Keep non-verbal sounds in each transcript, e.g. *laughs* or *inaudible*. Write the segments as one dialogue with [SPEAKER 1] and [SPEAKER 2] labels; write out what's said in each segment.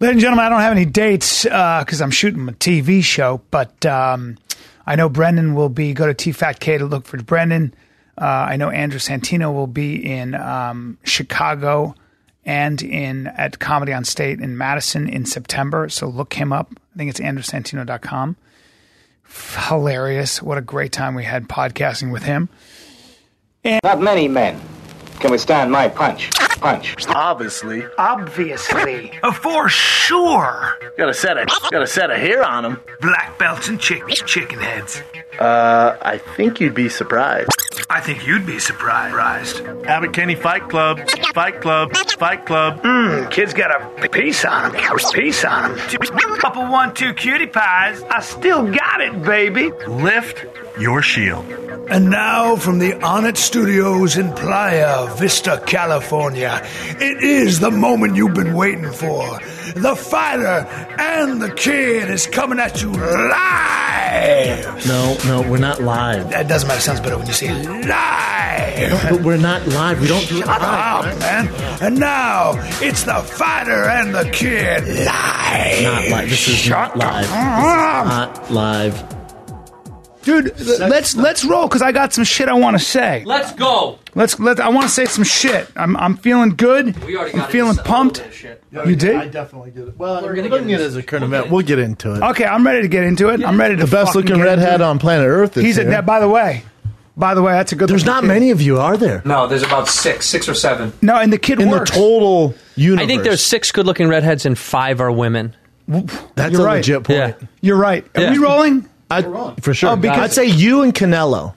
[SPEAKER 1] Ladies and gentlemen, I don't have any dates because I'm shooting a TV show, but um, I know Brendan will be. Go to TFATK to look for Brendan. Uh, I know Andrew Santino will be in um, Chicago and in at Comedy on State in Madison in September. So look him up. I think it's andrewsantino.com. Hilarious! What a great time we had podcasting with him.
[SPEAKER 2] Not many men can withstand my punch. Punch.
[SPEAKER 3] Obviously.
[SPEAKER 1] Obviously,
[SPEAKER 4] Uh,
[SPEAKER 3] For sure. Got a set of got a set of hair on him.
[SPEAKER 4] Black belts and chick- chicken heads.
[SPEAKER 3] Uh, I think you'd be surprised.
[SPEAKER 4] I think you'd be surprised.
[SPEAKER 3] Abbott Kenny Fight Club. Fight Club. Fight Club.
[SPEAKER 4] Kid's got a piece on him. Piece on him. Couple one two cutie pies. I still got it, baby.
[SPEAKER 3] Lift your shield.
[SPEAKER 4] And now from the Onnit Studios in Playa Vista, California, it is the moment you've been waiting for. The fighter and the kid is coming at you live.
[SPEAKER 5] No, no, we're not live.
[SPEAKER 1] that doesn't matter. Sounds better when you say it.
[SPEAKER 4] Live.
[SPEAKER 5] But we're not live. We don't do it
[SPEAKER 4] Shut up,
[SPEAKER 5] live.
[SPEAKER 4] man. And now it's the fighter and the kid live.
[SPEAKER 5] Not live. This is
[SPEAKER 4] Shut
[SPEAKER 5] not live. This is not live.
[SPEAKER 1] dude. let's let's roll because I got some shit I want to say.
[SPEAKER 6] Let's go.
[SPEAKER 1] Let's let. I want to say some shit. I'm I'm feeling good.
[SPEAKER 6] We already
[SPEAKER 1] I'm
[SPEAKER 6] got
[SPEAKER 1] feeling
[SPEAKER 6] into some- a little
[SPEAKER 1] pumped.
[SPEAKER 6] bit of shit.
[SPEAKER 1] You did?
[SPEAKER 5] definitely did it. Well,
[SPEAKER 6] We're gonna get into
[SPEAKER 5] as a current event. We'll get into it.
[SPEAKER 1] Okay, I'm ready to get into it. I'm ready to.
[SPEAKER 5] The best
[SPEAKER 1] fucking
[SPEAKER 5] looking
[SPEAKER 1] get into
[SPEAKER 5] redhead
[SPEAKER 1] it.
[SPEAKER 5] on planet Earth is
[SPEAKER 1] He's a.
[SPEAKER 5] here.
[SPEAKER 1] that- By the way, by the way, that's a good.
[SPEAKER 5] There's not
[SPEAKER 1] looking
[SPEAKER 5] many of you, are there?
[SPEAKER 6] No, there's about six, six or seven.
[SPEAKER 1] kid. No, and the kid
[SPEAKER 5] In
[SPEAKER 1] works.
[SPEAKER 5] the total universe.
[SPEAKER 6] I think there's six good-looking redheads and five are women.
[SPEAKER 5] That's
[SPEAKER 1] You're
[SPEAKER 5] a
[SPEAKER 1] right.
[SPEAKER 5] legit point.
[SPEAKER 6] Yeah.
[SPEAKER 1] You're right. Are
[SPEAKER 6] Yeah.
[SPEAKER 1] we rolling?
[SPEAKER 5] I, for sure.
[SPEAKER 1] Oh, because-
[SPEAKER 5] I'd say you and Canelo.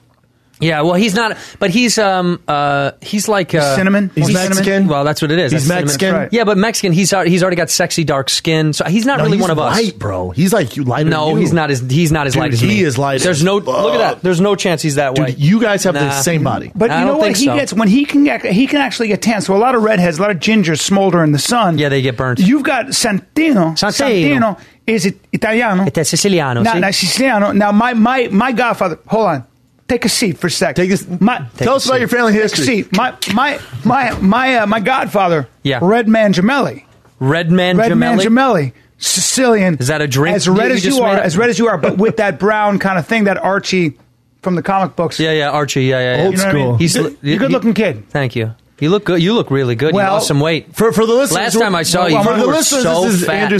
[SPEAKER 6] Yeah, well, he's not, but he's um uh he's like uh,
[SPEAKER 1] Cinnamon.
[SPEAKER 5] He's
[SPEAKER 1] More
[SPEAKER 5] Mexican.
[SPEAKER 1] cinnamon?
[SPEAKER 6] Well, that's what it is.
[SPEAKER 5] He's
[SPEAKER 6] That's cinnamon.
[SPEAKER 5] Mexican.
[SPEAKER 1] Right.
[SPEAKER 6] Yeah, but Mexican. He's al- he's already got sexy dark skin, so he's not
[SPEAKER 5] No,
[SPEAKER 6] really
[SPEAKER 5] he's
[SPEAKER 6] one of us.
[SPEAKER 5] light, bro. He's like you lighter.
[SPEAKER 6] No,
[SPEAKER 5] than you.
[SPEAKER 6] he's not as he's not as
[SPEAKER 5] Dude,
[SPEAKER 6] light as
[SPEAKER 5] he
[SPEAKER 6] me.
[SPEAKER 5] is light
[SPEAKER 6] There's
[SPEAKER 5] as
[SPEAKER 6] no
[SPEAKER 5] fuck.
[SPEAKER 6] look at that. There's no chance he's that
[SPEAKER 5] Dude,
[SPEAKER 6] way.
[SPEAKER 5] you guys have the
[SPEAKER 6] Nah.
[SPEAKER 5] same body.
[SPEAKER 1] But you
[SPEAKER 6] I don't
[SPEAKER 1] know what?
[SPEAKER 6] think
[SPEAKER 1] He
[SPEAKER 6] so.
[SPEAKER 1] gets when he can get, he can actually get tan. So a lot of redheads, a lot of gingers smolder in the sun.
[SPEAKER 6] Yeah, they get burnt.
[SPEAKER 1] You've got Santino.
[SPEAKER 6] Santino.
[SPEAKER 1] Santino is it Italiano?
[SPEAKER 6] It's Siciliano.
[SPEAKER 1] Now,
[SPEAKER 6] see?
[SPEAKER 1] now Siciliano. Now my my my godfather. Hold on. Take a seat for a sec.
[SPEAKER 5] Take this.
[SPEAKER 1] My,
[SPEAKER 5] tell us about your family history.
[SPEAKER 1] See, my my my my uh, my godfather,
[SPEAKER 6] Yeah.
[SPEAKER 1] Red Man Gemelli,
[SPEAKER 6] Red man.
[SPEAKER 1] Red
[SPEAKER 6] Gemelli.
[SPEAKER 1] Man Gemelli, Sicilian.
[SPEAKER 6] Is that a drink
[SPEAKER 1] As
[SPEAKER 6] you-
[SPEAKER 1] red
[SPEAKER 6] you
[SPEAKER 1] as
[SPEAKER 6] just
[SPEAKER 1] you
[SPEAKER 6] made
[SPEAKER 1] are,
[SPEAKER 6] up?
[SPEAKER 1] as red as you are, but with that brown kind of thing that Archie from the comic books.
[SPEAKER 6] Yeah, yeah, Archie. Yeah, yeah. yeah.
[SPEAKER 5] Old
[SPEAKER 1] you know what I mean?
[SPEAKER 5] school.
[SPEAKER 6] He's
[SPEAKER 1] You're
[SPEAKER 6] li-
[SPEAKER 1] good- you're a good-looking kid.
[SPEAKER 6] Thank you. You look good. You look really good.
[SPEAKER 1] Well-
[SPEAKER 6] you lost some weight.
[SPEAKER 5] For for the listeners,
[SPEAKER 6] Last time I saw
[SPEAKER 5] for
[SPEAKER 6] you,
[SPEAKER 5] the
[SPEAKER 6] you were
[SPEAKER 5] listeners,
[SPEAKER 6] so
[SPEAKER 5] this is
[SPEAKER 6] fat.
[SPEAKER 5] Andrew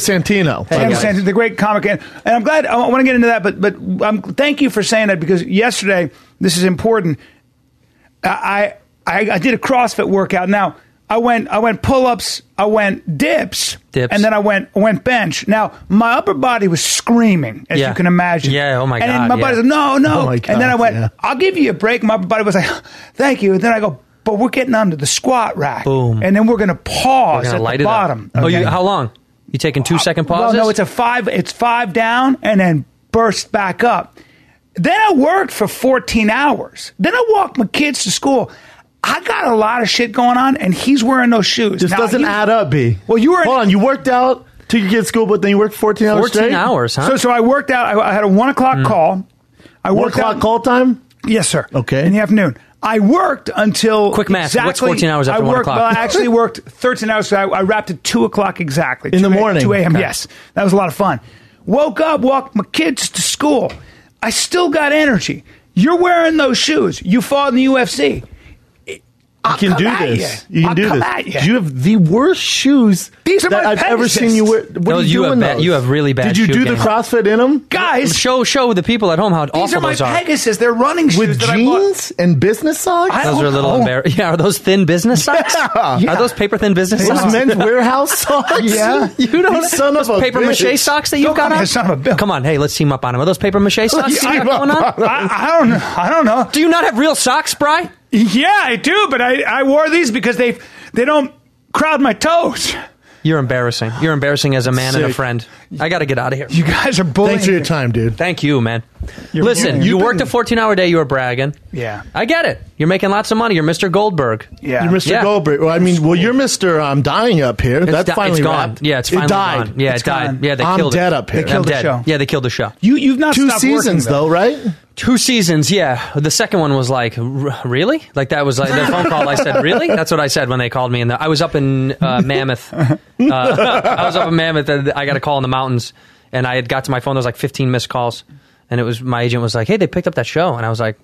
[SPEAKER 1] I
[SPEAKER 5] Santino. by the way.
[SPEAKER 1] understand. The great comic, and, and I'm glad I, want to get into that. But but um, thank you for saying that because yesterday this is important. I I, I did a CrossFit workout. Now I went I went pull ups, I went dips,
[SPEAKER 6] Dips.
[SPEAKER 1] and then I went I went bench. Now my upper body was screaming, as
[SPEAKER 6] Yeah.
[SPEAKER 1] you can imagine.
[SPEAKER 6] Yeah, oh my
[SPEAKER 1] and
[SPEAKER 6] God,
[SPEAKER 1] And my body's
[SPEAKER 6] yeah.
[SPEAKER 1] like, no, no.
[SPEAKER 5] Oh my
[SPEAKER 1] and then
[SPEAKER 5] God,
[SPEAKER 1] I went,
[SPEAKER 5] yeah.
[SPEAKER 1] I'll give you a break. My upper body was like, *laughs* thank you. And then I go. But we're getting onto the squat rack,
[SPEAKER 6] Boom.
[SPEAKER 1] and then we're going to pause
[SPEAKER 6] We're gonna
[SPEAKER 1] at
[SPEAKER 6] light
[SPEAKER 1] the
[SPEAKER 6] it up.
[SPEAKER 1] bottom.
[SPEAKER 6] Oh,
[SPEAKER 1] okay?
[SPEAKER 6] you, how long? You taking two second pauses?
[SPEAKER 1] Well, no, it's a five. It's five down and then burst back up. Then I worked for 14 hours. Then I walked my kids to school. I got a lot of shit going on, and he's wearing those shoes.
[SPEAKER 5] This
[SPEAKER 1] Now,
[SPEAKER 5] doesn't
[SPEAKER 1] he-
[SPEAKER 5] add up, B.
[SPEAKER 1] Well, you were-
[SPEAKER 5] Hold on. You worked out till you get school, but then you worked 14 hours
[SPEAKER 6] 14
[SPEAKER 5] straight?
[SPEAKER 6] hours, huh?
[SPEAKER 1] So, so I worked out. I, I had a one o'clock call. I
[SPEAKER 5] One
[SPEAKER 1] worked
[SPEAKER 5] o'clock
[SPEAKER 1] out-
[SPEAKER 5] call time?
[SPEAKER 1] Yes, sir.
[SPEAKER 5] Okay.
[SPEAKER 1] In the afternoon. I worked until
[SPEAKER 6] Quick math. What's 14 hours after
[SPEAKER 1] I
[SPEAKER 6] one
[SPEAKER 1] worked,
[SPEAKER 6] o'clock?
[SPEAKER 1] Well, I actually worked 13 hours. So I, I wrapped at two o'clock exactly
[SPEAKER 5] In the
[SPEAKER 1] 2 a-
[SPEAKER 5] morning.
[SPEAKER 1] Two a.m.
[SPEAKER 5] Okay.
[SPEAKER 1] Yes, that was a lot of fun. Woke up, walked my kids to school. I still got energy. You're wearing those shoes. You fought in the UFC.
[SPEAKER 5] You can
[SPEAKER 1] come
[SPEAKER 5] do
[SPEAKER 1] at
[SPEAKER 5] this.
[SPEAKER 1] ya.
[SPEAKER 5] You can
[SPEAKER 1] I'll
[SPEAKER 5] do
[SPEAKER 1] come
[SPEAKER 5] this.
[SPEAKER 1] at ya.
[SPEAKER 5] You have the worst shoes
[SPEAKER 1] These are
[SPEAKER 5] that
[SPEAKER 1] my
[SPEAKER 5] I've ever
[SPEAKER 1] Pegasus.
[SPEAKER 5] seen you wear. What
[SPEAKER 6] No,
[SPEAKER 5] are you,
[SPEAKER 6] you have
[SPEAKER 5] doing?
[SPEAKER 6] bad-
[SPEAKER 5] those?
[SPEAKER 6] you have really bad
[SPEAKER 5] Did you
[SPEAKER 6] shoe
[SPEAKER 5] do the
[SPEAKER 6] game.
[SPEAKER 5] CrossFit in them?
[SPEAKER 1] Guys,
[SPEAKER 6] show show the people at home how
[SPEAKER 1] these
[SPEAKER 6] awful
[SPEAKER 1] are my
[SPEAKER 6] those are.
[SPEAKER 1] Pegasus. They're running shoes
[SPEAKER 5] With
[SPEAKER 1] that I bought.
[SPEAKER 5] jeans and business socks?
[SPEAKER 1] I
[SPEAKER 6] Those
[SPEAKER 1] don't
[SPEAKER 6] are a little
[SPEAKER 1] know.
[SPEAKER 6] embarrassing. *laughs* Yeah, are those thin business socks?
[SPEAKER 1] Oh. Yeah.
[SPEAKER 6] Are those paper thin business
[SPEAKER 5] Those
[SPEAKER 6] socks? *laughs*
[SPEAKER 1] *laughs*
[SPEAKER 5] men's warehouse socks?
[SPEAKER 1] Yeah.
[SPEAKER 5] You don't son of a
[SPEAKER 6] paper mache
[SPEAKER 5] bitch.
[SPEAKER 6] socks that you've
[SPEAKER 1] Don't
[SPEAKER 6] got
[SPEAKER 1] call me
[SPEAKER 6] on?
[SPEAKER 1] a son of a bitch.
[SPEAKER 6] Come on, hey, let's team up on them. Are those
[SPEAKER 1] *laughs*
[SPEAKER 6] paper mache socks you
[SPEAKER 5] *laughs*
[SPEAKER 6] got
[SPEAKER 5] team up
[SPEAKER 6] going on?
[SPEAKER 1] I, I don't know. I don't know.
[SPEAKER 6] Do you not have real socks, Bry?
[SPEAKER 1] Yeah, I do, but I, I wore these because they they don't crowd my toes.
[SPEAKER 6] You're embarrassing. You're embarrassing as a man and a friend. I got to get out of here.
[SPEAKER 1] You guys are bullying.
[SPEAKER 5] Thanks for your time, dude.
[SPEAKER 6] Thank you, man.
[SPEAKER 1] You're
[SPEAKER 6] Listen,
[SPEAKER 1] bullying.
[SPEAKER 6] you
[SPEAKER 5] You've
[SPEAKER 6] worked
[SPEAKER 5] been-
[SPEAKER 6] a 14 hour day. You were bragging.
[SPEAKER 1] Yeah.
[SPEAKER 6] I get it. You're making lots of money. You're Mr. Goldberg.
[SPEAKER 1] Yeah.
[SPEAKER 5] You're Mr.
[SPEAKER 6] Yeah.
[SPEAKER 5] Goldberg. Well, I mean, well, you're Mr. Um, dying up here.
[SPEAKER 6] It's
[SPEAKER 5] That's
[SPEAKER 6] di-
[SPEAKER 5] finally
[SPEAKER 6] it's gone.
[SPEAKER 5] wrapped.
[SPEAKER 6] Yeah, it's finally
[SPEAKER 5] it died.
[SPEAKER 6] gone. Yeah,
[SPEAKER 1] It's
[SPEAKER 6] it died.
[SPEAKER 1] gone.
[SPEAKER 6] Yeah, they
[SPEAKER 5] I'm
[SPEAKER 6] killed
[SPEAKER 5] dead
[SPEAKER 6] it.
[SPEAKER 5] up here. They
[SPEAKER 1] killed
[SPEAKER 6] I'm
[SPEAKER 1] the
[SPEAKER 6] dead.
[SPEAKER 1] show.
[SPEAKER 6] Yeah, they killed the show.
[SPEAKER 1] You you've not
[SPEAKER 5] Two
[SPEAKER 1] stopped
[SPEAKER 5] seasons,
[SPEAKER 1] working,
[SPEAKER 5] though, right?
[SPEAKER 6] Two seasons, yeah. The second one was like, "R- really? Like that was like the phone call. I said, really? That's what I said when they called me. And I was up in uh, Mammoth. Uh, *laughs* I was up in Mammoth. And I got a call in the mountains, and I had got to my phone. There was like 15 missed calls, and it was my agent was like, hey, they picked up that show, and I was like,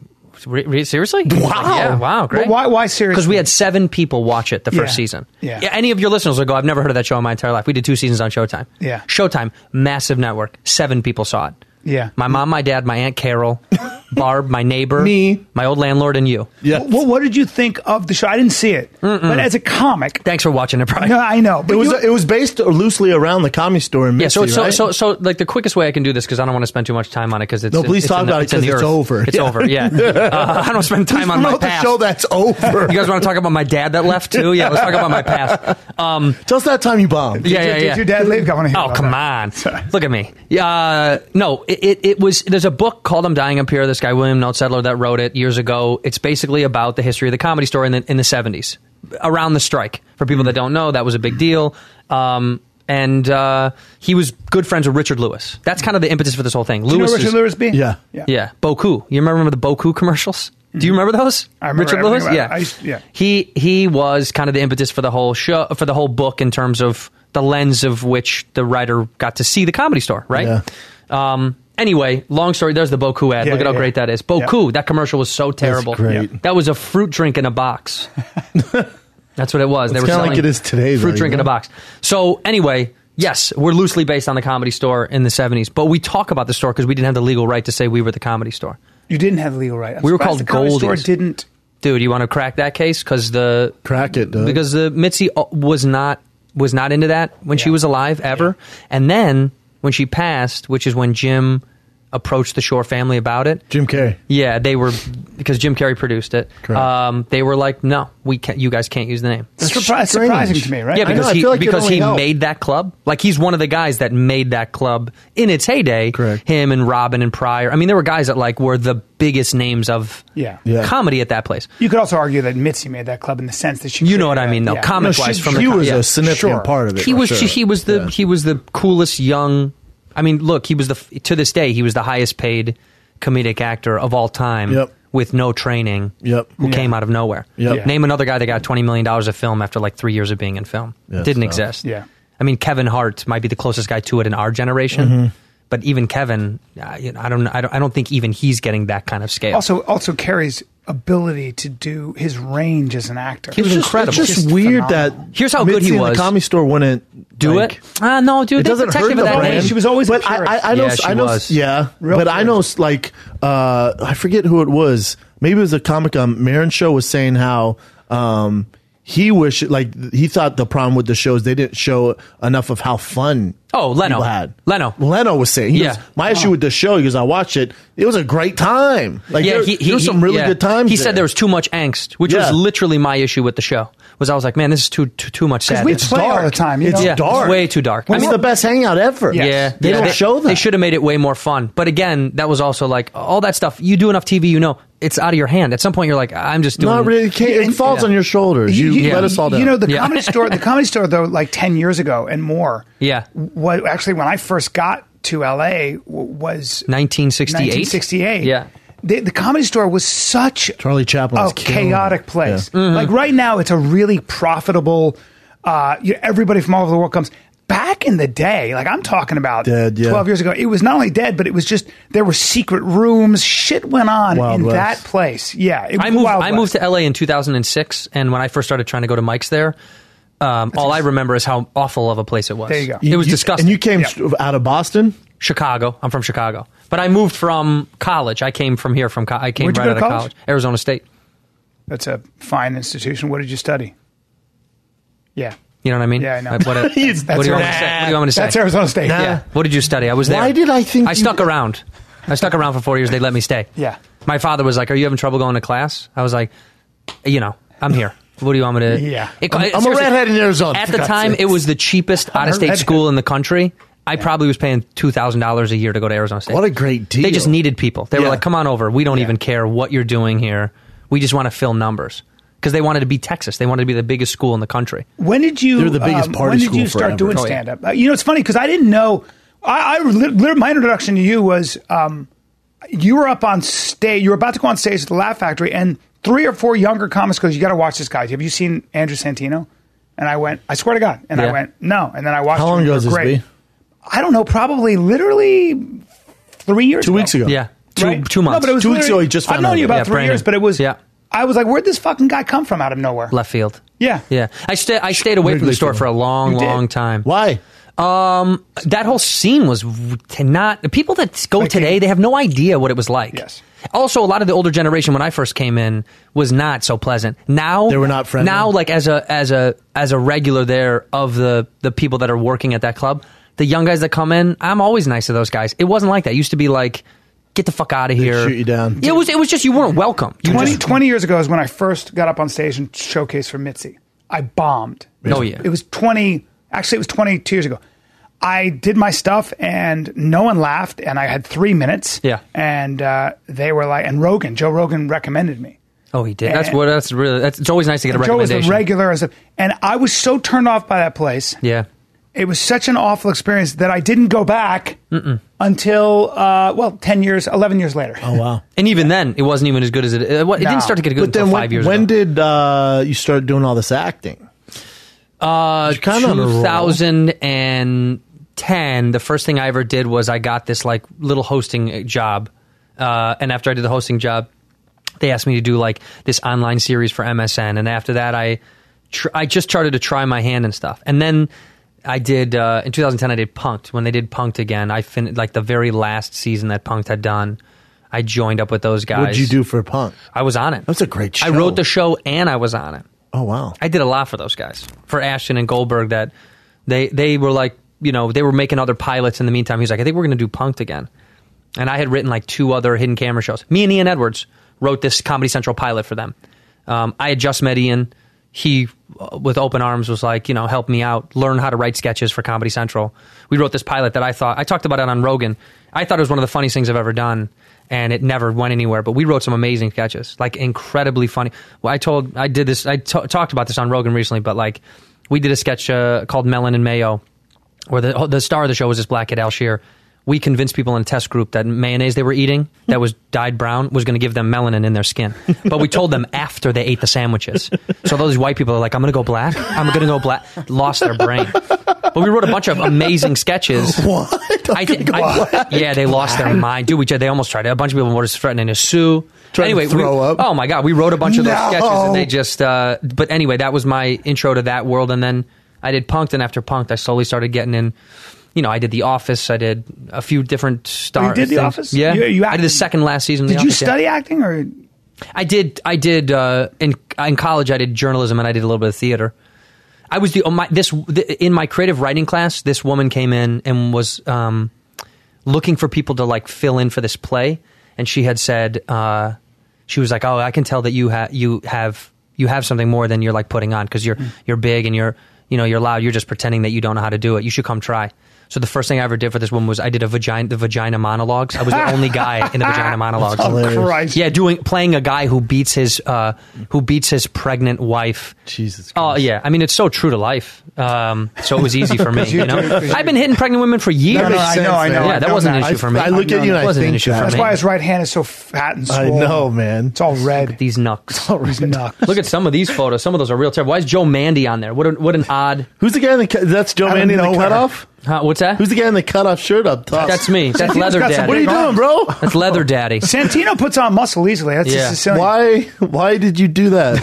[SPEAKER 6] "Re- re- seriously? Wow. yeah. Wow. Great.
[SPEAKER 1] But why- why seriously?
[SPEAKER 6] Because we had seven people watch it the first
[SPEAKER 1] Yeah.
[SPEAKER 6] season.
[SPEAKER 1] Yeah.
[SPEAKER 6] Any of your listeners will go, I've never heard of that show in my entire life. We did two seasons on Showtime.
[SPEAKER 1] Yeah.
[SPEAKER 6] Showtime, massive network. Seven people saw it.
[SPEAKER 1] Yeah.
[SPEAKER 6] My mom, my dad, my
[SPEAKER 5] *laughs*
[SPEAKER 6] aunt Carol, Barb, my neighbor,
[SPEAKER 5] Me.
[SPEAKER 6] my old landlord, and you.
[SPEAKER 5] Yeah.
[SPEAKER 1] What, what did you think of the show? I didn't see it, but as a comic,
[SPEAKER 6] Thanks for watching it, Brian.
[SPEAKER 1] no, I know. But
[SPEAKER 5] it was
[SPEAKER 1] you-
[SPEAKER 5] it was based loosely around the comedy store in
[SPEAKER 6] yeah,
[SPEAKER 5] Mitzi,
[SPEAKER 6] so, so,
[SPEAKER 5] right?
[SPEAKER 6] so, so, like the quickest way I can do this because I don't want to spend too much time on it because it's
[SPEAKER 5] No, please
[SPEAKER 6] it's
[SPEAKER 5] talk
[SPEAKER 6] in the-
[SPEAKER 5] about it
[SPEAKER 6] in the
[SPEAKER 5] 'cause it's
[SPEAKER 6] earth.
[SPEAKER 5] over.
[SPEAKER 6] It's
[SPEAKER 5] Yeah.
[SPEAKER 6] over.
[SPEAKER 5] *laughs*
[SPEAKER 6] Yeah, uh, I don't wanna spend time on my
[SPEAKER 5] Promote the
[SPEAKER 6] past.
[SPEAKER 5] show that's over.
[SPEAKER 6] *laughs* you guys want to talk about my dad that left too? Yeah, let's talk about my past. Um,
[SPEAKER 5] Just that time you bombed.
[SPEAKER 6] yeah,
[SPEAKER 1] did,
[SPEAKER 6] yeah,
[SPEAKER 1] did
[SPEAKER 6] yeah.
[SPEAKER 1] your dad leave? I want to hear.
[SPEAKER 6] Oh
[SPEAKER 1] about
[SPEAKER 6] come
[SPEAKER 1] that. *laughs*
[SPEAKER 6] on! Look at me. Uh, no, it, it it was. There's a book called "I'm Dying Up Here." This guy William Notesettler that wrote it years ago. It's basically about the history of the comedy store in the in the 70s, around the strike. For people that don't know, that was a big deal. Um, and uh, he was good friends with Richard Lewis. That's kind of the impetus for this whole thing.
[SPEAKER 1] You know
[SPEAKER 6] Lewis,
[SPEAKER 1] Richard
[SPEAKER 6] is-
[SPEAKER 1] Lewis B?
[SPEAKER 5] Yeah.
[SPEAKER 6] yeah, Boku. You remember the Boku commercials? Do you remember those?
[SPEAKER 1] Mm-hmm. I remember
[SPEAKER 6] Richard
[SPEAKER 1] everything
[SPEAKER 6] Lewis.
[SPEAKER 1] about it.
[SPEAKER 6] Yeah,
[SPEAKER 1] I used- yeah.
[SPEAKER 6] He he was kind of the impetus for the whole show, for the whole book in terms of the lens of which the writer got to see the Comedy Store. Right.
[SPEAKER 5] Yeah.
[SPEAKER 6] Um. Anyway, long story. There's the Boku ad.
[SPEAKER 1] Yeah,
[SPEAKER 6] Look at
[SPEAKER 1] yeah,
[SPEAKER 6] how great
[SPEAKER 1] yeah.
[SPEAKER 6] that is. Boku. That commercial was so terrible.
[SPEAKER 5] great.
[SPEAKER 6] That was a fruit drink in a box.
[SPEAKER 5] *laughs*
[SPEAKER 6] That's what it was. they were
[SPEAKER 5] kinda
[SPEAKER 6] selling
[SPEAKER 5] like it is today, though,
[SPEAKER 6] Fruit
[SPEAKER 5] you
[SPEAKER 6] drink in
[SPEAKER 5] know?
[SPEAKER 6] a box. So anyway, yes, we're loosely based on the Comedy Store in the '70s, but we talk about the store because we didn't have the legal right to say we were the Comedy Store.
[SPEAKER 1] You didn't have legal right. I'm
[SPEAKER 6] We were
[SPEAKER 1] surprised
[SPEAKER 6] called
[SPEAKER 1] the comedy Store
[SPEAKER 6] Goldies.
[SPEAKER 1] didn't.
[SPEAKER 6] Dude, you want to crack that case because the
[SPEAKER 5] Crack it, Doug.
[SPEAKER 6] because the Mitzi uh, was not was not into that when she
[SPEAKER 1] Yeah.
[SPEAKER 6] was alive ever, and then when she passed, which is when Jim approached the Shore family about it.
[SPEAKER 5] Jim Carrey.
[SPEAKER 6] Yeah, they were because Jim Carrey produced it.
[SPEAKER 5] Correct.
[SPEAKER 6] Um, they were like, no, we can't. You guys can't use the name.
[SPEAKER 1] It's surpri- it's surprising to me, right?
[SPEAKER 6] Yeah,
[SPEAKER 5] I know,
[SPEAKER 6] because
[SPEAKER 5] I
[SPEAKER 6] he
[SPEAKER 5] feel like it
[SPEAKER 6] because
[SPEAKER 5] only
[SPEAKER 6] he
[SPEAKER 5] helped.
[SPEAKER 6] made that club. Like he's one of the guys that made that club in its heyday.
[SPEAKER 5] Correct.
[SPEAKER 6] Him and Robin and Pryor. I mean, there were guys that like were the biggest names of
[SPEAKER 1] Yeah.
[SPEAKER 5] Yeah.
[SPEAKER 6] comedy at that place.
[SPEAKER 1] You could also argue that Mitzi made that club in the sense that she.
[SPEAKER 6] You
[SPEAKER 1] created
[SPEAKER 6] know what I
[SPEAKER 1] that,
[SPEAKER 6] mean, though.
[SPEAKER 1] yeah.
[SPEAKER 6] Comic wise,
[SPEAKER 5] she,
[SPEAKER 6] from
[SPEAKER 5] she
[SPEAKER 6] the com-
[SPEAKER 5] was
[SPEAKER 6] yeah.
[SPEAKER 5] a significant
[SPEAKER 1] Sure.
[SPEAKER 5] part of it.
[SPEAKER 6] He
[SPEAKER 5] for
[SPEAKER 6] was
[SPEAKER 5] sure.
[SPEAKER 6] he was the
[SPEAKER 5] Yeah.
[SPEAKER 6] he was the coolest young. I mean, look, he was the f- to this day he was the highest paid comedic actor of all time.
[SPEAKER 5] Yep.
[SPEAKER 6] With no training.
[SPEAKER 5] Yep.
[SPEAKER 6] Who
[SPEAKER 5] Yeah.
[SPEAKER 6] came out of nowhere.
[SPEAKER 5] Yep. Yeah.
[SPEAKER 6] Name another guy that got twenty million dollars a film after like three years of being in film.
[SPEAKER 5] Yeah,
[SPEAKER 6] Didn't
[SPEAKER 5] so-
[SPEAKER 6] exist.
[SPEAKER 1] Yeah.
[SPEAKER 6] I mean, Kevin Hart might be the closest guy to it in our generation.
[SPEAKER 5] Mm-hmm.
[SPEAKER 6] But even Kevin, uh, you know, I don't, I don't, I don't think even he's getting that kind of scale.
[SPEAKER 1] Also, also Carrie's ability to do his range as an actor.
[SPEAKER 6] He was
[SPEAKER 5] It's
[SPEAKER 6] incredible.
[SPEAKER 5] Just, it's just
[SPEAKER 1] Just
[SPEAKER 5] weird
[SPEAKER 1] phenomenal.
[SPEAKER 5] that
[SPEAKER 6] Here's how good
[SPEAKER 5] Mitzi
[SPEAKER 6] he
[SPEAKER 5] and the
[SPEAKER 6] was.
[SPEAKER 5] comedy store wouldn't
[SPEAKER 6] do
[SPEAKER 5] like,
[SPEAKER 6] it? Uh, no, dude,
[SPEAKER 5] It
[SPEAKER 6] they
[SPEAKER 5] doesn't hurt
[SPEAKER 6] protective of
[SPEAKER 5] the
[SPEAKER 6] that
[SPEAKER 5] brand.
[SPEAKER 6] name.
[SPEAKER 1] She was always a
[SPEAKER 5] But I, I, I know.
[SPEAKER 6] Yeah, she
[SPEAKER 5] I know.
[SPEAKER 6] was.
[SPEAKER 5] Yeah,
[SPEAKER 1] Real
[SPEAKER 5] but I know.
[SPEAKER 1] purist.
[SPEAKER 5] Like uh, I forget who it was. Maybe it was a comic. Um, Marin show was saying how um, he wish like he thought the problem with the shows they didn't show enough of how fun.
[SPEAKER 6] Oh, Leno.
[SPEAKER 5] people had.
[SPEAKER 6] Leno.
[SPEAKER 5] Leno was saying. He
[SPEAKER 6] Yeah.
[SPEAKER 5] goes, my issue with the show because I watched it. It was a great time. Like there, there was some really
[SPEAKER 6] yeah.
[SPEAKER 5] good times.
[SPEAKER 6] He said there was too much angst, which
[SPEAKER 5] Yeah.
[SPEAKER 6] was literally my issue with the show. Was I was like, man, this is too too, too much sadness.
[SPEAKER 1] we
[SPEAKER 5] It's
[SPEAKER 1] play all
[SPEAKER 5] dark.
[SPEAKER 1] the time. You
[SPEAKER 5] It's
[SPEAKER 1] know?
[SPEAKER 6] yeah,
[SPEAKER 5] dark.
[SPEAKER 6] It's way too dark.
[SPEAKER 5] It's the best hangout ever.
[SPEAKER 1] Yeah.
[SPEAKER 6] Yeah,
[SPEAKER 5] They
[SPEAKER 6] yeah,
[SPEAKER 5] don't show that.
[SPEAKER 6] They should have made it way more fun. But again, that was also like all that stuff. You do enough TV, you know, it's out of your hand. At some point, you're like, I'm just doing.
[SPEAKER 5] Not really. It, can't- it
[SPEAKER 1] and-
[SPEAKER 5] falls
[SPEAKER 6] yeah.
[SPEAKER 5] on your shoulders. You, let us all down.
[SPEAKER 1] You know the
[SPEAKER 6] Yeah.
[SPEAKER 1] comedy store. The comedy store, though, like ten years ago and more.
[SPEAKER 6] Yeah.
[SPEAKER 1] What actually, when I first got to LA, w- was
[SPEAKER 6] 1968?
[SPEAKER 1] 1968.
[SPEAKER 6] Yeah.
[SPEAKER 1] The, the comedy store was such
[SPEAKER 5] Charlie Chaplin
[SPEAKER 1] a
[SPEAKER 5] was killing
[SPEAKER 1] chaotic
[SPEAKER 5] it.
[SPEAKER 1] place.
[SPEAKER 5] Mm. Mm-hmm.
[SPEAKER 1] Like right now, it's a really profitable. Uh, you everybody from all over the world comes. Back in the day, like I'm talking about
[SPEAKER 5] Dead, yeah.
[SPEAKER 1] 12 years ago, it was not only dead, but it was just there were secret rooms. Shit went on
[SPEAKER 5] Wild
[SPEAKER 1] in
[SPEAKER 5] West.
[SPEAKER 1] that place. Yeah, it
[SPEAKER 6] I
[SPEAKER 1] was
[SPEAKER 6] moved.
[SPEAKER 1] Wild
[SPEAKER 6] I
[SPEAKER 1] West.
[SPEAKER 6] moved to LA in 2006, and when I first started trying to go to Mike's there, um, all I remember is how awful of a place it was.
[SPEAKER 1] There you go.
[SPEAKER 6] It was
[SPEAKER 5] You-
[SPEAKER 6] disgusting.
[SPEAKER 5] And you came st- out of Boston.
[SPEAKER 6] Chicago. I'm from Chicago, but I moved from college. I came from here from co- I came
[SPEAKER 1] Where'd you
[SPEAKER 6] right
[SPEAKER 1] go
[SPEAKER 6] out
[SPEAKER 1] to
[SPEAKER 6] of
[SPEAKER 1] college?
[SPEAKER 6] college, Arizona State.
[SPEAKER 1] That's a fine institution. What did you study? Yeah.
[SPEAKER 6] You know what I mean?
[SPEAKER 1] Yeah, I know.
[SPEAKER 6] Like, what,
[SPEAKER 5] *laughs*
[SPEAKER 6] what do you
[SPEAKER 5] That's
[SPEAKER 6] want me to
[SPEAKER 5] right.
[SPEAKER 6] say? What do you want me to say?
[SPEAKER 1] That's Arizona State.
[SPEAKER 5] Nah.
[SPEAKER 6] Yeah. What did you study? I was there.
[SPEAKER 5] Why did I think
[SPEAKER 6] I
[SPEAKER 5] you-
[SPEAKER 6] stuck around. I stuck around for four years. They let me stay.
[SPEAKER 1] Yeah.
[SPEAKER 6] My father was like, "Are you having trouble going to class?" I was like, "You know, I'm here." What do you want me
[SPEAKER 5] *laughs*
[SPEAKER 6] to?
[SPEAKER 1] Yeah.
[SPEAKER 6] It-
[SPEAKER 5] I'm- I'm a
[SPEAKER 6] seriously,
[SPEAKER 5] redhead in Arizona,
[SPEAKER 6] At
[SPEAKER 5] for
[SPEAKER 6] the
[SPEAKER 5] God's
[SPEAKER 6] time,
[SPEAKER 5] sakes.
[SPEAKER 6] it was the cheapest out of state
[SPEAKER 1] redhead.
[SPEAKER 6] school in the country. I probably was paying two thousand dollars a year to go to Arizona State.
[SPEAKER 5] What a great deal.
[SPEAKER 6] They just needed people. They
[SPEAKER 5] Yeah.
[SPEAKER 6] were like, "Come on over. We don't even care what you're doing here. We just want to fill numbers." Because they wanted to be Texas. They wanted to be the biggest school in the country.
[SPEAKER 1] When did you? um,
[SPEAKER 5] They're the biggest party
[SPEAKER 1] When did
[SPEAKER 5] school
[SPEAKER 1] you start
[SPEAKER 5] forever.
[SPEAKER 1] doing
[SPEAKER 6] Oh, yeah.
[SPEAKER 1] stand up? you know, it's funny because I didn't know. I, I li- li- my introduction to you was um, you were up on stage. You were about to go on stage at the Laugh Factory, and three or four younger comics goes, "You got to watch this guy. Have you seen Andrew Santino?" And I went, "I swear to God." And I
[SPEAKER 6] Yeah.
[SPEAKER 1] went, "No." And then I watched.
[SPEAKER 5] How
[SPEAKER 1] him,
[SPEAKER 5] long
[SPEAKER 1] and you
[SPEAKER 5] ago
[SPEAKER 1] were
[SPEAKER 5] is this
[SPEAKER 1] great.
[SPEAKER 5] be?
[SPEAKER 1] I don't know. Probably literally three years.
[SPEAKER 5] Two weeks ago.
[SPEAKER 6] Yeah, two
[SPEAKER 1] right?
[SPEAKER 6] two months.
[SPEAKER 1] No, but it was
[SPEAKER 5] Two weeks
[SPEAKER 1] literally-
[SPEAKER 5] ago, he just
[SPEAKER 1] I've
[SPEAKER 5] found
[SPEAKER 1] known
[SPEAKER 5] out.
[SPEAKER 1] you about
[SPEAKER 6] Yeah,
[SPEAKER 1] three
[SPEAKER 6] Brandon.
[SPEAKER 1] years, but it was.
[SPEAKER 6] Yeah.
[SPEAKER 1] I was like, "Where'd this fucking guy come from out of nowhere?"
[SPEAKER 6] left field.
[SPEAKER 1] Yeah.
[SPEAKER 6] yeah. I stay. I stayed away from
[SPEAKER 5] Wrigley
[SPEAKER 6] the store
[SPEAKER 5] Field.
[SPEAKER 6] for a long,
[SPEAKER 1] You did.
[SPEAKER 6] long time.
[SPEAKER 5] Why?
[SPEAKER 6] Um, that whole scene was to not the people that go
[SPEAKER 1] Like,
[SPEAKER 6] today. They have no idea what it was like.
[SPEAKER 1] Yes.
[SPEAKER 6] Also, a lot of the older generation when I first came in was not so pleasant. Now
[SPEAKER 5] They were not friendly?
[SPEAKER 6] Now, like as a as a as a regular there of the the people that are working at that club, the young guys that come in, I'm always nice to those guys. It wasn't like that. It used to be like, get the fuck out of here,
[SPEAKER 5] shoot you down.
[SPEAKER 6] It was it was just you weren't welcome. You
[SPEAKER 1] 20,
[SPEAKER 6] just
[SPEAKER 1] 20 years ago is when I first got up on stage and showcased for Mitzi. I bombed.
[SPEAKER 6] no, yeah.
[SPEAKER 1] It was 20, actually, it was 22 years ago. I did my stuff and no one laughed, and I had three minutes.
[SPEAKER 6] Yeah.
[SPEAKER 1] And uh, they were like, and Rogan, Joe Rogan recommended me.
[SPEAKER 6] oh, he did. That's
[SPEAKER 1] And-
[SPEAKER 6] what. That's really. That's, it's always nice to get a
[SPEAKER 1] Joe was the
[SPEAKER 6] recommendation.
[SPEAKER 1] regular. As a, and I was so turned off by that place.
[SPEAKER 6] yeah.
[SPEAKER 1] It was such an awful experience that I didn't go back until, uh, well, 10 years, 11 years later. *laughs*
[SPEAKER 5] Oh wow.
[SPEAKER 6] And even then, it wasn't even as good as it. It, it
[SPEAKER 1] No.
[SPEAKER 6] didn't start to get good
[SPEAKER 5] But
[SPEAKER 6] until
[SPEAKER 5] then
[SPEAKER 6] five
[SPEAKER 5] when,
[SPEAKER 6] years
[SPEAKER 5] when
[SPEAKER 6] ago.
[SPEAKER 5] did uh, you start doing all this acting?
[SPEAKER 6] uh,
[SPEAKER 5] you're kinda on a roll.
[SPEAKER 6] 2010, the first thing I ever did was I got this like little hosting job, uh, and after I did the hosting job, they asked me to do like this online series for MSN, and after that, I tr- I just started to try my hand and stuff, and then. I did uh, in 2010. I did Punked when they did Punked again. I fin- like the very last season that Punked had done. I joined up with those guys.
[SPEAKER 5] What would you do for punk?
[SPEAKER 6] I was on it.
[SPEAKER 5] That's a great
[SPEAKER 6] I
[SPEAKER 5] show.
[SPEAKER 6] wrote the show and I was on it.
[SPEAKER 5] Oh wow. *laughs*
[SPEAKER 6] I did a lot for those guys, for Ashton and Goldberg. That they they were like, you know, they were making other pilots in the meantime. He's like, I think we're going to do Punked again. And I had written like two other hidden camera shows. Me and Ian Edwards wrote this Comedy Central pilot for them. Um, I had just met Ian. He, uh, with open arms, was like, you know, help me out, learn how to write sketches for Comedy Central. We wrote this pilot that I thought I talked about it on Rogan. I thought it was one of the funniest things I've ever done, and it never went anywhere. But we wrote some amazing sketches, like incredibly funny. Well, I told I did this. I t- talked about this on Rogan recently, but like we did a sketch uh, called Melon and Mayo where the the star of the show was this black kid Al Shear. We convinced people in a test group that mayonnaise they were eating that was *laughs* dyed brown was going to give them melanin in their skin. *laughs* But we told them after they ate the sandwiches. So those white people are like, I'm going to go black. I'm going to go black. Lost their brain. But we wrote a bunch of amazing sketches.
[SPEAKER 5] What?
[SPEAKER 1] *laughs*
[SPEAKER 6] I think, I, yeah, they lost their mind, dude. We tried, they almost tried it. A bunch of people were just threatening to sue.
[SPEAKER 5] Tried to
[SPEAKER 6] anyway, we-
[SPEAKER 5] throw up?
[SPEAKER 6] Oh my god, we wrote a bunch of those
[SPEAKER 5] No.
[SPEAKER 6] sketches, and they just. Uh, but anyway, that was my intro to that world, and then I did Punked, and after Punked, I slowly started getting in. You know, I did The Office. I did a few different stars.
[SPEAKER 1] Oh, did The Office?
[SPEAKER 6] Yeah,
[SPEAKER 1] You- you
[SPEAKER 6] I did the
[SPEAKER 1] acted-
[SPEAKER 6] second last season. of
[SPEAKER 1] Did
[SPEAKER 6] The
[SPEAKER 1] you
[SPEAKER 6] Office, yeah.
[SPEAKER 1] study acting or?
[SPEAKER 6] I did. I did uh, in in college. I did journalism and I did a little bit of theater. I was the oh, my this th in my creative writing class. This woman came in and was um, looking for people to like fill in for this play, and she had said uh, she was like, "Oh, I can tell that you have you have you have something more than you're like putting on because you're you're big and you're you know you're loud. You're just pretending that you don't know how to do it. You should come try." So the first thing I ever did for this woman was I did a vagina the vagina monologues. I was the only guy in the vagina monologues.
[SPEAKER 5] Hilarious.
[SPEAKER 1] oh, Christ.
[SPEAKER 6] Yeah, doing playing a guy who beats his uh, who beats his pregnant wife.
[SPEAKER 5] Jesus.
[SPEAKER 6] Oh yeah, I mean it's so true to life. Um, so it was easy for me. you know, I've been hitting pregnant women for years.
[SPEAKER 1] No, no, I know, I know.
[SPEAKER 6] Yeah,
[SPEAKER 1] I've
[SPEAKER 6] that
[SPEAKER 1] known
[SPEAKER 6] wasn't an
[SPEAKER 1] that.
[SPEAKER 6] issue for me.
[SPEAKER 5] I look at you and I
[SPEAKER 6] Wasn't an
[SPEAKER 5] think
[SPEAKER 6] issue
[SPEAKER 5] that.
[SPEAKER 6] for
[SPEAKER 1] That's
[SPEAKER 6] me.
[SPEAKER 1] why his right hand is so fat and
[SPEAKER 5] I
[SPEAKER 1] swollen.
[SPEAKER 5] know, man.
[SPEAKER 1] It's all red.
[SPEAKER 6] *laughs* These nucks.
[SPEAKER 1] These nuts.
[SPEAKER 6] Look at some of these photos. Some of those are real terrible. Why is Joe Mandy on there? What an, what an odd.
[SPEAKER 5] Who's the guy in the cut? That's Joe
[SPEAKER 1] I don't
[SPEAKER 5] Mandy in the
[SPEAKER 1] know her.
[SPEAKER 5] cutoff.
[SPEAKER 6] Huh, what's that?
[SPEAKER 5] Who's the guy in the cutoff shirt up top?
[SPEAKER 6] That's me. That's
[SPEAKER 1] He's
[SPEAKER 6] leather
[SPEAKER 1] got some
[SPEAKER 6] daddy.
[SPEAKER 5] What are you doing, bro?
[SPEAKER 6] *laughs*
[SPEAKER 5] *laughs*
[SPEAKER 6] That's leather daddy.
[SPEAKER 1] Santino puts on muscle easily. That's
[SPEAKER 6] Yeah.
[SPEAKER 1] just Sicilian.
[SPEAKER 5] Why? Why did you do that?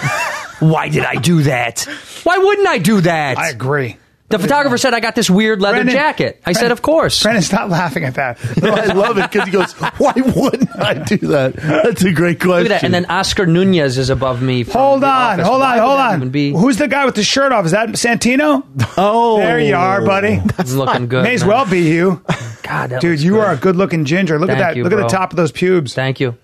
[SPEAKER 6] *laughs*
[SPEAKER 5] *laughs*
[SPEAKER 6] Why did I do that? Why wouldn't I do that?
[SPEAKER 1] I agree.
[SPEAKER 6] the photographer said I got this weird leather
[SPEAKER 1] Brendan-
[SPEAKER 6] jacket. I said,
[SPEAKER 1] Brendan-
[SPEAKER 6] of course.
[SPEAKER 1] Brennan's not laughing at
[SPEAKER 6] *laughs*
[SPEAKER 1] that.
[SPEAKER 5] No, I love it because he goes, "Why wouldn't I do that?" That's a great
[SPEAKER 6] Look
[SPEAKER 5] question.
[SPEAKER 6] at that. And then Oscar Nunez is above me. from
[SPEAKER 1] Hold
[SPEAKER 6] The
[SPEAKER 1] on,
[SPEAKER 6] Office.
[SPEAKER 1] hold
[SPEAKER 6] Why
[SPEAKER 1] on,
[SPEAKER 6] would
[SPEAKER 1] hold
[SPEAKER 6] that
[SPEAKER 1] on.
[SPEAKER 6] even Be *laughs*
[SPEAKER 1] Who's the guy with the shirt off? Is that Santino?
[SPEAKER 5] oh,
[SPEAKER 1] There you are,
[SPEAKER 5] *laughs*
[SPEAKER 1] buddy. *laughs*
[SPEAKER 6] looking good.
[SPEAKER 1] May as
[SPEAKER 6] man.
[SPEAKER 1] well be you,
[SPEAKER 6] God, *laughs* that
[SPEAKER 1] dude.
[SPEAKER 6] looks
[SPEAKER 1] You
[SPEAKER 6] good.
[SPEAKER 1] are a good-looking ginger. Look
[SPEAKER 6] Thank
[SPEAKER 1] at that.
[SPEAKER 6] you,
[SPEAKER 1] Look at
[SPEAKER 6] bro.
[SPEAKER 1] the top of those pubes.
[SPEAKER 6] Thank you.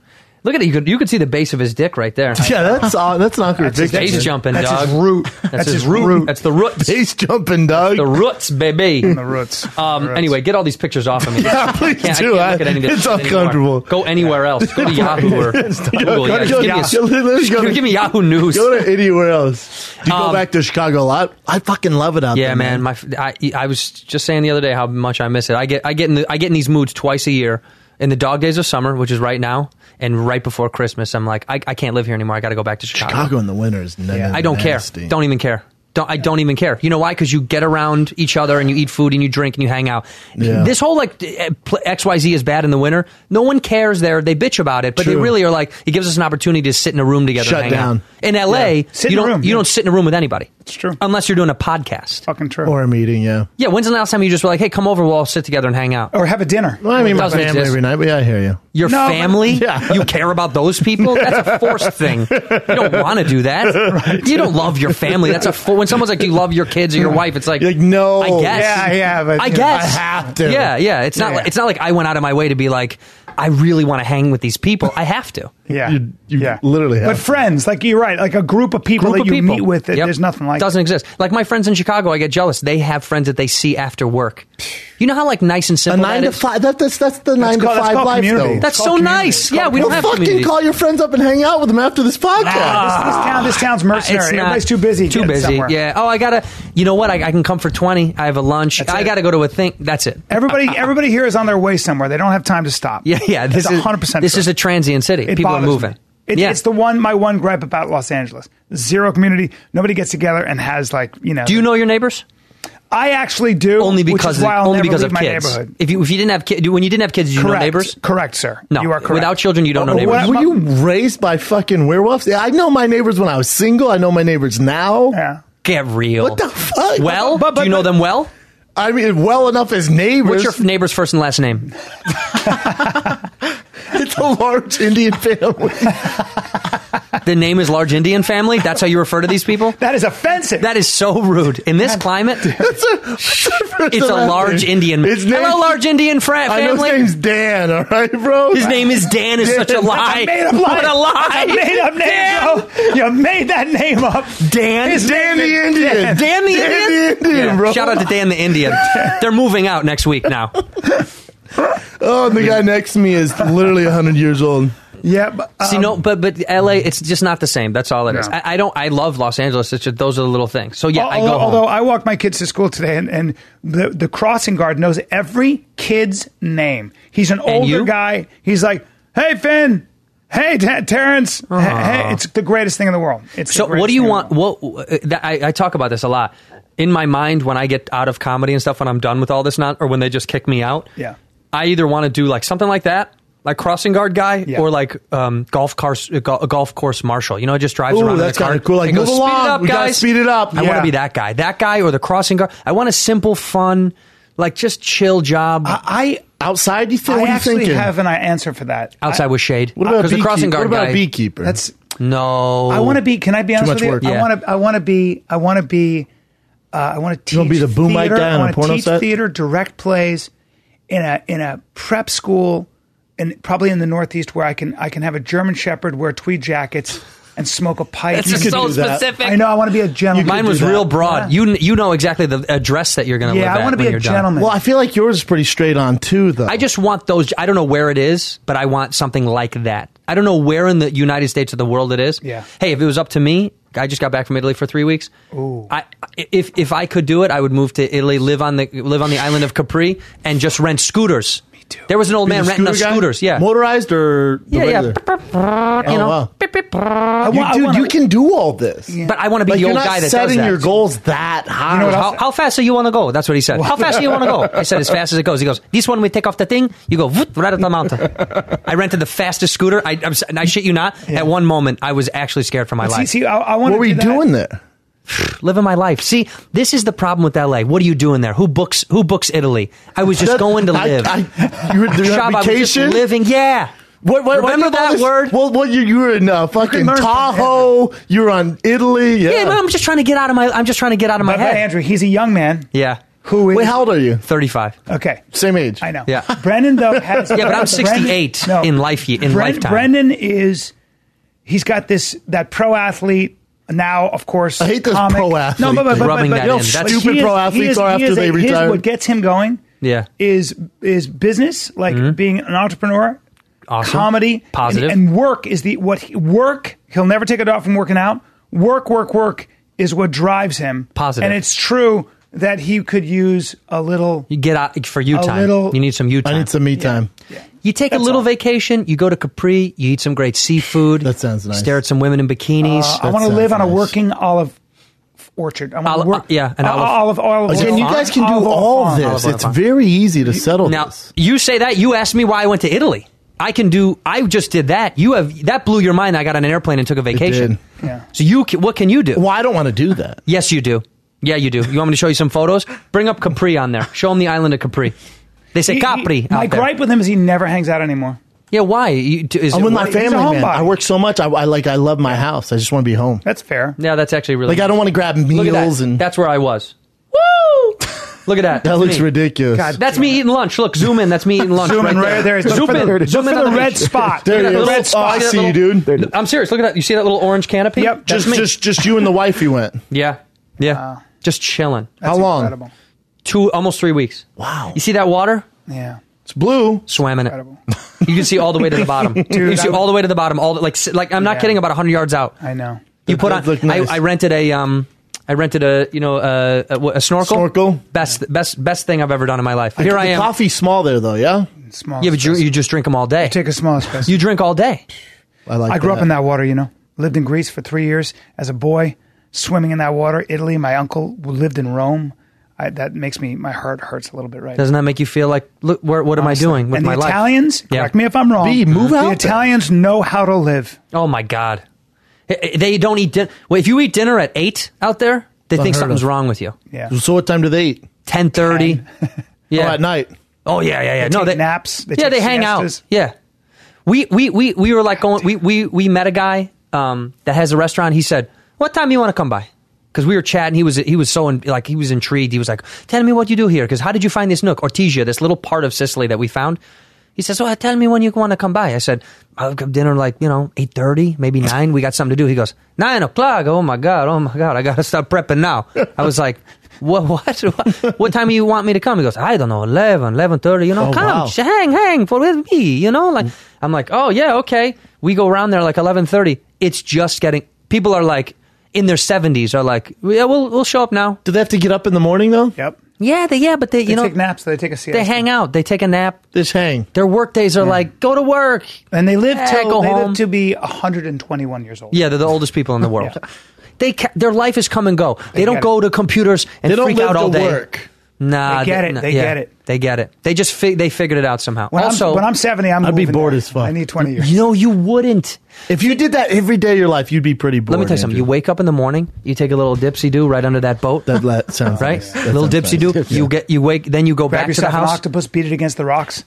[SPEAKER 6] Look at it. You could you could see the base of his dick
[SPEAKER 1] *laughs*
[SPEAKER 6] right there.
[SPEAKER 5] Yeah, that's uh, that's an awkward
[SPEAKER 6] That's his
[SPEAKER 5] picture.
[SPEAKER 6] base jumping,
[SPEAKER 5] That's
[SPEAKER 6] dog.
[SPEAKER 5] his root.
[SPEAKER 6] That's, his, root.
[SPEAKER 5] *laughs*
[SPEAKER 6] That's the
[SPEAKER 1] *laughs*
[SPEAKER 6] roots.
[SPEAKER 5] Base jumping, dog.
[SPEAKER 6] The roots, baby.
[SPEAKER 1] The roots.
[SPEAKER 6] Um,
[SPEAKER 1] Roots.
[SPEAKER 6] Anyway, get all these pictures
[SPEAKER 1] *laughs*
[SPEAKER 6] off of me.
[SPEAKER 5] Yeah, please
[SPEAKER 6] I can't,
[SPEAKER 5] do.
[SPEAKER 6] I can't look at any of this
[SPEAKER 5] It's
[SPEAKER 6] shit anymore.
[SPEAKER 5] uncomfortable.
[SPEAKER 6] Go anywhere
[SPEAKER 1] *laughs*
[SPEAKER 6] else. Go to Yahoo or Google. Yeah,
[SPEAKER 5] Go-
[SPEAKER 6] just
[SPEAKER 5] go-
[SPEAKER 6] give, me a- *laughs*
[SPEAKER 5] go-
[SPEAKER 6] just
[SPEAKER 5] go-
[SPEAKER 6] give- give me
[SPEAKER 1] *laughs*
[SPEAKER 6] Yahoo News.
[SPEAKER 5] Go to anywhere else. Do you go
[SPEAKER 6] Um,
[SPEAKER 5] back to Chicago a lot? I fucking love it out
[SPEAKER 6] Yeah,
[SPEAKER 5] there.
[SPEAKER 6] man. My, I, I was just saying the other day how much I miss it. I get, I get in, the, I get in these moods twice a year in the dog days of summer, which is right now, and right before Christmas. I'm like, I, I can't live here anymore. I got to go back to Chicago.
[SPEAKER 5] Chicago in the winter is n-
[SPEAKER 6] I don't
[SPEAKER 5] nasty.
[SPEAKER 6] care. Don't even care. Don't, I don't even care. You know why? Because you get around each other and you eat food and you drink and you hang out.
[SPEAKER 5] Yeah.
[SPEAKER 6] This whole like eh, pl- XYZ is bad in the winter. No one cares there. They bitch about it, but they
[SPEAKER 5] True.
[SPEAKER 6] really are like, it gives us an opportunity to sit in a room together
[SPEAKER 5] Shut
[SPEAKER 6] and hang
[SPEAKER 5] down.
[SPEAKER 6] out. In LA,
[SPEAKER 1] Sit in
[SPEAKER 6] you,
[SPEAKER 1] a
[SPEAKER 6] don't,
[SPEAKER 1] room,
[SPEAKER 6] you
[SPEAKER 1] yeah.
[SPEAKER 6] don't sit in a room with anybody. It's
[SPEAKER 1] true.
[SPEAKER 6] Unless you're doing a podcast.
[SPEAKER 1] Fucking true.
[SPEAKER 5] Or a meeting, yeah.
[SPEAKER 6] Yeah, when's the last time you just were like, hey, come over, we'll all sit together and hang out?
[SPEAKER 1] or have a dinner.
[SPEAKER 5] Well, I mean, my
[SPEAKER 6] Doesn't
[SPEAKER 5] family
[SPEAKER 6] exist.
[SPEAKER 5] every night, but yeah, I hear you.
[SPEAKER 6] Your
[SPEAKER 1] Oh, No, but- *laughs*
[SPEAKER 6] family?
[SPEAKER 5] Yeah.
[SPEAKER 6] You care about those people? That's a forced thing. You
[SPEAKER 1] *laughs*
[SPEAKER 6] don't want to do that. You don't love your family. That's a for- when someone's like, "Do you love your kids or your wife?" It's like,
[SPEAKER 5] You're like, no.
[SPEAKER 6] I guess.
[SPEAKER 1] Yeah, yeah, but,
[SPEAKER 6] I
[SPEAKER 1] you know,
[SPEAKER 6] guess
[SPEAKER 5] I have to.
[SPEAKER 6] Yeah, yeah. It's not.
[SPEAKER 1] Yeah.
[SPEAKER 6] Like, it's not like I went out of my way to be like, I really want to hang with these people. I have to.
[SPEAKER 1] Yeah,
[SPEAKER 5] You- you literally have
[SPEAKER 1] But
[SPEAKER 5] to.
[SPEAKER 1] friends, like you're right, like a group of people
[SPEAKER 6] Group
[SPEAKER 1] that
[SPEAKER 6] of
[SPEAKER 1] you
[SPEAKER 6] people.
[SPEAKER 1] meet with. That
[SPEAKER 6] Yep.
[SPEAKER 1] There's nothing like.
[SPEAKER 6] doesn't exist. Like my friends in Chicago, I get jealous. They have friends that they see after work. You know how like nice and
[SPEAKER 5] A
[SPEAKER 6] simple. that
[SPEAKER 5] nine to
[SPEAKER 6] is?
[SPEAKER 5] five. That, that's that's the nine
[SPEAKER 1] called-
[SPEAKER 5] to
[SPEAKER 1] that's
[SPEAKER 5] five
[SPEAKER 1] called
[SPEAKER 5] life,
[SPEAKER 1] community.
[SPEAKER 5] though.
[SPEAKER 6] That's
[SPEAKER 1] Call
[SPEAKER 6] so
[SPEAKER 1] community.
[SPEAKER 6] nice. Yeah, we
[SPEAKER 5] Well,
[SPEAKER 6] don't have
[SPEAKER 5] fucking
[SPEAKER 6] community.
[SPEAKER 5] call your friends up and hang out with them after this podcast.
[SPEAKER 1] this, this town, this town's mercenary.
[SPEAKER 6] Uh, It's not-
[SPEAKER 1] Everybody's too busy.
[SPEAKER 6] Too
[SPEAKER 1] getting
[SPEAKER 6] busy.
[SPEAKER 1] somewhere.
[SPEAKER 6] Yeah. Oh, I gotta. You know what? I, I can come for twenty. I have a lunch.
[SPEAKER 1] That's
[SPEAKER 6] I
[SPEAKER 1] it.
[SPEAKER 6] gotta go to a thing. That's it. *laughs*
[SPEAKER 1] Everybody, everybody here is on their way somewhere. They don't have time to stop.
[SPEAKER 6] Yeah, yeah. This
[SPEAKER 1] It's
[SPEAKER 6] is
[SPEAKER 1] 100%
[SPEAKER 6] This
[SPEAKER 1] true.
[SPEAKER 6] is a transient city.
[SPEAKER 1] It
[SPEAKER 6] People are
[SPEAKER 1] bothers
[SPEAKER 6] moving.
[SPEAKER 1] me. It,
[SPEAKER 6] yeah.
[SPEAKER 1] It's the one my one gripe about Los Angeles: zero community. Nobody gets together and has like you know.
[SPEAKER 6] Do you know your neighbors?
[SPEAKER 1] I actually do.
[SPEAKER 6] Only
[SPEAKER 1] which
[SPEAKER 6] because
[SPEAKER 1] is why
[SPEAKER 6] of,
[SPEAKER 1] I'll
[SPEAKER 6] only
[SPEAKER 1] never
[SPEAKER 6] because
[SPEAKER 1] leave
[SPEAKER 6] of
[SPEAKER 1] my
[SPEAKER 6] kids.
[SPEAKER 1] neighborhood.
[SPEAKER 6] If you if you didn't have kids, when you didn't have kids, did you
[SPEAKER 1] correct.
[SPEAKER 6] know neighbors?
[SPEAKER 1] Correct, sir.
[SPEAKER 6] No.
[SPEAKER 1] you are correct.
[SPEAKER 6] Without children, you don't know
[SPEAKER 1] Oh,
[SPEAKER 6] neighbors.
[SPEAKER 1] what-
[SPEAKER 5] Were you raised by fucking werewolves? Yeah, I know my neighbors when I was single. I know my neighbors now.
[SPEAKER 1] Yeah.
[SPEAKER 6] Get real.
[SPEAKER 5] What the fuck?
[SPEAKER 6] Well,
[SPEAKER 5] But- but-
[SPEAKER 6] do you know
[SPEAKER 5] but-
[SPEAKER 6] them well?
[SPEAKER 5] I mean, well enough as neighbors.
[SPEAKER 6] What's your neighbor's first and last name?
[SPEAKER 5] *laughs* it's a large Indian
[SPEAKER 6] *laughs*
[SPEAKER 5] family.
[SPEAKER 6] The name is large Indian family. That's how you refer to these people.
[SPEAKER 1] *laughs* That is offensive.
[SPEAKER 6] That is so rude
[SPEAKER 1] *laughs*
[SPEAKER 6] in this climate.
[SPEAKER 5] That's a, that's a first
[SPEAKER 6] It's
[SPEAKER 5] and
[SPEAKER 6] a
[SPEAKER 5] last
[SPEAKER 6] large
[SPEAKER 5] name.
[SPEAKER 6] Indian.
[SPEAKER 5] His name-
[SPEAKER 6] Hello, large Indian fra-
[SPEAKER 5] I know his
[SPEAKER 6] family.
[SPEAKER 5] name's Dan. All right, bro.
[SPEAKER 6] His name is Dan. Is such a
[SPEAKER 5] That's a
[SPEAKER 6] lie.
[SPEAKER 1] made-up
[SPEAKER 6] What
[SPEAKER 1] lie.
[SPEAKER 6] a lie.
[SPEAKER 1] I made up name. Joe.
[SPEAKER 6] Dan.
[SPEAKER 1] You made that name up.
[SPEAKER 6] Dan.
[SPEAKER 1] His
[SPEAKER 5] Dan
[SPEAKER 1] name
[SPEAKER 5] the
[SPEAKER 1] is
[SPEAKER 5] Indian.
[SPEAKER 1] Dan.
[SPEAKER 6] Dan the
[SPEAKER 5] Dan
[SPEAKER 6] Indian.
[SPEAKER 5] the Indian, bro.
[SPEAKER 6] Shout out to Dan the Indian. They're moving out next week now.
[SPEAKER 5] Oh, and the guy next to me is literally hundred years old.
[SPEAKER 1] Yeah, but, um,
[SPEAKER 6] See, no, but but L.A. It's just not the same. That's all it is.
[SPEAKER 1] No.
[SPEAKER 6] I, I don't. I love Los Angeles. It's just, those are the little things. So yeah, I go
[SPEAKER 1] although,
[SPEAKER 6] home.
[SPEAKER 1] although I walked my kids to school today, and, and the the crossing guard knows every kid's name. He's an older
[SPEAKER 6] you?
[SPEAKER 1] guy. He's like, "Hey, Finn. Hey, Ta- Terrence. Hey, hey." it's the greatest thing in the world. It's
[SPEAKER 6] So
[SPEAKER 1] the
[SPEAKER 6] what
[SPEAKER 1] greatest
[SPEAKER 6] do you
[SPEAKER 1] thing in the
[SPEAKER 6] want?
[SPEAKER 1] world.
[SPEAKER 6] What uh, that- I, I talk about this a lot in my mind when I get out of comedy and stuff. When I'm done with all this, not or when they just kick me out.
[SPEAKER 1] Yeah.
[SPEAKER 6] I either want to do like something like that, like crossing guard guy,
[SPEAKER 1] Yeah.
[SPEAKER 6] or like um, golf cars, uh, go- golf course marshal. You know, it just drives
[SPEAKER 5] Ooh,
[SPEAKER 6] around. in the
[SPEAKER 5] that's
[SPEAKER 6] car
[SPEAKER 5] kinda cool. Like,
[SPEAKER 6] and goes,
[SPEAKER 5] move
[SPEAKER 6] speed
[SPEAKER 5] along.
[SPEAKER 6] it up,
[SPEAKER 5] We gotta
[SPEAKER 6] guys.
[SPEAKER 5] speed it up."
[SPEAKER 6] I want
[SPEAKER 1] Yeah.
[SPEAKER 6] to be that guy, that guy, or the crossing guard. I want a simple, fun, like just chill job.
[SPEAKER 5] I outside. You feel?
[SPEAKER 1] I
[SPEAKER 5] what are you
[SPEAKER 1] actually
[SPEAKER 5] thinking?
[SPEAKER 1] have an uh, answer for that.
[SPEAKER 6] Outside with shade.
[SPEAKER 5] what about
[SPEAKER 6] Because the
[SPEAKER 5] beekeep-
[SPEAKER 6] crossing guard
[SPEAKER 5] What about
[SPEAKER 6] guy?
[SPEAKER 5] beekeeper?
[SPEAKER 1] That's
[SPEAKER 6] No,
[SPEAKER 1] I want to be. Can I be honest
[SPEAKER 5] much
[SPEAKER 1] with you?
[SPEAKER 5] work.
[SPEAKER 1] I
[SPEAKER 6] Yeah.
[SPEAKER 1] want to. I want to be. I want to be. Uh, I want to teach.
[SPEAKER 5] wanna be the boom mic
[SPEAKER 1] theater.
[SPEAKER 5] guy on
[SPEAKER 1] I
[SPEAKER 5] a
[SPEAKER 1] wanna
[SPEAKER 5] porno
[SPEAKER 1] teach
[SPEAKER 5] set?
[SPEAKER 1] theater, direct plays, in a in a prep school, and probably in the Northeast where I can I can have a German Shepherd wear tweed jackets and smoke a pipe.
[SPEAKER 6] That's
[SPEAKER 1] You
[SPEAKER 6] just
[SPEAKER 1] could
[SPEAKER 6] so
[SPEAKER 1] do that.
[SPEAKER 6] specific.
[SPEAKER 1] I know. I want to be a gentleman.
[SPEAKER 6] Mine was
[SPEAKER 1] Yeah.
[SPEAKER 6] real broad. You you know exactly the address that you're going to
[SPEAKER 1] Yeah,
[SPEAKER 6] live
[SPEAKER 1] I
[SPEAKER 6] want to
[SPEAKER 1] be a gentleman.
[SPEAKER 5] well, I feel like yours is pretty straight on too, though.
[SPEAKER 6] I just want those. I don't know where it is, but I want something like that. I don't know where in the United States of the world it is.
[SPEAKER 1] Yeah.
[SPEAKER 6] Hey, if it was up to me, I just got back from Italy for three weeks. Ooh. I if if I could do it, I would move to Italy, live on the live on the island of Capri, and just rent scooters. Me too. There was an old
[SPEAKER 5] Be the
[SPEAKER 6] man renting us
[SPEAKER 5] scooter guy?
[SPEAKER 6] scooters. Yeah.
[SPEAKER 5] motorized or the
[SPEAKER 6] yeah, yeah.
[SPEAKER 5] regular?
[SPEAKER 6] You
[SPEAKER 5] Oh,
[SPEAKER 6] know?
[SPEAKER 5] wow.
[SPEAKER 1] I
[SPEAKER 5] You,
[SPEAKER 1] wa- I
[SPEAKER 5] dude,
[SPEAKER 1] wanna-
[SPEAKER 5] you can do all this.
[SPEAKER 6] But I want to be
[SPEAKER 5] Like
[SPEAKER 6] the
[SPEAKER 5] you're
[SPEAKER 6] old
[SPEAKER 5] not
[SPEAKER 6] guy that
[SPEAKER 5] setting
[SPEAKER 6] does that.
[SPEAKER 5] your goals that high.
[SPEAKER 1] know what
[SPEAKER 6] how, how fast do you want to go? That's what he said. How fast do you want to go? I said, as fast as it goes. He goes, this one we take off the thing. You go, voot, right up the mountain. I rented the fastest scooter. I, I'm, s- and I shit you not. At one moment, I was actually scared for my
[SPEAKER 1] See,
[SPEAKER 6] life.
[SPEAKER 1] see, I, I want.
[SPEAKER 5] what were you
[SPEAKER 1] do that.
[SPEAKER 5] doing there?
[SPEAKER 6] Living my life. See, this is the problem with LA. What are you doing there? Who books? Who books Italy? I was just
[SPEAKER 5] That-
[SPEAKER 6] going to
[SPEAKER 5] I-
[SPEAKER 6] live.
[SPEAKER 5] I, you were
[SPEAKER 6] *laughs*
[SPEAKER 5] you were
[SPEAKER 6] Shab, I
[SPEAKER 5] on
[SPEAKER 6] was just
[SPEAKER 5] vacation.
[SPEAKER 6] living. Yeah.
[SPEAKER 5] What, what,
[SPEAKER 6] Remember
[SPEAKER 5] what- all
[SPEAKER 6] that
[SPEAKER 5] this-
[SPEAKER 6] word?
[SPEAKER 5] Well, what you, you were in uh, fucking
[SPEAKER 1] learn from-
[SPEAKER 5] Tahoe. You were on Italy. Yeah,
[SPEAKER 6] Yeah, but I'm just trying to get out of my. I'm just trying to get out of my
[SPEAKER 1] But, but
[SPEAKER 6] head.
[SPEAKER 1] Andrew, he's a young man.
[SPEAKER 6] Yeah.
[SPEAKER 1] Who is?
[SPEAKER 5] Wait, how old are you?
[SPEAKER 6] Thirty-five.
[SPEAKER 1] Okay.
[SPEAKER 5] Same age.
[SPEAKER 1] I know. *laughs*
[SPEAKER 6] Yeah.
[SPEAKER 1] Brendan
[SPEAKER 6] *laughs*
[SPEAKER 1] though has
[SPEAKER 6] Yeah, but I'm
[SPEAKER 1] Brendan-
[SPEAKER 6] 68 in life ye- in
[SPEAKER 1] Bren-
[SPEAKER 6] lifetime.
[SPEAKER 1] Brendan is he's got this that pro athlete now, of course.
[SPEAKER 5] I hate this
[SPEAKER 1] comic.
[SPEAKER 5] pro athlete
[SPEAKER 1] No, but, but,
[SPEAKER 5] thing.
[SPEAKER 1] but,
[SPEAKER 6] Rubbing
[SPEAKER 1] but,
[SPEAKER 6] that
[SPEAKER 1] but
[SPEAKER 6] in. That's-
[SPEAKER 1] he
[SPEAKER 5] Stupid
[SPEAKER 1] is-
[SPEAKER 5] pro
[SPEAKER 1] he
[SPEAKER 5] athletes
[SPEAKER 1] is-
[SPEAKER 5] are
[SPEAKER 1] he
[SPEAKER 5] after
[SPEAKER 1] is
[SPEAKER 5] they
[SPEAKER 1] a- his-
[SPEAKER 5] retire.
[SPEAKER 1] What gets him going?
[SPEAKER 6] Yeah. Mm-hmm.
[SPEAKER 1] Is is business like being an entrepreneur?
[SPEAKER 6] Awesome.
[SPEAKER 1] Comedy, and-
[SPEAKER 6] Positive.
[SPEAKER 1] and, work is the what he, work. He'll never take it off from working out. Work, work, work is what drives him.
[SPEAKER 6] Positive.
[SPEAKER 1] and it's true that he could use a little
[SPEAKER 6] You get out for you
[SPEAKER 1] A
[SPEAKER 6] time.
[SPEAKER 1] little-
[SPEAKER 6] you need some you
[SPEAKER 5] I
[SPEAKER 6] time.
[SPEAKER 5] need some me time.
[SPEAKER 6] you take a little vacation. You go to Capri. You eat some great seafood.
[SPEAKER 5] That sounds nice. Uh,
[SPEAKER 6] Stare at some women in bikinis.
[SPEAKER 1] I
[SPEAKER 5] That
[SPEAKER 1] want to
[SPEAKER 5] sounds
[SPEAKER 1] live on a
[SPEAKER 5] nice.
[SPEAKER 1] working olive f- orchard. I want
[SPEAKER 6] Oli-
[SPEAKER 1] to work.
[SPEAKER 6] uh, yeah, an
[SPEAKER 1] o- olive
[SPEAKER 6] olive-
[SPEAKER 1] olive.
[SPEAKER 5] Again,
[SPEAKER 1] oil
[SPEAKER 5] you
[SPEAKER 1] farm.
[SPEAKER 5] guys can do
[SPEAKER 1] Olive oil
[SPEAKER 5] all
[SPEAKER 1] farm.
[SPEAKER 5] this.
[SPEAKER 6] Olive
[SPEAKER 5] It's
[SPEAKER 6] oil.
[SPEAKER 5] very easy to settle
[SPEAKER 6] now
[SPEAKER 5] this.
[SPEAKER 6] you say that. You asked me why I went to Italy. I can do. I just did that. You have that blew your mind. I got on an airplane and took a vacation.
[SPEAKER 5] did.
[SPEAKER 1] Yeah.
[SPEAKER 6] So you, ca- what can you do?
[SPEAKER 5] Well, I don't want to do that.
[SPEAKER 6] Yes, you do. Yeah, you do. You want me to show you some photos? Bring up Capri on there. Show them the island of Capri. They say
[SPEAKER 1] He- he-
[SPEAKER 6] Capri. out
[SPEAKER 1] my
[SPEAKER 6] there.
[SPEAKER 1] gripe with him is he never hangs out anymore.
[SPEAKER 6] Yeah, why? You, t- is
[SPEAKER 5] I'm
[SPEAKER 6] it-
[SPEAKER 5] with my
[SPEAKER 6] why-
[SPEAKER 5] family, man.
[SPEAKER 1] homebody.
[SPEAKER 5] I work so much. I, I like. I love my house. I just want to be home.
[SPEAKER 1] That's fair.
[SPEAKER 6] Yeah, that's actually really.
[SPEAKER 5] Like I don't want to grab
[SPEAKER 6] Look at
[SPEAKER 5] meals
[SPEAKER 6] that.
[SPEAKER 5] and
[SPEAKER 6] That's where I was. Woo! Look
[SPEAKER 5] *laughs*
[SPEAKER 6] at that.
[SPEAKER 5] that
[SPEAKER 6] That's
[SPEAKER 5] looks
[SPEAKER 6] me.
[SPEAKER 5] ridiculous.
[SPEAKER 1] God,
[SPEAKER 6] That's me eating lunch. Look, zoom in. That's me eating lunch.
[SPEAKER 1] Zoom
[SPEAKER 6] right
[SPEAKER 1] in right there. Look
[SPEAKER 6] Zoom
[SPEAKER 1] for
[SPEAKER 6] in.
[SPEAKER 1] the,
[SPEAKER 6] zoom
[SPEAKER 1] look
[SPEAKER 6] in
[SPEAKER 1] for the
[SPEAKER 6] on
[SPEAKER 1] red
[SPEAKER 6] picture.
[SPEAKER 1] spot.
[SPEAKER 5] There
[SPEAKER 6] *laughs* Look at
[SPEAKER 5] it
[SPEAKER 6] that
[SPEAKER 5] is.
[SPEAKER 6] little
[SPEAKER 5] Oh, I
[SPEAKER 6] spot.
[SPEAKER 5] see you,
[SPEAKER 6] Look
[SPEAKER 5] dude.
[SPEAKER 6] I'm serious. Look at that. You see that little orange canopy?
[SPEAKER 1] Yep.
[SPEAKER 6] That's
[SPEAKER 5] Just,
[SPEAKER 6] me.
[SPEAKER 5] just, just you and the wife. You went.
[SPEAKER 6] yeah. Yeah. just chilling.
[SPEAKER 5] How long?
[SPEAKER 1] Incredible.
[SPEAKER 6] Two, almost three weeks.
[SPEAKER 5] Wow.
[SPEAKER 6] You see that water?
[SPEAKER 1] Yeah.
[SPEAKER 5] It's blue.
[SPEAKER 6] Swam in it.
[SPEAKER 1] Incredible.
[SPEAKER 6] You can see all the way to
[SPEAKER 1] *laughs*
[SPEAKER 6] the bottom. you can see
[SPEAKER 1] I'm-
[SPEAKER 6] all the way to the bottom. All the, like, s- like I'm not
[SPEAKER 1] Yeah.
[SPEAKER 6] kidding. About 100 yards out.
[SPEAKER 1] I know.
[SPEAKER 6] You put on.
[SPEAKER 5] does look nice.
[SPEAKER 6] I, I rented a um. I rented a you know uh, a, a, what- a snorkel.
[SPEAKER 5] Snorkel.
[SPEAKER 6] Best best best thing I've ever done in my life. *laughs* Here
[SPEAKER 5] the
[SPEAKER 6] I am.
[SPEAKER 5] Coffee's small there though. Yeah,
[SPEAKER 1] It's Small.
[SPEAKER 6] Yeah, but you,
[SPEAKER 1] space.
[SPEAKER 6] you just drink them all day.
[SPEAKER 1] take a small space.
[SPEAKER 6] you drink all day.
[SPEAKER 5] I like.
[SPEAKER 1] I grew
[SPEAKER 5] that.
[SPEAKER 1] up in that water, you know. Lived in Greece for three years as a boy, swimming in that water. Italy. My uncle who lived in Rome. I, that makes me my heart hurts a little bit right
[SPEAKER 6] Doesn't that make you feel like look where, what am I doing with
[SPEAKER 1] and
[SPEAKER 6] my
[SPEAKER 1] the
[SPEAKER 6] life?
[SPEAKER 1] Italians,
[SPEAKER 6] Yeah.
[SPEAKER 1] correct me if I'm wrong.
[SPEAKER 5] B, move
[SPEAKER 1] the
[SPEAKER 5] out there.
[SPEAKER 1] Italians know how to live.
[SPEAKER 6] Oh my god, Eh, eh, they don't eat dinner. Well, if you eat dinner at eight out there, they think
[SPEAKER 5] Unheard
[SPEAKER 6] something's
[SPEAKER 5] of.
[SPEAKER 6] wrong with you.
[SPEAKER 1] Yeah.
[SPEAKER 5] So what time do they eat?
[SPEAKER 6] Ten thirty.
[SPEAKER 5] Oh,
[SPEAKER 6] Yeah.
[SPEAKER 5] at night.
[SPEAKER 6] Oh yeah, yeah, yeah.
[SPEAKER 1] They
[SPEAKER 6] no,
[SPEAKER 1] take naps. They
[SPEAKER 6] yeah,
[SPEAKER 1] take
[SPEAKER 6] they hang out.
[SPEAKER 1] siestas.
[SPEAKER 6] Yeah, we we we we were like going. We we we met a guy um, that has a restaurant. He said, "What time you want to come by?" Because we were chatting. He was he was so in, like he was intrigued. He was like, "Tell me what you do here." Because how did you find this nook, Ortigia, this little part of Sicily that we found? He says, "Well, tell me when you want to come by." I said, "I'll have dinner like you know eight thirty,
[SPEAKER 5] *laughs*
[SPEAKER 6] maybe nine. We got something to do." He goes, nine o'clock. Oh my god, oh my god, I gotta start prepping now." I was like, "What? *laughs* What? What, what time you want me to come?" He goes, "I don't know, 11, 11.30, You know,
[SPEAKER 5] Oh,
[SPEAKER 6] come,
[SPEAKER 5] wow.
[SPEAKER 6] sh- hang, hang for with me." You know, like I'm like, "Oh yeah, okay." We go around there like eleven thirty. It's just getting. People are like in their seventies are like, "Yeah, we'll we'll show up now."
[SPEAKER 5] Do they have to get up in the morning though?
[SPEAKER 1] Yep.
[SPEAKER 6] Yeah, they yeah, but they,
[SPEAKER 1] They
[SPEAKER 6] you know
[SPEAKER 1] take naps. They take a siesta.
[SPEAKER 6] they hang out, they take a nap.
[SPEAKER 5] Just hang.
[SPEAKER 6] Their work days are like, "Go to work."
[SPEAKER 1] and they live
[SPEAKER 6] Eh,
[SPEAKER 1] till
[SPEAKER 6] go
[SPEAKER 1] they
[SPEAKER 6] home.
[SPEAKER 1] live to be 121 years old.
[SPEAKER 6] Yeah, they're the oldest people in the world.
[SPEAKER 1] Yeah.
[SPEAKER 6] *laughs* They ca- their life is come and go. They don't
[SPEAKER 1] get
[SPEAKER 6] go to computers and
[SPEAKER 5] They don't
[SPEAKER 6] freak
[SPEAKER 5] live
[SPEAKER 6] out all
[SPEAKER 5] to
[SPEAKER 6] day.
[SPEAKER 5] work.
[SPEAKER 6] Nah,
[SPEAKER 1] They get it.
[SPEAKER 6] nah,
[SPEAKER 1] They
[SPEAKER 6] yeah.
[SPEAKER 1] get it.
[SPEAKER 6] They get it. They just fi- they figured it out somehow.
[SPEAKER 1] When
[SPEAKER 6] also,
[SPEAKER 1] I'm, when I'm 70, I'm
[SPEAKER 5] I'd be
[SPEAKER 1] moving
[SPEAKER 5] bored
[SPEAKER 1] there.
[SPEAKER 5] as fuck.
[SPEAKER 1] I need 20 years.
[SPEAKER 6] you know, you wouldn't.
[SPEAKER 5] If you did that every day of your life, you'd be pretty bored.
[SPEAKER 6] Let me tell you something. You
[SPEAKER 5] Andrew.
[SPEAKER 6] wake up in the morning, you take a little dipsy do right under that boat,
[SPEAKER 5] That, that sounds
[SPEAKER 6] *laughs* right?
[SPEAKER 5] nice. That
[SPEAKER 6] little
[SPEAKER 5] sounds
[SPEAKER 6] dipsy do.
[SPEAKER 5] nice.
[SPEAKER 6] You
[SPEAKER 5] Yeah.
[SPEAKER 6] get you wake, then you go
[SPEAKER 1] Grab
[SPEAKER 6] back to the
[SPEAKER 1] yourself an
[SPEAKER 6] house,
[SPEAKER 1] octopus, beat it against the rocks.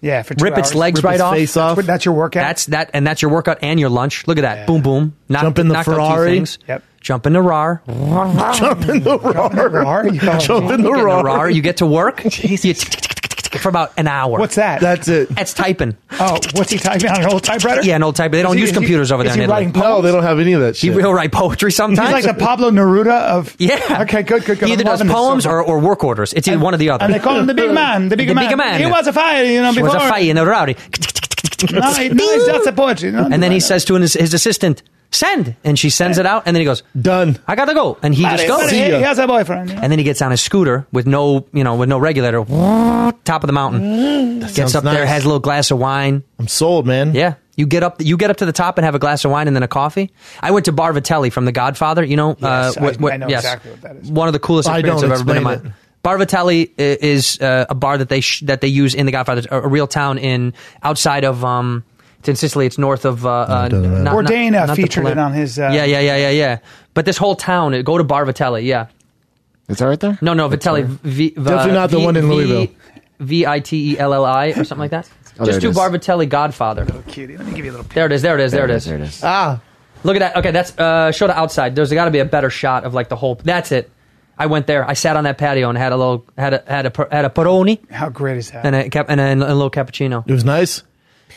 [SPEAKER 1] yeah, for two
[SPEAKER 6] rip its
[SPEAKER 1] hours.
[SPEAKER 6] legs
[SPEAKER 5] Rip
[SPEAKER 6] right
[SPEAKER 5] his
[SPEAKER 6] off.
[SPEAKER 5] face off.
[SPEAKER 1] That's your workout.
[SPEAKER 6] That's that, and that's your workout and your lunch. Look at that. Boom, boom. Knock,
[SPEAKER 5] Jump in the
[SPEAKER 6] knocked out two
[SPEAKER 5] Ferrari.
[SPEAKER 6] things.
[SPEAKER 1] Yep.
[SPEAKER 6] Jump in the RAR.
[SPEAKER 5] jump in
[SPEAKER 6] *laughs*
[SPEAKER 5] the roar.
[SPEAKER 1] Rar, you call it.
[SPEAKER 5] Jump in the
[SPEAKER 6] Get in a
[SPEAKER 5] roar.
[SPEAKER 6] RAR, You get to
[SPEAKER 1] *laughs*
[SPEAKER 6] work. You tick, tick, tick, tick, tick, *laughs* for about an hour.
[SPEAKER 1] What's that?
[SPEAKER 5] That's it.
[SPEAKER 1] *laughs*
[SPEAKER 6] That's typing.
[SPEAKER 1] oh, what's he typing on an old typewriter?
[SPEAKER 6] Yeah, an old type. They don't
[SPEAKER 1] he-
[SPEAKER 6] use
[SPEAKER 1] is he-
[SPEAKER 6] computers over
[SPEAKER 1] is
[SPEAKER 6] there
[SPEAKER 1] he
[SPEAKER 6] in Italy.
[SPEAKER 1] writing po-
[SPEAKER 5] No, they don't have any of that shit.
[SPEAKER 6] He'll write poetry sometimes.
[SPEAKER 1] He's like the Pablo Neruda of.
[SPEAKER 6] *laughs* yeah.
[SPEAKER 1] Okay, good, good, good.
[SPEAKER 6] He either
[SPEAKER 1] I'm
[SPEAKER 6] does
[SPEAKER 1] loving this so
[SPEAKER 6] poems
[SPEAKER 1] far.
[SPEAKER 6] or, or work orders. It's either one or the other.
[SPEAKER 1] And they call him the big man. The big,
[SPEAKER 6] *laughs* The
[SPEAKER 1] man.
[SPEAKER 6] big man.
[SPEAKER 1] He was a fire, you know,
[SPEAKER 6] He
[SPEAKER 1] before.
[SPEAKER 6] was a fire in a Ferrari.
[SPEAKER 1] No, he- no, he's just a poetry. No,
[SPEAKER 6] And then
[SPEAKER 1] no,
[SPEAKER 6] he
[SPEAKER 1] no.
[SPEAKER 6] says to his, his assistant, send. And she sends it out. And then he goes,
[SPEAKER 5] Done.
[SPEAKER 6] I got to go. And he just
[SPEAKER 1] But
[SPEAKER 6] goes.
[SPEAKER 1] he,
[SPEAKER 5] ya.
[SPEAKER 1] he has a boyfriend. you know.
[SPEAKER 6] And then he gets on his scooter with no, you know, with no regulator, top of the mountain. Gets
[SPEAKER 5] sounds
[SPEAKER 6] up there,
[SPEAKER 5] nice.
[SPEAKER 6] has a little glass of wine,
[SPEAKER 5] I'm sold, man.
[SPEAKER 6] Yeah, you get up. You get up to the top and have a glass of wine and then a coffee. I went to Bar Vitelli from The Godfather. You know, uh,
[SPEAKER 1] Yes, I- I know exactly what that is.
[SPEAKER 6] One of the coolest
[SPEAKER 5] I
[SPEAKER 6] experiences
[SPEAKER 5] don't
[SPEAKER 6] I've ever been in
[SPEAKER 5] explain
[SPEAKER 6] my. Bar Vitelli i- is uh, a bar that they sh- that they use in The Godfather, a, a real town in outside of. Um, it's in Sicily. It's north of uh, uh,
[SPEAKER 5] doesn't matter.
[SPEAKER 6] not- not-
[SPEAKER 1] Bourdain, uh,
[SPEAKER 6] not the
[SPEAKER 1] featured
[SPEAKER 6] Palermo.
[SPEAKER 1] it on his, uh,
[SPEAKER 6] yeah, yeah, yeah, yeah, yeah. But this whole town, it- go to Bar Vitelli. Yeah,
[SPEAKER 7] Is that right there?
[SPEAKER 6] no, no, Vitelli. V, v,
[SPEAKER 5] Definitely not the
[SPEAKER 6] V-
[SPEAKER 5] one in
[SPEAKER 6] V-
[SPEAKER 5] Louisville.
[SPEAKER 6] V i t e l l i or something like that.
[SPEAKER 7] Oh, there
[SPEAKER 6] Just
[SPEAKER 7] it
[SPEAKER 6] do
[SPEAKER 7] is.
[SPEAKER 6] Bar Vitelli Godfather.
[SPEAKER 1] Cutie, let me give you a little.
[SPEAKER 6] There it is. There it is. There, it is.
[SPEAKER 7] There it is.
[SPEAKER 5] Ah,
[SPEAKER 6] Look at that. Okay, that's uh, show to outside. There's got to be a better shot of like the whole. That's it. I went there. I sat on that patio and had a little had a had a per- had a peroni
[SPEAKER 1] How great is that?
[SPEAKER 6] and a cap and a, and a little cappuccino.
[SPEAKER 5] It was nice.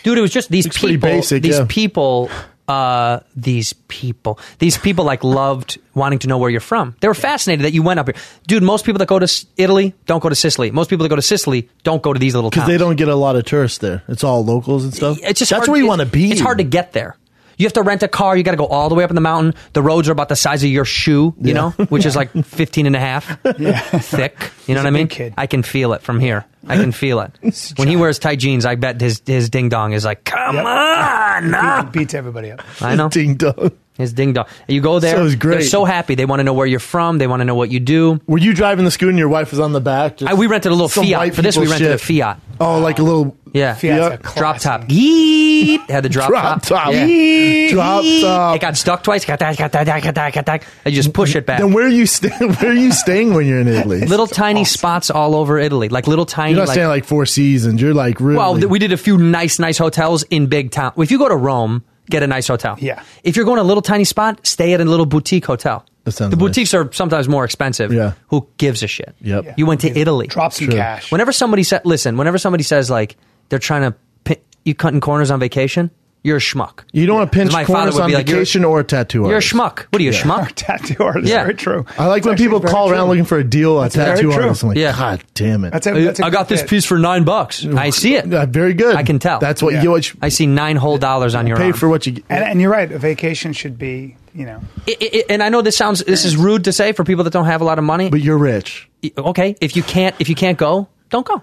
[SPEAKER 6] dude it was just these
[SPEAKER 5] It's pretty
[SPEAKER 6] people
[SPEAKER 5] basic,
[SPEAKER 6] these
[SPEAKER 5] yeah.
[SPEAKER 6] people uh these people these people like loved wanting to know where you're from they were fascinated that you went up here dude most people that go to S- italy don't go to sicily most people that go to sicily don't go to these little
[SPEAKER 5] Because
[SPEAKER 6] towns
[SPEAKER 5] they don't get a lot of tourists there. It's all locals and stuff.
[SPEAKER 6] it's just
[SPEAKER 5] that's
[SPEAKER 6] hard-
[SPEAKER 5] where you
[SPEAKER 6] it's-
[SPEAKER 5] want to be.
[SPEAKER 6] it's hard to get there you have to rent a car you got to go all the way up in the mountain the roads are about the size of your shoe
[SPEAKER 5] *laughs*
[SPEAKER 6] you
[SPEAKER 5] Yeah.
[SPEAKER 6] know which is like 15 and
[SPEAKER 5] *laughs*
[SPEAKER 6] a half thick you know
[SPEAKER 1] He's
[SPEAKER 6] what
[SPEAKER 1] a
[SPEAKER 6] i mean
[SPEAKER 1] big kid.
[SPEAKER 6] i can feel it from here i can
[SPEAKER 5] *laughs*
[SPEAKER 6] feel it when he wears tight jeans i bet his his ding dong is like come
[SPEAKER 1] Yep.
[SPEAKER 5] *laughs*
[SPEAKER 6] on
[SPEAKER 1] Beat- beats everybody up.
[SPEAKER 6] I know.
[SPEAKER 5] Ding dong.
[SPEAKER 6] His ding dong. You go there.
[SPEAKER 5] Sounds great.
[SPEAKER 6] They're so happy. They want to know where you're from. They want to know what you do.
[SPEAKER 5] Were you driving the scooter and your wife was on the back? Just
[SPEAKER 6] I, we rented a little
[SPEAKER 5] some
[SPEAKER 6] Fiat
[SPEAKER 5] white
[SPEAKER 6] for this. We
[SPEAKER 5] people
[SPEAKER 6] rented
[SPEAKER 5] shit?
[SPEAKER 6] a Fiat.
[SPEAKER 5] Oh, like a little
[SPEAKER 6] Yeah,
[SPEAKER 1] Fiat's a
[SPEAKER 6] drop
[SPEAKER 1] classy.
[SPEAKER 6] top. Yeet. Had
[SPEAKER 5] *laughs*
[SPEAKER 6] the drop,
[SPEAKER 5] drop top.
[SPEAKER 6] Yeah.
[SPEAKER 5] Drop top.
[SPEAKER 6] It got stuck twice. Got that. Got that. Got that. Got that. I just push it back.
[SPEAKER 5] Then where are you staying? *laughs* Where are you staying when you're in Italy?
[SPEAKER 6] Little tiny spots all over Italy, like little tiny.
[SPEAKER 5] you're not
[SPEAKER 6] like,
[SPEAKER 5] staying like Four Seasons. You're like really.
[SPEAKER 6] Well, th- we did a few nice, nice hotels in big town. If you go to Rome, get a nice hotel.
[SPEAKER 1] Yeah.
[SPEAKER 6] If you're going to a little tiny spot, stay at a little boutique hotel.
[SPEAKER 5] That sounds
[SPEAKER 6] the
[SPEAKER 5] nice.
[SPEAKER 6] boutiques are sometimes more expensive.
[SPEAKER 5] Yeah.
[SPEAKER 6] Who gives a shit?
[SPEAKER 5] Yep. Yeah.
[SPEAKER 6] You went to Italy.
[SPEAKER 1] Drop some
[SPEAKER 5] Sure.
[SPEAKER 1] cash. *laughs*
[SPEAKER 6] Whenever somebody says, listen, whenever somebody says like they're trying to pin- you cutting corners on vacation, you're a schmuck.
[SPEAKER 5] you don't want to pinch
[SPEAKER 6] My father
[SPEAKER 5] corners
[SPEAKER 6] would
[SPEAKER 5] on
[SPEAKER 6] be like, you're-
[SPEAKER 5] vacation or a tattoo.
[SPEAKER 6] You're a
[SPEAKER 5] artist.
[SPEAKER 6] schmuck. What are you, a schmuck?
[SPEAKER 1] tattoo artist.
[SPEAKER 6] Yeah.
[SPEAKER 1] Very true.
[SPEAKER 5] I like
[SPEAKER 1] It's
[SPEAKER 5] when
[SPEAKER 1] actually
[SPEAKER 5] people
[SPEAKER 1] very
[SPEAKER 5] call
[SPEAKER 1] true.
[SPEAKER 5] around looking for a deal. A
[SPEAKER 1] very
[SPEAKER 5] tattoo
[SPEAKER 1] true.
[SPEAKER 5] artist. I'm like,
[SPEAKER 6] Yeah.
[SPEAKER 5] God damn it.
[SPEAKER 1] That's a, that's a
[SPEAKER 6] I got
[SPEAKER 1] good
[SPEAKER 6] this
[SPEAKER 1] bit.
[SPEAKER 6] piece for nine bucks. I see it.
[SPEAKER 5] Yeah, very good.
[SPEAKER 6] I can tell.
[SPEAKER 5] That's what
[SPEAKER 1] Yeah.
[SPEAKER 5] you, what you
[SPEAKER 6] I see nine whole dollars on your
[SPEAKER 5] pay
[SPEAKER 6] arm.
[SPEAKER 5] for what you eh, get.
[SPEAKER 1] And, and you're right. A vacation should be, you know,
[SPEAKER 6] I- I- I- and I know this sounds this is rude to say for people that don't have a lot of money.
[SPEAKER 5] but you're rich.
[SPEAKER 6] okay, if you can't if you can't go, don't go.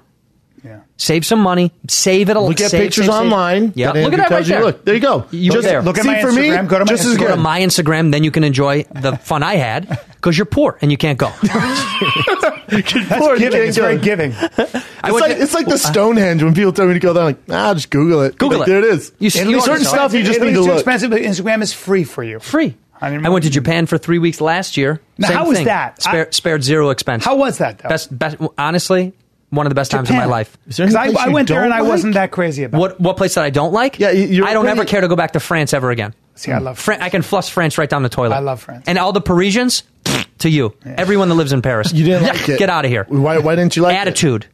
[SPEAKER 1] yeah.
[SPEAKER 6] Save some money. Save it. a-
[SPEAKER 5] Look at
[SPEAKER 6] save,
[SPEAKER 5] pictures
[SPEAKER 6] save, save.
[SPEAKER 5] online.
[SPEAKER 6] Yeah,
[SPEAKER 5] that
[SPEAKER 6] look
[SPEAKER 5] Andrew
[SPEAKER 6] at that right
[SPEAKER 5] tells you.
[SPEAKER 6] there.
[SPEAKER 5] Look, there you go.
[SPEAKER 6] You were there. Look
[SPEAKER 1] at
[SPEAKER 5] see,
[SPEAKER 1] my
[SPEAKER 5] for
[SPEAKER 1] Instagram,
[SPEAKER 5] me,
[SPEAKER 1] go to my
[SPEAKER 5] just as
[SPEAKER 1] Instagram.
[SPEAKER 6] Go to
[SPEAKER 5] good.
[SPEAKER 6] my Instagram, then you can enjoy the fun I had because you're poor and you
[SPEAKER 5] *laughs*
[SPEAKER 6] can't go.
[SPEAKER 5] That's Lord,
[SPEAKER 1] Giving.
[SPEAKER 5] can't
[SPEAKER 1] It's
[SPEAKER 5] go.
[SPEAKER 1] very giving.
[SPEAKER 6] I
[SPEAKER 5] It's
[SPEAKER 6] went
[SPEAKER 5] like,
[SPEAKER 6] to-
[SPEAKER 5] it's like the Stonehenge when people tell me to go there. I'm like, ah, just Google it.
[SPEAKER 6] Google
[SPEAKER 5] Like,
[SPEAKER 6] it.
[SPEAKER 5] There it is.
[SPEAKER 6] You- you
[SPEAKER 5] certain
[SPEAKER 6] already saw
[SPEAKER 1] It's-
[SPEAKER 5] stuff you just
[SPEAKER 1] it-
[SPEAKER 5] need
[SPEAKER 1] it's
[SPEAKER 5] to
[SPEAKER 1] too
[SPEAKER 5] look.
[SPEAKER 1] expensive, but Instagram is free for you.
[SPEAKER 6] free.
[SPEAKER 1] I mean,
[SPEAKER 6] I went to Japan for three weeks last year.
[SPEAKER 1] Now,
[SPEAKER 6] Same
[SPEAKER 1] how was
[SPEAKER 6] thing.
[SPEAKER 1] that?
[SPEAKER 6] Spare,
[SPEAKER 1] I-
[SPEAKER 6] spared zero expense.
[SPEAKER 1] How was that though?
[SPEAKER 6] Best, best, honestly, one of the best times of my
[SPEAKER 1] Japan.
[SPEAKER 6] life.
[SPEAKER 5] there
[SPEAKER 1] Because
[SPEAKER 5] any
[SPEAKER 1] I,
[SPEAKER 5] place
[SPEAKER 1] I
[SPEAKER 5] you
[SPEAKER 1] went there
[SPEAKER 5] don't
[SPEAKER 1] and I
[SPEAKER 5] like?
[SPEAKER 1] wasn't that crazy about. it.
[SPEAKER 6] What what place that I don't like?
[SPEAKER 5] Yeah, you- you're
[SPEAKER 6] I don't
[SPEAKER 5] pretty-
[SPEAKER 6] ever care to go back to France ever again.
[SPEAKER 1] See, I love
[SPEAKER 6] Fran- I can flush France right down the toilet.
[SPEAKER 1] I love France.
[SPEAKER 6] And all the Parisians, to you. Everyone that lives in
[SPEAKER 1] *laughs*
[SPEAKER 6] Paris.
[SPEAKER 5] You didn't
[SPEAKER 6] Yeah,
[SPEAKER 5] like it.
[SPEAKER 6] *laughs* Get out of here.
[SPEAKER 5] Why, why didn't you like
[SPEAKER 6] Attitude.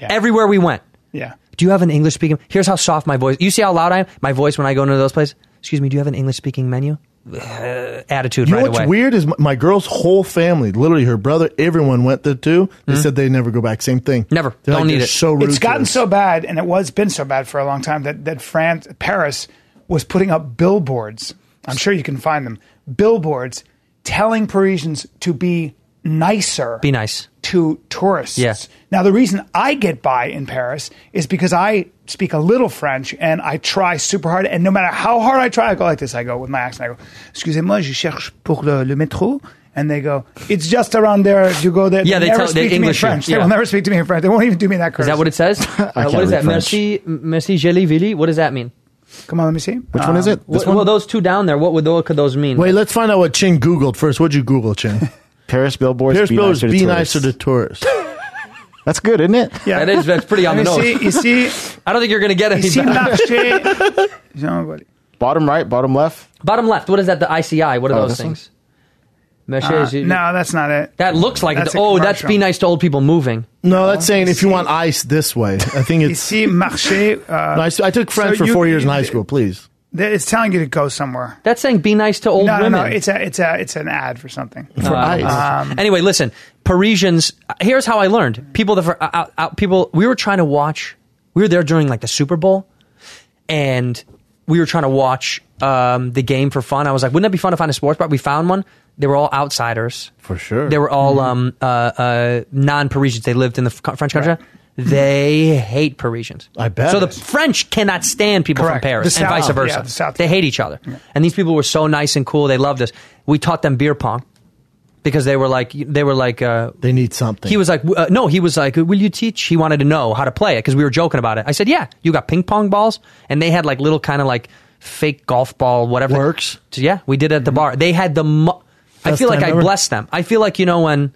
[SPEAKER 1] Yeah.
[SPEAKER 6] Everywhere we went.
[SPEAKER 1] Yeah.
[SPEAKER 6] Do you have an English speaking? Here's how soft my voice. You see how loud I am? My voice when I go into those places. Excuse me. Do you have an English speaking menu? *sighs* Uh, attitude
[SPEAKER 5] it? You
[SPEAKER 6] right
[SPEAKER 5] know what's
[SPEAKER 6] away.
[SPEAKER 5] weird is my, my girl's whole family, literally her brother, everyone went there too. They said they never go back. Same thing.
[SPEAKER 6] Hmm? Never.
[SPEAKER 5] They're
[SPEAKER 6] Don't
[SPEAKER 5] like,
[SPEAKER 6] need
[SPEAKER 5] they're
[SPEAKER 6] it.
[SPEAKER 5] So rude
[SPEAKER 1] It's
[SPEAKER 5] to
[SPEAKER 1] gotten
[SPEAKER 5] us.
[SPEAKER 1] so bad, and it was been so bad for a long time that that France, Paris, was putting up billboards. I'm sure you can find them. Billboards telling Parisians to be nicer.
[SPEAKER 6] Be nice.
[SPEAKER 1] to tourists.
[SPEAKER 6] Yeah.
[SPEAKER 1] Now the reason I get by in Paris is because I speak a little French and I try super hard. And no matter how hard I try, I go like this. I go with my accent. I go, "Excusez-moi, je cherche pour le, le métro." And they go, "It's just around there. You go there."
[SPEAKER 6] Yeah, they
[SPEAKER 1] never
[SPEAKER 6] tell- they
[SPEAKER 1] speak to me in
[SPEAKER 6] English you.
[SPEAKER 1] French. They
[SPEAKER 6] Yeah.
[SPEAKER 1] will never speak to me in French. They won't even do me that curse.
[SPEAKER 6] Is that what
[SPEAKER 1] *laughs*
[SPEAKER 6] it says? Uh, what
[SPEAKER 5] can't
[SPEAKER 6] is
[SPEAKER 5] read
[SPEAKER 6] that?
[SPEAKER 5] French.
[SPEAKER 6] Merci, merci, jeli vili. What is that mean?
[SPEAKER 1] Come on, let me see.
[SPEAKER 5] Which one is it? This
[SPEAKER 6] What,
[SPEAKER 5] one?
[SPEAKER 6] Ah. well, those two down there. What would what could those mean?
[SPEAKER 5] Wait, let's find out what Chin Googled first. What'd you Google, Chin?
[SPEAKER 7] Paris billboards.
[SPEAKER 5] Paris Bros. Be nicer to
[SPEAKER 7] tourists.
[SPEAKER 5] tourists.
[SPEAKER 7] That's good, isn't it?
[SPEAKER 1] Yeah.
[SPEAKER 6] That is that's pretty on
[SPEAKER 1] *laughs*
[SPEAKER 6] the
[SPEAKER 1] you
[SPEAKER 6] nose.
[SPEAKER 1] see, you see,
[SPEAKER 6] I don't think you're gonna get *laughs*
[SPEAKER 1] you
[SPEAKER 6] any.
[SPEAKER 1] see,
[SPEAKER 6] better.
[SPEAKER 1] marché. Jean-
[SPEAKER 7] Bottom right, bottom left.
[SPEAKER 6] Bottom left. What is that? The ICI. What are
[SPEAKER 7] Oh,
[SPEAKER 6] those
[SPEAKER 7] this one?
[SPEAKER 6] things? Merci, jeli-
[SPEAKER 1] Uh, No, that's not it.
[SPEAKER 6] That looks like
[SPEAKER 1] That's
[SPEAKER 6] it.
[SPEAKER 1] a
[SPEAKER 6] Oh, that's
[SPEAKER 1] commercial.
[SPEAKER 6] be nice to old people moving.
[SPEAKER 5] *laughs* No, that's saying if you want ice this way. I think it's.
[SPEAKER 1] Ici, marché. Uh,
[SPEAKER 5] No, I, s- I took French
[SPEAKER 1] So
[SPEAKER 5] for
[SPEAKER 1] you-
[SPEAKER 5] four years in
[SPEAKER 1] you-
[SPEAKER 5] high school. Please,
[SPEAKER 1] it's telling you to go somewhere.
[SPEAKER 6] That's saying be nice to old
[SPEAKER 1] No, no,
[SPEAKER 6] women.
[SPEAKER 1] no. It's a, it's a, it's an ad for something. Um,
[SPEAKER 5] for
[SPEAKER 6] Uh,
[SPEAKER 5] ice.
[SPEAKER 6] anyway, listen. Parisians. Here's how I learned. People that were out, out, out- people. We were trying to watch. We were there during like the Super Bowl, and we were trying to watch um, the game for fun. I was like, wouldn't it be fun to find a sports bar? We found one. They were all outsiders.
[SPEAKER 5] for sure.
[SPEAKER 6] They were all
[SPEAKER 1] Mm-hmm.
[SPEAKER 6] um, uh, uh, non-Parisians. They lived in the f- French country.
[SPEAKER 1] Mm-hmm.
[SPEAKER 6] They hate Parisians.
[SPEAKER 5] I bet.
[SPEAKER 6] So the French cannot stand people
[SPEAKER 1] Correct.
[SPEAKER 6] from Paris
[SPEAKER 1] The
[SPEAKER 6] and
[SPEAKER 1] South,
[SPEAKER 6] vice versa.
[SPEAKER 1] yeah, the South.
[SPEAKER 6] they hate each other. And these people were so nice and cool. They loved us. We taught them beer pong because they were like they were like uh,
[SPEAKER 5] they need something.
[SPEAKER 6] he was like, w- uh, no, he was like, will you teach? He wanted to know how to play it because we were joking about it. I said, yeah, you got ping pong balls, and they had like little kind of like fake golf ball, whatever.
[SPEAKER 5] Works. Mm-hmm.
[SPEAKER 6] So, yeah, we did it at the bar. They had the. Mo- I
[SPEAKER 5] Best
[SPEAKER 6] feel like
[SPEAKER 5] time
[SPEAKER 6] I
[SPEAKER 5] ever.
[SPEAKER 6] blessed them. I feel like you know when,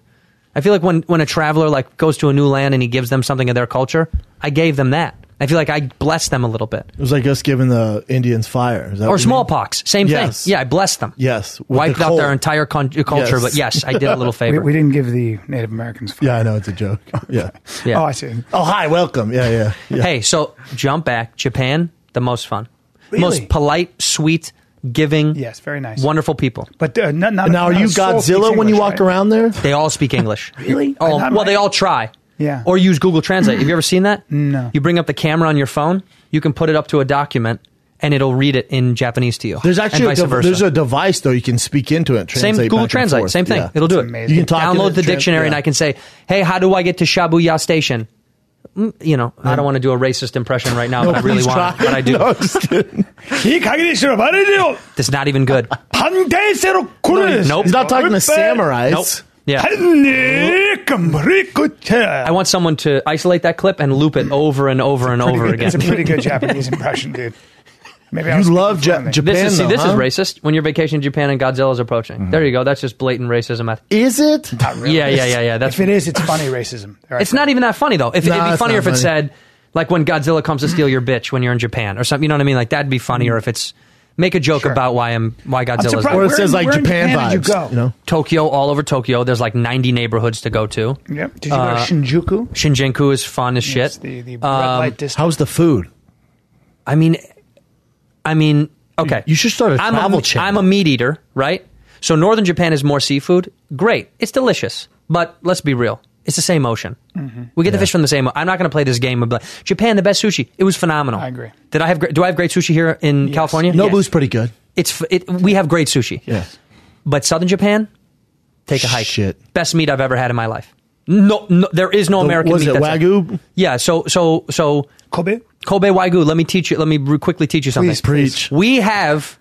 [SPEAKER 6] I feel like when when a traveler like goes to a new land and he gives them something of their culture. I gave them that. I feel like I blessed them a little bit.
[SPEAKER 5] It was like us giving the Indians fire. Is that
[SPEAKER 6] Or
[SPEAKER 5] what you
[SPEAKER 6] smallpox,
[SPEAKER 5] mean?
[SPEAKER 6] same thing.
[SPEAKER 5] Yes.
[SPEAKER 6] Yeah, I blessed them.
[SPEAKER 5] Yes. with
[SPEAKER 6] Wiped
[SPEAKER 5] the
[SPEAKER 6] out their
[SPEAKER 5] cold.
[SPEAKER 6] entire con- culture, but yes, I did
[SPEAKER 5] *laughs*
[SPEAKER 6] a little favor.
[SPEAKER 1] We, we didn't give the Native Americans.
[SPEAKER 5] Yeah, I know it's a joke. *laughs* Yeah.
[SPEAKER 6] Yeah.
[SPEAKER 1] Oh, I see.
[SPEAKER 5] Oh, hi, welcome. Yeah, yeah. yeah.
[SPEAKER 6] Hey, so jump back. Japan, the most fun, most
[SPEAKER 1] Really?
[SPEAKER 6] polite, sweet, giving.
[SPEAKER 1] Yes, very nice.
[SPEAKER 6] Wonderful people.
[SPEAKER 1] But uh, not, not,
[SPEAKER 5] now, are
[SPEAKER 1] not
[SPEAKER 5] you
[SPEAKER 1] a soul speaks
[SPEAKER 5] Godzilla when you
[SPEAKER 1] English,
[SPEAKER 5] walk
[SPEAKER 1] right?
[SPEAKER 5] around there?
[SPEAKER 6] They
[SPEAKER 5] *laughs*
[SPEAKER 6] all speak English.
[SPEAKER 1] Really?
[SPEAKER 6] Oh,
[SPEAKER 1] I- I
[SPEAKER 6] well,
[SPEAKER 1] might-
[SPEAKER 6] they all try.
[SPEAKER 1] Yeah.
[SPEAKER 6] Or use Google Translate. Have you ever
[SPEAKER 5] *clears throat*
[SPEAKER 6] seen that?
[SPEAKER 1] No.
[SPEAKER 6] You bring up the camera on your phone. You can put it up to a document, and it'll read it in Japanese to you.
[SPEAKER 5] There's
[SPEAKER 6] and
[SPEAKER 5] actually a
[SPEAKER 6] vice
[SPEAKER 5] dev-
[SPEAKER 6] versa.
[SPEAKER 5] there's a device though you can speak into it.
[SPEAKER 6] same
[SPEAKER 5] Translate back
[SPEAKER 6] Google
[SPEAKER 5] and
[SPEAKER 6] Translate.
[SPEAKER 5] forth.
[SPEAKER 6] Same thing.
[SPEAKER 5] Yeah.
[SPEAKER 6] It'll do it.
[SPEAKER 1] amazing.
[SPEAKER 5] You can talk to
[SPEAKER 6] Download
[SPEAKER 5] it,
[SPEAKER 6] the
[SPEAKER 5] trans-
[SPEAKER 6] dictionary, and
[SPEAKER 5] yeah.
[SPEAKER 6] I can say, "Hey, how do I get to Shabuya Station?" Mm, You know, I don't want to do a racist impression
[SPEAKER 5] *laughs*
[SPEAKER 6] right now, but I really
[SPEAKER 5] please
[SPEAKER 6] want, to,
[SPEAKER 5] try.
[SPEAKER 6] but I
[SPEAKER 5] *laughs*
[SPEAKER 6] do.
[SPEAKER 5] No, I'm just kidding.
[SPEAKER 1] He 가기 싫어 말해줘.
[SPEAKER 6] It's not even good.
[SPEAKER 1] 반대세로 굴을.
[SPEAKER 6] Nope.
[SPEAKER 5] He's not talking to samurais.
[SPEAKER 6] Nope.
[SPEAKER 5] *laughs*
[SPEAKER 6] Yeah.
[SPEAKER 1] 한입
[SPEAKER 6] I want someone to isolate that clip and loop it over and over and over
[SPEAKER 1] Pretty good-
[SPEAKER 6] again.
[SPEAKER 1] It's a pretty
[SPEAKER 6] *laughs*
[SPEAKER 1] good Japanese impression, dude. Maybe I
[SPEAKER 5] You
[SPEAKER 1] was
[SPEAKER 5] love
[SPEAKER 1] speaking fluently.
[SPEAKER 5] Ja- Japan.
[SPEAKER 6] This is see,
[SPEAKER 5] though,
[SPEAKER 6] this
[SPEAKER 5] huh?
[SPEAKER 6] is racist. When you're vacationing in Japan and Godzilla's approaching,
[SPEAKER 1] Mm-hmm.
[SPEAKER 6] there you go. That's just blatant racism. I-
[SPEAKER 5] Is it?
[SPEAKER 6] Yeah, yeah, yeah, yeah. That's
[SPEAKER 1] If it is, it's funny racism. All right.
[SPEAKER 6] it's not even that funny though. If,
[SPEAKER 5] No,
[SPEAKER 6] it'd be
[SPEAKER 5] it's
[SPEAKER 6] funnier if
[SPEAKER 5] not
[SPEAKER 6] it
[SPEAKER 5] funny.
[SPEAKER 6] said like when Godzilla comes to steal your bitch when you're in Japan or something. You know what I mean? Like that'd be funnier if it's make a joke about why I'm why
[SPEAKER 1] Mm-hmm. I'm
[SPEAKER 6] Godzilla's
[SPEAKER 1] surprised.
[SPEAKER 5] Or it
[SPEAKER 1] Where
[SPEAKER 5] says
[SPEAKER 1] in-
[SPEAKER 5] like
[SPEAKER 1] where in
[SPEAKER 5] Japan,
[SPEAKER 1] Japan did you
[SPEAKER 5] vibes.
[SPEAKER 1] go?
[SPEAKER 5] know,
[SPEAKER 6] Tokyo all over Tokyo. There's like 90 neighborhoods to go to.
[SPEAKER 1] Yep. Did you go to Shinjuku?
[SPEAKER 6] Shinjuku is fun as Uh, shit.
[SPEAKER 1] It's the, the red
[SPEAKER 6] Um,
[SPEAKER 1] light district.
[SPEAKER 5] how's the food?
[SPEAKER 6] I mean, I mean, okay.
[SPEAKER 5] You should start a
[SPEAKER 6] I'm
[SPEAKER 5] travel
[SPEAKER 6] a,
[SPEAKER 5] channel.
[SPEAKER 6] I'm a meat eater, right? So northern Japan is more seafood. Great, it's delicious. But let's be real, it's the same ocean.
[SPEAKER 5] Mm-hmm.
[SPEAKER 6] We get the fish from the same. I'm not going to play this game of like, Japan, the best sushi. It was phenomenal.
[SPEAKER 1] I agree.
[SPEAKER 6] Did I have? gre- Do I have great sushi here in California?
[SPEAKER 5] Nobu's pretty good.
[SPEAKER 6] It's f- it, we have great sushi.
[SPEAKER 5] Yes.
[SPEAKER 6] But southern Japan, take a hike.
[SPEAKER 5] Shit.
[SPEAKER 6] Best meat I've ever had in my life. No, no there is no
[SPEAKER 5] The-
[SPEAKER 6] Oh, American
[SPEAKER 5] was
[SPEAKER 6] meat.
[SPEAKER 5] it
[SPEAKER 6] that's-
[SPEAKER 5] wagyu?
[SPEAKER 6] Yeah. So so so
[SPEAKER 1] Kobe?
[SPEAKER 6] Kobe Wagyu. Let me teach you. Let me re- quickly teach you something.
[SPEAKER 5] Please, preach.
[SPEAKER 6] We have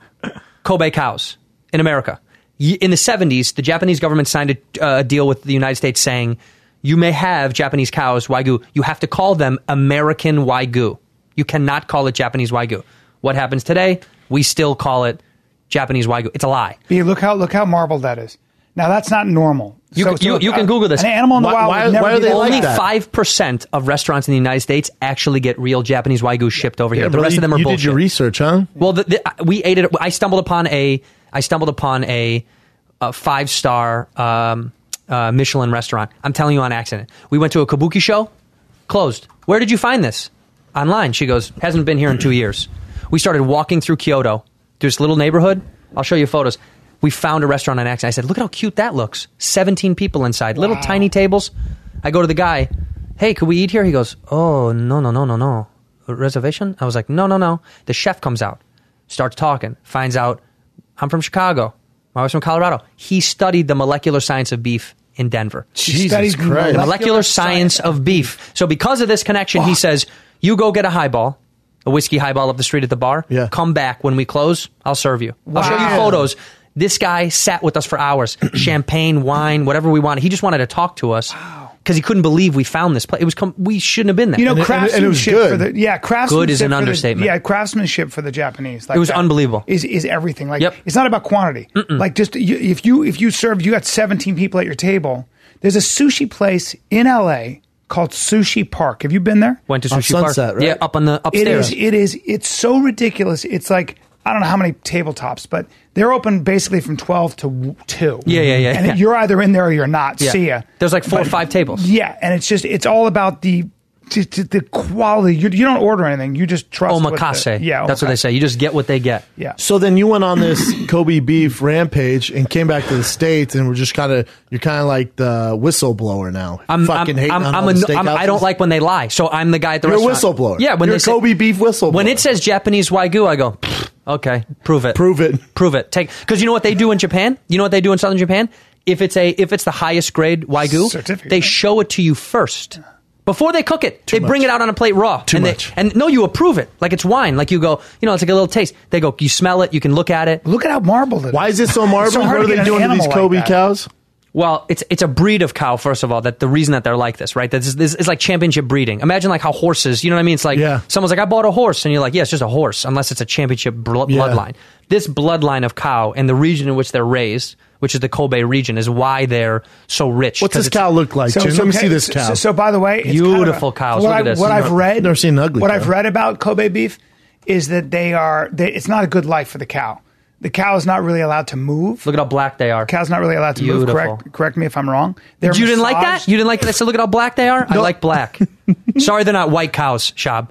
[SPEAKER 6] Kobe cows in America. Y- In the 70s, the Japanese government signed a uh, deal with the United States saying, you may have Japanese cows, Wagyu. You have to call them American Wagyu. You cannot call it Japanese Wagyu. What happens today? We still call it Japanese Wagyu. It's a lie.
[SPEAKER 1] B, look how look how marbled that is. Now that's not normal.
[SPEAKER 6] You can- you- you can Google this.
[SPEAKER 1] An animal in the
[SPEAKER 5] Why-
[SPEAKER 1] wild.
[SPEAKER 5] why-
[SPEAKER 1] would never
[SPEAKER 5] why are
[SPEAKER 1] be
[SPEAKER 5] they
[SPEAKER 1] that
[SPEAKER 5] like
[SPEAKER 6] Only
[SPEAKER 1] loud.
[SPEAKER 5] that?
[SPEAKER 6] five percent of restaurants in the United States actually get real Japanese Wagyu shipped over here. the
[SPEAKER 5] but
[SPEAKER 6] rest
[SPEAKER 5] you,
[SPEAKER 6] of them are
[SPEAKER 5] you
[SPEAKER 6] bullshit.
[SPEAKER 5] did your research, huh?
[SPEAKER 6] Well, the, the, I- we ate it. I stumbled upon a. I stumbled upon a, a five star um, uh, Michelin restaurant. I'm telling you on accident. We went to a kabuki show, closed. Where did you find this? Online. She goes, hasn't been here in two years. We started walking through Kyoto, through this little neighborhood. I'll show you photos. We found a restaurant on accident. I said, look at how cute that looks. 17 people inside, little tiny tables. I go to the guy, hey, could we eat here? He goes, oh, no, no, no, no, no. Reservation? I was like, no, no, no. The chef comes out starts talking, finds out I'm from Chicago, my wife's from Colorado. He studied the molecular science of beef in Denver.
[SPEAKER 1] She studied
[SPEAKER 5] Jesus Christ.
[SPEAKER 6] The molecular science of beef. So because of this connection, he says, "You go get a highball." A whiskey highball up the street at the bar.
[SPEAKER 5] Yeah.
[SPEAKER 6] Come back when we close. I'll serve you. I'll show you
[SPEAKER 5] Wow.
[SPEAKER 6] photos. This guy sat with us for hours. Champagne, wine, whatever we wanted. He just wanted to talk to us because he couldn't believe we found this place. It was com- we shouldn't have been there.
[SPEAKER 1] You know,
[SPEAKER 5] And it- and it-
[SPEAKER 1] craftsmanship
[SPEAKER 5] and it was
[SPEAKER 1] for
[SPEAKER 5] good.
[SPEAKER 1] the yeah, craftsmanship.
[SPEAKER 6] Good is an
[SPEAKER 1] for the-
[SPEAKER 6] understatement.
[SPEAKER 1] yeah, craftsmanship for the Japanese. Like
[SPEAKER 6] It was
[SPEAKER 1] that
[SPEAKER 6] unbelievable.
[SPEAKER 1] Is is everything like?
[SPEAKER 6] Yep.
[SPEAKER 1] It's not about quantity. Like just you, if you if you served, you got seventeen people at your table. There's a sushi place in L.A. called Sushi Park. Have you been there?
[SPEAKER 6] Went to
[SPEAKER 5] On
[SPEAKER 6] sushi Park.
[SPEAKER 5] Sunset, right?
[SPEAKER 6] Yeah, up on the
[SPEAKER 1] It
[SPEAKER 6] upstairs.
[SPEAKER 1] is. It is. It's so ridiculous. It's like I don't know how many tabletops, but they're open basically from twelve to w- two.
[SPEAKER 6] Yeah, yeah, yeah,
[SPEAKER 1] And
[SPEAKER 6] yeah.
[SPEAKER 1] you're either in there or you're not.
[SPEAKER 6] Yeah.
[SPEAKER 1] See ya.
[SPEAKER 6] There's like four or
[SPEAKER 1] But-
[SPEAKER 6] five tables.
[SPEAKER 1] Yeah, and it's just it's all about the the, the- the quality. You, you don't order anything. You just trust. what the-
[SPEAKER 6] omakase.
[SPEAKER 1] yeah,
[SPEAKER 6] Oh, that's what they
[SPEAKER 1] omakase.
[SPEAKER 6] say. You just get what they get.
[SPEAKER 1] Yeah.
[SPEAKER 5] So then you went on this *coughs* Kobe beef rampage and came back to the states, and we're just kind of you're kind of like the whistleblower now. fucking hating on all
[SPEAKER 6] a-
[SPEAKER 5] the
[SPEAKER 6] I'm- I
[SPEAKER 5] steakhouses.
[SPEAKER 6] don't like when they lie, so I'm the guy at the
[SPEAKER 5] You're a
[SPEAKER 6] restaurant.
[SPEAKER 5] whistleblower.
[SPEAKER 6] Yeah, when
[SPEAKER 5] You're
[SPEAKER 6] they
[SPEAKER 5] a
[SPEAKER 6] say-
[SPEAKER 5] Kobe beef whistleblower.
[SPEAKER 6] When it says Japanese wagyu, I go, "Pfft, okay, prove it,
[SPEAKER 5] Prove it.
[SPEAKER 6] prove it. Take because you know what they do in Japan. You know what they do in southern Japan. If it's a if it's the highest grade wagyu,
[SPEAKER 1] Certificate.
[SPEAKER 6] they show it to you first. Before they cook it, they bring
[SPEAKER 5] much.
[SPEAKER 6] it out on a plate raw.
[SPEAKER 5] Too
[SPEAKER 6] and they-
[SPEAKER 5] much.
[SPEAKER 6] and no, you approve it. Like it's wine. Like you go, you know, it's like a little taste. They go, you smell it, you can look at it.
[SPEAKER 1] Look at how marbled it is.
[SPEAKER 5] Why
[SPEAKER 1] *laughs*
[SPEAKER 5] is it so marbled?
[SPEAKER 1] so
[SPEAKER 5] what
[SPEAKER 1] hard
[SPEAKER 5] are
[SPEAKER 1] to get
[SPEAKER 5] they
[SPEAKER 1] an
[SPEAKER 5] doing to
[SPEAKER 1] animal
[SPEAKER 5] these
[SPEAKER 1] like
[SPEAKER 5] Kobe
[SPEAKER 1] that.
[SPEAKER 5] cows?
[SPEAKER 6] Well, it's it's a breed of cow, first of all, that the reason that they're like this, right? That's this is like championship breeding. Imagine like how horses, you know what I mean? It's like
[SPEAKER 5] Yeah.
[SPEAKER 6] someone's like, I bought a horse, and you're like, yeah, it's just a horse, unless it's a championship bl-
[SPEAKER 5] Yeah.
[SPEAKER 6] bloodline. this bloodline of cow and the region in which they're raised, which is the Kobe region, is why they're so rich.
[SPEAKER 5] What's
[SPEAKER 6] 'cause
[SPEAKER 5] this
[SPEAKER 6] it's-
[SPEAKER 5] cow look like, Jim? Let me see this
[SPEAKER 1] so-
[SPEAKER 5] cow.
[SPEAKER 1] So, so by the way, it's kind of a-
[SPEAKER 6] Beautiful cows.
[SPEAKER 1] What,
[SPEAKER 6] Look
[SPEAKER 1] I,
[SPEAKER 6] at this.
[SPEAKER 1] what
[SPEAKER 6] Never-
[SPEAKER 1] I've read,
[SPEAKER 5] never seen an ugly
[SPEAKER 1] What
[SPEAKER 5] cow.
[SPEAKER 1] I've read about Kobe beef is that they are. They, it's not a good life for the cow. The cow is not really allowed to move.
[SPEAKER 6] Look at how black they are.
[SPEAKER 1] Cow's not really allowed to move.
[SPEAKER 6] Beautiful.
[SPEAKER 1] Correct. Correct me if I'm wrong. They're
[SPEAKER 6] you didn't like
[SPEAKER 1] massaged-
[SPEAKER 6] that? You didn't like that? I said, look at how black they are. I like black. Sorry, they're not white cows,
[SPEAKER 1] *laughs*
[SPEAKER 6] Shab.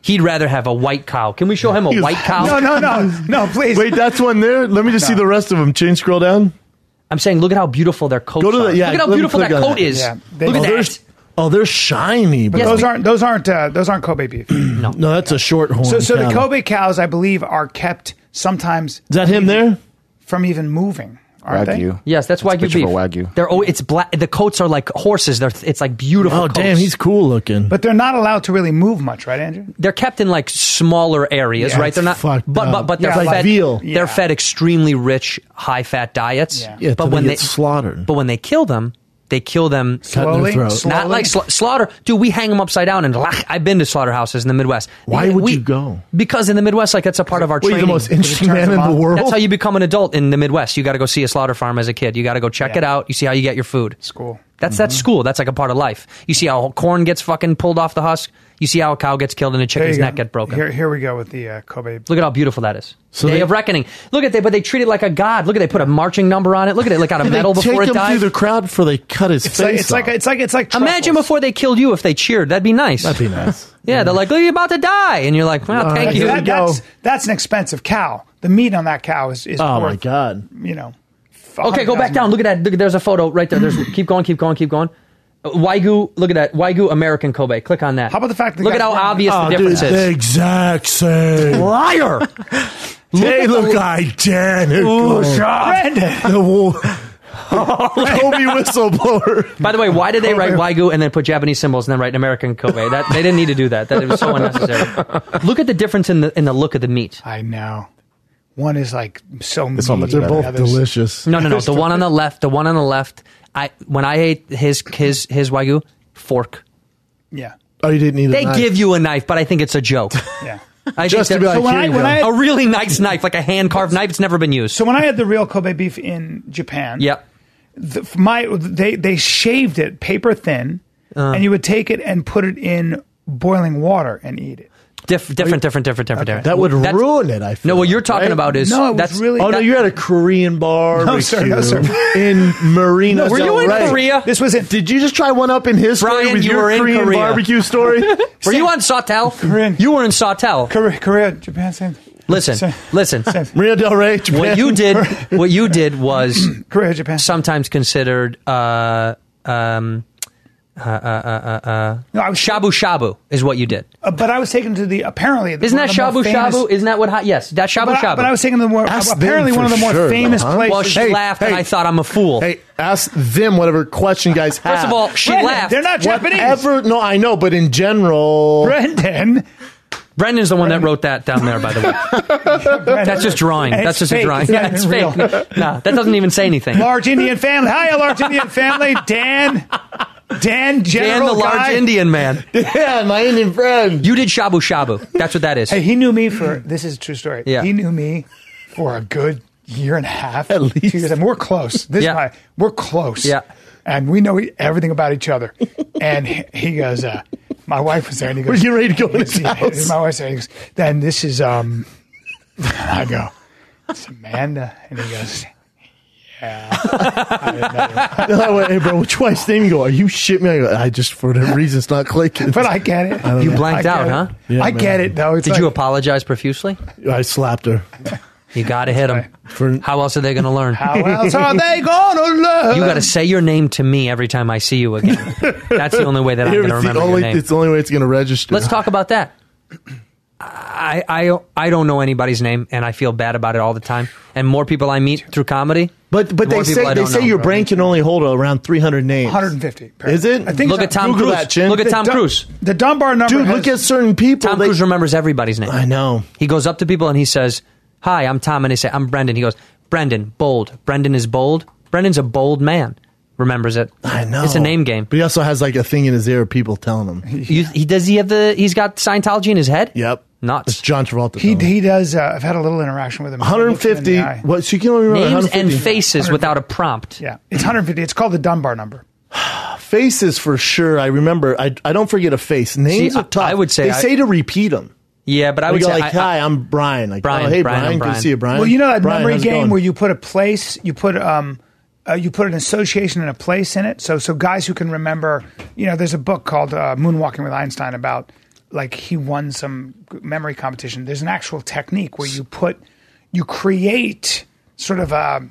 [SPEAKER 6] He'd rather have a white cow. Can we show him a white
[SPEAKER 1] *laughs*
[SPEAKER 6] cow?
[SPEAKER 1] No, no, no, no. Please.
[SPEAKER 5] Wait, that's one there. Let me just see the rest of them. Change, scroll down.
[SPEAKER 6] I'm saying, look at how beautiful their coats
[SPEAKER 5] Go to the-
[SPEAKER 6] are.
[SPEAKER 5] yeah, let
[SPEAKER 6] look at how
[SPEAKER 5] me
[SPEAKER 6] beautiful that
[SPEAKER 5] click on
[SPEAKER 6] coat
[SPEAKER 5] that.
[SPEAKER 6] is.
[SPEAKER 1] Yeah, they-
[SPEAKER 6] look
[SPEAKER 1] Oh,
[SPEAKER 6] at
[SPEAKER 5] they're,
[SPEAKER 6] that.
[SPEAKER 5] s- oh, they're shiny.
[SPEAKER 1] But
[SPEAKER 5] bro.
[SPEAKER 1] those aren't. Those aren't. Uh, those aren't Kobe
[SPEAKER 5] *clears throat*
[SPEAKER 1] beef.
[SPEAKER 5] no, that's a shorthorn.
[SPEAKER 1] so, so the
[SPEAKER 5] cow.
[SPEAKER 1] Kobe cows, I believe, are kept sometimes
[SPEAKER 5] Is that him there?
[SPEAKER 1] from even moving. Aren't they?
[SPEAKER 7] Wagyu.
[SPEAKER 6] Yes, that's
[SPEAKER 7] It's a
[SPEAKER 6] wagyu
[SPEAKER 7] picture
[SPEAKER 6] beef.
[SPEAKER 7] of a Wagyu.
[SPEAKER 6] They're oh, it's black. The coats are like horses. They're it's like beautiful.
[SPEAKER 5] Oh,
[SPEAKER 6] coats.
[SPEAKER 5] damn, he's cool looking.
[SPEAKER 1] But they're not allowed to really move much, right, Andrew?
[SPEAKER 6] they're kept in like smaller areas,
[SPEAKER 1] Yeah,
[SPEAKER 6] right?
[SPEAKER 5] it's
[SPEAKER 6] They're not, but
[SPEAKER 5] fucked up.
[SPEAKER 6] but but they're
[SPEAKER 1] Yeah, like
[SPEAKER 6] fed.
[SPEAKER 5] veal.
[SPEAKER 6] They're
[SPEAKER 1] Yeah.
[SPEAKER 6] fed extremely rich, high fat diets.
[SPEAKER 1] Yeah.
[SPEAKER 5] Yeah,
[SPEAKER 6] but
[SPEAKER 5] till
[SPEAKER 6] when
[SPEAKER 5] they
[SPEAKER 6] they
[SPEAKER 5] get slaughtered.
[SPEAKER 6] but when they kill them, they kill them.
[SPEAKER 5] Cut in their
[SPEAKER 1] Slowly,
[SPEAKER 5] throat.
[SPEAKER 1] slowly.
[SPEAKER 6] Not like sla- slaughter, dude. We hang them upside down, and lach, I've been to slaughterhouses in the Midwest.
[SPEAKER 5] Why
[SPEAKER 6] We-
[SPEAKER 5] would
[SPEAKER 6] we-
[SPEAKER 5] you go?
[SPEAKER 6] Because in the Midwest, like that's a part of our
[SPEAKER 5] What are you,
[SPEAKER 6] training.
[SPEAKER 5] the most interesting
[SPEAKER 1] turns
[SPEAKER 5] man
[SPEAKER 1] them
[SPEAKER 5] in the
[SPEAKER 1] on.
[SPEAKER 5] world?
[SPEAKER 6] that's how you become an adult in the Midwest. You got to go see a slaughter farm as a kid. You got to go check
[SPEAKER 1] Yeah.
[SPEAKER 6] it out. You see how you get your food.
[SPEAKER 1] School.
[SPEAKER 6] That's that's
[SPEAKER 5] Mm-hmm.
[SPEAKER 6] school. That's like a part of life. You see how corn gets fucking pulled off the husk. You see how a cow gets killed and a
[SPEAKER 1] There you
[SPEAKER 6] chicken's
[SPEAKER 1] go.
[SPEAKER 6] neck get broken.
[SPEAKER 1] Here, here we go with the uh, Kobe.
[SPEAKER 6] Look at how beautiful that is.
[SPEAKER 5] So
[SPEAKER 6] Day
[SPEAKER 5] they-
[SPEAKER 6] of Reckoning. Look at that, but they treat it like a god. Look at they put a marching number on it. Look at it, like on a
[SPEAKER 5] Did *laughs* they
[SPEAKER 6] medal before
[SPEAKER 5] take
[SPEAKER 6] it
[SPEAKER 5] him through
[SPEAKER 6] dies.
[SPEAKER 5] the crowd before they cut his
[SPEAKER 1] It's like
[SPEAKER 5] face
[SPEAKER 1] it's like
[SPEAKER 5] off.
[SPEAKER 1] it's like it's like.
[SPEAKER 6] Imagine
[SPEAKER 1] truffles.
[SPEAKER 6] before they killed you if they cheered. That'd be nice.
[SPEAKER 5] That'd be
[SPEAKER 6] *laughs*
[SPEAKER 5] nice. Uh,
[SPEAKER 6] yeah, they're like, look, you're about to die, and you're like, well,
[SPEAKER 5] All
[SPEAKER 6] thank
[SPEAKER 5] right,
[SPEAKER 6] you.
[SPEAKER 5] here
[SPEAKER 1] That-
[SPEAKER 5] we go.
[SPEAKER 1] that's that's an expensive cow. The meat on that cow is is
[SPEAKER 5] Oh my
[SPEAKER 1] worth,
[SPEAKER 5] god!
[SPEAKER 1] You know.
[SPEAKER 6] Okay, go back down. Look at that. Look, there's a photo right there. There's keep going, keep going, keep going. Uh, Wagyu, look at that. Wagyu American Kobe. Click on that.
[SPEAKER 1] How about the fact that
[SPEAKER 6] look
[SPEAKER 1] the
[SPEAKER 6] at how
[SPEAKER 1] guy's wearing-
[SPEAKER 6] obvious the
[SPEAKER 5] Oh, dude,
[SPEAKER 6] difference
[SPEAKER 5] it's the
[SPEAKER 6] is.
[SPEAKER 5] exact same. *laughs*
[SPEAKER 6] Liar.
[SPEAKER 5] they look identical.
[SPEAKER 1] Ooh, Brandon.
[SPEAKER 5] The wo-
[SPEAKER 6] *laughs* Oh,
[SPEAKER 5] Kobe whistleblower.
[SPEAKER 6] By the way, why did they write Wagyu and then put Japanese symbols and then write American Kobe? That they didn't need to do that. That it was so unnecessary. Look at the difference in the in the look of the meat.
[SPEAKER 1] I know. One is like so. This
[SPEAKER 7] one looks
[SPEAKER 5] They're both delicious.
[SPEAKER 6] No, no, no. The one on the left, the one on the left. I when I ate his his his Wagyu fork.
[SPEAKER 1] Yeah.
[SPEAKER 5] Oh, you didn't need. A
[SPEAKER 6] They
[SPEAKER 5] knife.
[SPEAKER 6] give you a knife, but I think it's a joke.
[SPEAKER 1] Yeah.
[SPEAKER 6] I
[SPEAKER 5] Just to
[SPEAKER 6] think
[SPEAKER 5] be
[SPEAKER 6] that-
[SPEAKER 5] like,
[SPEAKER 1] when
[SPEAKER 5] here
[SPEAKER 1] I-
[SPEAKER 5] you
[SPEAKER 1] when
[SPEAKER 5] go.
[SPEAKER 1] I-
[SPEAKER 6] a really nice knife, like a hand carved knife. It's never been used.
[SPEAKER 1] So when I had the real Kobe beef in Japan,
[SPEAKER 6] yeah.
[SPEAKER 1] the, my they they shaved it paper thin,
[SPEAKER 6] Uh.
[SPEAKER 1] and you would take it and put it in boiling water and eat it.
[SPEAKER 6] Diff, different, different, different, different, different.
[SPEAKER 5] that would
[SPEAKER 6] That's-
[SPEAKER 5] ruin it. I feel.
[SPEAKER 6] No, what you're talking
[SPEAKER 5] right?
[SPEAKER 6] about is
[SPEAKER 1] No, it was
[SPEAKER 6] that's
[SPEAKER 1] really-
[SPEAKER 5] Oh no, you're at a Korean bar.
[SPEAKER 1] No, sir, no, sir.
[SPEAKER 5] In Marina.
[SPEAKER 6] were
[SPEAKER 5] del
[SPEAKER 6] you in
[SPEAKER 5] Rey.
[SPEAKER 6] Korea?
[SPEAKER 1] This was in
[SPEAKER 5] Did you just try one up in his story
[SPEAKER 6] Brian,
[SPEAKER 5] with
[SPEAKER 6] you
[SPEAKER 5] your
[SPEAKER 6] were in
[SPEAKER 5] Korean
[SPEAKER 6] Korea.
[SPEAKER 5] barbecue
[SPEAKER 6] *laughs*
[SPEAKER 5] story?
[SPEAKER 6] Were you on Sawtell?
[SPEAKER 1] Korean.
[SPEAKER 6] You were in Sawtell.
[SPEAKER 1] Korea, Korea Japan. Same.
[SPEAKER 6] Listen,
[SPEAKER 1] same-
[SPEAKER 6] listen.
[SPEAKER 1] same.
[SPEAKER 5] Marina Del Rey. Japan.
[SPEAKER 6] What you did, what you did was
[SPEAKER 1] *clears throat* Korea, Japan.
[SPEAKER 6] sometimes considered uh, um, uh,
[SPEAKER 1] no, I was
[SPEAKER 6] shabu shabu is what you did.
[SPEAKER 1] Uh, but I was taken to the apparently.
[SPEAKER 6] Isn't
[SPEAKER 1] one
[SPEAKER 6] that
[SPEAKER 1] of the more
[SPEAKER 6] shabu
[SPEAKER 1] famous-
[SPEAKER 6] shabu? Isn't that what? hi- Yes, that shabu
[SPEAKER 1] But I,
[SPEAKER 6] shabu.
[SPEAKER 1] but I was taken to the more
[SPEAKER 5] Ask them
[SPEAKER 1] apparently one of
[SPEAKER 5] for
[SPEAKER 1] the more
[SPEAKER 5] sure, though,
[SPEAKER 1] famous
[SPEAKER 5] huh?
[SPEAKER 1] places.
[SPEAKER 6] well, she
[SPEAKER 5] Hey,
[SPEAKER 6] laughed, and
[SPEAKER 5] hey.
[SPEAKER 6] I thought I'm a
[SPEAKER 5] *laughs*
[SPEAKER 6] fool.
[SPEAKER 5] Hey, ask them whatever question you guys have.
[SPEAKER 6] First of all, she
[SPEAKER 1] Brandon,
[SPEAKER 6] laughed.
[SPEAKER 1] They're not Japanese.
[SPEAKER 5] Whatever. No, I know, but in general,
[SPEAKER 1] Brendan.
[SPEAKER 6] Brendan's the one that wrote that down there,
[SPEAKER 1] *laughs*
[SPEAKER 6] by the way. That's just drawing.
[SPEAKER 1] And
[SPEAKER 6] That's
[SPEAKER 1] it's
[SPEAKER 6] just a
[SPEAKER 1] fake.
[SPEAKER 6] drawing.
[SPEAKER 1] It's not
[SPEAKER 6] That's
[SPEAKER 1] even
[SPEAKER 6] fake. No, that doesn't even say anything.
[SPEAKER 1] large Indian family. Hi, large Indian
[SPEAKER 6] *laughs*
[SPEAKER 1] family. Dan. Dan,
[SPEAKER 6] Dan,
[SPEAKER 1] general
[SPEAKER 6] the large
[SPEAKER 1] guy.
[SPEAKER 5] *laughs*
[SPEAKER 6] Indian man.
[SPEAKER 5] *laughs* yeah, my Indian
[SPEAKER 6] *laughs*
[SPEAKER 5] friend.
[SPEAKER 6] You did shabu shabu. That's what that is.
[SPEAKER 1] Hey, he knew me for this is a true story.
[SPEAKER 6] Yeah.
[SPEAKER 1] He knew me for a good year and a half.
[SPEAKER 5] At least.
[SPEAKER 1] Two years. And we're close. This
[SPEAKER 6] Yeah.
[SPEAKER 1] guy, we're close.
[SPEAKER 6] Yeah.
[SPEAKER 1] And we know everything about each other. And he he goes, uh, my wife was there and he goes,
[SPEAKER 5] Were you ready to go in
[SPEAKER 1] *laughs*
[SPEAKER 5] his
[SPEAKER 1] he-
[SPEAKER 5] house?
[SPEAKER 1] My wife said, he goes, then this is, um, *laughs* I go, it's Amanda. And he goes,
[SPEAKER 5] And I went, hey, bro, which wife's name? You go, are you shit me? I go, I just, for the reason, it's not clicking.
[SPEAKER 1] but I get it.
[SPEAKER 5] don't
[SPEAKER 6] You
[SPEAKER 5] know.
[SPEAKER 6] blanked
[SPEAKER 1] I get
[SPEAKER 6] out,
[SPEAKER 1] it.
[SPEAKER 6] huh?
[SPEAKER 5] Yeah,
[SPEAKER 1] I
[SPEAKER 5] man.
[SPEAKER 1] get it, though. It's
[SPEAKER 6] Did
[SPEAKER 1] like,
[SPEAKER 6] you apologize profusely?
[SPEAKER 5] I slapped her.
[SPEAKER 6] You got to hit them.
[SPEAKER 5] For- *laughs*
[SPEAKER 6] How else are they going to learn?
[SPEAKER 1] How else are they gonna learn?
[SPEAKER 6] You got to say your name to me every time I see you again. That's the only way that I'm
[SPEAKER 5] Here,
[SPEAKER 6] going to
[SPEAKER 5] it's, the
[SPEAKER 6] remember your
[SPEAKER 5] only,
[SPEAKER 6] name.
[SPEAKER 5] it's the only way it's going to register.
[SPEAKER 6] Let's talk about that. I, I I don't know anybody's name, and I feel bad about it all the time. And more people I meet through comedy,
[SPEAKER 5] But
[SPEAKER 6] the
[SPEAKER 5] but they
[SPEAKER 6] more people
[SPEAKER 5] say
[SPEAKER 6] I
[SPEAKER 5] they
[SPEAKER 6] don't
[SPEAKER 5] say
[SPEAKER 6] know.
[SPEAKER 5] your brain can only hold around 300 names.
[SPEAKER 1] 150.
[SPEAKER 5] Is it?
[SPEAKER 1] I think
[SPEAKER 6] Look
[SPEAKER 1] so.
[SPEAKER 6] at Tom
[SPEAKER 5] Google
[SPEAKER 6] Cruise.
[SPEAKER 5] that, Chin.
[SPEAKER 6] Look at
[SPEAKER 5] The
[SPEAKER 6] Tom
[SPEAKER 1] Dun-
[SPEAKER 6] Cruise.
[SPEAKER 1] The Dunbar number.
[SPEAKER 5] Dude,
[SPEAKER 1] has-
[SPEAKER 5] look at certain people.
[SPEAKER 6] Tom
[SPEAKER 5] they-
[SPEAKER 6] Cruise remembers everybody's name.
[SPEAKER 5] I know.
[SPEAKER 6] He goes up to people and he says, "Hi, I'm Tom," and they say, "I'm Brendan." He goes, "Brendan, bold. Brendan is bold. Brendan's a bold man." Remembers it.
[SPEAKER 5] I know.
[SPEAKER 6] It's a name game.
[SPEAKER 5] But he also has like a thing in his ear of people telling him.
[SPEAKER 6] You, he does. He have the. He's got Scientology in his head.
[SPEAKER 5] Yep.
[SPEAKER 6] Nuts.
[SPEAKER 5] It's John Travolta.
[SPEAKER 1] He, he does. Uh, I've had a little interaction with him.
[SPEAKER 5] 150. What? So you can only remember
[SPEAKER 6] Names
[SPEAKER 5] 150.
[SPEAKER 6] and faces without a prompt.
[SPEAKER 1] Yeah, it's 150. It's called the Dunbar number.
[SPEAKER 5] faces for sure. I remember. I, I don't forget a face. Names
[SPEAKER 6] See,
[SPEAKER 5] are tough.
[SPEAKER 6] I- I would say
[SPEAKER 5] they
[SPEAKER 6] I-
[SPEAKER 5] say to repeat them.
[SPEAKER 6] Yeah, but I would
[SPEAKER 5] go
[SPEAKER 6] say
[SPEAKER 5] like,
[SPEAKER 6] I- I-
[SPEAKER 5] "Hi, I, am Brian." Like,
[SPEAKER 6] Brian,
[SPEAKER 5] "Oh, hey,
[SPEAKER 6] Brian,
[SPEAKER 5] Brian, good
[SPEAKER 6] I'm Brian."
[SPEAKER 5] to see you, Brian.
[SPEAKER 1] Well, you know that
[SPEAKER 5] Brian,
[SPEAKER 1] memory
[SPEAKER 5] how's it
[SPEAKER 1] game
[SPEAKER 5] going?
[SPEAKER 1] where you put a place, you put um, uh, you put an association and a place in it. So, so guys who can remember, you know, there's a book called uh, Moonwalking with Einstein about like he won some g- memory competition. There's an actual technique where you put, you create sort of a.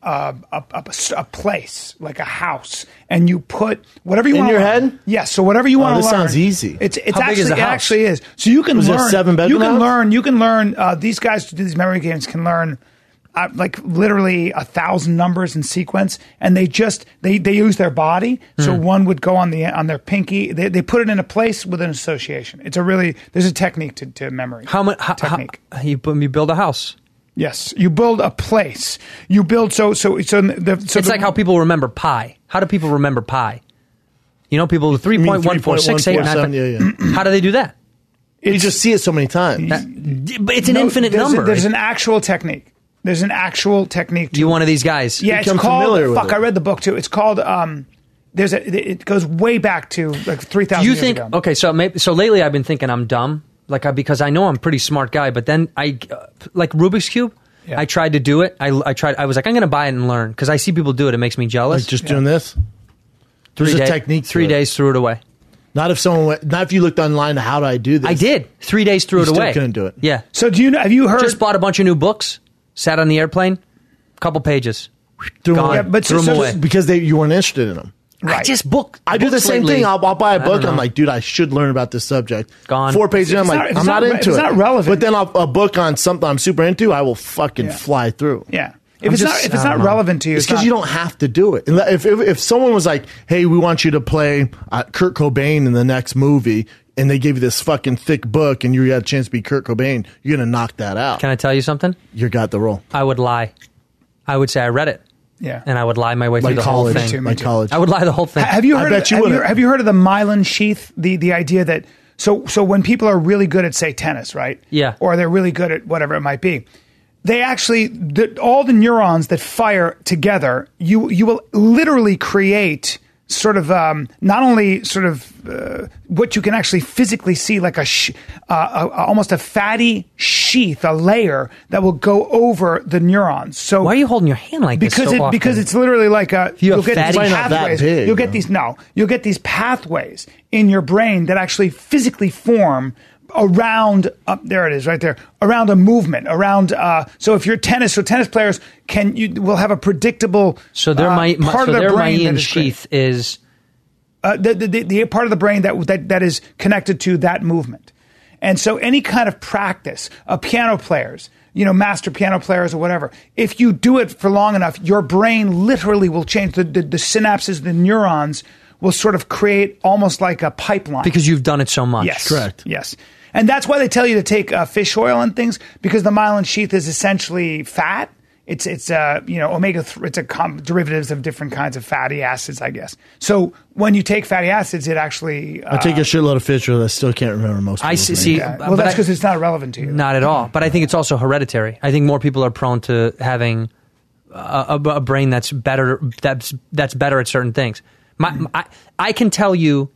[SPEAKER 1] A, a, a, a place like a house, and you put whatever you
[SPEAKER 5] In
[SPEAKER 1] want
[SPEAKER 5] your head?
[SPEAKER 1] Yes. so whatever you
[SPEAKER 5] Oh,
[SPEAKER 1] want to
[SPEAKER 5] this
[SPEAKER 1] learn.
[SPEAKER 5] sounds easy.
[SPEAKER 1] It's it's
[SPEAKER 6] How big
[SPEAKER 1] actually
[SPEAKER 6] is the
[SPEAKER 1] it
[SPEAKER 6] house?
[SPEAKER 1] actually is. So you can
[SPEAKER 5] Was it a
[SPEAKER 1] learn.
[SPEAKER 5] seven-bedroom
[SPEAKER 1] You can
[SPEAKER 5] house?
[SPEAKER 1] learn. You can learn. Uh, these guys who do these memory games can learn. Uh, like literally a thousand numbers in sequence, and they just they they use their body. So
[SPEAKER 6] Hmm.
[SPEAKER 1] one would go on the on their pinky. They, they put it in a place with an association. It's a really there's a technique to, to memory.
[SPEAKER 6] How much? How, how,
[SPEAKER 1] technique?
[SPEAKER 6] you, bu- you build a house.
[SPEAKER 1] yes, you build a place. You build so so so the so
[SPEAKER 6] it's
[SPEAKER 1] the-
[SPEAKER 6] like how people remember pi. How do people remember pi? You know, people the three
[SPEAKER 5] mean
[SPEAKER 6] point one four six eight nine.
[SPEAKER 5] 3.147, yeah, *clears throat*
[SPEAKER 6] How do they do that?
[SPEAKER 5] You just see it so many times.
[SPEAKER 6] But it's an
[SPEAKER 1] no,
[SPEAKER 6] infinite
[SPEAKER 1] there's a-
[SPEAKER 6] number.
[SPEAKER 1] there's an actual technique. There's an actual technique. To
[SPEAKER 6] you one of these guys.
[SPEAKER 1] yeah, it's
[SPEAKER 5] become
[SPEAKER 1] called.
[SPEAKER 5] familiar with
[SPEAKER 1] fuck,
[SPEAKER 5] it.
[SPEAKER 1] I read the book too. It's called. um There's a. It goes way back to like three thousand.
[SPEAKER 6] Do you
[SPEAKER 1] years
[SPEAKER 6] think?
[SPEAKER 1] ago.
[SPEAKER 6] Okay, so maybe so lately I've been thinking I'm dumb, like I, because I know I'm a pretty smart guy, but then I uh, like Rubik's cube.
[SPEAKER 1] Yeah.
[SPEAKER 6] I tried to do it. I, I tried. I was like, I'm going to buy it and learn because I see people do it. It makes me jealous.
[SPEAKER 5] Like just doing this. There's
[SPEAKER 6] three
[SPEAKER 5] a
[SPEAKER 6] day-
[SPEAKER 5] technique. to
[SPEAKER 6] Three
[SPEAKER 5] it.
[SPEAKER 6] days threw it away.
[SPEAKER 5] Not if someone. Went, not if you looked online. How do I do this?
[SPEAKER 6] I did. Three days threw
[SPEAKER 5] You
[SPEAKER 6] it
[SPEAKER 5] still
[SPEAKER 6] away.
[SPEAKER 5] couldn't do it.
[SPEAKER 6] Yeah.
[SPEAKER 1] So do you know? Have you heard?
[SPEAKER 6] Just bought a bunch of new books. Sat on the airplane. Couple pages.
[SPEAKER 5] Threw 'em
[SPEAKER 6] Gone.
[SPEAKER 5] away.
[SPEAKER 1] Yeah, but
[SPEAKER 6] threw
[SPEAKER 1] so-
[SPEAKER 6] 'em
[SPEAKER 1] so-
[SPEAKER 6] away.
[SPEAKER 5] because they you weren't interested in them.
[SPEAKER 6] I just book.
[SPEAKER 5] I do the
[SPEAKER 6] books
[SPEAKER 5] same
[SPEAKER 6] lately.
[SPEAKER 5] thing. I'll, I'll buy a
[SPEAKER 6] I don't
[SPEAKER 5] book. I'm
[SPEAKER 6] know.
[SPEAKER 5] like, dude, I should learn about this subject.
[SPEAKER 6] Gone.
[SPEAKER 5] Four pages. in, I'm
[SPEAKER 1] It's
[SPEAKER 5] like,
[SPEAKER 1] not- it's
[SPEAKER 5] I'm
[SPEAKER 1] not
[SPEAKER 5] not,
[SPEAKER 1] re-
[SPEAKER 5] into
[SPEAKER 1] it's
[SPEAKER 5] it.
[SPEAKER 1] not relevant.
[SPEAKER 5] But then I'll, a book on something I'm super into, I will fucking
[SPEAKER 1] Yeah.
[SPEAKER 5] fly through.
[SPEAKER 1] yeah.
[SPEAKER 6] I'm
[SPEAKER 1] If it's
[SPEAKER 6] just-
[SPEAKER 1] not if it's
[SPEAKER 6] I don't
[SPEAKER 1] not
[SPEAKER 6] know.
[SPEAKER 1] relevant to you,
[SPEAKER 5] It's
[SPEAKER 1] not-
[SPEAKER 5] because you don't have to do it. Unle- If, if if someone was like, "Hey, we want you to play uh, Kurt Cobain in the next movie," and they gave you this fucking thick book, and you got a chance to be Kurt Cobain, you're gonna knock that out.
[SPEAKER 6] Can I tell you something?
[SPEAKER 5] you got the role,
[SPEAKER 6] I would lie. I would say I read it,
[SPEAKER 1] Yeah.
[SPEAKER 6] and I would lie my way through
[SPEAKER 5] like
[SPEAKER 6] the whole
[SPEAKER 5] college,
[SPEAKER 6] thing.
[SPEAKER 1] too, me
[SPEAKER 5] like
[SPEAKER 1] too.
[SPEAKER 5] college.
[SPEAKER 6] I would lie the whole thing.
[SPEAKER 1] Ha- Have you
[SPEAKER 5] I
[SPEAKER 1] heard?
[SPEAKER 5] bet
[SPEAKER 1] of,
[SPEAKER 5] you
[SPEAKER 1] have, you,
[SPEAKER 5] wouldn't.
[SPEAKER 1] have you heard of the Milan sheath? The the idea that so so when people are really good at say tennis, right?
[SPEAKER 6] Yeah.
[SPEAKER 1] Or they're really good at whatever it might be. They actually the, all the neurons that fire together. You you will literally create sort of um, not only sort of uh, what you can actually physically see like a, sh- uh, a, a almost a fatty sheath a layer that will go over the neurons so
[SPEAKER 6] Why are you holding your hand like this?
[SPEAKER 1] because
[SPEAKER 6] so
[SPEAKER 1] it,
[SPEAKER 6] often?
[SPEAKER 1] because it's literally like a
[SPEAKER 6] you have
[SPEAKER 1] will get
[SPEAKER 6] fatty-
[SPEAKER 1] these
[SPEAKER 6] Probably
[SPEAKER 5] not that
[SPEAKER 1] pathways.
[SPEAKER 5] big,
[SPEAKER 1] you'll get
[SPEAKER 5] though.
[SPEAKER 1] these no, you'll get these pathways in your brain that actually physically form around up there it is right there around a movement around uh so if you're tennis so tennis players can you will have a predictable
[SPEAKER 6] so their
[SPEAKER 1] uh,
[SPEAKER 6] my, my
[SPEAKER 1] part
[SPEAKER 6] so
[SPEAKER 1] of their
[SPEAKER 6] their
[SPEAKER 1] brain that
[SPEAKER 6] Mayan
[SPEAKER 1] is great.
[SPEAKER 6] sheath is
[SPEAKER 1] uh, the, the, the, the part of the brain that, that, that is connected to that movement. And so any kind of practice, uh, piano players, you know, master piano players or whatever, if you do it for long enough, your brain literally will change. The, the, the synapses, the neurons will sort of create almost like a pipeline.
[SPEAKER 6] because you've done it so much.
[SPEAKER 1] Yes.
[SPEAKER 5] Correct.
[SPEAKER 1] Yes. And that's why they tell you to take uh, fish oil and things because the myelin sheath is essentially fat. It's it's uh you know omega th- it's a com- derivatives of different kinds of fatty acids I guess. So when you take fatty acids, it actually uh,
[SPEAKER 5] I take a shitload of fish, but I still can't remember most.
[SPEAKER 6] I
[SPEAKER 5] people's
[SPEAKER 6] see.
[SPEAKER 5] names.
[SPEAKER 6] see
[SPEAKER 1] yeah.
[SPEAKER 6] but
[SPEAKER 1] well that's
[SPEAKER 6] I-
[SPEAKER 1] because it's not relevant to you.
[SPEAKER 6] not at all. But I think it's also hereditary. I think more people are prone to having a, a, a brain that's better that's that's better at certain things. My,
[SPEAKER 5] Mm-hmm.
[SPEAKER 6] I I can tell you,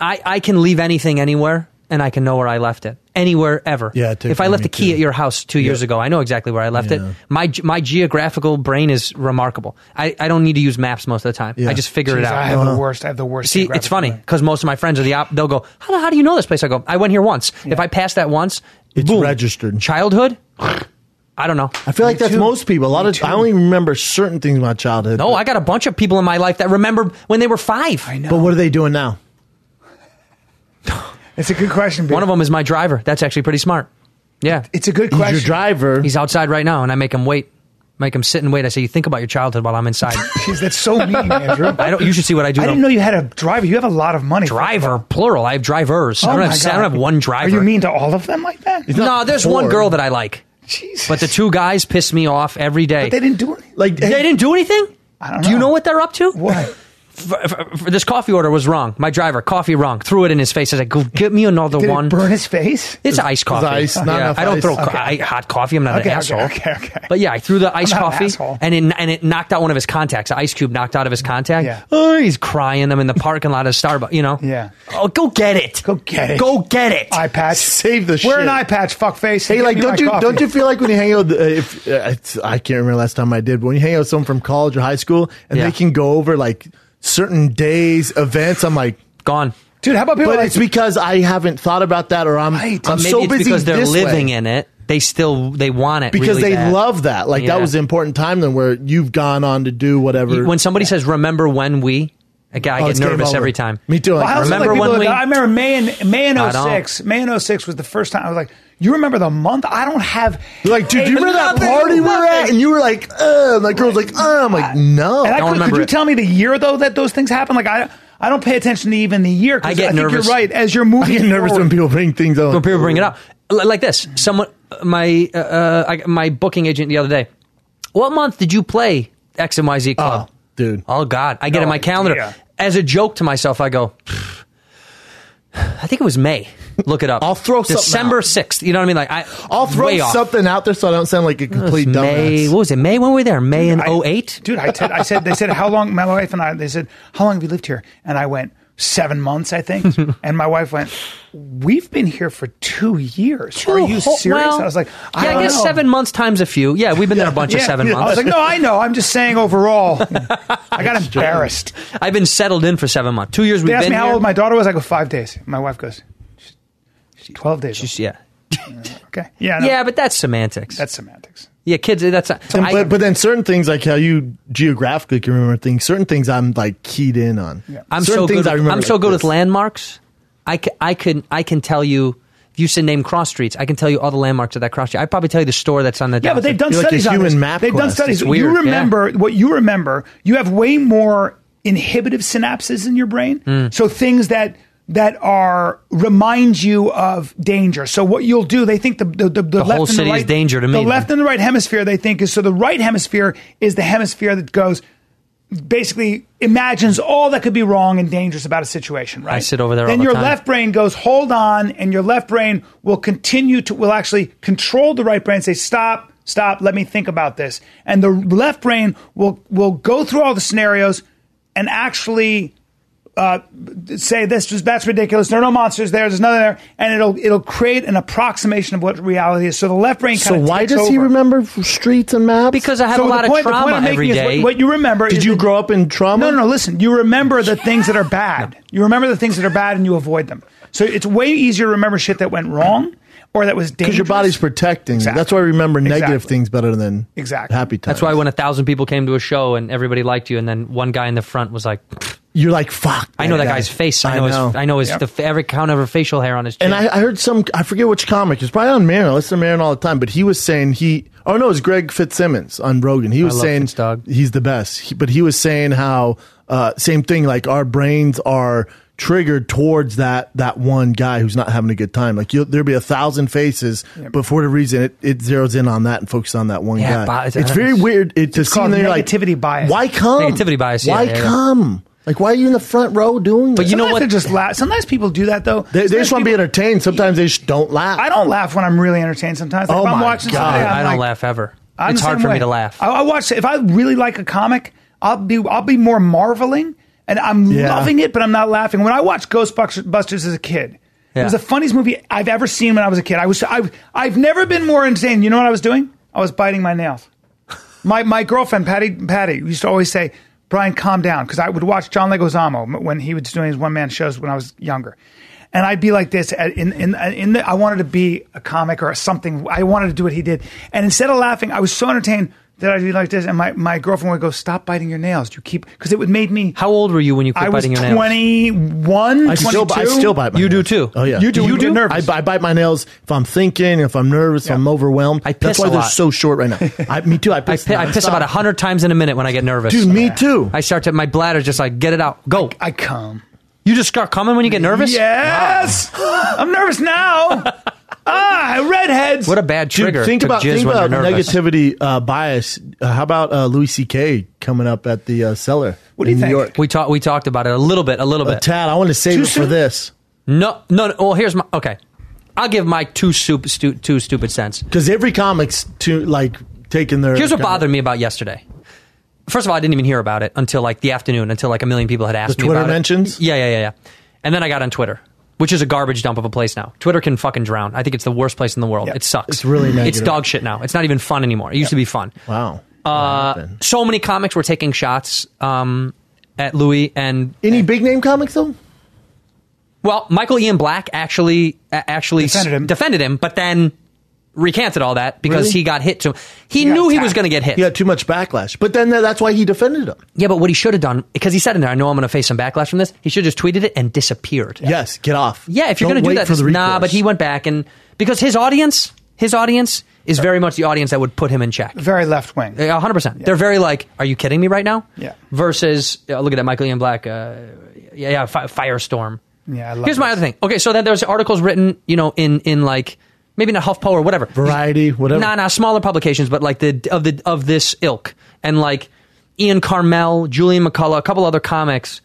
[SPEAKER 6] I I can leave anything anywhere, and I can know where I left it anywhere ever.
[SPEAKER 5] Yeah, it takes
[SPEAKER 6] if I
[SPEAKER 5] me-
[SPEAKER 6] left
[SPEAKER 5] me
[SPEAKER 6] a key
[SPEAKER 5] too.
[SPEAKER 6] at your house two years ago, I know exactly where I left
[SPEAKER 5] Yeah.
[SPEAKER 6] it. My ge- my geographical brain is remarkable. I, I don't need to use maps most of the time.
[SPEAKER 5] Yeah.
[SPEAKER 6] I just figure
[SPEAKER 1] Jeez,
[SPEAKER 6] it out.
[SPEAKER 1] I have the worst. I have the worst.
[SPEAKER 6] See, it's
[SPEAKER 1] geographic
[SPEAKER 6] funny
[SPEAKER 1] memory.
[SPEAKER 6] because most of my friends are the op. They'll go, how, the- how do you know this place? I go, I went here once. If I pass that once,
[SPEAKER 5] It's
[SPEAKER 6] boom.
[SPEAKER 5] registered.
[SPEAKER 6] Childhood, I don't know.
[SPEAKER 5] I feel like that's
[SPEAKER 1] too.
[SPEAKER 5] most people. A lot of I only remember certain things in my childhood.
[SPEAKER 6] No, I got a bunch of people in my life that remember when they were five.
[SPEAKER 1] I know.
[SPEAKER 5] But what are they doing now?
[SPEAKER 1] It's a good question.
[SPEAKER 6] One of them is my driver. That's actually pretty smart. Yeah,
[SPEAKER 1] It's a good
[SPEAKER 5] He's your
[SPEAKER 1] question.
[SPEAKER 5] driver.
[SPEAKER 6] he's outside right now, and I make him wait, make him sit and wait. I say, you think about your childhood while
[SPEAKER 1] *laughs*
[SPEAKER 6] I'm inside.
[SPEAKER 1] Jeez, that's so mean,
[SPEAKER 6] *laughs*
[SPEAKER 1] Andrew.
[SPEAKER 6] I don't. You should see what I do.
[SPEAKER 1] I
[SPEAKER 6] to
[SPEAKER 1] didn't
[SPEAKER 6] him.
[SPEAKER 1] know you had a driver. You have a lot of money.
[SPEAKER 6] driver plural. I have drivers.
[SPEAKER 1] Oh
[SPEAKER 6] I, don't
[SPEAKER 1] my
[SPEAKER 6] have, I
[SPEAKER 1] God.
[SPEAKER 6] don't have one driver.
[SPEAKER 1] Are you mean to all of them like that?
[SPEAKER 6] No, there's one
[SPEAKER 5] poor.
[SPEAKER 6] girl that I like,
[SPEAKER 1] Jesus.
[SPEAKER 6] but the two guys piss me off every day.
[SPEAKER 1] they didn't do it.
[SPEAKER 5] Like
[SPEAKER 6] They didn't do anything.
[SPEAKER 1] I don't
[SPEAKER 6] Do you
[SPEAKER 1] know.
[SPEAKER 6] know what they're up to?
[SPEAKER 1] What?
[SPEAKER 6] *laughs* f- f- f- this coffee order was wrong. My driver, coffee wrong. Threw it in his face. I was like, go get me another
[SPEAKER 1] Did it
[SPEAKER 6] one.
[SPEAKER 1] burn his face?
[SPEAKER 6] It's iced coffee.
[SPEAKER 1] ice, not enough
[SPEAKER 6] I don't
[SPEAKER 1] ice.
[SPEAKER 6] throw co-
[SPEAKER 1] Okay.
[SPEAKER 6] I- hot coffee. I'm
[SPEAKER 1] Okay,
[SPEAKER 6] not
[SPEAKER 1] okay,
[SPEAKER 6] an asshole.
[SPEAKER 1] okay, okay.
[SPEAKER 6] But yeah, I threw the iced
[SPEAKER 1] not an
[SPEAKER 6] coffee,
[SPEAKER 1] asshole.
[SPEAKER 6] and it and it knocked out one of his contacts. The ice cube knocked out of his contact.
[SPEAKER 1] Yeah.
[SPEAKER 6] Oh, he's crying. I'm in the parking lot of Starbucks. You know.
[SPEAKER 1] Yeah.
[SPEAKER 6] Oh, go get it. Go
[SPEAKER 1] Get it.
[SPEAKER 6] Go get it.
[SPEAKER 1] Eye patch.
[SPEAKER 5] Save the
[SPEAKER 1] Wear
[SPEAKER 5] shit.
[SPEAKER 1] an eye patch, fuckface.
[SPEAKER 5] Hey,
[SPEAKER 1] Get
[SPEAKER 5] like,
[SPEAKER 1] me my
[SPEAKER 5] don't you
[SPEAKER 1] coffee.
[SPEAKER 5] don't you feel like when you hang out, with, uh, if uh, it's, I can't remember last time I did, but when you hang out with someone from college or high school, and
[SPEAKER 6] Yeah.
[SPEAKER 5] they can go over like certain days, events, I'm like,
[SPEAKER 6] Gone.
[SPEAKER 1] dude? How about people?
[SPEAKER 5] but
[SPEAKER 1] like,
[SPEAKER 5] it's because I haven't thought about that, or I'm
[SPEAKER 1] Right.
[SPEAKER 5] I'm
[SPEAKER 6] Maybe
[SPEAKER 5] so
[SPEAKER 6] it's
[SPEAKER 5] busy
[SPEAKER 6] because they're
[SPEAKER 5] this way.
[SPEAKER 6] living in it. They still they want it
[SPEAKER 5] because
[SPEAKER 6] really
[SPEAKER 5] they
[SPEAKER 6] bad.
[SPEAKER 5] love that. Like
[SPEAKER 6] Yeah.
[SPEAKER 5] that was an important time then where you've gone on to do whatever.
[SPEAKER 6] When somebody says, "Remember when we," a guy
[SPEAKER 5] Oh,
[SPEAKER 6] I
[SPEAKER 5] it's
[SPEAKER 6] get
[SPEAKER 5] game
[SPEAKER 6] nervous
[SPEAKER 5] over.
[SPEAKER 6] every time.
[SPEAKER 5] Me too.
[SPEAKER 1] Well, I
[SPEAKER 5] Like,
[SPEAKER 1] also
[SPEAKER 6] remember
[SPEAKER 1] like people
[SPEAKER 6] when
[SPEAKER 1] that-
[SPEAKER 6] we-
[SPEAKER 1] I remember May in May in
[SPEAKER 6] I
[SPEAKER 1] 06. May in 06 was the first time I was like, you remember the month? I don't have.
[SPEAKER 5] like, dude,
[SPEAKER 1] a-
[SPEAKER 5] do you remember that party we were at? And you were like, uh, and that girl's like, uh, I'm like, no.
[SPEAKER 1] And I could,
[SPEAKER 6] don't
[SPEAKER 1] could
[SPEAKER 6] remember
[SPEAKER 1] you
[SPEAKER 6] it.
[SPEAKER 1] tell me the year though that those things happened? Like I, I don't pay attention to even the year. 'cause
[SPEAKER 6] I get
[SPEAKER 1] think
[SPEAKER 6] nervous.
[SPEAKER 1] You're right. As you're moving,
[SPEAKER 5] I get nervous
[SPEAKER 1] forward.
[SPEAKER 5] when people bring things up.
[SPEAKER 6] when people bring it up L- like this someone my uh, uh, I- my booking agent the other day what month did you play x and y z club
[SPEAKER 5] Oh, dude.
[SPEAKER 6] oh god i get
[SPEAKER 1] No
[SPEAKER 6] in my calendar
[SPEAKER 1] idea.
[SPEAKER 6] as a joke to myself i go "Pfft, i think it was may look it up
[SPEAKER 5] I'll throw something
[SPEAKER 6] december
[SPEAKER 5] out.
[SPEAKER 6] 6th you know what i mean like I,
[SPEAKER 5] I'll throw
[SPEAKER 6] way off.
[SPEAKER 5] something out there so I don't sound like a
[SPEAKER 6] It was
[SPEAKER 5] complete
[SPEAKER 6] may what
[SPEAKER 5] dumbass.
[SPEAKER 6] was it may when were we there may in 08
[SPEAKER 1] dude. I said, I said, they said, how long? My wife and I, they said, how long have you lived here? And I went seven months, I think.
[SPEAKER 6] *laughs*
[SPEAKER 1] and my wife went, we've been here for two years. Are you
[SPEAKER 6] Well,
[SPEAKER 1] serious? I was like, I
[SPEAKER 6] yeah,
[SPEAKER 1] don't
[SPEAKER 6] I guess
[SPEAKER 1] know.
[SPEAKER 6] seven months times a few. Yeah, we've been there a bunch of
[SPEAKER 1] Yeah.
[SPEAKER 6] seven
[SPEAKER 1] I
[SPEAKER 6] months.
[SPEAKER 1] was like, no, I know. I'm just saying
[SPEAKER 6] *laughs*
[SPEAKER 1] overall. I got embarrassed.
[SPEAKER 6] I've been settled in for seven months. Two years we've
[SPEAKER 1] They asked
[SPEAKER 6] been
[SPEAKER 1] me how
[SPEAKER 6] here.
[SPEAKER 1] old my daughter was. I go five days. My wife goes, "She's- she's twelve days.
[SPEAKER 6] Just- yeah,
[SPEAKER 1] old." Okay, yeah, no,
[SPEAKER 6] yeah, but that's semantics.
[SPEAKER 1] that's semantics.
[SPEAKER 6] Yeah, kids. That's not,
[SPEAKER 5] And-
[SPEAKER 6] I-
[SPEAKER 5] but, but then certain things like how you geographically can remember things, certain things I'm like keyed in on.
[SPEAKER 6] I'm
[SPEAKER 5] certain
[SPEAKER 6] so good. With, I'm so
[SPEAKER 5] like
[SPEAKER 6] good
[SPEAKER 5] this.
[SPEAKER 6] with landmarks. I can, I can I can tell you. If you said name cross streets, I can tell you all the landmarks of that cross street. I probably tell you the store that's on the.
[SPEAKER 1] Yeah, but they've done
[SPEAKER 5] You're like a
[SPEAKER 1] studies on
[SPEAKER 5] human
[SPEAKER 1] this.
[SPEAKER 5] map
[SPEAKER 1] they've done
[SPEAKER 5] quest.
[SPEAKER 1] studies.
[SPEAKER 6] It's weird,
[SPEAKER 1] you remember what you remember. You have way more inhibitive synapses in your brain.
[SPEAKER 6] Hmm.
[SPEAKER 1] So things that that are remind you of danger. So what you'll do, they think the the, the, the left
[SPEAKER 6] whole
[SPEAKER 1] and
[SPEAKER 6] city
[SPEAKER 1] the
[SPEAKER 6] is
[SPEAKER 1] right,
[SPEAKER 6] danger to me,
[SPEAKER 1] The
[SPEAKER 6] then.
[SPEAKER 1] left and the right hemisphere, they think is so. The right hemisphere is the hemisphere that goes. Basically, imagines all that could be wrong and dangerous about a situation. Right.
[SPEAKER 6] sit over there
[SPEAKER 1] Then
[SPEAKER 6] all the
[SPEAKER 1] your
[SPEAKER 6] time.
[SPEAKER 1] left brain goes, hold on, and your left brain will continue to will actually control the right brain and say, stop, stop, let me think about this. And the left brain will will go through all the scenarios and actually uh, say this is that's ridiculous. There are no monsters there. There's nothing there, and it'll it'll create an approximation of what reality is. So the left brain.
[SPEAKER 5] So
[SPEAKER 1] kinda
[SPEAKER 5] why
[SPEAKER 1] takes
[SPEAKER 5] does he
[SPEAKER 1] over.
[SPEAKER 5] remember f- streets and maps?
[SPEAKER 6] because I have
[SPEAKER 1] So
[SPEAKER 6] a
[SPEAKER 1] the
[SPEAKER 6] lot
[SPEAKER 1] point-
[SPEAKER 6] of
[SPEAKER 1] the point I'm
[SPEAKER 6] trauma
[SPEAKER 1] making
[SPEAKER 6] every
[SPEAKER 1] is
[SPEAKER 6] day.
[SPEAKER 1] What, what you remember?
[SPEAKER 5] did
[SPEAKER 1] is
[SPEAKER 5] you
[SPEAKER 1] that-
[SPEAKER 5] grow up in trauma?
[SPEAKER 1] no, no, no. Listen, you remember
[SPEAKER 5] *laughs*
[SPEAKER 1] the things that are bad. You remember the things that are bad and you avoid them. So it's way easier to remember shit that went wrong or that was dangerous.
[SPEAKER 5] Because your body's protecting. you.
[SPEAKER 1] Exactly.
[SPEAKER 5] That's why I remember negative
[SPEAKER 1] Exactly.
[SPEAKER 5] things better than
[SPEAKER 1] Exactly.
[SPEAKER 5] happy times.
[SPEAKER 6] That's why when a thousand people came to a show and everybody liked you, and then one guy in the front was like,
[SPEAKER 5] you're like, fuck.
[SPEAKER 6] "I know that guy's face. I know, his. I know his
[SPEAKER 1] Yep.
[SPEAKER 6] the, every count of her facial hair on his chin."
[SPEAKER 5] And I, I heard some, I forget which comic, it's probably on Marin. I listen to Marin all the time, but he was saying he, oh no, it's Greg Fitzsimmons on Rogan. He was
[SPEAKER 6] love
[SPEAKER 5] saying
[SPEAKER 6] Fitz Dog.
[SPEAKER 5] he's the best, He- but he was saying how, uh, same thing, like our brains are triggered towards that that one guy who's not having a good time. Like you'll, there'll be a thousand faces, but for the reason it, it zeroes in on that and focuses on that one
[SPEAKER 6] Yeah,
[SPEAKER 5] guy.
[SPEAKER 6] but-
[SPEAKER 5] it's very weird. It, to see
[SPEAKER 1] called
[SPEAKER 5] them, you're like,
[SPEAKER 1] negativity bias.
[SPEAKER 5] Why come?
[SPEAKER 6] Negativity bias, yeah,
[SPEAKER 5] why
[SPEAKER 6] yeah, yeah.
[SPEAKER 5] come? Like why are you in the front row doing? But
[SPEAKER 6] you know what-
[SPEAKER 1] Sometimes they Just laugh. Sometimes people do that though.
[SPEAKER 5] They, they just want to be
[SPEAKER 1] Sometimes
[SPEAKER 5] entertained. Sometimes they just don't laugh.
[SPEAKER 1] people- I don't laugh when I'm really entertained. Sometimes, like
[SPEAKER 5] Oh
[SPEAKER 1] if I'm
[SPEAKER 5] my
[SPEAKER 1] watching
[SPEAKER 5] God.
[SPEAKER 1] something, I'm
[SPEAKER 6] I don't
[SPEAKER 1] like-
[SPEAKER 6] laugh ever.
[SPEAKER 1] I'm
[SPEAKER 6] it's
[SPEAKER 1] the
[SPEAKER 6] hard
[SPEAKER 1] same
[SPEAKER 6] for
[SPEAKER 1] way.
[SPEAKER 6] me to laugh.
[SPEAKER 1] I, I watch if I really like a comic, I'll be I'll be more marveling and I'm
[SPEAKER 5] Yeah.
[SPEAKER 1] loving it, but I'm not laughing. When I watched Ghostbusters as a kid, it was
[SPEAKER 6] Yeah.
[SPEAKER 1] the funniest movie I've ever seen when I was a kid. I was I I've never been more insane. You know what I was doing? I was biting my nails. My my girlfriend Patty Patty used to always say, "Brian, calm down," because I would watch John Leguizamo when he was doing his one man shows when I was younger, and I'd be like this at- in in in the, I wanted to be a comic or something. I wanted to do what he did, and instead of laughing, I was so entertained that I'd be like this, and my, my girlfriend would go, "Stop biting your nails. You keep because it would made me."
[SPEAKER 6] How old were you when you quit
[SPEAKER 1] I was
[SPEAKER 6] biting your nails?
[SPEAKER 1] twenty one.
[SPEAKER 5] I still, I still bite my
[SPEAKER 6] You do
[SPEAKER 5] nails.
[SPEAKER 6] too.
[SPEAKER 5] Oh yeah,
[SPEAKER 1] You do. You get nervous.
[SPEAKER 5] I, I bite my nails if I'm thinking, if I'm nervous, I'm overwhelmed.
[SPEAKER 6] I piss
[SPEAKER 5] That's why
[SPEAKER 6] a
[SPEAKER 5] they're
[SPEAKER 6] lot.
[SPEAKER 5] so short right
[SPEAKER 6] *laughs*
[SPEAKER 5] now. I, me too. I
[SPEAKER 6] I,
[SPEAKER 5] piss.
[SPEAKER 6] pi- I piss
[SPEAKER 5] nonstop.
[SPEAKER 6] about a hundred times in a minute when I get nervous.
[SPEAKER 5] Dude, me too.
[SPEAKER 6] I start to my bladder's just like get it out, go.
[SPEAKER 1] I come.
[SPEAKER 6] you just start coming when you get nervous.
[SPEAKER 1] Yes, I'm nervous now.
[SPEAKER 6] *laughs*
[SPEAKER 1] ah, redheads.
[SPEAKER 6] What a bad
[SPEAKER 5] Dude,
[SPEAKER 6] trigger.
[SPEAKER 5] think
[SPEAKER 6] to
[SPEAKER 5] about
[SPEAKER 6] jizz
[SPEAKER 5] think
[SPEAKER 6] when
[SPEAKER 5] about
[SPEAKER 6] you're nervous.
[SPEAKER 5] negativity uh, bias. Uh, how about uh, Louis C.K. coming up at the uh, cellar?
[SPEAKER 1] What do you think?
[SPEAKER 6] We talked. We talked about it a little bit. A little bit.
[SPEAKER 5] Uh, Tad, I want to save
[SPEAKER 6] Too
[SPEAKER 5] it for
[SPEAKER 6] soon?
[SPEAKER 5] this
[SPEAKER 6] No, no, no. Well, here's my okay. I'll give my two super stu, two stupid cents.
[SPEAKER 5] because every comic's to like taking their.
[SPEAKER 6] Here's what bothered me about yesterday. First of all, I didn't even hear about it until like the afternoon, until like a million people had asked
[SPEAKER 5] The
[SPEAKER 6] me
[SPEAKER 5] Twitter
[SPEAKER 6] about
[SPEAKER 5] mentions?
[SPEAKER 6] It. Yeah, yeah, yeah, yeah. And then I got on Twitter, which is a garbage dump of a place now. Twitter can fucking drown. I think it's the worst place in the world. It sucks.
[SPEAKER 5] It's really
[SPEAKER 6] It's
[SPEAKER 5] negative.
[SPEAKER 6] dog shit now. It's not even fun anymore. It used to be fun.
[SPEAKER 5] Wow.
[SPEAKER 6] Uh, so many comics were taking shots um, at Louis and
[SPEAKER 5] any big name comics though.
[SPEAKER 6] Well, Michael Ian Black actually a- actually defended him. defended him, but then recanted all that because
[SPEAKER 5] Really?
[SPEAKER 6] he got hit. To he, knew he was going to get hit.
[SPEAKER 5] He had too much backlash, but then tha- that's why he defended him.
[SPEAKER 6] Yeah, but what he should have done, because he said in there, I know I'm going to face some backlash from this, he should have just tweeted it and disappeared.
[SPEAKER 5] Yes, get off.
[SPEAKER 6] Yeah, if you're
[SPEAKER 5] Don't
[SPEAKER 6] going to do
[SPEAKER 5] wait
[SPEAKER 6] that,
[SPEAKER 5] for
[SPEAKER 6] this-
[SPEAKER 5] the
[SPEAKER 6] nah,
[SPEAKER 5] recourse.
[SPEAKER 6] but he went back and, because his audience, his audience
[SPEAKER 5] Uh,
[SPEAKER 6] is very much the audience that would put him in check.
[SPEAKER 1] Very left wing.
[SPEAKER 6] Yeah, 100%. They're very like, are you kidding me right now?
[SPEAKER 1] Yeah.
[SPEAKER 6] Versus, uh, look at that, Michael Ian Black, uh, yeah, yeah, fi- Firestorm.
[SPEAKER 1] Yeah, I love
[SPEAKER 6] Here's my other thing. Okay, so then there's articles written, you know, in in like maybe not HuffPo or whatever,
[SPEAKER 5] Variety, whatever.
[SPEAKER 6] Nah, nah, smaller publications, but like the of the of this ilk and like Ian Carmel, Julian McCullough, a couple other comics.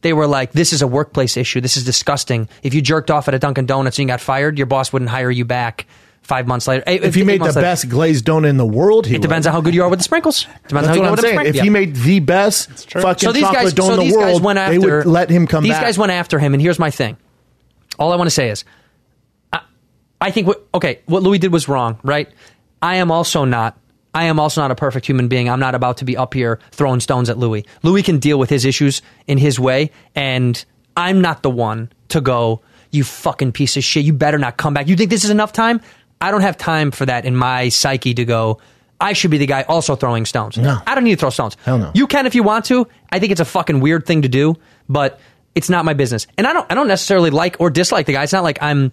[SPEAKER 6] They were like, "This is a workplace issue. This is disgusting. If you jerked off at a Dunkin' Donuts and you got fired, your boss wouldn't hire you back five months later.
[SPEAKER 5] if he made the best glazed donut in the world, he
[SPEAKER 6] it depends on how good you are with the sprinkles. Depends
[SPEAKER 5] That's
[SPEAKER 6] on how you
[SPEAKER 5] what
[SPEAKER 6] are
[SPEAKER 5] I'm
[SPEAKER 6] with the
[SPEAKER 5] saying.
[SPEAKER 6] sprinkles.
[SPEAKER 5] If
[SPEAKER 6] Yeah
[SPEAKER 5] he made the best fucking chocolate donut in
[SPEAKER 6] these
[SPEAKER 5] the world,
[SPEAKER 6] guys went after,
[SPEAKER 5] they would let him come
[SPEAKER 6] These
[SPEAKER 5] back.
[SPEAKER 6] guys went after him, and here's my thing. All I want to say is, I, I think what okay, what Louis did was wrong, right? I am also not. I am also not a perfect human being. I'm not about to be up here throwing stones at Louis. Louis can deal with his issues in his way, and I'm not the one to go. You fucking piece of shit. You better not come back. You think this is enough time? I don't have time for that in my psyche to go. I should be the guy also throwing stones.
[SPEAKER 5] No.
[SPEAKER 6] I don't need to throw stones.
[SPEAKER 5] Hell no.
[SPEAKER 6] You can if you want to. I think it's a fucking weird thing to do, but it's not my business. And I don't I don't necessarily like or dislike the guy. It's not like I'm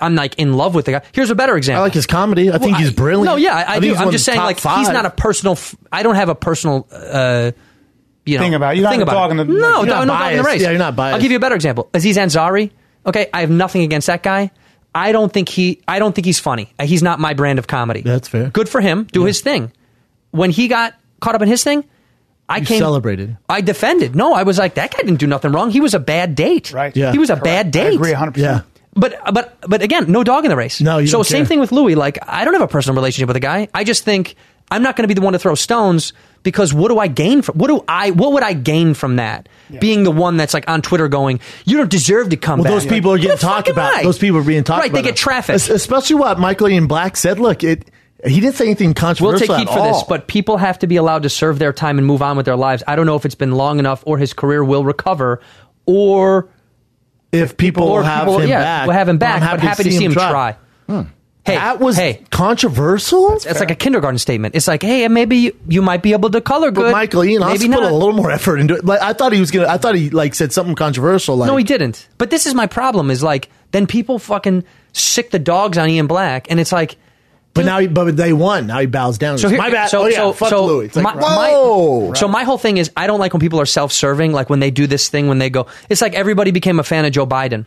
[SPEAKER 6] I'm like in love with the guy. Here's a better
[SPEAKER 5] I
[SPEAKER 6] example.
[SPEAKER 5] like his comedy. I think he's brilliant.
[SPEAKER 6] No, yeah, I, I
[SPEAKER 5] think
[SPEAKER 6] do.
[SPEAKER 5] he's one
[SPEAKER 6] I'm
[SPEAKER 5] of
[SPEAKER 6] just
[SPEAKER 5] the
[SPEAKER 6] saying
[SPEAKER 5] top
[SPEAKER 6] like he's
[SPEAKER 5] five.
[SPEAKER 6] not a personal f- I don't have a personal uh you know
[SPEAKER 1] Thing about it. You don't
[SPEAKER 6] thing
[SPEAKER 1] have a
[SPEAKER 6] about
[SPEAKER 1] dog
[SPEAKER 6] it.
[SPEAKER 1] in the-
[SPEAKER 6] No,
[SPEAKER 1] you're
[SPEAKER 6] no,
[SPEAKER 1] not
[SPEAKER 6] no dog in the
[SPEAKER 1] biased.
[SPEAKER 6] race.
[SPEAKER 1] Yeah, you're not
[SPEAKER 6] I'll
[SPEAKER 1] biased.
[SPEAKER 6] give you a better example. Aziz Ansari. Okay, I have nothing against that guy. I don't think he I don't think he's funny. Uh, He's not my brand of comedy.
[SPEAKER 5] That's fair.
[SPEAKER 6] Good for him. Do his thing. When he got caught up in his thing, I
[SPEAKER 5] You
[SPEAKER 6] came
[SPEAKER 5] celebrated.
[SPEAKER 6] I defended. No, I was like that guy didn't do nothing wrong. He was a bad date.
[SPEAKER 1] Right.
[SPEAKER 5] Yeah.
[SPEAKER 6] He was a bad
[SPEAKER 1] I
[SPEAKER 6] date.
[SPEAKER 1] agree 100%.
[SPEAKER 5] Yeah.
[SPEAKER 6] But but but again, no dog in the race.
[SPEAKER 5] No, you
[SPEAKER 6] so
[SPEAKER 5] don't
[SPEAKER 6] same
[SPEAKER 5] care.
[SPEAKER 6] thing with Louis. Like I don't have a personal relationship with the guy. I just think I'm not going to be the one to throw stones because what do I gain from what do I what would I gain from that being the one that's like on Twitter going you don't deserve to come
[SPEAKER 5] Well,
[SPEAKER 6] back.
[SPEAKER 5] those people are
[SPEAKER 6] What
[SPEAKER 5] getting
[SPEAKER 6] the fuck
[SPEAKER 5] talked
[SPEAKER 6] am
[SPEAKER 5] about.
[SPEAKER 6] I?
[SPEAKER 5] Those people are being talked
[SPEAKER 6] right,
[SPEAKER 5] about.
[SPEAKER 6] They
[SPEAKER 5] now.
[SPEAKER 6] get traffic.
[SPEAKER 5] Es- Especially what Michael Ian Black said. Look, it. He didn't say anything
[SPEAKER 6] We'll
[SPEAKER 5] controversial
[SPEAKER 6] take heat
[SPEAKER 5] at
[SPEAKER 6] for this,
[SPEAKER 5] all.
[SPEAKER 6] but people have to be allowed to serve their time and move on with their lives. I don't know if it's been long enough, or his career will recover, or
[SPEAKER 5] if people,
[SPEAKER 6] or
[SPEAKER 5] have
[SPEAKER 6] people,
[SPEAKER 5] him
[SPEAKER 6] yeah,
[SPEAKER 5] back,
[SPEAKER 6] will have him
[SPEAKER 5] I'm
[SPEAKER 6] back. but happy to see him try. Hey,
[SPEAKER 5] that was
[SPEAKER 6] hey,
[SPEAKER 5] controversial.
[SPEAKER 6] that's like a kindergarten statement. It's like, hey, maybe you, you might be able to color good.
[SPEAKER 5] But Michael Ian
[SPEAKER 6] maybe
[SPEAKER 5] also
[SPEAKER 6] not.
[SPEAKER 5] put a little more effort into it. Like I thought he was gonna. I thought he like said something controversial. Like
[SPEAKER 6] no, he didn't. But this is my problem: is like then people fucking sick the dogs on Ian Black, and it's like.
[SPEAKER 5] But now, he, but they won. Now he bows down. So
[SPEAKER 6] here-
[SPEAKER 5] my bad. oh yeah, fuck Louis. It's like,
[SPEAKER 6] my- my-
[SPEAKER 5] whoa.
[SPEAKER 6] so my whole thing is I don't like when people are self-serving. Like when they do this thing, when they go, it's like everybody became a fan of Joe Biden.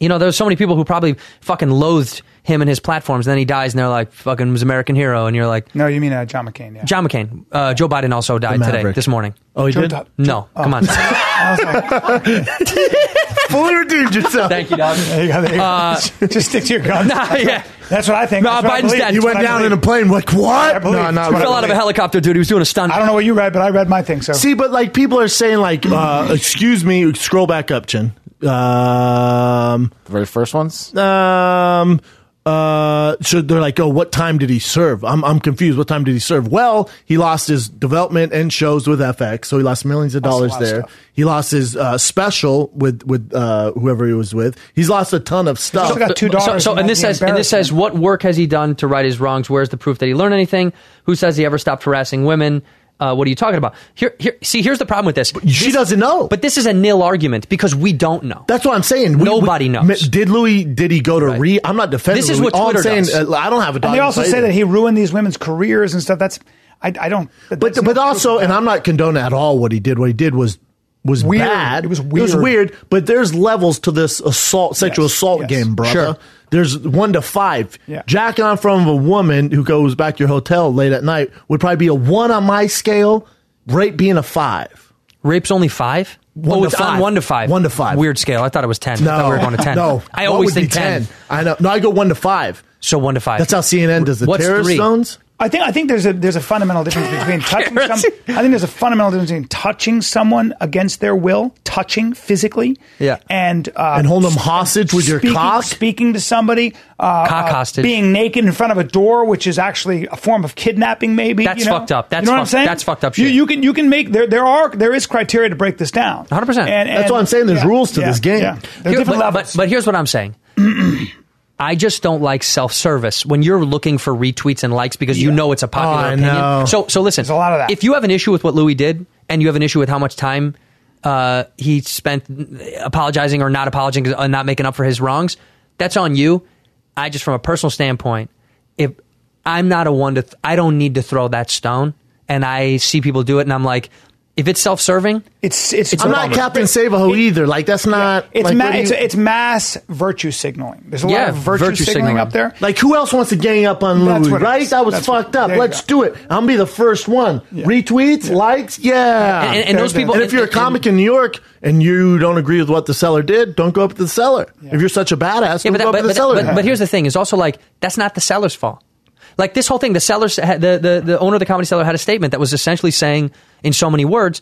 [SPEAKER 6] You know, there's so many people who probably fucking loathed him and his platforms. And then he dies, and they're like, "Fucking was American hero," and you're like,
[SPEAKER 1] No, you mean uh, John McCain, yeah.
[SPEAKER 6] "John McCain, uh, Joe Biden also died today,
[SPEAKER 5] Maverick.
[SPEAKER 6] this morning."
[SPEAKER 5] oh, he
[SPEAKER 1] Joe
[SPEAKER 5] did. *laughs*
[SPEAKER 1] Dot-
[SPEAKER 6] No,
[SPEAKER 1] Oh.
[SPEAKER 6] come on,
[SPEAKER 1] I was like,
[SPEAKER 5] Fully redeemed
[SPEAKER 6] *laughs*
[SPEAKER 5] yourself.
[SPEAKER 6] *laughs* thank
[SPEAKER 5] *laughs*
[SPEAKER 6] you, dog.
[SPEAKER 1] there you go, there you go. Just stick to your guns.
[SPEAKER 6] *laughs* Nah, yeah.
[SPEAKER 1] That's what I think.
[SPEAKER 6] No,
[SPEAKER 1] That's what I
[SPEAKER 6] Biden's
[SPEAKER 1] believe.
[SPEAKER 6] dead.
[SPEAKER 5] He
[SPEAKER 1] That's
[SPEAKER 5] went
[SPEAKER 1] what I
[SPEAKER 5] down in a
[SPEAKER 1] believe.
[SPEAKER 5] plane. Like
[SPEAKER 1] I
[SPEAKER 5] what?
[SPEAKER 1] believe.
[SPEAKER 5] No,
[SPEAKER 1] That's
[SPEAKER 5] no.
[SPEAKER 1] what I
[SPEAKER 6] Fell
[SPEAKER 5] no.
[SPEAKER 6] out of a helicopter, dude. He was doing a stunt.
[SPEAKER 1] I don't know what you read, but I read my thing, so.
[SPEAKER 5] See, but like people are saying, like, uh, excuse me. Scroll back up, Chen. Um,
[SPEAKER 7] The very first ones.
[SPEAKER 5] um uh so they're like oh what time did he serve i'm i'm confused what time did he serve well he lost his development and shows with fx so he lost millions of dollars
[SPEAKER 1] lot of
[SPEAKER 5] there
[SPEAKER 1] stuff.
[SPEAKER 5] he lost his uh special with with uh whoever he was with he's lost a ton of stuff
[SPEAKER 1] still got two
[SPEAKER 6] So,
[SPEAKER 1] daughters
[SPEAKER 6] so
[SPEAKER 1] and
[SPEAKER 6] and this
[SPEAKER 1] that'd be
[SPEAKER 6] says, and this says,
[SPEAKER 1] embarrassing.
[SPEAKER 6] what work has he done to right his wrongs? Where's the proof that he learned anything? Who says he ever stopped harassing women? Uh, what are you talking about? Here, here. See, here's the problem with this.
[SPEAKER 5] she
[SPEAKER 6] This-
[SPEAKER 5] doesn't know.
[SPEAKER 6] But this is a nil argument because we don't know.
[SPEAKER 5] that's what i'm saying
[SPEAKER 6] Nobody knows.
[SPEAKER 5] Ma- did louis did he go to re i'm not defending
[SPEAKER 6] This is
[SPEAKER 5] Louis.
[SPEAKER 6] what
[SPEAKER 5] All I'm
[SPEAKER 6] Twitter
[SPEAKER 5] saying,
[SPEAKER 6] does.
[SPEAKER 5] uh, i don't have a dog
[SPEAKER 1] And they
[SPEAKER 5] in the
[SPEAKER 1] also
[SPEAKER 5] fight
[SPEAKER 1] say
[SPEAKER 5] either.
[SPEAKER 1] that he ruined these women's careers and stuff. That's, I, I don't.
[SPEAKER 5] but
[SPEAKER 1] that's
[SPEAKER 5] but
[SPEAKER 1] not
[SPEAKER 5] also, and I'm not condoning at all what he did. What he did was was
[SPEAKER 1] Weird.
[SPEAKER 5] bad.
[SPEAKER 1] It was
[SPEAKER 5] It was
[SPEAKER 1] weird.
[SPEAKER 5] weird. But there's levels to this assault, sexual
[SPEAKER 1] Yes,
[SPEAKER 5] assault
[SPEAKER 1] yes.
[SPEAKER 5] game, brother.
[SPEAKER 6] Sure.
[SPEAKER 5] There's one to five.
[SPEAKER 1] Yeah.
[SPEAKER 5] Jacking on from a woman who goes back to your hotel late at night would probably be a one on my scale. Rape being a five.
[SPEAKER 6] Rape's only five.
[SPEAKER 5] One
[SPEAKER 6] oh,
[SPEAKER 5] to
[SPEAKER 6] it's on
[SPEAKER 5] five.
[SPEAKER 6] one to five. One to five. Weird scale. I thought it was ten. I thought we were going to ten.
[SPEAKER 5] No,
[SPEAKER 6] *laughs* I
[SPEAKER 5] What would
[SPEAKER 6] always
[SPEAKER 5] be
[SPEAKER 6] think ten.
[SPEAKER 5] I know. No, I go one to five.
[SPEAKER 6] So one to five.
[SPEAKER 5] That's how CNN does the
[SPEAKER 6] What's
[SPEAKER 5] terrorist
[SPEAKER 6] three?
[SPEAKER 5] zones.
[SPEAKER 1] I think I think there's a there's a fundamental
[SPEAKER 5] *laughs*
[SPEAKER 1] difference between touching some, I think there's a fundamental difference between touching someone against their will, touching physically,
[SPEAKER 5] Yeah.
[SPEAKER 1] and uh,
[SPEAKER 5] And hold them
[SPEAKER 1] s-
[SPEAKER 5] hostage with your
[SPEAKER 1] speaking,
[SPEAKER 5] cock?
[SPEAKER 1] speaking to somebody, uh,
[SPEAKER 6] Cock
[SPEAKER 1] uh,
[SPEAKER 6] hostage.
[SPEAKER 1] being naked in front of a door, which is actually a form of kidnapping. Maybe
[SPEAKER 6] That's
[SPEAKER 1] you know?
[SPEAKER 6] fucked up. That's
[SPEAKER 1] you know what I'm
[SPEAKER 6] fucked-
[SPEAKER 1] saying?
[SPEAKER 6] that's fucked up
[SPEAKER 1] You,
[SPEAKER 6] shit.
[SPEAKER 1] you can you can make there there are there is criteria to break this down.
[SPEAKER 6] 100%.
[SPEAKER 1] And-
[SPEAKER 5] That's
[SPEAKER 1] and-
[SPEAKER 5] why I'm saying there's
[SPEAKER 1] yeah,
[SPEAKER 5] rules to
[SPEAKER 1] yeah,
[SPEAKER 5] this game.
[SPEAKER 1] Yeah. There are
[SPEAKER 6] Here-
[SPEAKER 1] different
[SPEAKER 6] but,
[SPEAKER 1] levels.
[SPEAKER 6] But, but here's what I'm saying. *clears throat* I just don't like self-service when you're looking for retweets and likes because you know it's a popular
[SPEAKER 5] Oh, I
[SPEAKER 6] opinion.
[SPEAKER 5] know.
[SPEAKER 6] So, so listen.
[SPEAKER 1] There's a lot of that.
[SPEAKER 6] If you have an issue with what Louis did, and you have an issue with how much time uh, he spent apologizing or not apologizing and not making up for his wrongs, that's on you. I just, from a personal standpoint, if I'm not a one to, th- I don't need to throw that stone. And I see people do it, and I'm like, if it's self-serving,
[SPEAKER 1] it's it's,
[SPEAKER 5] I'm not Captain Save a Ho either. Like that's not.
[SPEAKER 1] It's,
[SPEAKER 5] like,
[SPEAKER 1] ma-
[SPEAKER 5] what do
[SPEAKER 1] it's,
[SPEAKER 5] you-
[SPEAKER 1] it's mass virtue signaling. There's a lot
[SPEAKER 6] Yeah,
[SPEAKER 1] of virtue,
[SPEAKER 6] virtue
[SPEAKER 1] signaling,
[SPEAKER 6] signaling.
[SPEAKER 1] up there.
[SPEAKER 5] Like who else wants to gang up on
[SPEAKER 1] That's
[SPEAKER 5] Louis?
[SPEAKER 1] what it
[SPEAKER 5] Right?
[SPEAKER 1] is.
[SPEAKER 5] That was
[SPEAKER 1] That's what-
[SPEAKER 5] fucked up.
[SPEAKER 1] there you
[SPEAKER 5] Let's
[SPEAKER 1] go.
[SPEAKER 5] do it. I'm gonna be the first one. Retweets, likes, yeah.
[SPEAKER 6] And- and- and those
[SPEAKER 5] There it is.
[SPEAKER 6] people-
[SPEAKER 5] And if you're a
[SPEAKER 6] and-
[SPEAKER 5] comic in New York and you don't agree with what the seller did, don't go up to the seller. If you're such a badass,
[SPEAKER 6] Yeah,
[SPEAKER 5] don't
[SPEAKER 6] but,
[SPEAKER 5] go
[SPEAKER 6] that,
[SPEAKER 5] up
[SPEAKER 6] but,
[SPEAKER 5] to the
[SPEAKER 6] but,
[SPEAKER 5] seller.
[SPEAKER 6] but, but here's the thing: is also like that's not the seller's fault. Like this whole thing, the seller, the, the the owner of the comedy seller had a statement that was essentially saying, in so many words,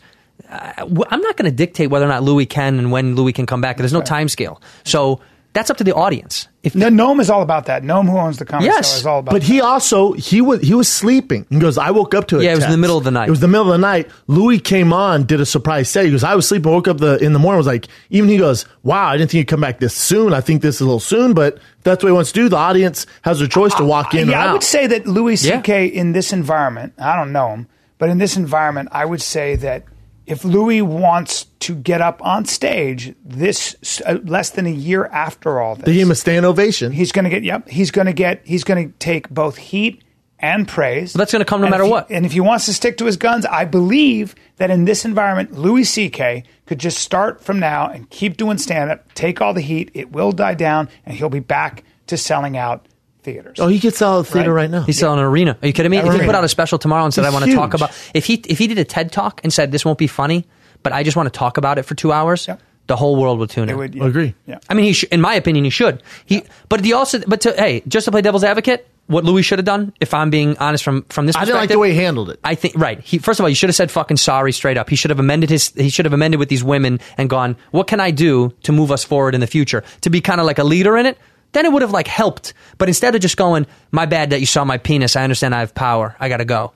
[SPEAKER 6] uh, w- I'm not going to dictate whether or not Louis can and when Louis can come back. There's no time scale, so that's up to the audience. If
[SPEAKER 1] No, Gnome is all about that. Gnome, who owns the comic
[SPEAKER 6] Yes,
[SPEAKER 1] store, is all about.
[SPEAKER 5] But he also he was he was sleeping. He goes, I woke up to it.
[SPEAKER 6] Yeah, it was in the
[SPEAKER 5] Tex."
[SPEAKER 6] middle of the night.
[SPEAKER 5] It was the middle of the night. Louis came on, did a surprise set. He goes, I was sleeping, woke up the in the morning. Was like, even he goes, wow, I didn't think he'd come back this soon. I think this is a little soon, but if that's what he wants to do. The audience has a choice to
[SPEAKER 6] Uh,
[SPEAKER 5] walk in or
[SPEAKER 1] yeah,
[SPEAKER 5] out.
[SPEAKER 1] I would say that Louis
[SPEAKER 6] Yeah.
[SPEAKER 1] C.K. in this environment, I don't know him, but in this environment, I would say that if Louis wants to get up on stage, this uh, less than a year after all this,
[SPEAKER 5] they gave him a stand ovation.
[SPEAKER 1] he's going to get. Yep, he's going to get. He's going to take both heat and praise.
[SPEAKER 6] That's gonna come no
[SPEAKER 1] And if
[SPEAKER 6] matter
[SPEAKER 1] he-
[SPEAKER 6] what.
[SPEAKER 1] And if he wants to stick to his guns, I believe that in this environment, Louis C.K. could just start from now and keep doing stand up, take all the heat. It will die down, and he'll be back to selling out theaters.
[SPEAKER 5] oh, he gets out of the theater
[SPEAKER 1] Right.
[SPEAKER 5] right, now.
[SPEAKER 6] He's selling an arena. Are you kidding me? If he
[SPEAKER 1] Arena.
[SPEAKER 6] put out a special tomorrow and said,
[SPEAKER 5] He's
[SPEAKER 6] "I want to talk
[SPEAKER 5] huge.
[SPEAKER 6] about," if he if he did a TED talk and said, "This won't be funny, but I just want to talk about it for two hours,"
[SPEAKER 1] Yeah.
[SPEAKER 6] the whole world would tune in.
[SPEAKER 1] It would-
[SPEAKER 5] I agree.
[SPEAKER 1] Yeah.
[SPEAKER 6] I mean, he sh- in my opinion, he should. He, but the also, but to, hey, just to play devil's advocate, what Louis should have done, if I'm being honest from from this,
[SPEAKER 5] I didn't like the
[SPEAKER 6] perspective,
[SPEAKER 5] way he handled it.
[SPEAKER 6] I think right. He first of all, you should have said fucking sorry straight up. He should have amended his. He should have amended with these women and gone. What can I do to move us forward in the future? To be kind of like a leader in it. Then it would have like helped. But instead of just going, my bad that you saw my penis. I understand I have power. I gotta go.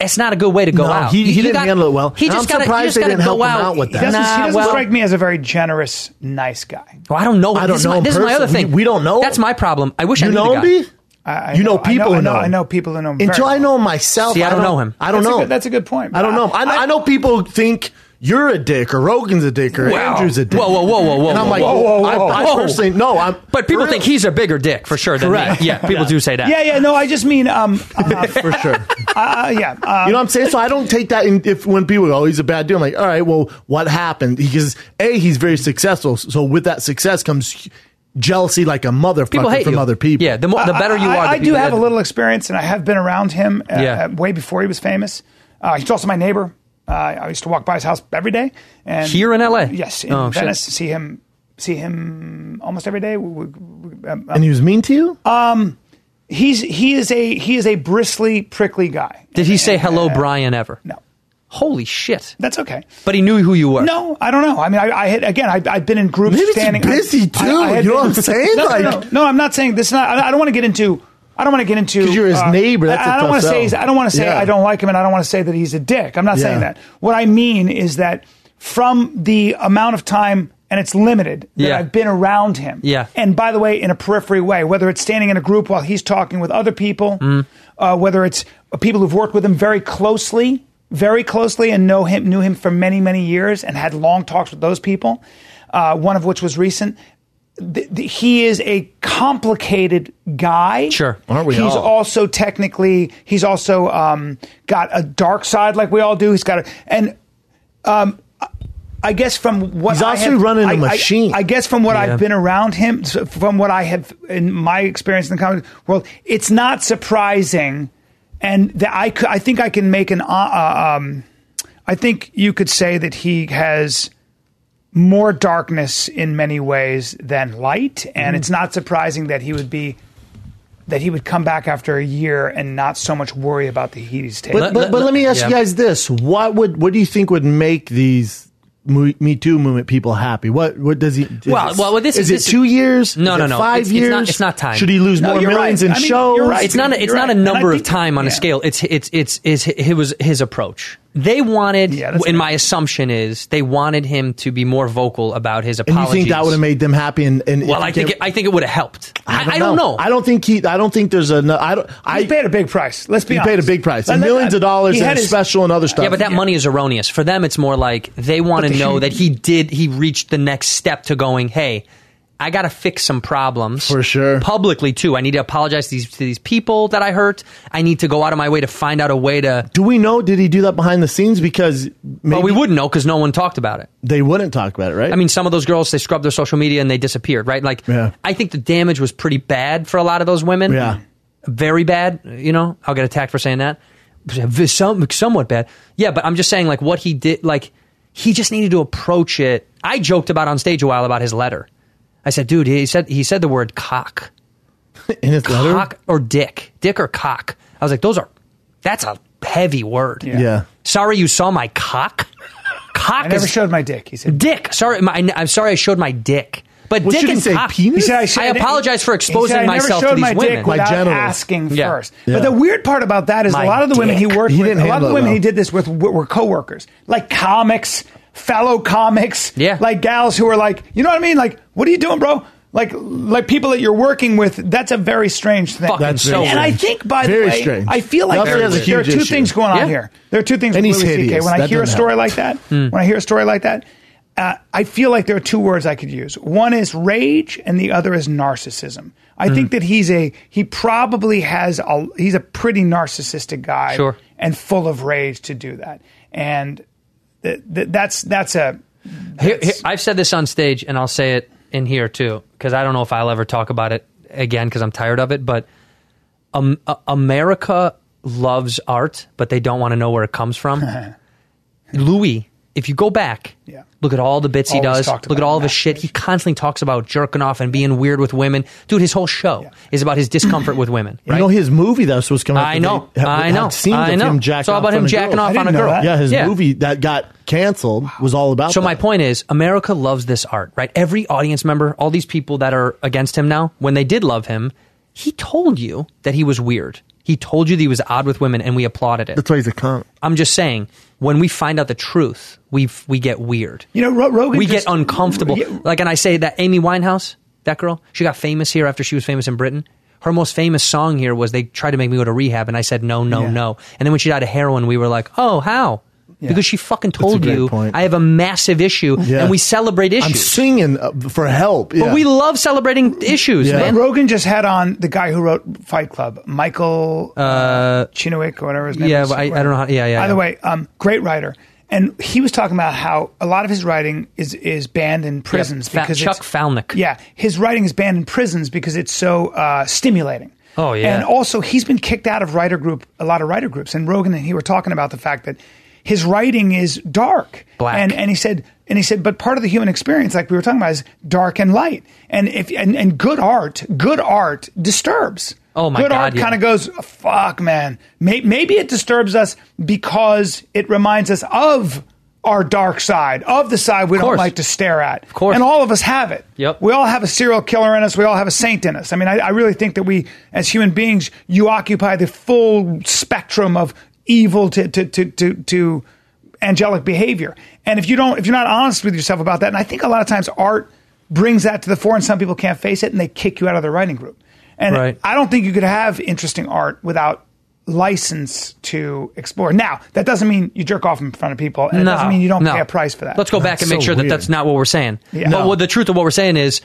[SPEAKER 6] It's not a good way to go
[SPEAKER 5] No,
[SPEAKER 6] out.
[SPEAKER 5] he-
[SPEAKER 6] You-
[SPEAKER 5] he
[SPEAKER 6] you
[SPEAKER 5] didn't
[SPEAKER 6] got-
[SPEAKER 5] handle it well.
[SPEAKER 6] He
[SPEAKER 5] And
[SPEAKER 6] just
[SPEAKER 5] I'm
[SPEAKER 6] gotta,
[SPEAKER 5] surprised
[SPEAKER 6] he just
[SPEAKER 5] they
[SPEAKER 6] gotta
[SPEAKER 5] didn't
[SPEAKER 6] go
[SPEAKER 5] help him
[SPEAKER 6] out.
[SPEAKER 5] out with
[SPEAKER 1] He
[SPEAKER 5] that.
[SPEAKER 1] doesn't, he
[SPEAKER 6] Nah,
[SPEAKER 1] doesn't
[SPEAKER 6] well-
[SPEAKER 1] strike me as a very generous, nice guy.
[SPEAKER 6] Well, I don't know.
[SPEAKER 5] I don't
[SPEAKER 6] this
[SPEAKER 5] know
[SPEAKER 6] Is my,
[SPEAKER 5] in
[SPEAKER 6] this is my
[SPEAKER 5] person.
[SPEAKER 6] other thing.
[SPEAKER 5] We- we don't know.
[SPEAKER 6] That's my problem. I wish I
[SPEAKER 5] you
[SPEAKER 6] knew the
[SPEAKER 5] know
[SPEAKER 6] guy.
[SPEAKER 5] me?
[SPEAKER 1] I
[SPEAKER 5] you know
[SPEAKER 1] I
[SPEAKER 5] people
[SPEAKER 1] I
[SPEAKER 5] who
[SPEAKER 1] know,
[SPEAKER 5] know
[SPEAKER 1] I
[SPEAKER 5] him.
[SPEAKER 1] know people who know him.
[SPEAKER 5] Until
[SPEAKER 1] very
[SPEAKER 5] I
[SPEAKER 1] well.
[SPEAKER 5] know myself,
[SPEAKER 6] See, I don't know him.
[SPEAKER 5] I don't
[SPEAKER 1] That's a
[SPEAKER 5] know.
[SPEAKER 1] good- that's a good point.
[SPEAKER 5] I don't know. him. I, I,
[SPEAKER 1] I-
[SPEAKER 5] know people who think you're a dick or Rogan's a dick or
[SPEAKER 6] Wow.
[SPEAKER 5] Andrew's a dick.
[SPEAKER 6] Whoa, whoa, whoa, whoa, whoa,
[SPEAKER 5] And I'm
[SPEAKER 6] whoa,
[SPEAKER 5] like,
[SPEAKER 6] whoa,
[SPEAKER 1] whoa, whoa.
[SPEAKER 5] I, I
[SPEAKER 6] Whoa.
[SPEAKER 5] personally Oh. no. I'm
[SPEAKER 6] Oh. But people
[SPEAKER 5] for
[SPEAKER 6] think
[SPEAKER 5] real.
[SPEAKER 6] he's a bigger dick for sure than
[SPEAKER 5] Correct.
[SPEAKER 6] me. Yeah, people do say that.
[SPEAKER 1] Yeah, yeah, no, I just mean, um, uh,
[SPEAKER 5] for
[SPEAKER 6] *laughs*
[SPEAKER 5] sure.
[SPEAKER 1] uh, yeah, uh,
[SPEAKER 5] You know what I'm saying? So I don't take that in if when people go, oh, he's a bad dude. I'm like, all right, well, what happened? Because A, he's very successful. So with that success comes jealousy like a motherfucker
[SPEAKER 6] people hate
[SPEAKER 5] from
[SPEAKER 6] you.
[SPEAKER 5] other people.
[SPEAKER 6] Yeah, the more, the better you
[SPEAKER 1] I, I,
[SPEAKER 6] are. the
[SPEAKER 1] I do
[SPEAKER 6] people
[SPEAKER 1] have
[SPEAKER 6] that-
[SPEAKER 1] a little experience, and I have been around him uh,
[SPEAKER 6] Yeah.
[SPEAKER 1] uh, way before he was famous. Uh, he's also my neighbor. Uh, I used to walk by his house every day. And
[SPEAKER 6] Here in LA?
[SPEAKER 1] Yes, in
[SPEAKER 6] Oh, shit.
[SPEAKER 1] Venice. See him, see him almost every day. We- we- we- um,
[SPEAKER 5] And he was mean to you?
[SPEAKER 1] He's he is a he is a bristly, prickly guy.
[SPEAKER 6] Did he say hello, Brian? Ever?
[SPEAKER 1] No,
[SPEAKER 6] Holy shit!
[SPEAKER 1] that's okay.
[SPEAKER 6] But he knew who you were.
[SPEAKER 1] No, I don't know. I mean, I, I had again. I, I'd been in groups
[SPEAKER 5] Maybe he's
[SPEAKER 1] standing.
[SPEAKER 5] busy too.
[SPEAKER 1] had
[SPEAKER 5] you know
[SPEAKER 1] been-
[SPEAKER 5] what I'm saying?
[SPEAKER 1] *laughs* No,
[SPEAKER 5] like,
[SPEAKER 1] no, no, no, I'm not saying this. Is not. I, I don't want to get into. I don't want to get into
[SPEAKER 5] 'Cause you're his neighbor, that's
[SPEAKER 1] I,
[SPEAKER 5] a
[SPEAKER 1] I don't
[SPEAKER 5] tough
[SPEAKER 1] wanna
[SPEAKER 5] sell.
[SPEAKER 1] say. he's- I don't want to say
[SPEAKER 5] Yeah.
[SPEAKER 1] I don't like him, and I don't want to say that he's a dick. I'm not saying
[SPEAKER 5] Yeah.
[SPEAKER 1] that. What I mean is that from the amount of time. And it's limited that
[SPEAKER 6] Yeah.
[SPEAKER 1] I've been around him.
[SPEAKER 6] Yeah.
[SPEAKER 1] And by the way, in a periphery way, whether it's standing in a group while he's talking with other people,
[SPEAKER 6] Mm.
[SPEAKER 1] uh, whether it's people who've worked with him very closely, very closely, and know him, knew him for many, many years, and had long talks with those people. Uh, one of which was recent th- th- he is a complicated guy.
[SPEAKER 6] Sure.
[SPEAKER 5] Aren't we
[SPEAKER 1] He's
[SPEAKER 5] all?
[SPEAKER 1] also technically. He's also um, got a dark side, like we all do. He's got a and. Um, I- I guess from what
[SPEAKER 5] He's
[SPEAKER 1] I
[SPEAKER 5] also
[SPEAKER 1] have-
[SPEAKER 5] running a
[SPEAKER 1] I- I-
[SPEAKER 5] machine.
[SPEAKER 1] I, guess from what
[SPEAKER 6] Yeah.
[SPEAKER 1] I've been around him, s- from what I have in my experience in the comedy world, it's not surprising, and that I cou- I think I can make an uh, uh, um, I think you could say that he has more darkness in many ways than light, and
[SPEAKER 5] Mm-hmm.
[SPEAKER 8] Mhm.
[SPEAKER 1] it's not surprising that he would be that he would come back after a year and not so much worry about the heat he's taking.
[SPEAKER 5] But, but, but let me ask you guys this: What would what do you think would make these Mo- Me Too movement people happy? What what does he? is
[SPEAKER 6] Well,
[SPEAKER 5] it-
[SPEAKER 6] well, well, this
[SPEAKER 5] is
[SPEAKER 6] this
[SPEAKER 5] it two years?
[SPEAKER 6] No,
[SPEAKER 5] Is
[SPEAKER 6] no,
[SPEAKER 5] it
[SPEAKER 6] no.
[SPEAKER 5] Five
[SPEAKER 6] it's,
[SPEAKER 5] years?
[SPEAKER 6] It's not, it's not time.
[SPEAKER 5] Should he lose more millions in shows?
[SPEAKER 6] It's not. A, it's not a number of time on a scale. It's it's it's is it was his approach. They wanted, and my assumption is they wanted him to be more vocal about his
[SPEAKER 5] And you
[SPEAKER 6] apologies.
[SPEAKER 5] think that would have made them happy? And, and
[SPEAKER 6] well,
[SPEAKER 5] if
[SPEAKER 6] I
[SPEAKER 5] you
[SPEAKER 6] think it,
[SPEAKER 5] can't-
[SPEAKER 6] I think it would have helped. I, I don't know.
[SPEAKER 5] I don't think he. I don't think there's a. no- I don't. I
[SPEAKER 1] paid a big price. Let's
[SPEAKER 6] be
[SPEAKER 5] He paid a
[SPEAKER 6] honest.
[SPEAKER 5] big price.
[SPEAKER 6] Let- let-
[SPEAKER 5] millions of dollars
[SPEAKER 6] he
[SPEAKER 5] and
[SPEAKER 6] had
[SPEAKER 5] a
[SPEAKER 6] his-
[SPEAKER 5] special and other stuff.
[SPEAKER 6] Yeah, but that money is erroneous. For them, it's more like they want
[SPEAKER 5] But
[SPEAKER 6] to
[SPEAKER 5] the
[SPEAKER 6] know
[SPEAKER 5] human-
[SPEAKER 6] that he did, he reached the next step to going, hey, I got to fix some problems. For
[SPEAKER 5] sure.
[SPEAKER 6] Publicly, too. I need to apologize to these, to these people that I hurt. I need to go out of my way to find out a way to.
[SPEAKER 5] Do we know? Did he do that behind the scenes? Because
[SPEAKER 6] but we wouldn't know because no one talked about it.
[SPEAKER 5] They wouldn't talk about it, right?
[SPEAKER 6] I mean, some of those girls, they scrubbed their social media and they disappeared, right? Like, I think the damage was pretty bad for a lot of those women. Yeah. Very bad. You know, I'll get attacked for saying that. Some, somewhat bad. Yeah, but I'm just saying, like, what he did, like, he just needed to approach it. I joked about on stage a while about his letter. I said, dude, he said, he said the word cock.
[SPEAKER 5] In his
[SPEAKER 6] cock or dick. Dick or cock. I was like, those are, that's a heavy word.
[SPEAKER 5] Yeah. Yeah.
[SPEAKER 6] Sorry you saw my cock.
[SPEAKER 1] *laughs*
[SPEAKER 6] Cock
[SPEAKER 1] I never
[SPEAKER 6] is-
[SPEAKER 1] showed my dick. He said.
[SPEAKER 6] Dick. Sorry, my, I'm sorry. I showed my dick. But
[SPEAKER 1] What
[SPEAKER 6] dick
[SPEAKER 1] should he
[SPEAKER 6] and
[SPEAKER 1] say,
[SPEAKER 6] cock-
[SPEAKER 1] penis? He said, I
[SPEAKER 6] I,
[SPEAKER 1] said-
[SPEAKER 6] apologize for
[SPEAKER 1] he
[SPEAKER 6] exposing
[SPEAKER 1] said, "I never
[SPEAKER 6] myself
[SPEAKER 1] showed
[SPEAKER 6] to these
[SPEAKER 1] my
[SPEAKER 6] women.
[SPEAKER 1] dick without asking
[SPEAKER 6] Yeah.
[SPEAKER 1] first.
[SPEAKER 6] Yeah.
[SPEAKER 1] But the weird part about that is
[SPEAKER 6] My
[SPEAKER 1] a lot of the women he
[SPEAKER 6] dick.
[SPEAKER 1] worked
[SPEAKER 6] He
[SPEAKER 1] with,
[SPEAKER 6] didn't
[SPEAKER 1] a lot of
[SPEAKER 6] handle
[SPEAKER 1] the
[SPEAKER 6] it
[SPEAKER 1] women he
[SPEAKER 6] well.
[SPEAKER 1] did this with were, were coworkers, like comics, fellow comics,
[SPEAKER 6] Yeah.
[SPEAKER 1] like gals who are like, you know what I mean? Like, what are you doing, bro? Like, like people that you're working with, that's a very strange thing.
[SPEAKER 5] That's so
[SPEAKER 1] and
[SPEAKER 5] strange.
[SPEAKER 1] I think, by
[SPEAKER 5] Very
[SPEAKER 1] the way,
[SPEAKER 5] strange.
[SPEAKER 1] I feel like
[SPEAKER 5] Nothing
[SPEAKER 1] there,
[SPEAKER 5] has a
[SPEAKER 1] there are
[SPEAKER 5] huge
[SPEAKER 1] two
[SPEAKER 5] issue.
[SPEAKER 1] things going on
[SPEAKER 5] Yeah.
[SPEAKER 1] here. There are two things.
[SPEAKER 5] And
[SPEAKER 1] with
[SPEAKER 5] he's
[SPEAKER 1] Louis CK.
[SPEAKER 5] hideous.
[SPEAKER 1] When I
[SPEAKER 5] That
[SPEAKER 1] hear a
[SPEAKER 5] doesn't
[SPEAKER 1] story
[SPEAKER 5] help.
[SPEAKER 1] like that,
[SPEAKER 6] Hmm.
[SPEAKER 5] Mm.
[SPEAKER 1] when I hear a story like that, uh, I feel like there are two words I could use. One is rage, and the other is narcissism.
[SPEAKER 6] Hmm.
[SPEAKER 1] I think that he's a he probably has a he's a pretty narcissistic guy,
[SPEAKER 6] Sure.
[SPEAKER 1] and full of rage to do that. And th- th- that's that's a
[SPEAKER 6] Here- here- I've said this on stage, and I'll say it in here too, because I don't know if I'll ever talk about it again because I'm tired of it. But um, uh, America loves art, but they don't want to know where it comes from.
[SPEAKER 1] *laughs*
[SPEAKER 6] Louis, if you go back, look at all the bits he
[SPEAKER 8] Always
[SPEAKER 6] does.
[SPEAKER 8] talked
[SPEAKER 6] Look at all of his shit. He constantly talks about jerking off and being weird with women. Dude, his whole show is about his discomfort with women.
[SPEAKER 5] You know his movie that was supposed to come out.
[SPEAKER 6] I
[SPEAKER 5] today
[SPEAKER 6] know.
[SPEAKER 5] had-
[SPEAKER 6] I
[SPEAKER 5] had
[SPEAKER 6] know.
[SPEAKER 5] scenes
[SPEAKER 6] I
[SPEAKER 5] of
[SPEAKER 6] know.
[SPEAKER 5] Him jacking
[SPEAKER 6] It's all
[SPEAKER 5] off
[SPEAKER 6] about
[SPEAKER 5] on
[SPEAKER 6] him
[SPEAKER 5] a
[SPEAKER 6] jacking
[SPEAKER 5] girl.
[SPEAKER 6] off I didn't on a know girl. that.
[SPEAKER 5] Yeah, his
[SPEAKER 6] Yeah.
[SPEAKER 5] movie that got canceled was all about.
[SPEAKER 6] So
[SPEAKER 5] that.
[SPEAKER 6] my point is, America loves this art, right? Every audience member, all these people that are against him now, when they did love him, he told you that he was weird. He told you that he was odd with women, and we applauded it.
[SPEAKER 5] That's why he's a comic.
[SPEAKER 6] I'm just saying, when we find out the truth, we we get weird.
[SPEAKER 1] You know, Ro- Rogan.
[SPEAKER 6] we
[SPEAKER 1] just-
[SPEAKER 6] get uncomfortable. Like, and I say that Amy Winehouse, that girl, she got famous here after she was famous in Britain. Her most famous song here was "They Tried to Make Me Go to Rehab," and I said no, no,
[SPEAKER 8] Yeah.
[SPEAKER 6] no. And then when she died of heroin, we were like, oh, how? Because she fucking told
[SPEAKER 5] great
[SPEAKER 6] you
[SPEAKER 5] point.
[SPEAKER 6] I have a massive issue,
[SPEAKER 5] Yeah.
[SPEAKER 6] and we celebrate issues.
[SPEAKER 5] I'm singing uh, for help.
[SPEAKER 6] But we love celebrating issues,
[SPEAKER 1] Ro-
[SPEAKER 6] man.
[SPEAKER 1] Rogan just had on the guy who wrote Fight Club, Michael
[SPEAKER 6] Uh,
[SPEAKER 1] Chinook or whatever his name
[SPEAKER 6] yeah,
[SPEAKER 1] is.
[SPEAKER 6] but I- I don't know how- yeah, yeah,
[SPEAKER 1] Either
[SPEAKER 6] yeah.
[SPEAKER 1] way, um, great writer. And he was talking about how a lot of his writing is is banned in prisons
[SPEAKER 6] Fa-
[SPEAKER 1] because
[SPEAKER 6] Chuck
[SPEAKER 1] it's-
[SPEAKER 6] Falnick.
[SPEAKER 1] Yeah, his writing is banned in prisons because it's so uh, stimulating.
[SPEAKER 6] Oh, yeah.
[SPEAKER 1] And also, he's been kicked out of writer group, a lot of writer groups. And Rogan and he were talking about the fact that his writing is dark,
[SPEAKER 6] Black.
[SPEAKER 1] and and he said, and he said, but part of the human experience, like we were talking about, is dark and light. And if and, and good art, good art disturbs.
[SPEAKER 6] Oh, my
[SPEAKER 1] good
[SPEAKER 6] God,
[SPEAKER 1] art
[SPEAKER 6] yeah.
[SPEAKER 1] kind of goes, fuck, man. May- Maybe it disturbs us because it reminds us of our dark side, of the side we don't
[SPEAKER 6] course.
[SPEAKER 1] like to stare at. Of
[SPEAKER 6] course.
[SPEAKER 1] And all of us have it.
[SPEAKER 6] Yep.
[SPEAKER 1] We all have a serial killer in us. We all have a saint in us. I mean, I, I really think that we, as human beings, you occupy the full spectrum of evil to to to to, to angelic behavior. And if you don't, if you're not honest with yourself about that, and I think a lot of times art brings that to the fore, and some people can't face it, and they kick you out of their writing group. And
[SPEAKER 6] Right.
[SPEAKER 1] I don't think you could have interesting art without license to explore. Now, that doesn't mean you jerk off in front of people, and it doesn't mean you don't
[SPEAKER 6] no.
[SPEAKER 1] pay a price for that.
[SPEAKER 6] Let's go back and make sure that that's not what we're saying.
[SPEAKER 1] Yeah.
[SPEAKER 6] But
[SPEAKER 1] No.
[SPEAKER 6] what the truth of what we're saying is,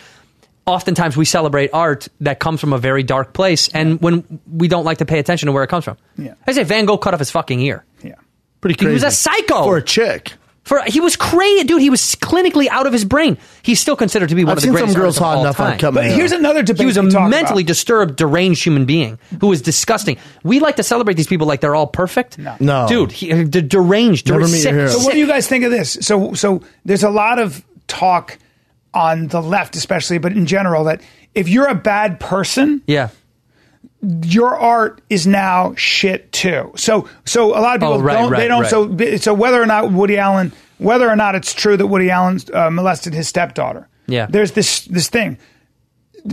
[SPEAKER 6] oftentimes we celebrate art that comes from a very dark place, and when we don't like to pay attention to where it comes from. Yeah. I say Van Gogh cut off his fucking ear.
[SPEAKER 1] *laughs* Yeah,
[SPEAKER 5] pretty
[SPEAKER 6] He was
[SPEAKER 5] crazy.
[SPEAKER 6] a psycho
[SPEAKER 5] for a chick.
[SPEAKER 6] For he was crazy, dude. He was clinically out of his brain. He's still considered to be one
[SPEAKER 5] I've
[SPEAKER 6] of the
[SPEAKER 5] seen some girls
[SPEAKER 6] greatest artists of
[SPEAKER 5] hot
[SPEAKER 6] all
[SPEAKER 5] enough on
[SPEAKER 6] time.
[SPEAKER 5] Cutman, But though. here's
[SPEAKER 1] another debate
[SPEAKER 6] He was a
[SPEAKER 1] we talk about.
[SPEAKER 6] mentally disturbed, deranged human being who was disgusting. We like to celebrate these people like they're all perfect. No,
[SPEAKER 5] No.
[SPEAKER 6] dude, he, uh, d- deranged,
[SPEAKER 5] Never
[SPEAKER 6] der-
[SPEAKER 5] meet your
[SPEAKER 6] sick,
[SPEAKER 5] hero.
[SPEAKER 1] So what
[SPEAKER 6] sick.
[SPEAKER 1] do you guys think of this? So so there's a lot of talk on the left especially, but in general that if you're a bad person,
[SPEAKER 6] yeah.
[SPEAKER 1] your art is now shit too. So so a lot of people
[SPEAKER 6] Oh, right,
[SPEAKER 1] don't they
[SPEAKER 6] right,
[SPEAKER 1] don't so
[SPEAKER 6] right.
[SPEAKER 1] so whether or not Woody Allen whether or not it's true that Woody Allen uh, molested his stepdaughter.
[SPEAKER 6] Yeah.
[SPEAKER 1] There's this this thing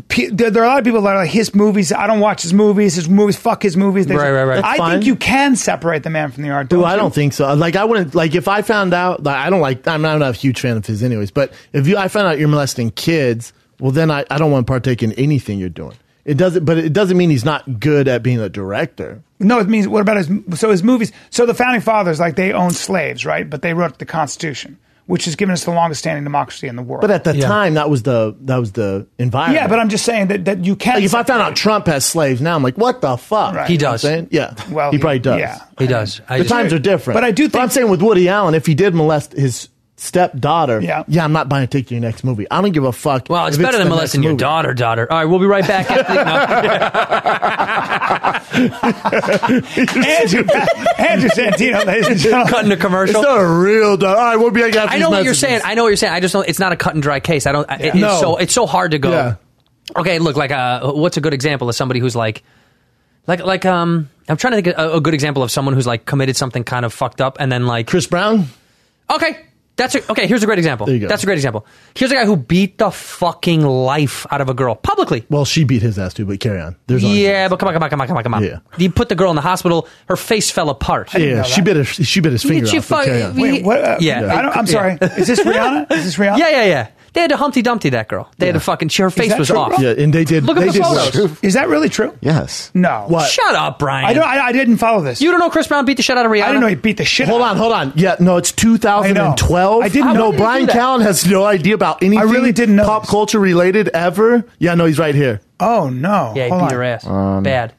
[SPEAKER 1] P- there, there are a lot of people that are like his movies. I don't watch his movies. His movies, fuck his movies. They-
[SPEAKER 6] Right, right, right.
[SPEAKER 1] I
[SPEAKER 5] That's fine.
[SPEAKER 1] think you can separate the man from the art.
[SPEAKER 5] Dude,
[SPEAKER 1] do
[SPEAKER 5] I don't think so. Uh, Like, I wouldn't like if I found out. Like, I don't like. I'm not, I'm not a huge fan of his, anyways. But if you, I found out you're molesting kids, well, then I, I don't want to partake in anything you're doing. It doesn't, but it doesn't mean he's not good at being a director.
[SPEAKER 1] No, it means what about his? So his movies. So the founding fathers, like they owned slaves, right? But they wrote the Constitution, which has given us the longest standing democracy in the world.
[SPEAKER 5] But at the
[SPEAKER 6] Yeah.
[SPEAKER 5] time, that was the that was the environment.
[SPEAKER 1] yeah, but I'm just saying that, that you can.
[SPEAKER 5] like, if I found out Trump has slaves now, I'm like, what the fuck?
[SPEAKER 1] Right.
[SPEAKER 6] He
[SPEAKER 5] You know what I'm
[SPEAKER 6] does.
[SPEAKER 5] saying? Yeah.
[SPEAKER 1] Well,
[SPEAKER 5] Well, he probably
[SPEAKER 1] he-
[SPEAKER 5] does.
[SPEAKER 1] yeah.
[SPEAKER 6] He does. I
[SPEAKER 5] the
[SPEAKER 6] just-
[SPEAKER 5] times are different.
[SPEAKER 1] But I do
[SPEAKER 5] But I'm
[SPEAKER 1] think-
[SPEAKER 5] saying with Woody Allen, if he did molest his stepdaughter,
[SPEAKER 1] Yeah.
[SPEAKER 5] I'm not buying a ticket to your next movie. I don't give a fuck.
[SPEAKER 6] Well, it's
[SPEAKER 5] if
[SPEAKER 6] better than
[SPEAKER 5] the
[SPEAKER 6] molesting
[SPEAKER 5] next
[SPEAKER 6] your
[SPEAKER 5] movie. *laughs*
[SPEAKER 6] daughter, daughter. All right, we'll be right back. After the,
[SPEAKER 1] Andrew, *laughs* Andrew Santino, ladies and
[SPEAKER 6] no,
[SPEAKER 1] gentlemen.
[SPEAKER 6] cutting a commercial.
[SPEAKER 5] It's not a real daughter. All right, we'll be back after
[SPEAKER 6] I
[SPEAKER 5] these
[SPEAKER 6] know what you're
[SPEAKER 5] messages.
[SPEAKER 6] saying. I know what you're saying. I just don't. It's not a cut and dry case. I don't. I- it-
[SPEAKER 5] No.
[SPEAKER 6] It's so it's so hard to go.
[SPEAKER 5] Yeah.
[SPEAKER 6] Okay, look like uh, what's a good example of somebody who's like, like like um. I'm trying to think of a, a good example of someone who's like committed something kind of fucked up and then like
[SPEAKER 5] Chris Brown?
[SPEAKER 6] okay. That's a, okay. Here's a great example.
[SPEAKER 5] There you go.
[SPEAKER 6] That's a great example. Here's a guy who beat the fucking life out of a girl publicly.
[SPEAKER 5] Well, she beat his ass too, but carry on. There's only-
[SPEAKER 6] Yeah, but come on, come on, come on, come on, come on.
[SPEAKER 5] Yeah.
[SPEAKER 6] He put the girl in the hospital. Her face fell apart.
[SPEAKER 5] Yeah, she bit her she bit his finger
[SPEAKER 6] she
[SPEAKER 5] off. but
[SPEAKER 6] fuck-
[SPEAKER 5] carry on.
[SPEAKER 6] we-
[SPEAKER 1] Wait, what? Uh,
[SPEAKER 6] Yeah.
[SPEAKER 1] I don't, I'm sorry. Is this Rihanna? Is this Rihanna?
[SPEAKER 6] Yeah, yeah, yeah. They had to Humpty Dumpty that girl. They had to fucking. She, her face
[SPEAKER 1] that
[SPEAKER 6] was
[SPEAKER 1] true,
[SPEAKER 6] off.
[SPEAKER 1] bro?
[SPEAKER 5] yeah, and they did
[SPEAKER 6] Look at
[SPEAKER 5] they
[SPEAKER 6] the
[SPEAKER 5] did
[SPEAKER 6] photos.
[SPEAKER 5] work.
[SPEAKER 1] Is that really true?
[SPEAKER 7] Yes.
[SPEAKER 1] No.
[SPEAKER 5] What?
[SPEAKER 6] Shut up, Brian.
[SPEAKER 1] I don't. I, I didn't follow this.
[SPEAKER 6] you don't know Chris Brown beat the shit out of Rihanna.
[SPEAKER 1] I didn't know he beat the shit.
[SPEAKER 5] Hold
[SPEAKER 1] out
[SPEAKER 5] on,
[SPEAKER 1] of
[SPEAKER 5] hold on. Yeah, no, it's 2012.
[SPEAKER 1] I didn't
[SPEAKER 5] How
[SPEAKER 1] know.
[SPEAKER 5] No,
[SPEAKER 1] Why did you
[SPEAKER 5] Brian
[SPEAKER 6] do that?
[SPEAKER 5] Callen has no idea about anything.
[SPEAKER 1] really didn't know
[SPEAKER 5] pop
[SPEAKER 1] this.
[SPEAKER 5] culture related ever. Yeah, no, he's right here.
[SPEAKER 1] Oh no.
[SPEAKER 6] Yeah, he
[SPEAKER 1] Hold
[SPEAKER 6] beat
[SPEAKER 1] on.
[SPEAKER 6] her ass.
[SPEAKER 1] Um,
[SPEAKER 6] Bad.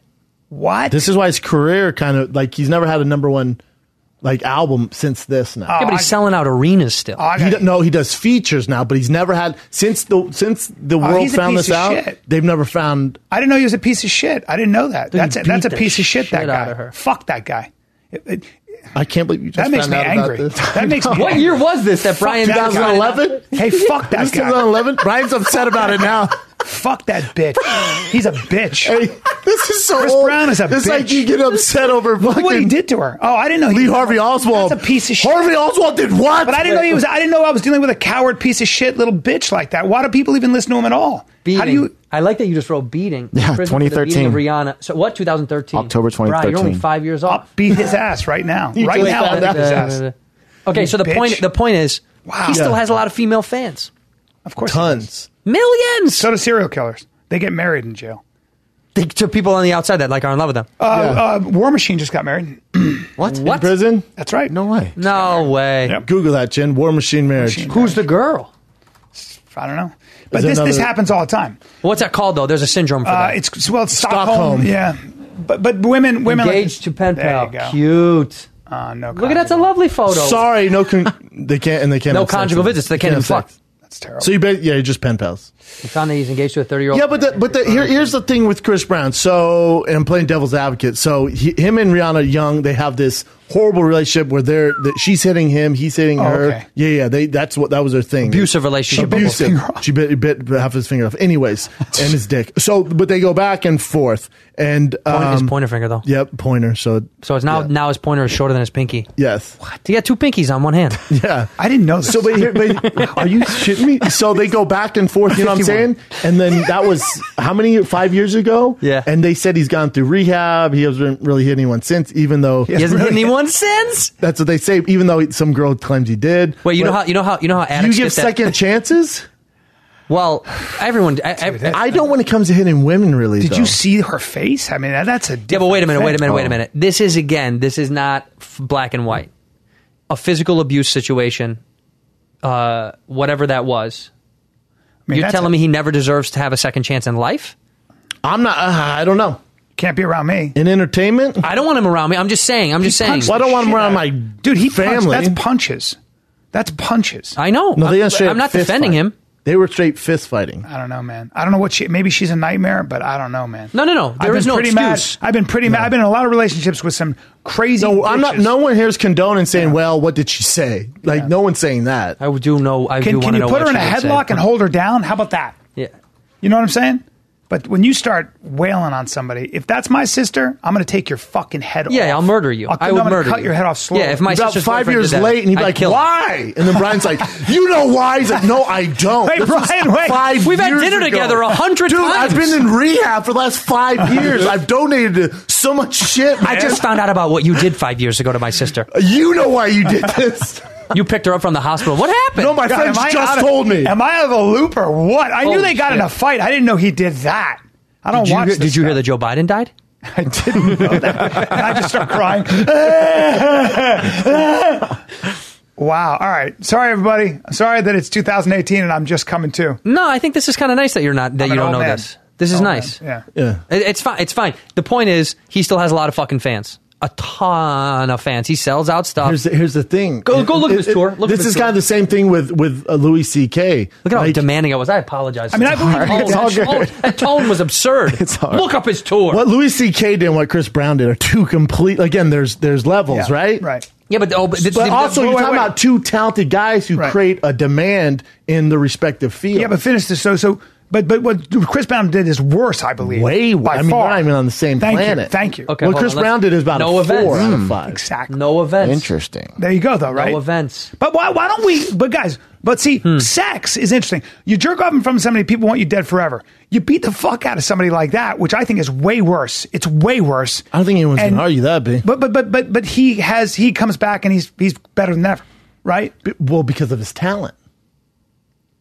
[SPEAKER 1] What?
[SPEAKER 5] This is why his career kind of like he's never had a number one like album since this. Now
[SPEAKER 1] Oh,
[SPEAKER 6] Yeah, but he's selling out arenas still.
[SPEAKER 1] I got
[SPEAKER 5] he
[SPEAKER 1] it.
[SPEAKER 5] don't, no, he does features now, but he's never had since the since the world
[SPEAKER 1] Oh, he's a
[SPEAKER 5] found
[SPEAKER 1] piece
[SPEAKER 5] this
[SPEAKER 1] of
[SPEAKER 5] out.
[SPEAKER 1] shit.
[SPEAKER 5] They've never found
[SPEAKER 1] I didn't know he was a piece of shit. I didn't know that. that's a,
[SPEAKER 6] beat
[SPEAKER 1] that's a
[SPEAKER 6] the
[SPEAKER 1] piece of shit. That
[SPEAKER 6] shit
[SPEAKER 1] guy.
[SPEAKER 6] out of her.
[SPEAKER 1] Fuck that guy. It- it-
[SPEAKER 5] I can't believe you just
[SPEAKER 1] That makes
[SPEAKER 5] found
[SPEAKER 1] me
[SPEAKER 5] out about
[SPEAKER 1] angry.
[SPEAKER 5] this.
[SPEAKER 1] That
[SPEAKER 5] *laughs*
[SPEAKER 1] makes me
[SPEAKER 6] what
[SPEAKER 1] angry.
[SPEAKER 6] year was this that Brian
[SPEAKER 1] that
[SPEAKER 6] Brown-
[SPEAKER 1] guy.
[SPEAKER 5] 2011?
[SPEAKER 1] hey, fuck that guy.
[SPEAKER 5] 2011? Brian's upset about it
[SPEAKER 1] *laughs*
[SPEAKER 5] now.
[SPEAKER 1] Fuck that bitch. He's a bitch.
[SPEAKER 5] Hey, this is so
[SPEAKER 1] Chris
[SPEAKER 5] old.
[SPEAKER 1] Brown is a
[SPEAKER 5] It's like
[SPEAKER 1] bitch.
[SPEAKER 5] you get upset over fucking
[SPEAKER 1] Look what he did to her. Oh, I didn't know he
[SPEAKER 5] Lee Harvey Oswald.
[SPEAKER 1] That's a piece of shit.
[SPEAKER 5] Harvey Oswald did what?
[SPEAKER 1] But I didn't know he was. I didn't know I was dealing with a coward piece of shit little bitch like that. Why do people even listen to him at all? How do you?
[SPEAKER 6] I like that you just wrote beating.
[SPEAKER 7] Yeah,
[SPEAKER 6] Prison for the beating
[SPEAKER 7] 2013.
[SPEAKER 6] of Rihanna. So what? 2013.
[SPEAKER 7] October
[SPEAKER 6] Brian, you're only
[SPEAKER 7] 2013.
[SPEAKER 6] five years
[SPEAKER 1] I'll
[SPEAKER 6] off. Uh,
[SPEAKER 1] beat his ass right
[SPEAKER 5] *laughs*
[SPEAKER 1] now. right
[SPEAKER 5] just
[SPEAKER 1] now, I'll
[SPEAKER 5] found
[SPEAKER 1] beat
[SPEAKER 5] out.
[SPEAKER 1] his ass.
[SPEAKER 6] Okay, so the
[SPEAKER 1] bitch.
[SPEAKER 6] point the point is, he still
[SPEAKER 5] Yeah.
[SPEAKER 6] has a lot of female fans,
[SPEAKER 1] Of course, he does.
[SPEAKER 5] Tons.
[SPEAKER 6] millions
[SPEAKER 1] So do serial killers. They get married in jail.
[SPEAKER 6] They- to people on the outside that like are in love with them.
[SPEAKER 1] Uh, uh, War Machine just got married. *clears throat*
[SPEAKER 7] What?
[SPEAKER 5] In prison?
[SPEAKER 1] That's right.
[SPEAKER 7] No way.
[SPEAKER 6] no way.
[SPEAKER 1] Yep.
[SPEAKER 5] Google that, Jen. War Machine Marriage.
[SPEAKER 6] Who's the girl?
[SPEAKER 1] I don't know. But
[SPEAKER 5] There's
[SPEAKER 1] this this
[SPEAKER 5] another-
[SPEAKER 1] happens all the time.
[SPEAKER 6] What's that called though? There's a syndrome for
[SPEAKER 1] Uh,
[SPEAKER 6] that.
[SPEAKER 1] it's well, it's Stockholm.
[SPEAKER 5] Stockholm.
[SPEAKER 1] Yeah, but but women women like-
[SPEAKER 6] Engaged to pen
[SPEAKER 1] There
[SPEAKER 6] pal.
[SPEAKER 1] you go.
[SPEAKER 6] Cute.
[SPEAKER 1] Uh, no,
[SPEAKER 6] Look at that's a
[SPEAKER 1] conjugal.
[SPEAKER 6] lovely photo.
[SPEAKER 5] Sorry, no, *laughs* con- they can't, and they can't.
[SPEAKER 6] No
[SPEAKER 5] have sex
[SPEAKER 6] conjugal
[SPEAKER 5] with-
[SPEAKER 6] visits. They can't even
[SPEAKER 5] have
[SPEAKER 6] fuck.
[SPEAKER 5] sex.
[SPEAKER 1] That's terrible.
[SPEAKER 5] So you, bet, yeah, you're just pen pals.
[SPEAKER 6] He found that he's engaged to a 30 year old.
[SPEAKER 5] Yeah, but the, but the, here, here's the thing with Chris Brown. So, and I'm playing devil's advocate. So, he, him and Rihanna Young, they have this horrible relationship where they're that she's hitting him, he's hitting
[SPEAKER 1] Oh,
[SPEAKER 5] her.
[SPEAKER 1] okay.
[SPEAKER 5] Yeah, yeah. They that's what that was their thing.
[SPEAKER 6] Abusive relationship.
[SPEAKER 5] Abusive. She bit, bit half his finger off. Anyways, and his dick. So, but they go back and forth. And um,
[SPEAKER 6] Point- his pointer finger though.
[SPEAKER 5] Yep, pointer. So,
[SPEAKER 6] So it's now now his pointer is shorter than his pinky.
[SPEAKER 5] yes.
[SPEAKER 6] He got two pinkies on one hand.
[SPEAKER 5] *laughs* Yeah.
[SPEAKER 1] I didn't know this.
[SPEAKER 5] So, but, here,
[SPEAKER 6] *laughs*
[SPEAKER 5] but are you shitting me? So they go back and forth. You know what
[SPEAKER 1] 51.
[SPEAKER 5] I'm saying? And then that was how many five years ago?
[SPEAKER 6] Yeah.
[SPEAKER 5] And they said he's gone through rehab. He hasn't really hit anyone since, even though
[SPEAKER 6] He hasn't hit
[SPEAKER 5] *laughs*
[SPEAKER 6] anyone since.
[SPEAKER 5] that's what they say. Even though some girl claims he did.
[SPEAKER 6] Wait, you know
[SPEAKER 5] But
[SPEAKER 6] how you know how you know how
[SPEAKER 5] you
[SPEAKER 6] addicts
[SPEAKER 5] give
[SPEAKER 6] get that- *laughs*
[SPEAKER 5] second chances?
[SPEAKER 6] Well, everyone. e- I, I,
[SPEAKER 5] I don't when it comes to hitting women, really.
[SPEAKER 1] did
[SPEAKER 5] though.
[SPEAKER 1] you see her face? I mean, that- that's a
[SPEAKER 6] yeah, but wait a minute, wait a minute, wait
[SPEAKER 7] Oh.
[SPEAKER 6] a minute. This is again, this is not f- black and white. A physical abuse situation, uh, whatever that was. You're telling me he never deserves to have a second chance in life?
[SPEAKER 5] I'm not. Uh, I don't know.
[SPEAKER 1] can't be around me?
[SPEAKER 5] In entertainment,
[SPEAKER 6] I don't want him around me. I'm just saying. I'm just saying.
[SPEAKER 1] punched
[SPEAKER 5] Well, I don't want him
[SPEAKER 1] Shit,
[SPEAKER 5] around
[SPEAKER 1] I-
[SPEAKER 5] my
[SPEAKER 1] dude. He punched,
[SPEAKER 5] family.
[SPEAKER 1] that's punches. That's punches.
[SPEAKER 6] I know.
[SPEAKER 5] No, they straight up fist fight.
[SPEAKER 1] him.
[SPEAKER 5] They were straight fist fighting.
[SPEAKER 1] I don't know, man. I don't know what she. Maybe she's a nightmare, but I don't know, man.
[SPEAKER 6] No, no, no.
[SPEAKER 1] I've
[SPEAKER 6] There
[SPEAKER 1] been
[SPEAKER 6] is no
[SPEAKER 1] pretty
[SPEAKER 6] excuse.
[SPEAKER 1] mad. I've been pretty mad. I've been in a lot of relationships with some crazy.
[SPEAKER 5] No, I'm not.
[SPEAKER 1] bitches.
[SPEAKER 5] No one here is condoning saying, "Well, what did she say?" Like no one's saying that.
[SPEAKER 6] I do know. I
[SPEAKER 1] Can, can you put her in a headlock and hold her down? How about that?
[SPEAKER 6] Yeah.
[SPEAKER 1] You know what I'm saying? But when you start wailing on somebody, if that's my sister, I'm going to take your fucking head off.
[SPEAKER 6] Yeah, I'll murder you.
[SPEAKER 1] I'll,
[SPEAKER 6] I
[SPEAKER 1] no,
[SPEAKER 6] would
[SPEAKER 1] I'm gonna
[SPEAKER 6] murder
[SPEAKER 1] cut
[SPEAKER 6] you.
[SPEAKER 1] your head off slowly.
[SPEAKER 6] Yeah, if my
[SPEAKER 5] about
[SPEAKER 6] sister's
[SPEAKER 5] five
[SPEAKER 6] boyfriend
[SPEAKER 5] years
[SPEAKER 6] did that,
[SPEAKER 5] late, and he'd be
[SPEAKER 6] I'd
[SPEAKER 5] like,
[SPEAKER 6] kill him.
[SPEAKER 5] "Why?" And then Brian's like, "You know why?" He's like, "No, I don't."
[SPEAKER 1] Hey,
[SPEAKER 5] This was
[SPEAKER 1] Brian, wait.
[SPEAKER 5] five
[SPEAKER 6] We've had
[SPEAKER 5] years
[SPEAKER 6] dinner
[SPEAKER 5] ago.
[SPEAKER 6] together a hundred
[SPEAKER 5] Dude,
[SPEAKER 6] times.
[SPEAKER 5] I've been in rehab for the last
[SPEAKER 6] *laughs*
[SPEAKER 5] five years. I've donated to so much shit.
[SPEAKER 6] I
[SPEAKER 5] man.
[SPEAKER 6] just found out about what you did five years ago to my sister.
[SPEAKER 5] You know why you did
[SPEAKER 6] *laughs*
[SPEAKER 5] this?
[SPEAKER 6] You picked her up from the hospital. What happened?
[SPEAKER 5] no, Oh, my
[SPEAKER 1] God,
[SPEAKER 5] friends
[SPEAKER 1] am I
[SPEAKER 5] just
[SPEAKER 1] out of-
[SPEAKER 5] told me.
[SPEAKER 1] Am I out of the loop or what? I knew
[SPEAKER 6] Holy
[SPEAKER 1] they got in
[SPEAKER 6] shit.
[SPEAKER 1] a fight. I didn't know he did that. I don't
[SPEAKER 6] did you,
[SPEAKER 1] watch.
[SPEAKER 6] hear-
[SPEAKER 1] this
[SPEAKER 6] did you hear that
[SPEAKER 1] stuff.
[SPEAKER 6] Joe Biden died?
[SPEAKER 1] I didn't know that. *laughs* and I just start crying. wow. All right. Sorry, everybody. Sorry that it's 2018 and I'm just coming to.
[SPEAKER 6] No, I think this is kind of nice that you're not that
[SPEAKER 1] I'm
[SPEAKER 6] you
[SPEAKER 1] an
[SPEAKER 6] don't
[SPEAKER 1] old
[SPEAKER 6] know
[SPEAKER 1] man.
[SPEAKER 6] this. This is
[SPEAKER 1] Old Oh, man.
[SPEAKER 6] nice.
[SPEAKER 1] Yeah.
[SPEAKER 5] Yeah.
[SPEAKER 6] It- It's fine. It's fine. The point is, he still has a lot of fucking fans. A ton of fans. He sells out stuff.
[SPEAKER 5] Here's the, here's the thing.
[SPEAKER 6] Go- go look at this tour. Look at
[SPEAKER 5] this
[SPEAKER 6] this
[SPEAKER 5] is
[SPEAKER 6] tour.
[SPEAKER 5] kind of the same thing with with uh, Louis C.K.
[SPEAKER 6] Look at how
[SPEAKER 5] Like,
[SPEAKER 6] demanding I was. I apologize.
[SPEAKER 1] I mean, I believe
[SPEAKER 6] Tone-
[SPEAKER 1] it's all
[SPEAKER 6] tone-
[SPEAKER 1] good.
[SPEAKER 6] that tone was absurd.
[SPEAKER 5] *laughs* It's all right.
[SPEAKER 6] Look up his tour.
[SPEAKER 5] What Louis C.K. did and what Chris Brown did are two complete. Again, there's there's levels,
[SPEAKER 1] Yeah,
[SPEAKER 5] right?
[SPEAKER 1] Right.
[SPEAKER 6] Yeah, but, oh, but,
[SPEAKER 5] But also,
[SPEAKER 1] wait,
[SPEAKER 5] you're
[SPEAKER 1] wait,
[SPEAKER 5] talking
[SPEAKER 1] wait.
[SPEAKER 5] about two talented guys who
[SPEAKER 1] Right.
[SPEAKER 5] create a demand in the respective field.
[SPEAKER 1] Yeah, but finish this. So, so, but, but what Chris Brown did is worse, I believe.
[SPEAKER 5] Way worse.
[SPEAKER 1] By
[SPEAKER 5] I mean,
[SPEAKER 1] far.
[SPEAKER 5] we're not even on the same
[SPEAKER 1] Thank You,
[SPEAKER 5] planet.
[SPEAKER 1] thank you. Hmm.
[SPEAKER 6] Okay,
[SPEAKER 5] what
[SPEAKER 6] hold on,
[SPEAKER 5] Chris
[SPEAKER 6] let's-
[SPEAKER 5] Brown did is about
[SPEAKER 6] No
[SPEAKER 5] a four
[SPEAKER 6] events.
[SPEAKER 5] out of
[SPEAKER 6] Mm.
[SPEAKER 5] five.
[SPEAKER 1] Exactly.
[SPEAKER 6] no events.
[SPEAKER 7] Interesting.
[SPEAKER 1] There you go, though, right?
[SPEAKER 6] No events.
[SPEAKER 1] But why, why don't we? But guys, but see,
[SPEAKER 6] Hmm.
[SPEAKER 1] sex is interesting. You jerk off in front of somebody, people want you dead forever. You beat the fuck out of somebody like that, which I think is way worse. It's way worse.
[SPEAKER 5] I don't think anyone's
[SPEAKER 1] And-
[SPEAKER 5] going to argue that, B.
[SPEAKER 1] But but but but but he has he comes back and he's he's better than ever, right?
[SPEAKER 5] well, because of his talent.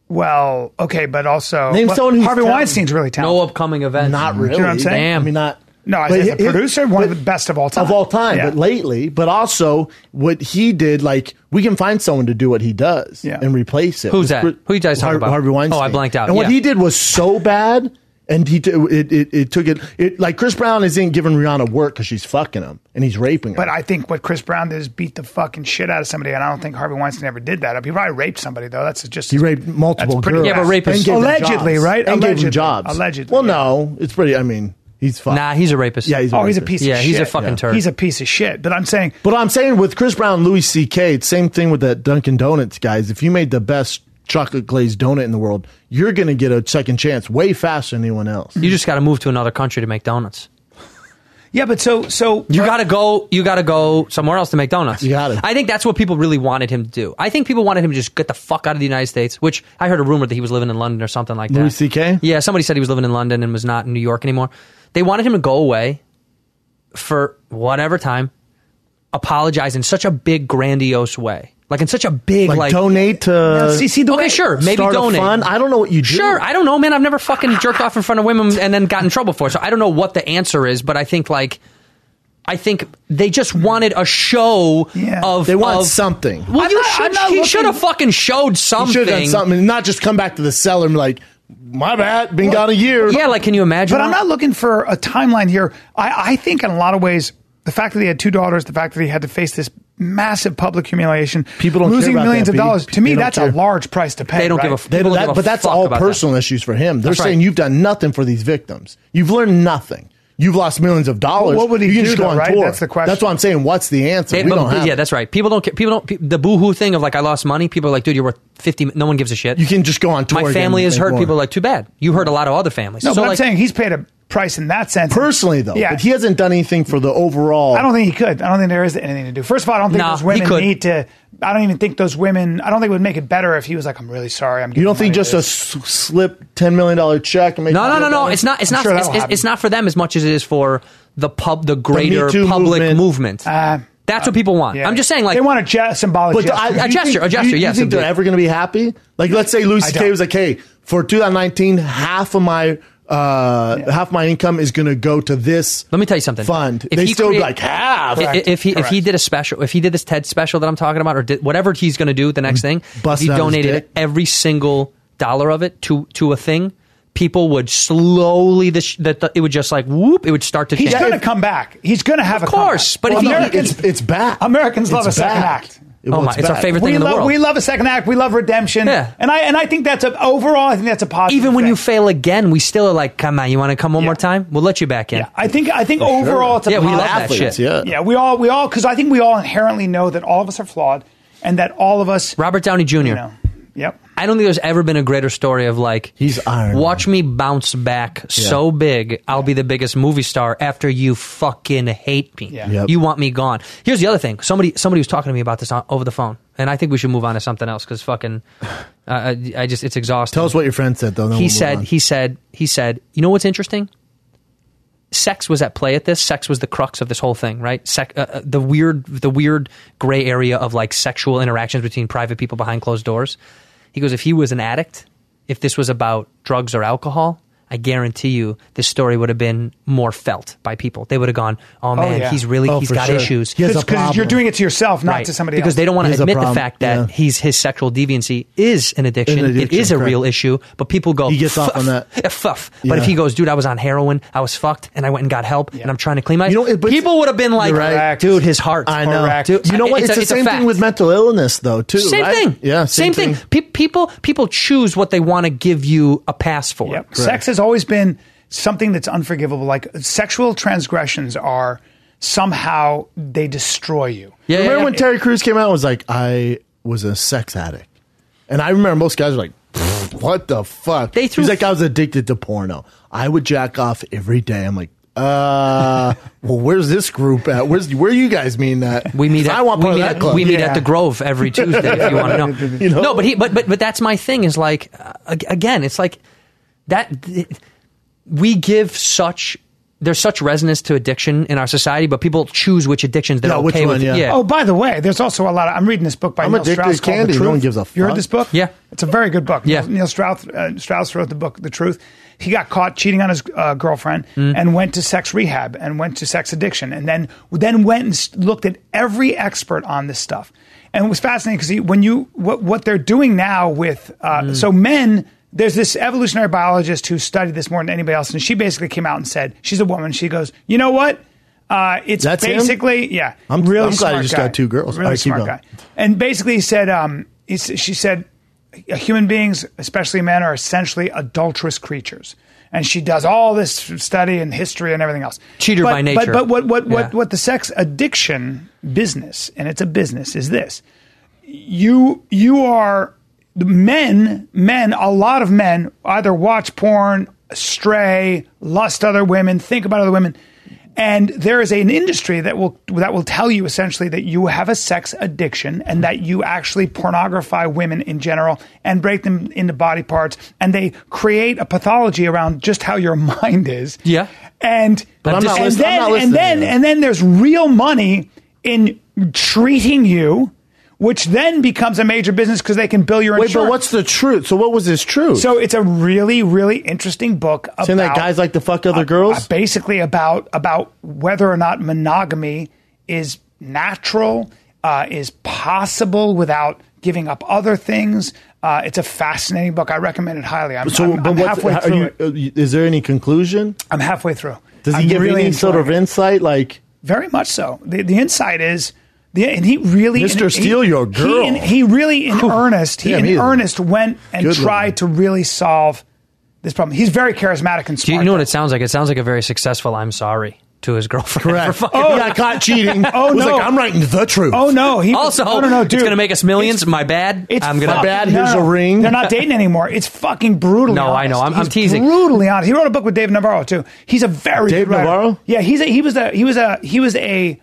[SPEAKER 1] Well, okay, but also
[SPEAKER 5] Name
[SPEAKER 1] well,
[SPEAKER 5] someone who's
[SPEAKER 1] Harvey
[SPEAKER 5] talented.
[SPEAKER 1] Weinstein's really
[SPEAKER 6] No
[SPEAKER 1] talented.
[SPEAKER 6] upcoming events.
[SPEAKER 5] Not really.
[SPEAKER 1] know what I'm saying?
[SPEAKER 5] I mean, not.
[SPEAKER 1] No, as-
[SPEAKER 5] but
[SPEAKER 1] as a
[SPEAKER 5] hi- hi-
[SPEAKER 1] producer, one of the best of all time.
[SPEAKER 5] Of all time,
[SPEAKER 1] Yeah.
[SPEAKER 5] but lately. But also, what he did, like, we can find someone to do what he does
[SPEAKER 1] Yeah.
[SPEAKER 5] and replace it.
[SPEAKER 6] Who's
[SPEAKER 5] It's
[SPEAKER 6] that?
[SPEAKER 5] Chris-
[SPEAKER 6] Who you guys talking
[SPEAKER 5] Har-
[SPEAKER 6] about?
[SPEAKER 5] Harvey Weinstein.
[SPEAKER 6] Oh, I blanked out,
[SPEAKER 5] And what
[SPEAKER 6] yeah.
[SPEAKER 5] he did was so bad. And he t- it, it, it took it, it. Like, Chris Brown isn't giving Rihanna work because she's fucking him and he's raping her.
[SPEAKER 1] But I think what Chris Brown did is beat the fucking shit out of somebody, and I don't think Harvey Weinstein ever did that. He probably raped somebody though. That's just
[SPEAKER 5] He raped multiple
[SPEAKER 1] That's pretty
[SPEAKER 5] girls.
[SPEAKER 6] Yeah, but
[SPEAKER 1] bad.
[SPEAKER 6] rape is-
[SPEAKER 5] And gave them
[SPEAKER 1] allegedly,
[SPEAKER 5] jobs.
[SPEAKER 1] right?
[SPEAKER 5] And gave
[SPEAKER 1] Allegedly.
[SPEAKER 5] him jobs.
[SPEAKER 1] Allegedly.
[SPEAKER 5] Well, no, it's pretty. I mean, he's fucked.
[SPEAKER 6] Nah, he's a rapist.
[SPEAKER 5] yeah, he's.
[SPEAKER 1] Oh, he's a
[SPEAKER 5] rapist.
[SPEAKER 1] piece
[SPEAKER 6] Yeah,
[SPEAKER 1] of shit.
[SPEAKER 6] he's a fucking turd.
[SPEAKER 1] He's a piece of shit. But I'm saying,
[SPEAKER 5] But I'm saying with Chris Brown, Louis C.K., it's same thing with that Dunkin' Donuts guys. If you made the best chocolate glazed donut in the world, you're gonna get a second chance way faster than anyone else.
[SPEAKER 6] You just got to move to another country to make donuts.
[SPEAKER 1] yeah, but so so
[SPEAKER 6] You got to go. You got to go somewhere else to make donuts.
[SPEAKER 5] You gotta.
[SPEAKER 6] I think that's what people really wanted him to do. I think people wanted him to just get the fuck out of the United States. Which I heard a rumor that he was living in London or something like that.
[SPEAKER 5] Louis C.K.?
[SPEAKER 6] Yeah, somebody said he was living in London and was not in New York anymore. They wanted him to go away for whatever time, apologize in such a big, grandiose way, like in such a big,
[SPEAKER 5] Like,
[SPEAKER 6] like,
[SPEAKER 5] donate to.
[SPEAKER 1] see, see the
[SPEAKER 6] okay,
[SPEAKER 1] way-
[SPEAKER 6] sure, maybe
[SPEAKER 5] Uh, start a
[SPEAKER 6] donate.
[SPEAKER 5] fund? I don't know what you do.
[SPEAKER 6] Sure, I don't know, man. I've never fucking jerked off in front of women and then got in trouble for it. So I don't know what the answer is, but I think like I think they just wanted a show
[SPEAKER 1] Yeah.
[SPEAKER 6] of
[SPEAKER 5] They want
[SPEAKER 6] of-
[SPEAKER 5] something.
[SPEAKER 6] Well,
[SPEAKER 1] I'm
[SPEAKER 6] you
[SPEAKER 1] not- I'm
[SPEAKER 6] should.
[SPEAKER 1] not
[SPEAKER 6] He
[SPEAKER 1] looking-
[SPEAKER 6] should have fucking showed
[SPEAKER 5] You should have done
[SPEAKER 6] something.
[SPEAKER 5] something, and not just come back to the cellar and be like, "My bad, been gone a year."
[SPEAKER 6] Yeah, like can you imagine?
[SPEAKER 1] But I'm
[SPEAKER 6] that?
[SPEAKER 1] not looking for a timeline here. I, I think in a lot of ways, the fact that he had two daughters, the fact that he had to face this massive public humiliation,
[SPEAKER 5] People don't care
[SPEAKER 1] losing
[SPEAKER 5] about
[SPEAKER 1] millions of
[SPEAKER 5] that, B.
[SPEAKER 1] dollars.
[SPEAKER 5] They
[SPEAKER 1] To me,
[SPEAKER 5] don't
[SPEAKER 1] that's
[SPEAKER 5] care.
[SPEAKER 1] a large price to pay.
[SPEAKER 6] They don't
[SPEAKER 1] right?
[SPEAKER 6] give a f-
[SPEAKER 5] They
[SPEAKER 6] People
[SPEAKER 5] don't,
[SPEAKER 6] give
[SPEAKER 5] that,
[SPEAKER 6] a
[SPEAKER 5] but that's
[SPEAKER 6] fuck
[SPEAKER 5] all
[SPEAKER 6] about that.
[SPEAKER 5] personal issues for him. They're
[SPEAKER 6] That's
[SPEAKER 5] saying
[SPEAKER 6] right.
[SPEAKER 5] you've done nothing for these victims. You've learned nothing. You've lost millions of dollars.
[SPEAKER 1] What would he
[SPEAKER 5] you can
[SPEAKER 1] do,
[SPEAKER 5] just go
[SPEAKER 1] though,
[SPEAKER 5] on
[SPEAKER 1] right?
[SPEAKER 5] tour.
[SPEAKER 1] That's the question.
[SPEAKER 5] That's what I'm saying. What's the answer?
[SPEAKER 6] They-
[SPEAKER 5] we
[SPEAKER 6] but-
[SPEAKER 5] don't have.
[SPEAKER 6] yeah, that's right. People don't. care. People don't. pe- The boohoo thing of like I lost money. People are like, dude, you're worth fifty. mi-" No one gives a shit.
[SPEAKER 5] You can just go on tour.
[SPEAKER 6] My
[SPEAKER 5] again
[SPEAKER 6] family
[SPEAKER 5] and
[SPEAKER 6] is
[SPEAKER 5] make
[SPEAKER 6] hurt.
[SPEAKER 5] more.
[SPEAKER 6] People are like, too bad. You hurt a lot of other families.
[SPEAKER 1] No,
[SPEAKER 6] so
[SPEAKER 1] but
[SPEAKER 6] like,
[SPEAKER 1] I'm saying he's paid a price in that sense.
[SPEAKER 5] personally though.
[SPEAKER 1] yeah.
[SPEAKER 5] But he hasn't done anything for the overall.
[SPEAKER 1] I don't think he could. I don't think there is anything to do. First of all, I don't think
[SPEAKER 6] Nah,
[SPEAKER 1] those women
[SPEAKER 6] he could.
[SPEAKER 1] need to. I don't even think those women. I don't think it would make it better if he was like, "I'm really sorry." I'm.
[SPEAKER 5] You
[SPEAKER 1] giving
[SPEAKER 5] don't think
[SPEAKER 1] money to
[SPEAKER 5] just a
[SPEAKER 1] this."
[SPEAKER 5] s- slip ten million dollar check and make
[SPEAKER 6] No, no, no, no.
[SPEAKER 5] $100?
[SPEAKER 6] It's not. It's
[SPEAKER 1] I'm
[SPEAKER 6] not.
[SPEAKER 1] sure
[SPEAKER 6] it's,
[SPEAKER 1] that'll
[SPEAKER 6] it's, it's
[SPEAKER 1] happen.
[SPEAKER 6] not for them as much as it is for the pub, the greater
[SPEAKER 5] Too
[SPEAKER 6] public
[SPEAKER 5] movement.
[SPEAKER 6] movement.
[SPEAKER 1] Uh,
[SPEAKER 6] That's what people want.
[SPEAKER 1] Yeah.
[SPEAKER 6] I'm just saying, like,
[SPEAKER 1] they want a ge- symbolic.
[SPEAKER 5] But do
[SPEAKER 1] gesture.
[SPEAKER 5] I-
[SPEAKER 6] a
[SPEAKER 5] do you
[SPEAKER 6] gesture,
[SPEAKER 5] think-
[SPEAKER 6] a gesture,
[SPEAKER 5] do you,
[SPEAKER 6] yes,
[SPEAKER 5] Do you think they're
[SPEAKER 6] indeed.
[SPEAKER 5] ever going to be happy? Like, let's say
[SPEAKER 1] I
[SPEAKER 5] Lucy K
[SPEAKER 1] don't.
[SPEAKER 5] was like, "Hey, for 2019, half of my uh, half my income is going to go to this."
[SPEAKER 6] let me tell you something.
[SPEAKER 5] Fund.
[SPEAKER 6] If
[SPEAKER 5] they
[SPEAKER 6] he
[SPEAKER 5] still
[SPEAKER 6] create-
[SPEAKER 5] like half.
[SPEAKER 6] I- If he if he
[SPEAKER 1] Correct.
[SPEAKER 6] did a special, if he did this TED special that I'm talking about, or did, whatever he's going to do, the next
[SPEAKER 1] Mm-hmm.
[SPEAKER 6] thing, if
[SPEAKER 5] busting
[SPEAKER 6] he
[SPEAKER 5] out his
[SPEAKER 6] donated
[SPEAKER 5] dick.
[SPEAKER 6] every single dollar of it to to a thing, people would slowly the, sh- the, the it would just like whoop, it would start to
[SPEAKER 1] He's
[SPEAKER 6] change.
[SPEAKER 1] going to come back. He's going to have
[SPEAKER 6] Of
[SPEAKER 1] a comeback.
[SPEAKER 6] course, but if
[SPEAKER 5] Well,
[SPEAKER 6] he-
[SPEAKER 5] no,
[SPEAKER 1] Americans,
[SPEAKER 5] it's, it's back.
[SPEAKER 1] Americans love
[SPEAKER 5] It's
[SPEAKER 1] a second
[SPEAKER 5] back.
[SPEAKER 1] act.
[SPEAKER 5] It
[SPEAKER 6] Oh my-
[SPEAKER 5] wasn't
[SPEAKER 6] it's our
[SPEAKER 5] bad.
[SPEAKER 6] favorite
[SPEAKER 1] we
[SPEAKER 6] thing in the
[SPEAKER 1] love
[SPEAKER 6] world.
[SPEAKER 1] we love a second act. We love redemption.
[SPEAKER 6] Yeah.
[SPEAKER 1] and I and I think that's a overall. I think that's a positive.
[SPEAKER 6] Even when
[SPEAKER 1] thing.
[SPEAKER 6] you fail again, we still are like, come on, you want to come one more time? We'll let you back in.
[SPEAKER 1] I think I think overall it's a
[SPEAKER 6] Yeah, we love
[SPEAKER 1] positive
[SPEAKER 6] that
[SPEAKER 1] thing.
[SPEAKER 6] shit. Yeah.
[SPEAKER 1] we all we all because I think we all inherently know that all of us are flawed and that all of us.
[SPEAKER 6] Robert Downey Jr.
[SPEAKER 1] Yep.
[SPEAKER 6] I don't think there's ever been a greater story of like he's
[SPEAKER 5] Iron
[SPEAKER 6] Watch me bounce back so big, I'll be the biggest movie star after you fucking hate me.
[SPEAKER 5] Yeah. Yep.
[SPEAKER 6] You want me gone. Here's the other thing. Somebody somebody was talking to me about this on, over the phone, and I think we should move on to something else because fucking, *sighs* uh, I, I just it's exhausting.
[SPEAKER 5] Tell us what your friend said though. then we'll
[SPEAKER 6] he
[SPEAKER 5] move
[SPEAKER 6] said
[SPEAKER 5] on.
[SPEAKER 6] he said he said you know what's interesting sex was at play at this sex was the crux of this whole thing right Sec- uh, uh, the weird the weird gray area of like sexual interactions between private people behind closed doors he goes if he was an addict if this was about drugs or alcohol I guarantee you this story would have been more felt by people. They would have gone, "Oh man,
[SPEAKER 1] yeah.
[SPEAKER 6] he's really
[SPEAKER 1] Oh,
[SPEAKER 6] he's
[SPEAKER 1] for
[SPEAKER 6] got
[SPEAKER 1] sure.
[SPEAKER 6] issues."
[SPEAKER 1] He has a 'Cause- 'cause problem. you're doing it to yourself, not to somebody
[SPEAKER 6] because
[SPEAKER 1] else.
[SPEAKER 6] they don't want
[SPEAKER 1] He
[SPEAKER 6] to
[SPEAKER 1] has a
[SPEAKER 6] admit the
[SPEAKER 1] problem,
[SPEAKER 6] fact that he's his sexual deviancy is an addiction. it
[SPEAKER 5] addiction,
[SPEAKER 6] is a
[SPEAKER 5] correct.
[SPEAKER 6] real issue, but people go,
[SPEAKER 5] He gets off on
[SPEAKER 6] "Fuff."
[SPEAKER 5] that.
[SPEAKER 6] *laughs* Yeah, fuff. But if
[SPEAKER 5] Yeah.
[SPEAKER 6] he goes, dude, I was on heroin, I was fucked, and I went and got help, and I'm trying to clean my,
[SPEAKER 5] You know, it- but-
[SPEAKER 6] people would have been like,
[SPEAKER 5] You're right. Correct.
[SPEAKER 6] dude, his heart.
[SPEAKER 5] I know.
[SPEAKER 6] Correct.
[SPEAKER 5] Dude, you know what?
[SPEAKER 6] It's
[SPEAKER 5] It's,
[SPEAKER 6] a-
[SPEAKER 5] the
[SPEAKER 6] it's a
[SPEAKER 5] same
[SPEAKER 6] fact.
[SPEAKER 5] thing with mental illness though too.
[SPEAKER 6] Same
[SPEAKER 5] right?
[SPEAKER 6] thing.
[SPEAKER 5] Yeah.
[SPEAKER 6] Same, thing. Pe- people people choose what they want to give you a pass for.
[SPEAKER 1] Yep. Sex has always been something that's unforgivable. Like sexual transgressions are somehow they destroy you.
[SPEAKER 5] remember when Terry Crews came out and was like, I was a sex addict. And I remember most guys were like, "Pfft, what the fuck? They
[SPEAKER 6] threw-
[SPEAKER 5] He's like, I was addicted to porno. I would jack off every day. I'm like, uh, *laughs* well, where's this group at? Where's where you guys mean that?
[SPEAKER 6] We meet. At,
[SPEAKER 5] I want
[SPEAKER 6] we
[SPEAKER 5] part
[SPEAKER 6] meet
[SPEAKER 5] of that
[SPEAKER 6] at,
[SPEAKER 5] club.
[SPEAKER 6] we meet at the
[SPEAKER 5] *laughs*
[SPEAKER 6] Grove every Tuesday. if you want to know.
[SPEAKER 5] You know?
[SPEAKER 6] No, but he. But but but that's my thing. Is like uh, ag- again, it's like that. th- We give such. There's such resonance to addiction in our society, but people choose which addictions they're
[SPEAKER 5] Yeah,
[SPEAKER 6] okay
[SPEAKER 5] which one,
[SPEAKER 6] with.
[SPEAKER 5] yeah.
[SPEAKER 1] Oh, by the way, there's also a lot of. I'm reading this book by
[SPEAKER 5] I'm
[SPEAKER 1] Neil
[SPEAKER 5] addicted
[SPEAKER 1] Strauss
[SPEAKER 5] to
[SPEAKER 1] called
[SPEAKER 5] candy.
[SPEAKER 1] The
[SPEAKER 5] No
[SPEAKER 1] Truth.
[SPEAKER 5] one gives a
[SPEAKER 1] You read
[SPEAKER 5] fuck.
[SPEAKER 1] this book?
[SPEAKER 6] Yeah.
[SPEAKER 1] it's a very good book.
[SPEAKER 6] Yeah.
[SPEAKER 1] Neil Strauss, uh, Strauss wrote the book The Truth. He got caught cheating on his uh, girlfriend
[SPEAKER 6] Mm.
[SPEAKER 1] and went to sex rehab and went to sex addiction and then then went and s- looked at every expert on this stuff. And it was fascinating because when you what what they're doing now with uh,
[SPEAKER 6] Mm.
[SPEAKER 1] so men. There's this evolutionary biologist who studied this more than anybody else, and she basically came out and said, "She's a woman." She goes, "You know what? Uh, it's
[SPEAKER 5] That's him?
[SPEAKER 1] basically yeah.
[SPEAKER 5] I'm-
[SPEAKER 1] really
[SPEAKER 5] I'm glad
[SPEAKER 1] smart
[SPEAKER 5] you just
[SPEAKER 1] guy.
[SPEAKER 5] got two girls.
[SPEAKER 1] Really
[SPEAKER 5] All right, keep
[SPEAKER 1] smart
[SPEAKER 5] going.
[SPEAKER 1] guy. And basically, he said, um, he, s- she said, human beings, especially men, are essentially adulterous creatures. And she does all this study and history and everything else.
[SPEAKER 6] Cheater
[SPEAKER 1] But-
[SPEAKER 6] by nature.
[SPEAKER 1] But, but what what
[SPEAKER 6] Yeah.
[SPEAKER 1] what what the sex addiction business, and it's a business, is this: you you are men men a lot of men either watch porn stray lust other women think about other women and there is an industry that will that will tell you essentially that you have a sex addiction and that you actually pornography women in general and break them into body parts and they create a pathology around just how your *laughs* mind is
[SPEAKER 6] Yeah.
[SPEAKER 1] and
[SPEAKER 5] But I'm not
[SPEAKER 1] and
[SPEAKER 5] listen- I'm
[SPEAKER 1] then
[SPEAKER 5] not listening
[SPEAKER 1] and
[SPEAKER 5] to
[SPEAKER 1] then
[SPEAKER 5] you.
[SPEAKER 1] and then there's real money in treating you, which then becomes a major business because they can bill your
[SPEAKER 5] Wait,
[SPEAKER 1] insurance.
[SPEAKER 5] but what's the truth? So what was his truth?
[SPEAKER 1] so it's a really, really interesting book about
[SPEAKER 5] saying that guys like to fuck other girls?
[SPEAKER 1] uh, basically about about whether or not monogamy is natural, uh, is possible without giving up other things. Uh, it's a fascinating book. I recommend it highly. I'm,
[SPEAKER 5] so
[SPEAKER 1] I'm- I'm
[SPEAKER 5] what's-
[SPEAKER 1] halfway
[SPEAKER 5] how- are
[SPEAKER 1] through
[SPEAKER 5] you-
[SPEAKER 1] it.
[SPEAKER 5] uh, you- Is there any conclusion?
[SPEAKER 1] I'm halfway through.
[SPEAKER 5] Does he
[SPEAKER 1] I'm
[SPEAKER 5] give any sort
[SPEAKER 1] enjoying
[SPEAKER 5] of
[SPEAKER 1] it.
[SPEAKER 5] insight? Like
[SPEAKER 1] Very much so. The, the insight is, the, and he really,
[SPEAKER 5] Mr.
[SPEAKER 1] and he-
[SPEAKER 5] Steal Your
[SPEAKER 1] he
[SPEAKER 5] Girl.
[SPEAKER 1] in- he really, in earnest, he
[SPEAKER 5] Damn,
[SPEAKER 1] in
[SPEAKER 5] he is
[SPEAKER 1] earnest went and
[SPEAKER 5] good
[SPEAKER 1] tried to really solve this problem. He's very charismatic and smart.
[SPEAKER 6] Do you know what
[SPEAKER 1] though.
[SPEAKER 6] it sounds like? It sounds like a very successful "I'm sorry" to his girlfriend.
[SPEAKER 5] correct?
[SPEAKER 6] For fucking-
[SPEAKER 5] He got caught *laughs* cheating.
[SPEAKER 1] Oh,
[SPEAKER 5] was
[SPEAKER 1] no.
[SPEAKER 5] like, I'm writing the truth.
[SPEAKER 1] Oh no! He
[SPEAKER 6] Also,
[SPEAKER 1] no, no, no, dude.
[SPEAKER 6] it's going to make us millions.
[SPEAKER 1] It's-
[SPEAKER 6] my bad.
[SPEAKER 1] It's
[SPEAKER 6] I'm going
[SPEAKER 1] fucking-
[SPEAKER 6] to
[SPEAKER 5] bad, here's
[SPEAKER 1] no,
[SPEAKER 5] a ring.
[SPEAKER 1] They're not dating anymore. It's fucking brutal.
[SPEAKER 6] No, I know. I'm- I'm teasing.
[SPEAKER 1] Brutally honest. He wrote a book with Dave Navarro too. He's a very
[SPEAKER 5] Dave
[SPEAKER 1] good writer.
[SPEAKER 5] Navarro?
[SPEAKER 1] Yeah, he's a, he was a he was a he was a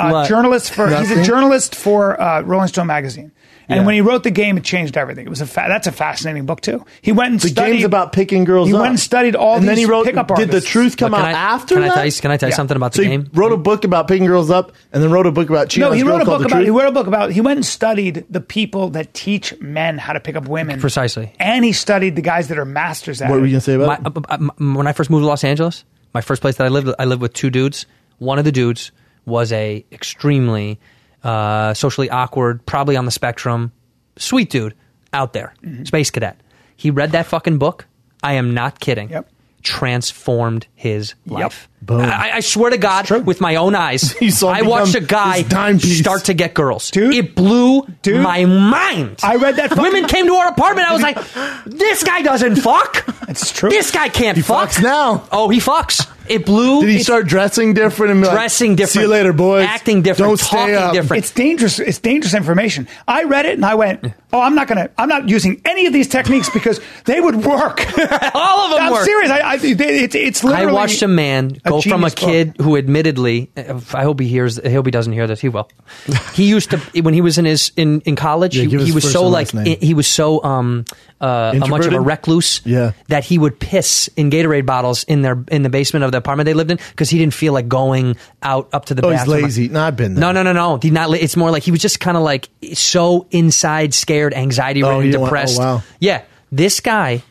[SPEAKER 1] uh,
[SPEAKER 6] What?
[SPEAKER 1] journalist for he's a
[SPEAKER 5] Nothing?
[SPEAKER 1] journalist for uh, Rolling Stone magazine. And
[SPEAKER 5] Yeah.
[SPEAKER 1] when he wrote the game, it changed everything. It was a fa- that's a fascinating book too. He went and
[SPEAKER 5] The
[SPEAKER 1] studied
[SPEAKER 5] game's about picking girls
[SPEAKER 1] He
[SPEAKER 5] up.
[SPEAKER 1] went and studied all
[SPEAKER 5] and
[SPEAKER 1] these
[SPEAKER 5] then he wrote,
[SPEAKER 1] pickup
[SPEAKER 5] Did the
[SPEAKER 1] artists.
[SPEAKER 5] truth come
[SPEAKER 6] Look,
[SPEAKER 5] out
[SPEAKER 6] can I-
[SPEAKER 5] after
[SPEAKER 6] can I
[SPEAKER 5] that?
[SPEAKER 6] tell you- can I tell you
[SPEAKER 1] Yeah.
[SPEAKER 6] something about the
[SPEAKER 5] so
[SPEAKER 6] game?
[SPEAKER 5] He wrote a book about picking girls up and then wrote a book about cheating
[SPEAKER 1] No,
[SPEAKER 5] on
[SPEAKER 1] he
[SPEAKER 5] this
[SPEAKER 1] wrote
[SPEAKER 5] girl
[SPEAKER 1] a
[SPEAKER 5] called
[SPEAKER 1] book
[SPEAKER 5] The
[SPEAKER 1] about. He
[SPEAKER 5] Truth?
[SPEAKER 1] wrote a book about. He went and studied the people that teach men how to pick up women
[SPEAKER 6] Precisely.
[SPEAKER 1] and he studied the guys that are masters at
[SPEAKER 5] What
[SPEAKER 1] it.
[SPEAKER 5] were you going to say about
[SPEAKER 6] my,
[SPEAKER 5] it?
[SPEAKER 6] uh, uh, m- when I first moved to Los Angeles, my first place that I lived, I lived with two dudes. One of the dudes was a extremely uh, socially awkward, probably on the spectrum, sweet dude out there,
[SPEAKER 1] Mm-hmm.
[SPEAKER 6] space cadet. He read that fucking book. I am not kidding.
[SPEAKER 1] Yep.
[SPEAKER 6] Transformed his life. I, I swear to God, with my
[SPEAKER 1] *laughs*
[SPEAKER 6] own eyes, I watched a guy start to get girls. Dude, it blew my mind. I
[SPEAKER 1] read that.
[SPEAKER 6] Women came to our apartment. I
[SPEAKER 5] *laughs*
[SPEAKER 6] was like, this guy doesn't fuck.
[SPEAKER 1] It's true.
[SPEAKER 6] This guy can't
[SPEAKER 5] He
[SPEAKER 6] fuck.
[SPEAKER 5] fucks now.
[SPEAKER 6] Oh, he fucks. It blew.
[SPEAKER 5] Did he
[SPEAKER 6] it's
[SPEAKER 5] start dressing different and be like,
[SPEAKER 6] dressing different.
[SPEAKER 5] See you later, boys.
[SPEAKER 6] Acting different.
[SPEAKER 5] Don't stay
[SPEAKER 6] talking
[SPEAKER 5] up.
[SPEAKER 6] different.
[SPEAKER 1] It's dangerous. It's dangerous information. I read it and I went, "Oh, I'm not gonna. I'm not using any of these techniques because they would work.
[SPEAKER 6] *laughs* All of them
[SPEAKER 1] I'm
[SPEAKER 6] work.
[SPEAKER 1] serious. I, I, they, it's it's
[SPEAKER 6] I
[SPEAKER 1] literally.
[SPEAKER 6] watched a man
[SPEAKER 1] a
[SPEAKER 6] go from a
[SPEAKER 1] genius book.
[SPEAKER 6] kid who admittedly I hope he hears I hope he doesn't hear this he will. He used to when he was in his in, in college
[SPEAKER 5] Yeah,
[SPEAKER 6] he,
[SPEAKER 5] give
[SPEAKER 6] he
[SPEAKER 5] his
[SPEAKER 6] was
[SPEAKER 5] first
[SPEAKER 6] so
[SPEAKER 5] and
[SPEAKER 6] like
[SPEAKER 5] last name.
[SPEAKER 6] he was so um uh a much of a
[SPEAKER 5] Introverted?
[SPEAKER 6] recluse
[SPEAKER 5] Yeah.
[SPEAKER 6] that he would piss in Gatorade bottles in their in the basement of the apartment they lived in cuz he didn't feel like going out up to the
[SPEAKER 5] Oh, he's
[SPEAKER 6] bathroom.
[SPEAKER 5] lazy. No, I've been there.
[SPEAKER 6] No, no, no, no. He not. It's more like he was just kind of like so inside, scared, anxiety
[SPEAKER 5] Oh,
[SPEAKER 6] ridden,
[SPEAKER 5] you don't want- oh,
[SPEAKER 6] depressed.
[SPEAKER 5] wow.
[SPEAKER 6] Yeah, this guy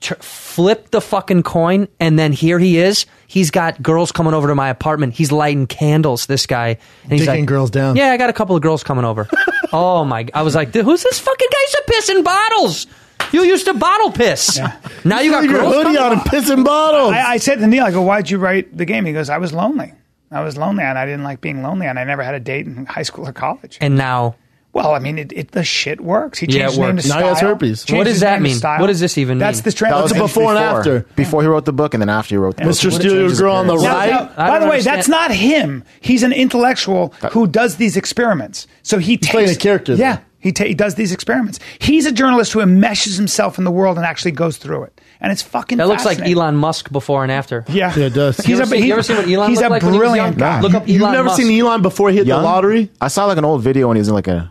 [SPEAKER 6] tr- flipped the fucking coin, and then here he is. He's got girls coming over to my apartment. He's lighting candles. This guy, and he's
[SPEAKER 5] Taking
[SPEAKER 6] like,
[SPEAKER 5] girls down.
[SPEAKER 6] Yeah, I got a couple of girls
[SPEAKER 5] *laughs*
[SPEAKER 6] coming over. oh my! I was like, "Dude, who's this fucking guy? He's pissing bottles. You used to bottle piss. Now you got
[SPEAKER 5] Leave your
[SPEAKER 6] girls.
[SPEAKER 5] hoodie
[SPEAKER 6] coming-
[SPEAKER 5] on and pissing bottles.
[SPEAKER 1] I, I said to Neil, I go, "Why'd you write the game?" He goes, "I was lonely. I was lonely, and I didn't like being lonely, and I never had a date in high school or college."
[SPEAKER 6] And now,
[SPEAKER 1] Well, I mean, it, it the shit works. He changed
[SPEAKER 6] Yeah, it
[SPEAKER 1] his name
[SPEAKER 6] works.
[SPEAKER 1] to
[SPEAKER 5] Now
[SPEAKER 1] Style.
[SPEAKER 5] he has herpes.
[SPEAKER 1] Changed
[SPEAKER 6] What does
[SPEAKER 1] his
[SPEAKER 6] that
[SPEAKER 1] name to
[SPEAKER 6] mean?
[SPEAKER 1] Style.
[SPEAKER 6] What does this even
[SPEAKER 1] That's
[SPEAKER 6] mean?
[SPEAKER 1] the
[SPEAKER 7] That was
[SPEAKER 1] translation.
[SPEAKER 5] before and after.
[SPEAKER 7] Before he wrote the book and then after he wrote the
[SPEAKER 5] Mr.
[SPEAKER 7] book.
[SPEAKER 5] Steal Your
[SPEAKER 7] Changes
[SPEAKER 5] Girl on the
[SPEAKER 7] appearance.
[SPEAKER 1] Now-
[SPEAKER 5] right.
[SPEAKER 1] now,
[SPEAKER 6] I
[SPEAKER 1] by the
[SPEAKER 6] don't
[SPEAKER 1] way,
[SPEAKER 6] understand. Uh,
[SPEAKER 1] that's not him. He's an intellectual who does these experiments. So he takes,
[SPEAKER 5] playing a character, though.
[SPEAKER 1] Yeah, he, ta- he does these experiments. He's a journalist who enmeshes himself in the world and actually goes through it. And it's fucking.
[SPEAKER 6] that looks like
[SPEAKER 1] fascinating.
[SPEAKER 6] Elon Musk before and after.
[SPEAKER 1] Yeah,
[SPEAKER 5] Yeah, it does.
[SPEAKER 1] He's
[SPEAKER 5] You
[SPEAKER 1] a,
[SPEAKER 6] ever seen-
[SPEAKER 1] he-
[SPEAKER 6] you ever seen what Elon
[SPEAKER 1] He's
[SPEAKER 6] looked
[SPEAKER 1] a
[SPEAKER 6] like when he was
[SPEAKER 1] brilliant
[SPEAKER 6] young?
[SPEAKER 1] guy.
[SPEAKER 6] Look up
[SPEAKER 5] You've
[SPEAKER 6] Elon
[SPEAKER 5] never
[SPEAKER 6] Musk.
[SPEAKER 5] seen Elon before he hit
[SPEAKER 7] Young?
[SPEAKER 5] the lottery?
[SPEAKER 7] I saw like an old video and he's in like a.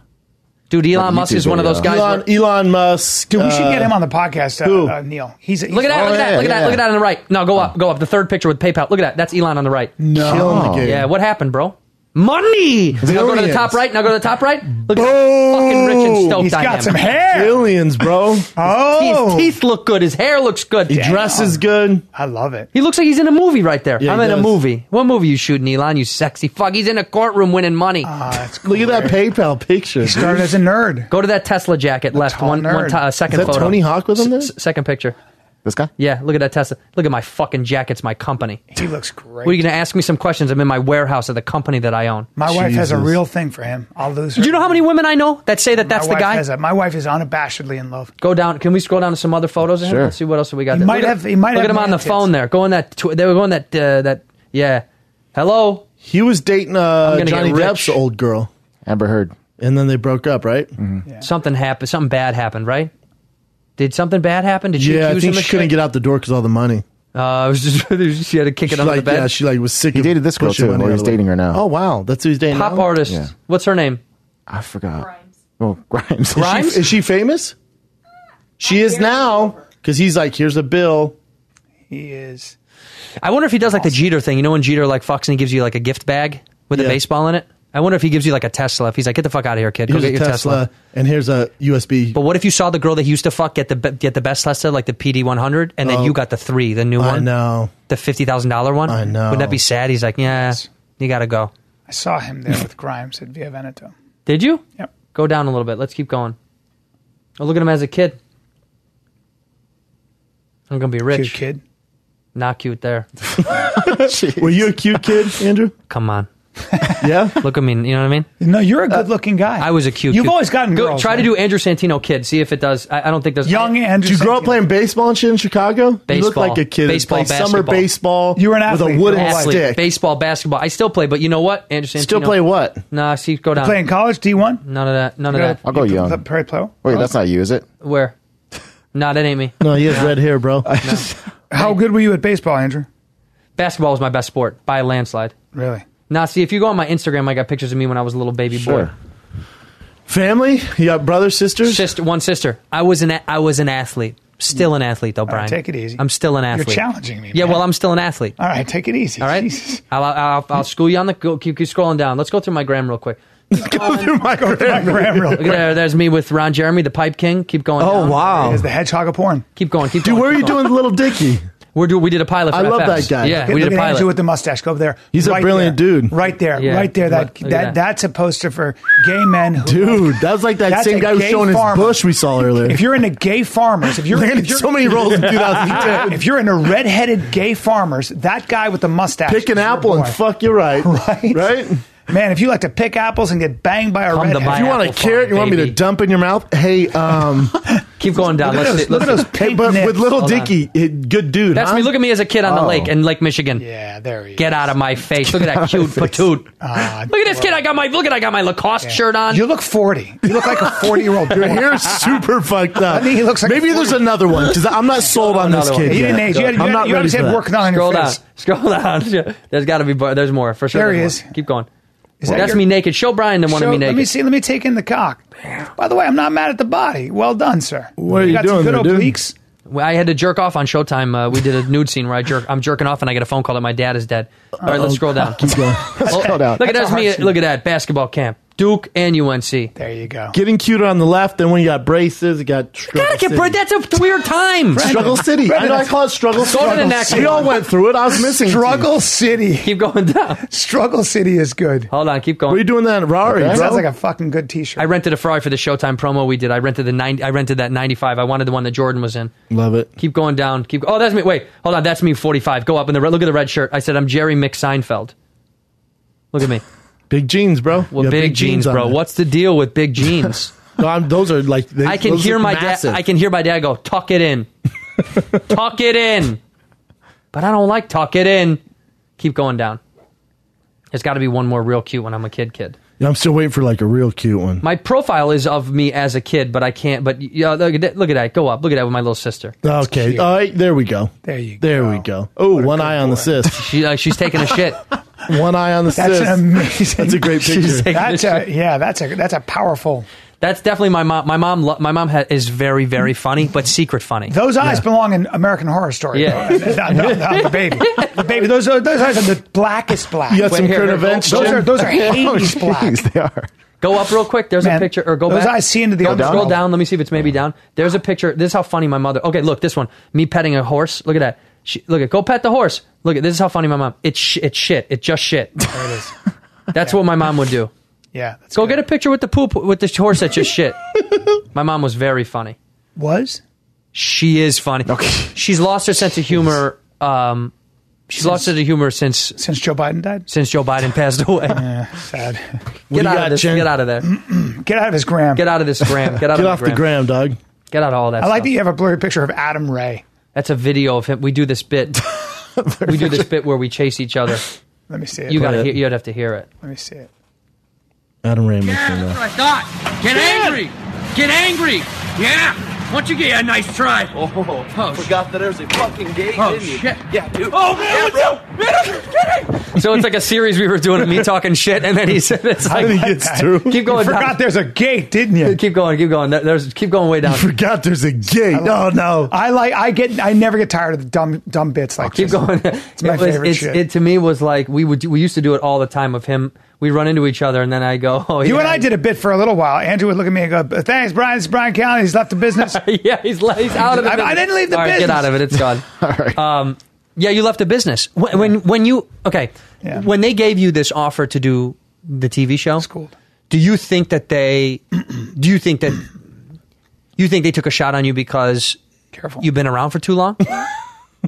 [SPEAKER 6] Dude, Elon
[SPEAKER 7] Like
[SPEAKER 6] Musk
[SPEAKER 7] YouTube
[SPEAKER 6] is one of those
[SPEAKER 7] video.
[SPEAKER 6] guys. where-
[SPEAKER 5] Elon, Elon Musk.
[SPEAKER 1] Dude, we should get
[SPEAKER 5] uh,
[SPEAKER 1] him on the podcast.
[SPEAKER 5] who?
[SPEAKER 1] Uh, uh, Neil, he's, he's
[SPEAKER 6] Look at
[SPEAKER 7] Oh,
[SPEAKER 6] that! look at that!
[SPEAKER 7] yeah,
[SPEAKER 6] Look at that!
[SPEAKER 7] yeah.
[SPEAKER 6] Look at that on the right. No,
[SPEAKER 5] Oh.
[SPEAKER 6] go up, go up. The third picture with PayPal. Look at that. That's Elon on the right.
[SPEAKER 5] No. Killing the game.
[SPEAKER 6] Yeah, what happened, bro? Money. Now go to the
[SPEAKER 5] Billions.
[SPEAKER 6] top right. Now go to the top right. Look at that fucking rich and stoked
[SPEAKER 1] he's
[SPEAKER 6] I
[SPEAKER 1] got
[SPEAKER 6] am.
[SPEAKER 1] some hair.
[SPEAKER 5] Aliens, *laughs* bro.
[SPEAKER 1] Oh,
[SPEAKER 6] His teeth look good. His hair looks good.
[SPEAKER 5] He dresses good.
[SPEAKER 1] I love it.
[SPEAKER 6] He looks like he's in a movie right there.
[SPEAKER 5] Yeah,
[SPEAKER 6] I'm
[SPEAKER 5] he
[SPEAKER 6] in a
[SPEAKER 5] does.
[SPEAKER 6] movie. What movie you shooting, Elon? You sexy fuck. He's in a courtroom winning money.
[SPEAKER 1] Uh,
[SPEAKER 5] Look at that PayPal picture. dude.
[SPEAKER 1] Started as a nerd.
[SPEAKER 6] go to that Tesla jacket left.
[SPEAKER 1] tall
[SPEAKER 6] One, one
[SPEAKER 1] nerd.
[SPEAKER 6] ti- uh, second
[SPEAKER 5] Is that
[SPEAKER 6] photo.
[SPEAKER 5] Tony Hawk with him there?
[SPEAKER 6] S- second picture.
[SPEAKER 7] This guy?
[SPEAKER 6] Yeah, look at that Tesla. Look at my fucking jacket's my company.
[SPEAKER 1] He looks great.
[SPEAKER 6] What are you going to ask me some questions? I'm in my warehouse at the company that I own.
[SPEAKER 1] My wife has a
[SPEAKER 5] Jesus.
[SPEAKER 1] real thing for him. I'll lose her.
[SPEAKER 6] Do you know how many women I know that say that
[SPEAKER 1] My
[SPEAKER 6] that's the
[SPEAKER 1] wife
[SPEAKER 6] guy?
[SPEAKER 1] has a- my wife is unabashedly in love.
[SPEAKER 6] Go down. Can we scroll down to some other photos? Of him?
[SPEAKER 7] Sure.
[SPEAKER 6] Let's see what else we got.
[SPEAKER 1] He
[SPEAKER 6] there.
[SPEAKER 1] might
[SPEAKER 6] look
[SPEAKER 1] have-
[SPEAKER 6] At,
[SPEAKER 1] he might
[SPEAKER 6] look
[SPEAKER 1] have
[SPEAKER 6] at him on the
[SPEAKER 1] man tits.
[SPEAKER 6] phone there. Go on that. Tw- they were going that. Uh, that. Yeah. Hello.
[SPEAKER 5] He was dating uh,
[SPEAKER 6] gonna get
[SPEAKER 5] Johnny
[SPEAKER 6] rich.
[SPEAKER 5] Depp's old girl.
[SPEAKER 7] Amber Heard.
[SPEAKER 5] And then they broke up, right?
[SPEAKER 6] Something happened. Something bad happened, right? Did something bad happen? Did she
[SPEAKER 5] Yeah, I
[SPEAKER 6] accuse
[SPEAKER 5] think
[SPEAKER 6] him
[SPEAKER 5] she
[SPEAKER 6] of
[SPEAKER 5] couldn't
[SPEAKER 6] shit?
[SPEAKER 5] get out the door because all the money.
[SPEAKER 6] Uh, it was just *laughs* she had to kick
[SPEAKER 5] She
[SPEAKER 6] it under
[SPEAKER 5] like,
[SPEAKER 6] the bed.
[SPEAKER 5] yeah, she like was sick.
[SPEAKER 7] He
[SPEAKER 5] of
[SPEAKER 7] dated this girl,
[SPEAKER 5] pushing
[SPEAKER 7] too,
[SPEAKER 5] money
[SPEAKER 7] or
[SPEAKER 5] out
[SPEAKER 7] he's
[SPEAKER 5] of the way.
[SPEAKER 7] dating her now.
[SPEAKER 5] Oh wow, that's who he's dating.
[SPEAKER 6] Pop
[SPEAKER 5] now?
[SPEAKER 6] artist.
[SPEAKER 7] Yeah.
[SPEAKER 6] What's her name?
[SPEAKER 7] I forgot. Oh, *laughs* Grimes.
[SPEAKER 5] Is she-
[SPEAKER 6] Grimes?
[SPEAKER 5] Is she, famous? She is now because he's like, here's a bill.
[SPEAKER 1] He is.
[SPEAKER 6] I wonder if he does like the Jeter thing. You know when Jeter like fucks and he gives you like a gift bag with a
[SPEAKER 5] Yeah.
[SPEAKER 6] baseball in it. I wonder if he gives you like a Tesla. If he's like, get the fuck out of here, kid. Go
[SPEAKER 5] Here's
[SPEAKER 6] get
[SPEAKER 5] a
[SPEAKER 6] your
[SPEAKER 5] Tesla, and here's a USB.
[SPEAKER 6] But what if you saw the girl that he used to fuck get the be- get the best Tesla, like the PD one hundred, and then
[SPEAKER 5] Oh.
[SPEAKER 6] you got the three, the new
[SPEAKER 5] I
[SPEAKER 6] one,
[SPEAKER 5] know.
[SPEAKER 6] the fifty thousand dollar one?
[SPEAKER 5] I know.
[SPEAKER 6] Would that be sad? He's like, yeah, you gotta go.
[SPEAKER 1] I saw him there with Grimes at Via Veneto.
[SPEAKER 6] Did you?
[SPEAKER 1] Yep.
[SPEAKER 6] Go down a little bit. Let's keep going. Oh, look at him as a kid. I'm gonna be
[SPEAKER 1] Cute
[SPEAKER 6] rich.
[SPEAKER 1] kid.
[SPEAKER 6] Not cute there.
[SPEAKER 5] Were you a cute kid, Andrew?
[SPEAKER 6] Come on.
[SPEAKER 5] Yeah.
[SPEAKER 6] Look at me. You know what I mean?
[SPEAKER 1] No, you're a good-looking guy.
[SPEAKER 6] Uh, I was a cute.
[SPEAKER 1] You've
[SPEAKER 6] kid.
[SPEAKER 1] always gotten
[SPEAKER 6] Go,
[SPEAKER 1] girls.
[SPEAKER 6] Try to
[SPEAKER 1] man.
[SPEAKER 6] do Andrew Santino kid. See if it does. I, I don't think there's
[SPEAKER 1] young
[SPEAKER 5] Did
[SPEAKER 1] Andrew.
[SPEAKER 5] you grow up
[SPEAKER 1] Santino.
[SPEAKER 5] playing baseball and shit in Chicago? You look
[SPEAKER 6] Baseball.
[SPEAKER 5] like a kid. that
[SPEAKER 6] Baseball,
[SPEAKER 5] played summer
[SPEAKER 6] basketball.
[SPEAKER 5] baseball.
[SPEAKER 1] You were an athlete
[SPEAKER 5] with a
[SPEAKER 1] your
[SPEAKER 5] wooden
[SPEAKER 1] whole life.
[SPEAKER 6] athlete.
[SPEAKER 5] stick.
[SPEAKER 6] Baseball, basketball. I still play, but you know what? Andrew Santino.
[SPEAKER 5] Still play what?
[SPEAKER 6] Nah. See, go down.
[SPEAKER 1] playing college D1?
[SPEAKER 6] None of that. None of that.
[SPEAKER 7] I'll go young.
[SPEAKER 1] Prairie Plow.
[SPEAKER 7] Wait, that's not you, is it?
[SPEAKER 6] Where? nah, that ain't me.
[SPEAKER 5] No, he has red hair, bro.
[SPEAKER 1] How good were you at baseball, Andrew?
[SPEAKER 6] Basketball was my best sport by a landslide.
[SPEAKER 1] Really?
[SPEAKER 6] Now, see, if you go on my Instagram, I got pictures of me when I was a little baby boy.
[SPEAKER 7] Sure.
[SPEAKER 5] *laughs*
[SPEAKER 7] *laughs*
[SPEAKER 5] Family? You got brothers, sisters?
[SPEAKER 6] Sister, one sister. I was an a- I was an athlete. Still an athlete though, Brian.
[SPEAKER 1] take it easy.
[SPEAKER 6] I'm still an
[SPEAKER 1] You're
[SPEAKER 6] athlete.
[SPEAKER 1] challenging me.
[SPEAKER 6] Yeah,
[SPEAKER 1] man.
[SPEAKER 6] well, I'm still an athlete.
[SPEAKER 1] All right, take it easy.
[SPEAKER 6] All right,
[SPEAKER 1] Jesus.
[SPEAKER 6] I'll, I'll, I'll school you on the go. Keep, keep scrolling down. Let's go through my gram real quick.
[SPEAKER 5] Go through *laughs* my
[SPEAKER 1] My gram
[SPEAKER 5] *laughs*
[SPEAKER 1] real
[SPEAKER 6] Look at
[SPEAKER 1] quick.
[SPEAKER 6] there, there's me with Ron
[SPEAKER 1] Oh,
[SPEAKER 6] Jeremy, the Pipe King. Keep going. down.
[SPEAKER 5] wow.
[SPEAKER 1] Is the hedgehog of porn?
[SPEAKER 6] Keep going. Keep
[SPEAKER 5] Dude,
[SPEAKER 6] going.
[SPEAKER 5] where are
[SPEAKER 6] keep
[SPEAKER 5] you
[SPEAKER 6] going.
[SPEAKER 5] *laughs* doing Little Dicky?
[SPEAKER 6] We're do, we did a pilot. For
[SPEAKER 1] I
[SPEAKER 6] FX.
[SPEAKER 1] love that guy.
[SPEAKER 6] Yeah,
[SPEAKER 1] Look at-
[SPEAKER 6] we
[SPEAKER 1] look
[SPEAKER 6] did a
[SPEAKER 1] at
[SPEAKER 6] pilot.
[SPEAKER 1] Andrew with the mustache. Go over there.
[SPEAKER 6] He's a brilliant
[SPEAKER 5] dude.
[SPEAKER 1] Right there,
[SPEAKER 6] Yeah.
[SPEAKER 1] right there. That,
[SPEAKER 6] Look at
[SPEAKER 1] that
[SPEAKER 6] that.
[SPEAKER 1] that's a poster for gay men. Who,
[SPEAKER 5] Dude, that's like that
[SPEAKER 1] That's
[SPEAKER 5] same
[SPEAKER 1] a
[SPEAKER 5] guy who's
[SPEAKER 1] gay
[SPEAKER 5] showing his
[SPEAKER 1] farmer.
[SPEAKER 5] bush we saw earlier.
[SPEAKER 1] If you're into gay farmers,
[SPEAKER 5] *laughs*
[SPEAKER 1] if you're
[SPEAKER 5] Landed
[SPEAKER 1] if you're-
[SPEAKER 5] so many roles *laughs* in 2010.
[SPEAKER 1] *laughs* if you're into redheaded gay farmers, that guy with the mustache,
[SPEAKER 5] Pick an apple and fuck you *laughs* right,
[SPEAKER 1] right,
[SPEAKER 5] right.
[SPEAKER 1] Man, if you like to pick apples and get banged by a
[SPEAKER 6] Come to
[SPEAKER 1] redhead,
[SPEAKER 6] buy
[SPEAKER 5] If you want a
[SPEAKER 6] apple
[SPEAKER 5] carrot,
[SPEAKER 6] farm,
[SPEAKER 5] you want me to
[SPEAKER 6] baby.
[SPEAKER 5] dump in your mouth? Hey, um,
[SPEAKER 6] Keep going down.
[SPEAKER 1] Look
[SPEAKER 6] Let's
[SPEAKER 1] at those-
[SPEAKER 6] see- let's
[SPEAKER 1] look at
[SPEAKER 6] see.
[SPEAKER 1] those
[SPEAKER 5] hey,
[SPEAKER 1] pink
[SPEAKER 5] but with
[SPEAKER 1] nips.
[SPEAKER 5] little
[SPEAKER 6] Hold on.
[SPEAKER 5] Dicky, it, good dude.
[SPEAKER 6] That's
[SPEAKER 5] huh?
[SPEAKER 6] me. Look at me as a kid on the
[SPEAKER 5] Oh.
[SPEAKER 6] lake in Lake Michigan.
[SPEAKER 1] Yeah, there he is.
[SPEAKER 6] Get out of my face! Look at that cute patoot!
[SPEAKER 1] Ah,
[SPEAKER 6] look at this kid! I got my look at I got my Lacoste shirt on.
[SPEAKER 1] You look forty. You look like a
[SPEAKER 5] *laughs*
[SPEAKER 1] forty-year-old.
[SPEAKER 5] Your
[SPEAKER 6] *laughs*
[SPEAKER 5] hair's super fucked up.
[SPEAKER 1] I mean, he looks like a
[SPEAKER 5] Maybe there's
[SPEAKER 1] 40.
[SPEAKER 5] another one because I'm
[SPEAKER 6] *laughs*
[SPEAKER 5] not sold on this
[SPEAKER 6] Another one.
[SPEAKER 5] kid.
[SPEAKER 1] You
[SPEAKER 5] yet.
[SPEAKER 1] didn't age. You, had, you,
[SPEAKER 5] I'm
[SPEAKER 1] had-
[SPEAKER 5] not
[SPEAKER 1] you
[SPEAKER 5] ready
[SPEAKER 1] always
[SPEAKER 5] for
[SPEAKER 1] had
[SPEAKER 5] that.
[SPEAKER 1] work
[SPEAKER 5] *laughs*
[SPEAKER 1] on
[SPEAKER 6] Scroll
[SPEAKER 1] your
[SPEAKER 6] down. *laughs*
[SPEAKER 1] face.
[SPEAKER 6] Scroll down. There's got to be more. There's more for sure.
[SPEAKER 1] There he
[SPEAKER 6] there's
[SPEAKER 1] is.
[SPEAKER 6] more. Keep going.
[SPEAKER 1] Is that
[SPEAKER 6] That's
[SPEAKER 1] your-
[SPEAKER 6] me naked. Show Brian the one
[SPEAKER 1] So,
[SPEAKER 6] of me
[SPEAKER 1] let
[SPEAKER 6] naked.
[SPEAKER 1] me see. Let me take in the cock. By the way, I'm not mad at the body. Well done, sir.
[SPEAKER 5] What are you
[SPEAKER 1] got
[SPEAKER 5] doing
[SPEAKER 1] some good
[SPEAKER 5] there, dude?
[SPEAKER 1] obliques.
[SPEAKER 6] Well, I had to jerk off on Showtime. Uh, we did a nude scene where I jerk. I'm jerking off and I get a phone call that my dad is dead. All right, let's scroll down.
[SPEAKER 5] Keep going.
[SPEAKER 6] Oh,
[SPEAKER 7] out.
[SPEAKER 6] Look at
[SPEAKER 1] That's
[SPEAKER 6] that's
[SPEAKER 1] a
[SPEAKER 6] me.
[SPEAKER 1] hard scene.
[SPEAKER 6] Look at that basketball camp. Duke and UNC.
[SPEAKER 1] There you go.
[SPEAKER 5] Getting cuter on the left, then when you got braces, you got
[SPEAKER 6] Gotta get Brett. That's a weird time.
[SPEAKER 5] Struggle City. I know I call it Struggle
[SPEAKER 6] Go to the
[SPEAKER 5] Struggle
[SPEAKER 6] next
[SPEAKER 5] City. We
[SPEAKER 6] one.
[SPEAKER 5] all went through it. I was missing. it.
[SPEAKER 1] Struggle City. *laughs*
[SPEAKER 6] Keep going down.
[SPEAKER 1] Struggle City is good.
[SPEAKER 6] Hold on. Keep
[SPEAKER 5] What are you
[SPEAKER 6] going.
[SPEAKER 5] doing that, Rari?
[SPEAKER 1] That
[SPEAKER 5] bro?
[SPEAKER 1] sounds like a fucking good T-shirt.
[SPEAKER 6] I rented a Ferrari for the Showtime promo we did. I rented the 90, I rented that 95. I wanted the one that Jordan was in.
[SPEAKER 5] Love it.
[SPEAKER 6] Keep going down. Keep. Oh, that's me. Wait, hold on. That's me. Forty-five. Go up in the red. Look at the red shirt. I said I'm Jerry Mick Seinfeld. Look
[SPEAKER 5] *laughs*
[SPEAKER 6] at me.
[SPEAKER 5] Big jeans, bro.
[SPEAKER 6] Well,
[SPEAKER 5] You got
[SPEAKER 6] big, jeans,
[SPEAKER 5] on
[SPEAKER 6] bro.
[SPEAKER 5] there.
[SPEAKER 6] What's the deal
[SPEAKER 5] *laughs*
[SPEAKER 6] with big jeans?
[SPEAKER 5] No, I'm- those are like. They,
[SPEAKER 6] I can
[SPEAKER 5] those
[SPEAKER 6] hear
[SPEAKER 5] look
[SPEAKER 6] my dad.
[SPEAKER 5] massive.
[SPEAKER 6] I can hear my dad go, "Tuck
[SPEAKER 5] *laughs*
[SPEAKER 6] it in, tuck it in," but I don't like tuck it in. Keep going down. There's got to be one more real cute when I'm a kid. Kid.
[SPEAKER 5] Yeah, I'm still waiting for like a real cute one.
[SPEAKER 6] My profile is of me as a kid, but I can't. But yeah, look at that. Look at that. Go up. Look at that with my little sister.
[SPEAKER 5] okay. Uh, All right. There we go.
[SPEAKER 1] There you
[SPEAKER 5] There
[SPEAKER 1] go.
[SPEAKER 5] we go. Oh, one eye on the cyst.
[SPEAKER 6] She like she's taking a shit.
[SPEAKER 5] One eye
[SPEAKER 6] *laughs*
[SPEAKER 5] on the
[SPEAKER 1] That's
[SPEAKER 5] cyst.
[SPEAKER 1] an amazing.
[SPEAKER 5] That's a great
[SPEAKER 6] She's
[SPEAKER 5] picture.
[SPEAKER 6] taking
[SPEAKER 1] That's
[SPEAKER 6] a shit.
[SPEAKER 1] a yeah. That's a that's a powerful.
[SPEAKER 6] That's definitely my mom. My mom. lo- My mom ha- is very, very funny, but secret funny.
[SPEAKER 1] Those eyes belong in American Horror Story.
[SPEAKER 6] Yeah.
[SPEAKER 1] not, not- not the baby. The baby. Those are, those eyes are the blackest black.
[SPEAKER 5] You got some
[SPEAKER 6] here,
[SPEAKER 5] current
[SPEAKER 6] here, go-
[SPEAKER 5] events.
[SPEAKER 1] those
[SPEAKER 5] Jim?
[SPEAKER 1] are
[SPEAKER 5] *laughs*
[SPEAKER 1] those are Hades black.
[SPEAKER 7] Jeez, they *laughs* are.
[SPEAKER 6] Go up real quick. There's
[SPEAKER 1] Man,
[SPEAKER 6] a picture, or go
[SPEAKER 1] those
[SPEAKER 6] back.
[SPEAKER 1] eyes see into the
[SPEAKER 6] go
[SPEAKER 1] other
[SPEAKER 6] down.
[SPEAKER 1] world.
[SPEAKER 6] Scroll down. Let me see if it's maybe down. There's a picture. This is how funny my mother. Okay, look this one. Me petting a horse. Look at that. She, look at go pet the horse. Look at this is how funny my mom. It's sh- it's shit. It just shit.
[SPEAKER 1] There it is.
[SPEAKER 6] That's what my mom would do.
[SPEAKER 1] Yeah. That's
[SPEAKER 6] Go
[SPEAKER 1] good.
[SPEAKER 6] get a picture with the poop with the horse that just
[SPEAKER 5] *laughs*
[SPEAKER 6] shit. my mom was very funny.
[SPEAKER 1] Was
[SPEAKER 6] She is funny. Okay. She's lost her sense of humor. Um, she's lost her sense of humor since
[SPEAKER 1] since Joe Biden died.
[SPEAKER 6] since Joe Biden passed away.
[SPEAKER 1] Sad. *laughs*
[SPEAKER 6] Get
[SPEAKER 5] do you
[SPEAKER 6] out
[SPEAKER 5] got,
[SPEAKER 6] of this.
[SPEAKER 5] Jen?
[SPEAKER 6] Get out of there.
[SPEAKER 1] Get out of his gram.
[SPEAKER 6] Get out of this gram. Get out
[SPEAKER 5] Get
[SPEAKER 6] of
[SPEAKER 5] off the gram, dog.
[SPEAKER 6] Get out of all that.
[SPEAKER 1] I like
[SPEAKER 6] stuff.
[SPEAKER 1] that you have a blurry picture of Adam Ray.
[SPEAKER 6] That's a video of him. We do
[SPEAKER 5] *laughs*
[SPEAKER 6] this bit. we do this bit where we chase each other.
[SPEAKER 1] Let me see it.
[SPEAKER 6] You gotta,
[SPEAKER 5] it.
[SPEAKER 6] hear, you'd have to hear it.
[SPEAKER 1] Let me see it.
[SPEAKER 5] Adam Ray makes me laugh.
[SPEAKER 3] I thought. Get angry. Get angry. Yeah. Once you get a nice try. Oh, forgot that there's a fucking gate. Oh shit. Yeah, dude. Oh man,
[SPEAKER 6] So it's like a series we were doing of me talking shit, and then he said, "It's
[SPEAKER 5] How did he
[SPEAKER 6] like
[SPEAKER 5] get *laughs* through?
[SPEAKER 6] keep
[SPEAKER 1] You
[SPEAKER 6] going,
[SPEAKER 1] forgot
[SPEAKER 6] down.
[SPEAKER 1] there's a gate, didn't you?
[SPEAKER 6] keep going, keep going. There- There's keep going way down.
[SPEAKER 5] Forgot there's a gate. Oh no.
[SPEAKER 1] I like. I get. I never get tired of the dumb dumb bits like
[SPEAKER 6] Oh, Keep
[SPEAKER 1] this.
[SPEAKER 6] going. *laughs*
[SPEAKER 1] It's my
[SPEAKER 6] It was-
[SPEAKER 1] favorite shit.
[SPEAKER 6] It to me was like we would do- we used to do it all the time. Of him, we run into each other, and then I go, *laughs* "Oh,
[SPEAKER 1] You
[SPEAKER 6] yeah.
[SPEAKER 1] and I did a bit for a little while. Andrew would look at me and go, "Thanks, Brian. It's Brian Callen. He's left the business."
[SPEAKER 6] *laughs* yeah, he's, le- he's out of the
[SPEAKER 1] I- I
[SPEAKER 6] business.
[SPEAKER 1] didn't leave the
[SPEAKER 6] All right,
[SPEAKER 1] business.
[SPEAKER 6] get out of it.
[SPEAKER 1] *laughs*
[SPEAKER 6] It's gone.
[SPEAKER 7] All right.
[SPEAKER 6] Um, yeah, you left the business when when, when you okay
[SPEAKER 1] Yeah.
[SPEAKER 6] when they gave you this offer to do the TV show.
[SPEAKER 1] cooled.
[SPEAKER 6] Do you think that they? *clears throat* do you think that *clears throat* you think they took a shot on you because
[SPEAKER 1] Careful.
[SPEAKER 6] you've been around for too long? *laughs*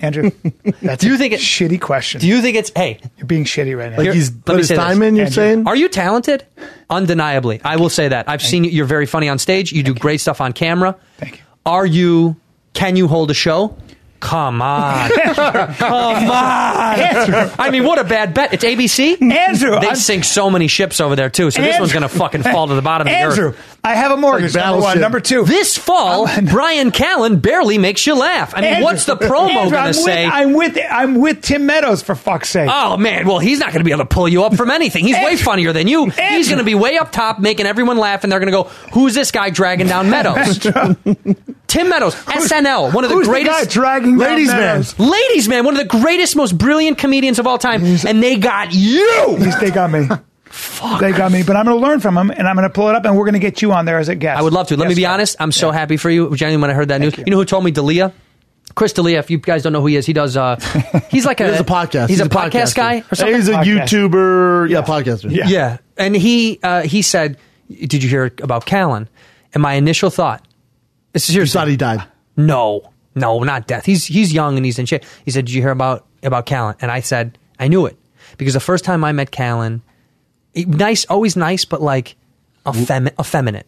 [SPEAKER 1] Andrew, *laughs* that's
[SPEAKER 6] Do you
[SPEAKER 1] a
[SPEAKER 6] think it-
[SPEAKER 1] shitty question.
[SPEAKER 6] do you think it's hey?
[SPEAKER 1] You're being shitty right now.
[SPEAKER 5] Like he's
[SPEAKER 6] let me
[SPEAKER 5] put his
[SPEAKER 6] say this. Oh,
[SPEAKER 5] time in. You're
[SPEAKER 1] Andrew.
[SPEAKER 5] saying?
[SPEAKER 6] Are you talented? Undeniably, I will say that. I've seen you. You're very funny on stage. You do great stuff on camera.
[SPEAKER 1] Thank you.
[SPEAKER 6] Are you? Can you hold a show?
[SPEAKER 1] *laughs*
[SPEAKER 6] Come on, come on. I mean, what a bad bet. It's ABC.
[SPEAKER 1] Andrew,
[SPEAKER 6] they
[SPEAKER 1] I'm-
[SPEAKER 6] sink so many ships over there too. So this one's gonna
[SPEAKER 1] Andrew-
[SPEAKER 6] fucking fall to the bottom of the
[SPEAKER 1] Andrew,
[SPEAKER 6] earth.
[SPEAKER 1] I have a mortgage.
[SPEAKER 5] Like
[SPEAKER 1] number one,
[SPEAKER 5] Battleship.
[SPEAKER 1] number two.
[SPEAKER 6] This fall,
[SPEAKER 1] *laughs*
[SPEAKER 6] Brian Callen barely makes you laugh. I mean,
[SPEAKER 1] Andrew-
[SPEAKER 6] what's the promo
[SPEAKER 1] Andrew,
[SPEAKER 6] gonna
[SPEAKER 1] I'm with,
[SPEAKER 6] say?
[SPEAKER 1] I'm with I'm with Tim Meadows for fuck's sake.
[SPEAKER 6] Oh man, well he's not going to be able to pull you up from anything. He's way
[SPEAKER 1] Andrew-
[SPEAKER 6] funnier than you. He's
[SPEAKER 1] Andrew-
[SPEAKER 6] going to be way up top, making everyone laugh, and they're going to go, "Who's this guy
[SPEAKER 1] *laughs*
[SPEAKER 6] dragging down Meadows?" Tim Meadows, SNL, one of the
[SPEAKER 1] Who's the guy
[SPEAKER 6] greatest
[SPEAKER 1] dragging down
[SPEAKER 5] Ladies' man.
[SPEAKER 1] Meadows?
[SPEAKER 6] ladies, man, one of the greatest, most brilliant comedians of all time, and they got you.
[SPEAKER 1] They got me. Fuck. They got me. But I'm going to learn from him, and I'm going to pull it up, and we're going to get you on there as a guest.
[SPEAKER 6] I would love to. Let
[SPEAKER 1] Yes,
[SPEAKER 6] me be
[SPEAKER 1] sir.
[SPEAKER 6] honest. I'm so happy for you, genuinely. When I heard that news,
[SPEAKER 1] you.
[SPEAKER 6] you. know who told me, Dalia. Chris D'Elia, if you guys don't know who he is, he does. Uh, he's like a,
[SPEAKER 5] He does a podcast.
[SPEAKER 6] He's,
[SPEAKER 5] He's
[SPEAKER 6] a,
[SPEAKER 5] a
[SPEAKER 6] podcast
[SPEAKER 5] podcaster.
[SPEAKER 6] guy. Or
[SPEAKER 5] He's
[SPEAKER 6] something?
[SPEAKER 5] a YouTuber. Yeah, podcaster.
[SPEAKER 6] Yeah. and he uh, he said, "Did you hear about Callan?" And my initial thought, this is your thought
[SPEAKER 5] he died.
[SPEAKER 6] No, no, not death. He's he's young and he's in shape. He said, "Did you hear about about Callan?" And I said, "I knew it because the first time I met Callan, he- nice, always nice, but like effemi- effeminate."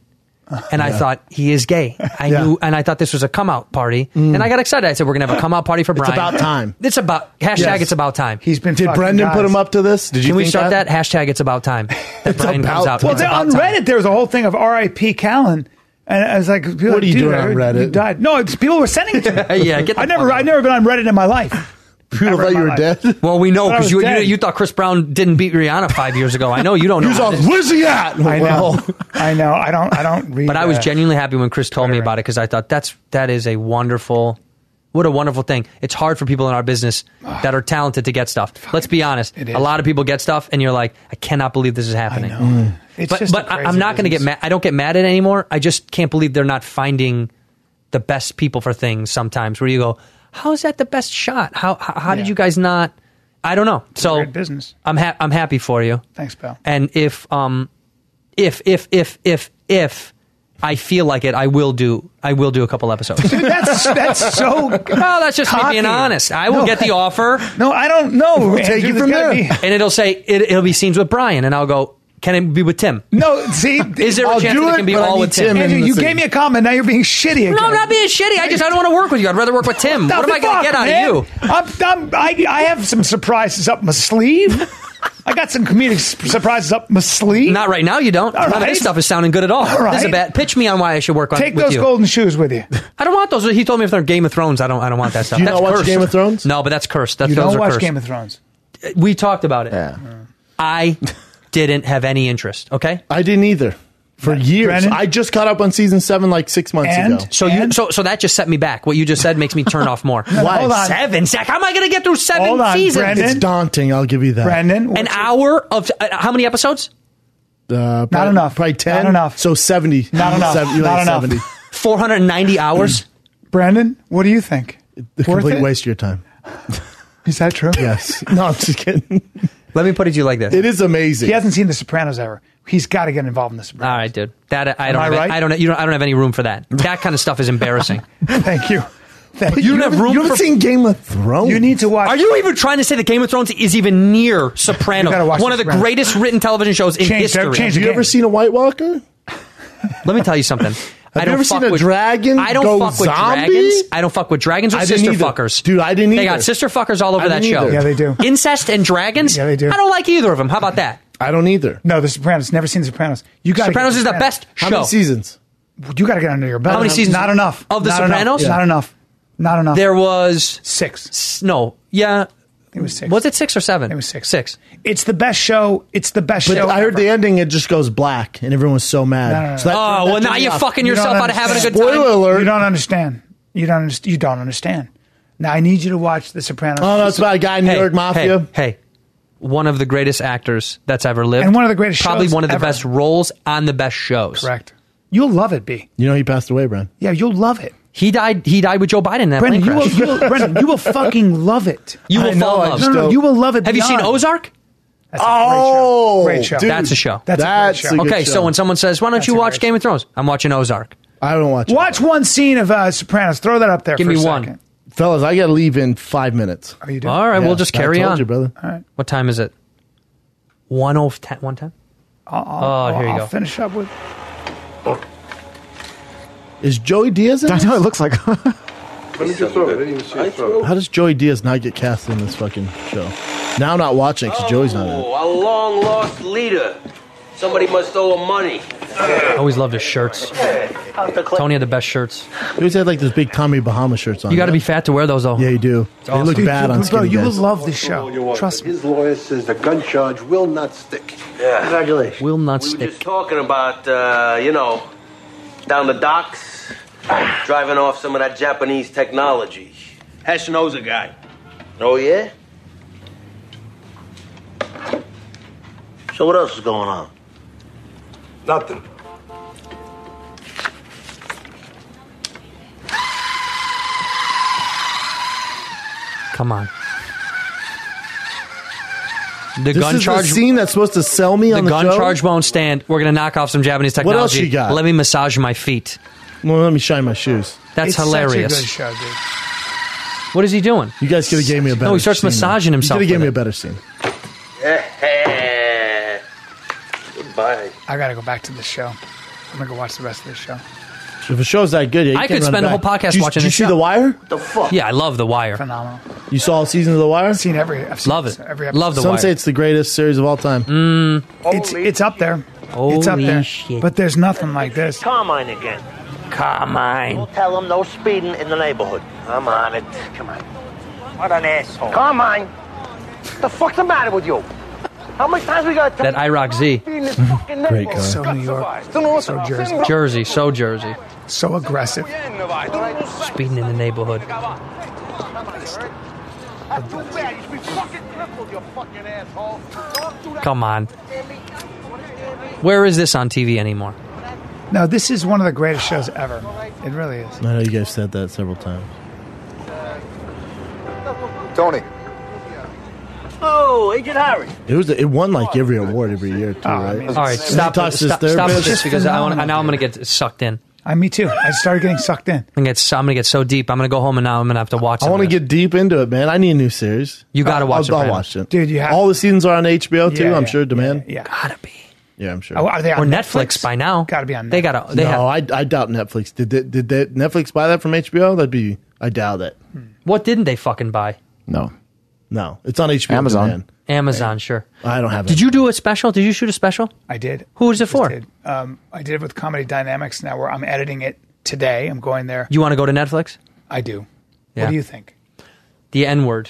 [SPEAKER 6] And I
[SPEAKER 8] Yeah.
[SPEAKER 6] thought he is gay. I
[SPEAKER 8] Yeah.
[SPEAKER 6] knew, and I thought this was a come out party. And I got excited. I said, "We're gonna have a come out party for
[SPEAKER 5] It's
[SPEAKER 6] Brian."
[SPEAKER 5] about time.
[SPEAKER 6] *laughs* It's about hashtag.
[SPEAKER 5] Yes.
[SPEAKER 6] It's about time. He's
[SPEAKER 1] been.
[SPEAKER 5] Did Brendan put him up to this? Did you
[SPEAKER 6] Can we
[SPEAKER 5] think
[SPEAKER 6] start
[SPEAKER 5] that?
[SPEAKER 6] that? Hashtag it's about time. That Brian comes out.
[SPEAKER 1] Well,
[SPEAKER 6] It's
[SPEAKER 1] they-
[SPEAKER 6] about
[SPEAKER 1] on
[SPEAKER 6] time.
[SPEAKER 1] Reddit, there was a whole thing of R.I.P. Callan. And I was like, people
[SPEAKER 6] What are you
[SPEAKER 1] dude,
[SPEAKER 6] doing
[SPEAKER 1] I
[SPEAKER 6] on
[SPEAKER 1] heard
[SPEAKER 6] Reddit?
[SPEAKER 1] You died. No, it's, people were sending it to me.
[SPEAKER 6] *laughs* Yeah, get the
[SPEAKER 1] I never, I've never been on Reddit in my life. Ever in my life.
[SPEAKER 6] Well, we know
[SPEAKER 1] Thought I
[SPEAKER 6] because
[SPEAKER 1] was
[SPEAKER 6] you, you
[SPEAKER 1] dead.
[SPEAKER 6] you thought Chris Brown didn't beat Rihanna five years ago. I know
[SPEAKER 5] *laughs*
[SPEAKER 6] you don't know.
[SPEAKER 1] He's
[SPEAKER 6] how
[SPEAKER 1] all,
[SPEAKER 6] it is.
[SPEAKER 1] "Where's he at?" I know. I know. I don't. I don't read.
[SPEAKER 6] But I was
[SPEAKER 1] uh,
[SPEAKER 6] genuinely happy when Chris told me about it because I thought that's that is a wonderful, what a wonderful thing. It's hard for people in our business that are talented to get stuff. Let's be honest. A lot of people get stuff, and you're like, I cannot believe this is happening.
[SPEAKER 1] It's
[SPEAKER 6] but
[SPEAKER 1] just
[SPEAKER 6] but
[SPEAKER 1] a
[SPEAKER 6] I- I'm
[SPEAKER 1] crazy
[SPEAKER 6] not going to get
[SPEAKER 1] business.
[SPEAKER 6] mad. I don't get mad at it anymore. I just can't believe they're not finding the best people for things sometimes. Where you go, how is that the best shot? How how, how did you guys not? I don't know. So business. I'm ha- I'm happy for you.
[SPEAKER 1] Thanks, pal.
[SPEAKER 6] And if um, if if if if if I feel like it, I will do. I will do a
[SPEAKER 1] *laughs*
[SPEAKER 6] couple episodes.
[SPEAKER 1] Dude, that's that's
[SPEAKER 6] *laughs*
[SPEAKER 1] so. well,
[SPEAKER 6] that's just me being honest. I will get the offer.
[SPEAKER 1] No, I don't know.
[SPEAKER 6] We'll
[SPEAKER 1] Andrew, there's gotta be- *laughs* No, see,
[SPEAKER 6] is there a chance that it can be all with Tim?
[SPEAKER 1] Andrew, you gave me a comment. Now you're being shitty again.
[SPEAKER 6] No, I'm not being shitty. I just I don't want to work with you. I'd rather work with Tim.
[SPEAKER 1] Now,
[SPEAKER 6] what am I going
[SPEAKER 1] fuck,
[SPEAKER 6] to get out
[SPEAKER 1] man.
[SPEAKER 6] of you?
[SPEAKER 1] I'm, I'm, I, I have some surprises up my sleeve. I got some comedic s- surprises up my sleeve.
[SPEAKER 6] Not right now. You don't.
[SPEAKER 1] All
[SPEAKER 6] None of
[SPEAKER 1] right.
[SPEAKER 6] this stuff is sounding good at all.
[SPEAKER 1] All
[SPEAKER 6] This is a
[SPEAKER 1] right.
[SPEAKER 6] bad. Pitch me on why I should work on
[SPEAKER 1] Take
[SPEAKER 6] with
[SPEAKER 1] those
[SPEAKER 6] you.
[SPEAKER 1] golden shoes with you.
[SPEAKER 6] I don't want those. He told me if they're Game of Thrones, I don't. I don't want that stuff.
[SPEAKER 1] Do you
[SPEAKER 6] That's
[SPEAKER 1] not watch
[SPEAKER 6] cursed.
[SPEAKER 1] Game of Thrones?
[SPEAKER 6] No, but that's cursed. That's
[SPEAKER 1] you
[SPEAKER 6] those
[SPEAKER 1] don't
[SPEAKER 6] are
[SPEAKER 1] watch
[SPEAKER 6] cursed.
[SPEAKER 1] Game of Thrones.
[SPEAKER 6] We talked about it. I *laughs* didn't have any interest. Okay.
[SPEAKER 5] I didn't either for years.
[SPEAKER 6] Brennan?
[SPEAKER 5] I just caught up on season seven like six months ago.
[SPEAKER 6] So you so so that just set me back. What you just said makes me turn
[SPEAKER 1] *laughs*
[SPEAKER 6] off more.
[SPEAKER 5] No, Why? hold on.
[SPEAKER 6] seven? Zach, how am I going to get through seven
[SPEAKER 5] Hold on,
[SPEAKER 6] seasons?
[SPEAKER 5] Brendan. It's daunting. I'll give you that.
[SPEAKER 1] Brendan,
[SPEAKER 6] an hour of uh, how many episodes?
[SPEAKER 5] Uh, not enough. Probably ten. Not enough. So seventy.
[SPEAKER 6] Not enough.
[SPEAKER 5] *laughs* Seven- you
[SPEAKER 6] Not
[SPEAKER 5] like
[SPEAKER 6] enough.
[SPEAKER 5] Seventy.
[SPEAKER 6] Four hundred and
[SPEAKER 1] *clears throat*
[SPEAKER 6] ninety hours.
[SPEAKER 1] Brandon, what do you think?
[SPEAKER 5] The
[SPEAKER 1] Worth
[SPEAKER 5] complete
[SPEAKER 1] it?
[SPEAKER 5] waste of your time.
[SPEAKER 1] Is that true?
[SPEAKER 5] Yes. *laughs* No, I'm just kidding.
[SPEAKER 6] Let me put it to you like this.
[SPEAKER 5] It is amazing.
[SPEAKER 1] He hasn't seen The Sopranos ever. He's got to get involved in The Sopranos.
[SPEAKER 6] All right, dude. That I don't.
[SPEAKER 1] I
[SPEAKER 6] have,
[SPEAKER 1] right?
[SPEAKER 6] I don't. You don't. I don't have any room
[SPEAKER 5] *laughs*
[SPEAKER 6] for that. That kind of stuff is embarrassing.
[SPEAKER 1] Thank you. Thank you.
[SPEAKER 6] You don't have room
[SPEAKER 5] You haven't
[SPEAKER 6] for-
[SPEAKER 5] seen Game of Thrones.
[SPEAKER 1] You need to watch.
[SPEAKER 6] Are you even trying to say that Game of Thrones is even near Soprano?
[SPEAKER 5] You gotta watch
[SPEAKER 6] One
[SPEAKER 5] The
[SPEAKER 6] of the
[SPEAKER 5] Sopranos.
[SPEAKER 6] greatest written television shows in history.
[SPEAKER 5] Have you ever seen a White Walker?
[SPEAKER 6] Let me tell you something.
[SPEAKER 5] *laughs* Have
[SPEAKER 6] I
[SPEAKER 5] you
[SPEAKER 6] don't
[SPEAKER 5] ever
[SPEAKER 6] fuck
[SPEAKER 5] seen a
[SPEAKER 6] with,
[SPEAKER 5] dragon
[SPEAKER 6] I don't
[SPEAKER 5] go
[SPEAKER 6] fuck with
[SPEAKER 5] zombie?
[SPEAKER 6] dragons. I don't fuck with dragons or
[SPEAKER 5] I didn't
[SPEAKER 6] sister
[SPEAKER 5] either.
[SPEAKER 6] fuckers.
[SPEAKER 5] Dude, I didn't either.
[SPEAKER 6] They got sister fuckers all
[SPEAKER 5] I
[SPEAKER 6] over that
[SPEAKER 5] didn't
[SPEAKER 6] show.
[SPEAKER 5] either. Yeah, they
[SPEAKER 1] do.
[SPEAKER 6] Incest and dragons. Yeah, they do. I don't like either of them. How about that?
[SPEAKER 5] I don't either.
[SPEAKER 1] No, The Sopranos. Never seen The Sopranos. You got
[SPEAKER 6] Sopranos is the best How many show.
[SPEAKER 5] seasons?
[SPEAKER 1] You got to get under your belt.
[SPEAKER 6] How many seasons?
[SPEAKER 1] Not enough
[SPEAKER 6] Of The
[SPEAKER 1] Not enough.
[SPEAKER 6] Sopranos?
[SPEAKER 1] Not
[SPEAKER 6] Yeah.
[SPEAKER 1] enough. Not enough.
[SPEAKER 6] There was
[SPEAKER 1] six.
[SPEAKER 6] No, yeah,
[SPEAKER 1] it was six.
[SPEAKER 6] Was it six or seven?
[SPEAKER 1] It was six.
[SPEAKER 6] Six.
[SPEAKER 1] It's the best show. It's the best
[SPEAKER 5] But
[SPEAKER 1] show.
[SPEAKER 5] I heard the ending. It just goes black, and everyone was so mad.
[SPEAKER 1] No, no, no.
[SPEAKER 5] So that-
[SPEAKER 6] Oh,
[SPEAKER 5] that
[SPEAKER 6] well,
[SPEAKER 5] turned
[SPEAKER 6] now
[SPEAKER 5] me
[SPEAKER 6] you're
[SPEAKER 5] off.
[SPEAKER 6] fucking yourself out of having a good
[SPEAKER 5] Spoiler
[SPEAKER 6] time.
[SPEAKER 5] alert.
[SPEAKER 1] You don't understand. You don't. Underst- you don't understand. Now I need you to watch The Sopranos.
[SPEAKER 5] Oh, no, it's about a guy in New
[SPEAKER 6] Hey,
[SPEAKER 5] York mafia.
[SPEAKER 6] Hey, hey, one of the greatest actors that's ever lived,
[SPEAKER 1] And one of the greatest
[SPEAKER 6] probably
[SPEAKER 1] shows
[SPEAKER 6] one of the
[SPEAKER 1] ever.
[SPEAKER 6] best roles on the best shows.
[SPEAKER 1] Correct. You'll love it, B.
[SPEAKER 5] You know he passed away, Brian.
[SPEAKER 1] Yeah, you'll love it.
[SPEAKER 6] He died. He died with Joe Biden. In that
[SPEAKER 1] Brendan,
[SPEAKER 6] plane
[SPEAKER 1] you will,
[SPEAKER 6] crash.
[SPEAKER 1] you will, Brendan, you will fucking love it.
[SPEAKER 6] *laughs* You will fall in love.
[SPEAKER 1] No, no, no, you will love it.
[SPEAKER 6] Have you seen
[SPEAKER 1] beyond.
[SPEAKER 6] Ozark?
[SPEAKER 1] oh, great show.
[SPEAKER 6] That's a show.
[SPEAKER 1] That's, a great show.
[SPEAKER 6] okay, so when someone says, "Why don't you watch Game of Thrones?" I'm watching Ozark.
[SPEAKER 5] I don't watch.
[SPEAKER 1] watch one scene of uh, Sopranos. Throw that up there.
[SPEAKER 6] Give
[SPEAKER 1] for
[SPEAKER 6] me
[SPEAKER 1] a
[SPEAKER 6] one.
[SPEAKER 1] second.
[SPEAKER 5] fellas, I got to leave in five minutes.
[SPEAKER 1] Are you doing?
[SPEAKER 6] All right,
[SPEAKER 5] Yeah,
[SPEAKER 6] we'll just
[SPEAKER 5] I
[SPEAKER 6] carry
[SPEAKER 5] told
[SPEAKER 6] on,
[SPEAKER 5] you, brother.
[SPEAKER 1] All right.
[SPEAKER 6] What time is it? One oh ten. One ten.
[SPEAKER 1] I'll-
[SPEAKER 6] Oh, here you
[SPEAKER 1] I'll
[SPEAKER 6] go.
[SPEAKER 1] Finish up with.
[SPEAKER 5] Is Joey Diaz? In I know it looks like.
[SPEAKER 9] Let me just throw it. I didn't even see it throw.
[SPEAKER 5] How does Joey Diaz not get cast in this fucking show? Now I'm not watching because Joey's not in. it.
[SPEAKER 10] Oh, a long lost leader. Somebody must owe him money.
[SPEAKER 6] I always loved his shirts. Tony had the best shirts.
[SPEAKER 5] He always had like those big Tommy Bahama shirts on.
[SPEAKER 6] You got to be fat to wear those, though.
[SPEAKER 5] Yeah, you do. They
[SPEAKER 6] awesome.
[SPEAKER 5] look
[SPEAKER 6] Dude,
[SPEAKER 5] bad
[SPEAKER 6] you-
[SPEAKER 5] on
[SPEAKER 6] bro,
[SPEAKER 5] skinny
[SPEAKER 6] you will
[SPEAKER 5] guys.
[SPEAKER 1] Love this show. Trust me.
[SPEAKER 9] His lawyer says the gun charge will not stick.
[SPEAKER 10] Yeah.
[SPEAKER 9] Congratulations.
[SPEAKER 6] Will not
[SPEAKER 10] We were just talking about, uh, you know, down the
[SPEAKER 6] *sighs*
[SPEAKER 10] docks, driving off some of that Japanese technology. Hesh knows a guy. Oh, yeah?
[SPEAKER 9] So what else is going on? Nothing.
[SPEAKER 6] Come on. The
[SPEAKER 5] this
[SPEAKER 6] gun
[SPEAKER 5] is
[SPEAKER 6] charge
[SPEAKER 5] the scene that's supposed to sell me
[SPEAKER 6] the,
[SPEAKER 5] on the
[SPEAKER 6] gun
[SPEAKER 5] show?
[SPEAKER 6] charge won't stand. We're gonna knock off some Japanese
[SPEAKER 5] What
[SPEAKER 6] technology.
[SPEAKER 5] else you got?
[SPEAKER 6] Let me massage my feet.
[SPEAKER 5] Well, let me shine my shoes.
[SPEAKER 6] That's
[SPEAKER 1] It's such a
[SPEAKER 6] hilarious.
[SPEAKER 1] good show, dude.
[SPEAKER 6] What is he doing?
[SPEAKER 5] You guys could have gave me a better.
[SPEAKER 6] No, he starts
[SPEAKER 5] scene.
[SPEAKER 6] massaging himself
[SPEAKER 5] You could have gave
[SPEAKER 6] with
[SPEAKER 5] me
[SPEAKER 6] it.
[SPEAKER 5] a better scene.
[SPEAKER 10] Goodbye.
[SPEAKER 1] I gotta go back to this show. I'm gonna go watch the rest of this show.
[SPEAKER 5] If a show's that good, yeah, you
[SPEAKER 6] I
[SPEAKER 5] can't
[SPEAKER 6] could
[SPEAKER 5] run
[SPEAKER 6] spend a whole
[SPEAKER 5] back.
[SPEAKER 6] podcast
[SPEAKER 5] Did you-
[SPEAKER 6] watching
[SPEAKER 5] Did you
[SPEAKER 6] this
[SPEAKER 5] see
[SPEAKER 6] show.
[SPEAKER 5] The Wire?
[SPEAKER 10] The fuck?
[SPEAKER 6] Yeah, I love The Wire.
[SPEAKER 1] Phenomenal.
[SPEAKER 5] You saw all season of The Wire?
[SPEAKER 1] I've seen every. I've seen
[SPEAKER 6] Love it.
[SPEAKER 1] Every episode.
[SPEAKER 6] Love The
[SPEAKER 5] Some
[SPEAKER 6] Wire. Mm.
[SPEAKER 5] say it's the greatest series of all time.
[SPEAKER 1] It's it's up there. it's up
[SPEAKER 6] Holy
[SPEAKER 1] there.
[SPEAKER 6] shit.
[SPEAKER 1] But there's nothing like this.
[SPEAKER 9] Carmine again.
[SPEAKER 6] Carmine.
[SPEAKER 9] We'll tell him no speeding in the neighborhood. I'm on it. Come on. What an asshole. Carmine, the fuck's the matter with you? How many times we got to
[SPEAKER 6] That IROC Z.
[SPEAKER 5] Great car.
[SPEAKER 1] So New York. So Jersey.
[SPEAKER 6] Jersey, so Jersey.
[SPEAKER 1] So aggressive.
[SPEAKER 6] Speeding in the neighborhood. Come on. Where is this on TV anymore?
[SPEAKER 1] No, this is one of the greatest shows ever. It really is.
[SPEAKER 5] I know you guys said that several times.
[SPEAKER 7] Tony.
[SPEAKER 9] Oh, Agent Harry.
[SPEAKER 5] It was. It won like every award every year
[SPEAKER 6] Oh,
[SPEAKER 5] too,
[SPEAKER 1] I
[SPEAKER 5] right?
[SPEAKER 1] mean,
[SPEAKER 6] All right, stop,
[SPEAKER 5] talks
[SPEAKER 6] stop,
[SPEAKER 5] to his
[SPEAKER 6] stop, stop with
[SPEAKER 5] therapist.
[SPEAKER 6] this because I want, now I'm going to get sucked in.
[SPEAKER 1] I me too. I started getting sucked in.
[SPEAKER 6] I'm going to get so deep. I'm going to go home and now I'm going to have to watch.
[SPEAKER 5] I
[SPEAKER 6] some
[SPEAKER 5] want to
[SPEAKER 6] of this.
[SPEAKER 5] get deep into it, man. I need a new series.
[SPEAKER 6] You gotta
[SPEAKER 5] I'll-
[SPEAKER 6] watch
[SPEAKER 5] I'll, I'll
[SPEAKER 6] Sopranos.
[SPEAKER 5] watch it,
[SPEAKER 1] Dude, you have-
[SPEAKER 5] all the seasons are on HBO too.
[SPEAKER 1] Yeah,
[SPEAKER 5] I'm
[SPEAKER 1] yeah,
[SPEAKER 5] sure demand. Yeah,
[SPEAKER 1] Yeah.
[SPEAKER 6] gotta be
[SPEAKER 5] I'm sure.
[SPEAKER 1] Oh, are they on
[SPEAKER 6] or Netflix, by now.
[SPEAKER 1] Gotta be on
[SPEAKER 6] They
[SPEAKER 1] Netflix.
[SPEAKER 6] got to. They
[SPEAKER 5] no,
[SPEAKER 6] have,
[SPEAKER 5] I, I doubt Netflix. Did they, did they, Netflix buy that from HBO? That'd be I doubt it.
[SPEAKER 6] what didn't they fucking buy?
[SPEAKER 7] No.
[SPEAKER 5] No, it's on HBO.
[SPEAKER 7] Amazon.
[SPEAKER 5] demand.
[SPEAKER 6] Amazon, sure.
[SPEAKER 5] I don't have.
[SPEAKER 6] Did
[SPEAKER 5] it.
[SPEAKER 6] you do a special? Did you shoot a special?
[SPEAKER 1] I did.
[SPEAKER 6] Who was it
[SPEAKER 1] Just
[SPEAKER 6] for?
[SPEAKER 1] did. Um, I did it with Comedy Dynamics. Now where I'm editing it today. I'm going there.
[SPEAKER 6] You want to go to Netflix?
[SPEAKER 1] I do.
[SPEAKER 6] Yeah.
[SPEAKER 1] What do you think?
[SPEAKER 6] The N word.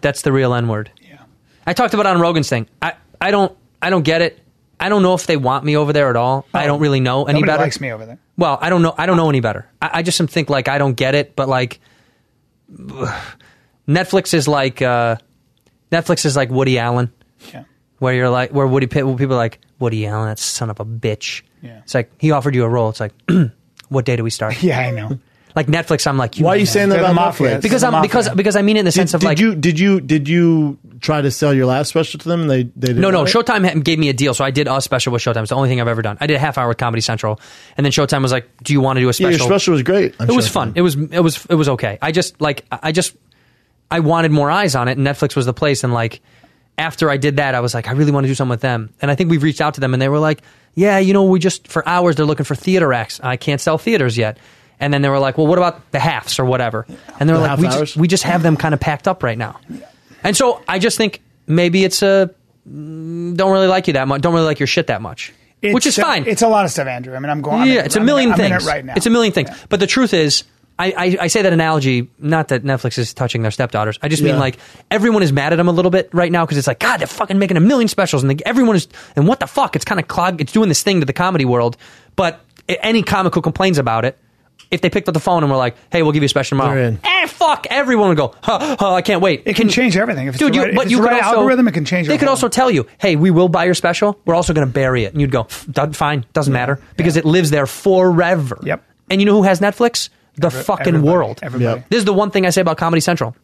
[SPEAKER 6] That's the real N word.
[SPEAKER 1] Yeah.
[SPEAKER 6] I talked about it on Rogan's thing. I, I don't I don't get it. I don't know if they want me over there at all. I don't really know any
[SPEAKER 1] Oh. Nobody
[SPEAKER 6] better.
[SPEAKER 1] likes me over there.
[SPEAKER 6] Well, I don't know. I don't know any better. I, I just am think like I don't get it, but like *sighs* Netflix is like uh, Netflix is like Woody Allen,
[SPEAKER 1] Yeah.
[SPEAKER 6] where you're like where Woody Pitt- where people are like Woody Allen, that son of a bitch.
[SPEAKER 1] Yeah.
[SPEAKER 6] It's like he offered you a role. It's like *clears throat* what day do we
[SPEAKER 1] *laughs*
[SPEAKER 6] start?
[SPEAKER 1] Yeah, I know.
[SPEAKER 6] Like Netflix, I'm like you
[SPEAKER 5] Why are you saying that
[SPEAKER 1] They're the
[SPEAKER 5] about
[SPEAKER 1] mafia.
[SPEAKER 5] Netflix?
[SPEAKER 6] because
[SPEAKER 1] It's
[SPEAKER 6] I'm
[SPEAKER 1] the
[SPEAKER 6] because
[SPEAKER 1] mafia.
[SPEAKER 6] because I mean it in the sense
[SPEAKER 5] did,
[SPEAKER 6] of like
[SPEAKER 5] did you did you did you try to sell your last special to them and they they didn't
[SPEAKER 6] No, no.
[SPEAKER 5] want it?
[SPEAKER 6] Showtime ha- gave me a deal, so I did a special with Showtime. It's the only thing I've ever done. I did a half hour with Comedy Central, and then Showtime was like, "Do you want to do a
[SPEAKER 5] Yeah,
[SPEAKER 6] special?"
[SPEAKER 5] your special was great. I'm
[SPEAKER 6] it was
[SPEAKER 5] sure.
[SPEAKER 6] fun. It was it was it was okay. I just like I I just I wanted more eyes on it, and Netflix was the place. And like after I did that, I was like, I really want to do something with them. And I think we've reached out to them, and they were like, Yeah, you know, we just for hours they're looking for theater acts. I can't sell theaters yet. And then they were like, Well, what about the halves or whatever? And they were
[SPEAKER 5] The
[SPEAKER 6] like,
[SPEAKER 5] half
[SPEAKER 6] we
[SPEAKER 5] hours?
[SPEAKER 6] just, we just have them kind of packed up right now. And so I just think maybe it's a mm, don't really like you that much. Don't really like your shit that much. *laughs* Which is
[SPEAKER 1] a-
[SPEAKER 6] fine.
[SPEAKER 1] It's a lot of stuff, Andrew. I mean, I'm going. I'm
[SPEAKER 6] Yeah,
[SPEAKER 1] in-
[SPEAKER 6] it's a
[SPEAKER 1] I'm in-
[SPEAKER 6] 1000000
[SPEAKER 1] I'm in it
[SPEAKER 6] things.
[SPEAKER 1] right now.
[SPEAKER 6] It's a million things. But the truth is, I, I, I say that analogy, not that Netflix is touching their stepdaughters. I just mean
[SPEAKER 5] Yeah.
[SPEAKER 6] like everyone is mad at them a little bit right now because it's like, God, they're fucking making a million specials and they, everyone is, and what the fuck? It's kind of clogged. It's doing this thing to the comedy world. But i- any comic who complains about it, if they picked up the phone and were like, "Hey, we'll give you a special
[SPEAKER 5] They're
[SPEAKER 6] tomorrow,"
[SPEAKER 5] in.
[SPEAKER 6] eh, fuck, everyone would go, "Huh, huh, I can't wait."
[SPEAKER 1] It can change everything. If it's
[SPEAKER 6] dude.
[SPEAKER 1] the
[SPEAKER 6] you,
[SPEAKER 1] right- if
[SPEAKER 6] but
[SPEAKER 1] it's
[SPEAKER 6] you
[SPEAKER 1] the
[SPEAKER 6] could
[SPEAKER 1] right
[SPEAKER 6] also,
[SPEAKER 1] algorithm, it can change
[SPEAKER 6] They
[SPEAKER 1] your
[SPEAKER 6] could
[SPEAKER 1] whole-
[SPEAKER 6] also tell you, "Hey, we will buy your special. We're also going to bury it," and you'd go, "Pff, done, "Fine, doesn't matter," because it lives there forever.
[SPEAKER 1] Yep.
[SPEAKER 6] And you know who has Netflix? The
[SPEAKER 1] Every-
[SPEAKER 6] fucking
[SPEAKER 1] everybody,
[SPEAKER 6] world.
[SPEAKER 1] everybody. Yep.
[SPEAKER 6] This is the one thing I say about Comedy Central.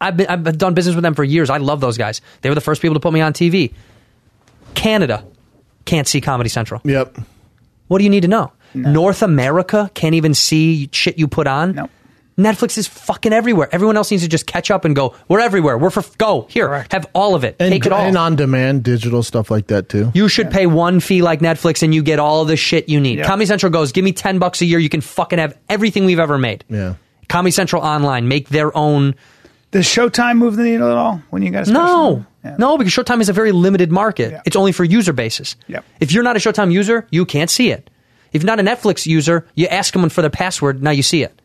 [SPEAKER 6] I've been, I've done business with them for years. I love those guys. They were the first people to put me on TV. Canada can't see Comedy Central.
[SPEAKER 5] Yep.
[SPEAKER 6] What do you need to know? North America can't even see shit you put on.
[SPEAKER 1] No.
[SPEAKER 6] Netflix is fucking everywhere. Everyone else needs to just catch up and go. We're everywhere. We're for go here.
[SPEAKER 1] Correct.
[SPEAKER 6] Have all of it.
[SPEAKER 5] And,
[SPEAKER 6] Take it all.
[SPEAKER 5] and on demand digital stuff like that too.
[SPEAKER 6] you should pay one fee like Netflix and you get all the shit you need.
[SPEAKER 1] Yeah.
[SPEAKER 6] Comedy Central goes, give me ten bucks a year. You can fucking have everything we've ever made.
[SPEAKER 5] yeah.
[SPEAKER 6] Comedy Central Online make their own.
[SPEAKER 1] Does Showtime move the needle at all when you got a special?
[SPEAKER 6] No,
[SPEAKER 1] Yeah.
[SPEAKER 6] no, because Showtime is a very limited market.
[SPEAKER 1] Yeah.
[SPEAKER 6] It's only for user bases.
[SPEAKER 1] Yep.
[SPEAKER 6] If you're not a Showtime user, you can't see it. If you're not a Netflix user, you ask someone for their password. Now you see it.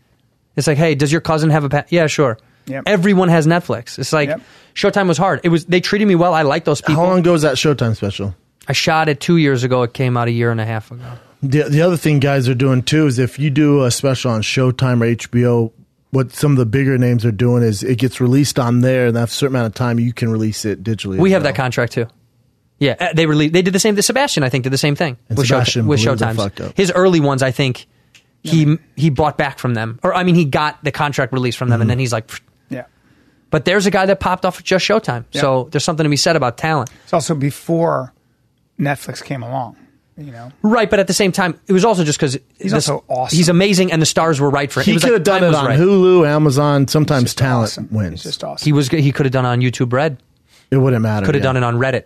[SPEAKER 6] It's like, hey, does your cousin have a pa-? yeah? Sure.
[SPEAKER 1] Yep.
[SPEAKER 6] Everyone has Netflix. It's like
[SPEAKER 1] Yep.
[SPEAKER 6] Showtime was hard. It was they treated me well. I like those people.
[SPEAKER 5] How long ago was that Showtime special?
[SPEAKER 6] I shot it two years ago. It came out a year and a half ago.
[SPEAKER 5] The, the other thing guys are doing too is if you do a special on Showtime or HBO, what some of the bigger names are doing is it gets released on there, and after a certain amount of time, you can release it digitally.
[SPEAKER 6] We
[SPEAKER 5] as
[SPEAKER 6] have
[SPEAKER 5] well.
[SPEAKER 6] that contract too. Yeah, uh, they released. They did the same. Sebastian, I think, did the same thing
[SPEAKER 5] And
[SPEAKER 6] with Showtime.
[SPEAKER 5] Sebastian
[SPEAKER 6] With
[SPEAKER 5] blew the fuck
[SPEAKER 6] Showtime,
[SPEAKER 5] up.
[SPEAKER 6] his early ones, I think
[SPEAKER 5] Mm-hmm.
[SPEAKER 6] he he bought back from them, or I mean, he got the contract release from them, and then he's like, "Pfft,
[SPEAKER 1] Yeah.
[SPEAKER 6] But there's a guy that popped off at just Showtime. So there's something to be said about talent.
[SPEAKER 1] It's also before Netflix came along. You know,
[SPEAKER 6] Right, but at the same time, it was also just because
[SPEAKER 1] He's also awesome.
[SPEAKER 6] He's amazing, and the stars were right for him.
[SPEAKER 5] He
[SPEAKER 6] was
[SPEAKER 5] could
[SPEAKER 6] like,
[SPEAKER 5] have done
[SPEAKER 6] time
[SPEAKER 5] it
[SPEAKER 6] was
[SPEAKER 5] on
[SPEAKER 6] right.
[SPEAKER 5] Hulu, Amazon. Sometimes talent wins.
[SPEAKER 1] just awesome.
[SPEAKER 6] He was. He could have done it on YouTube Red.
[SPEAKER 5] It wouldn't matter.
[SPEAKER 6] Could have
[SPEAKER 5] yeah.
[SPEAKER 6] done it on Reddit.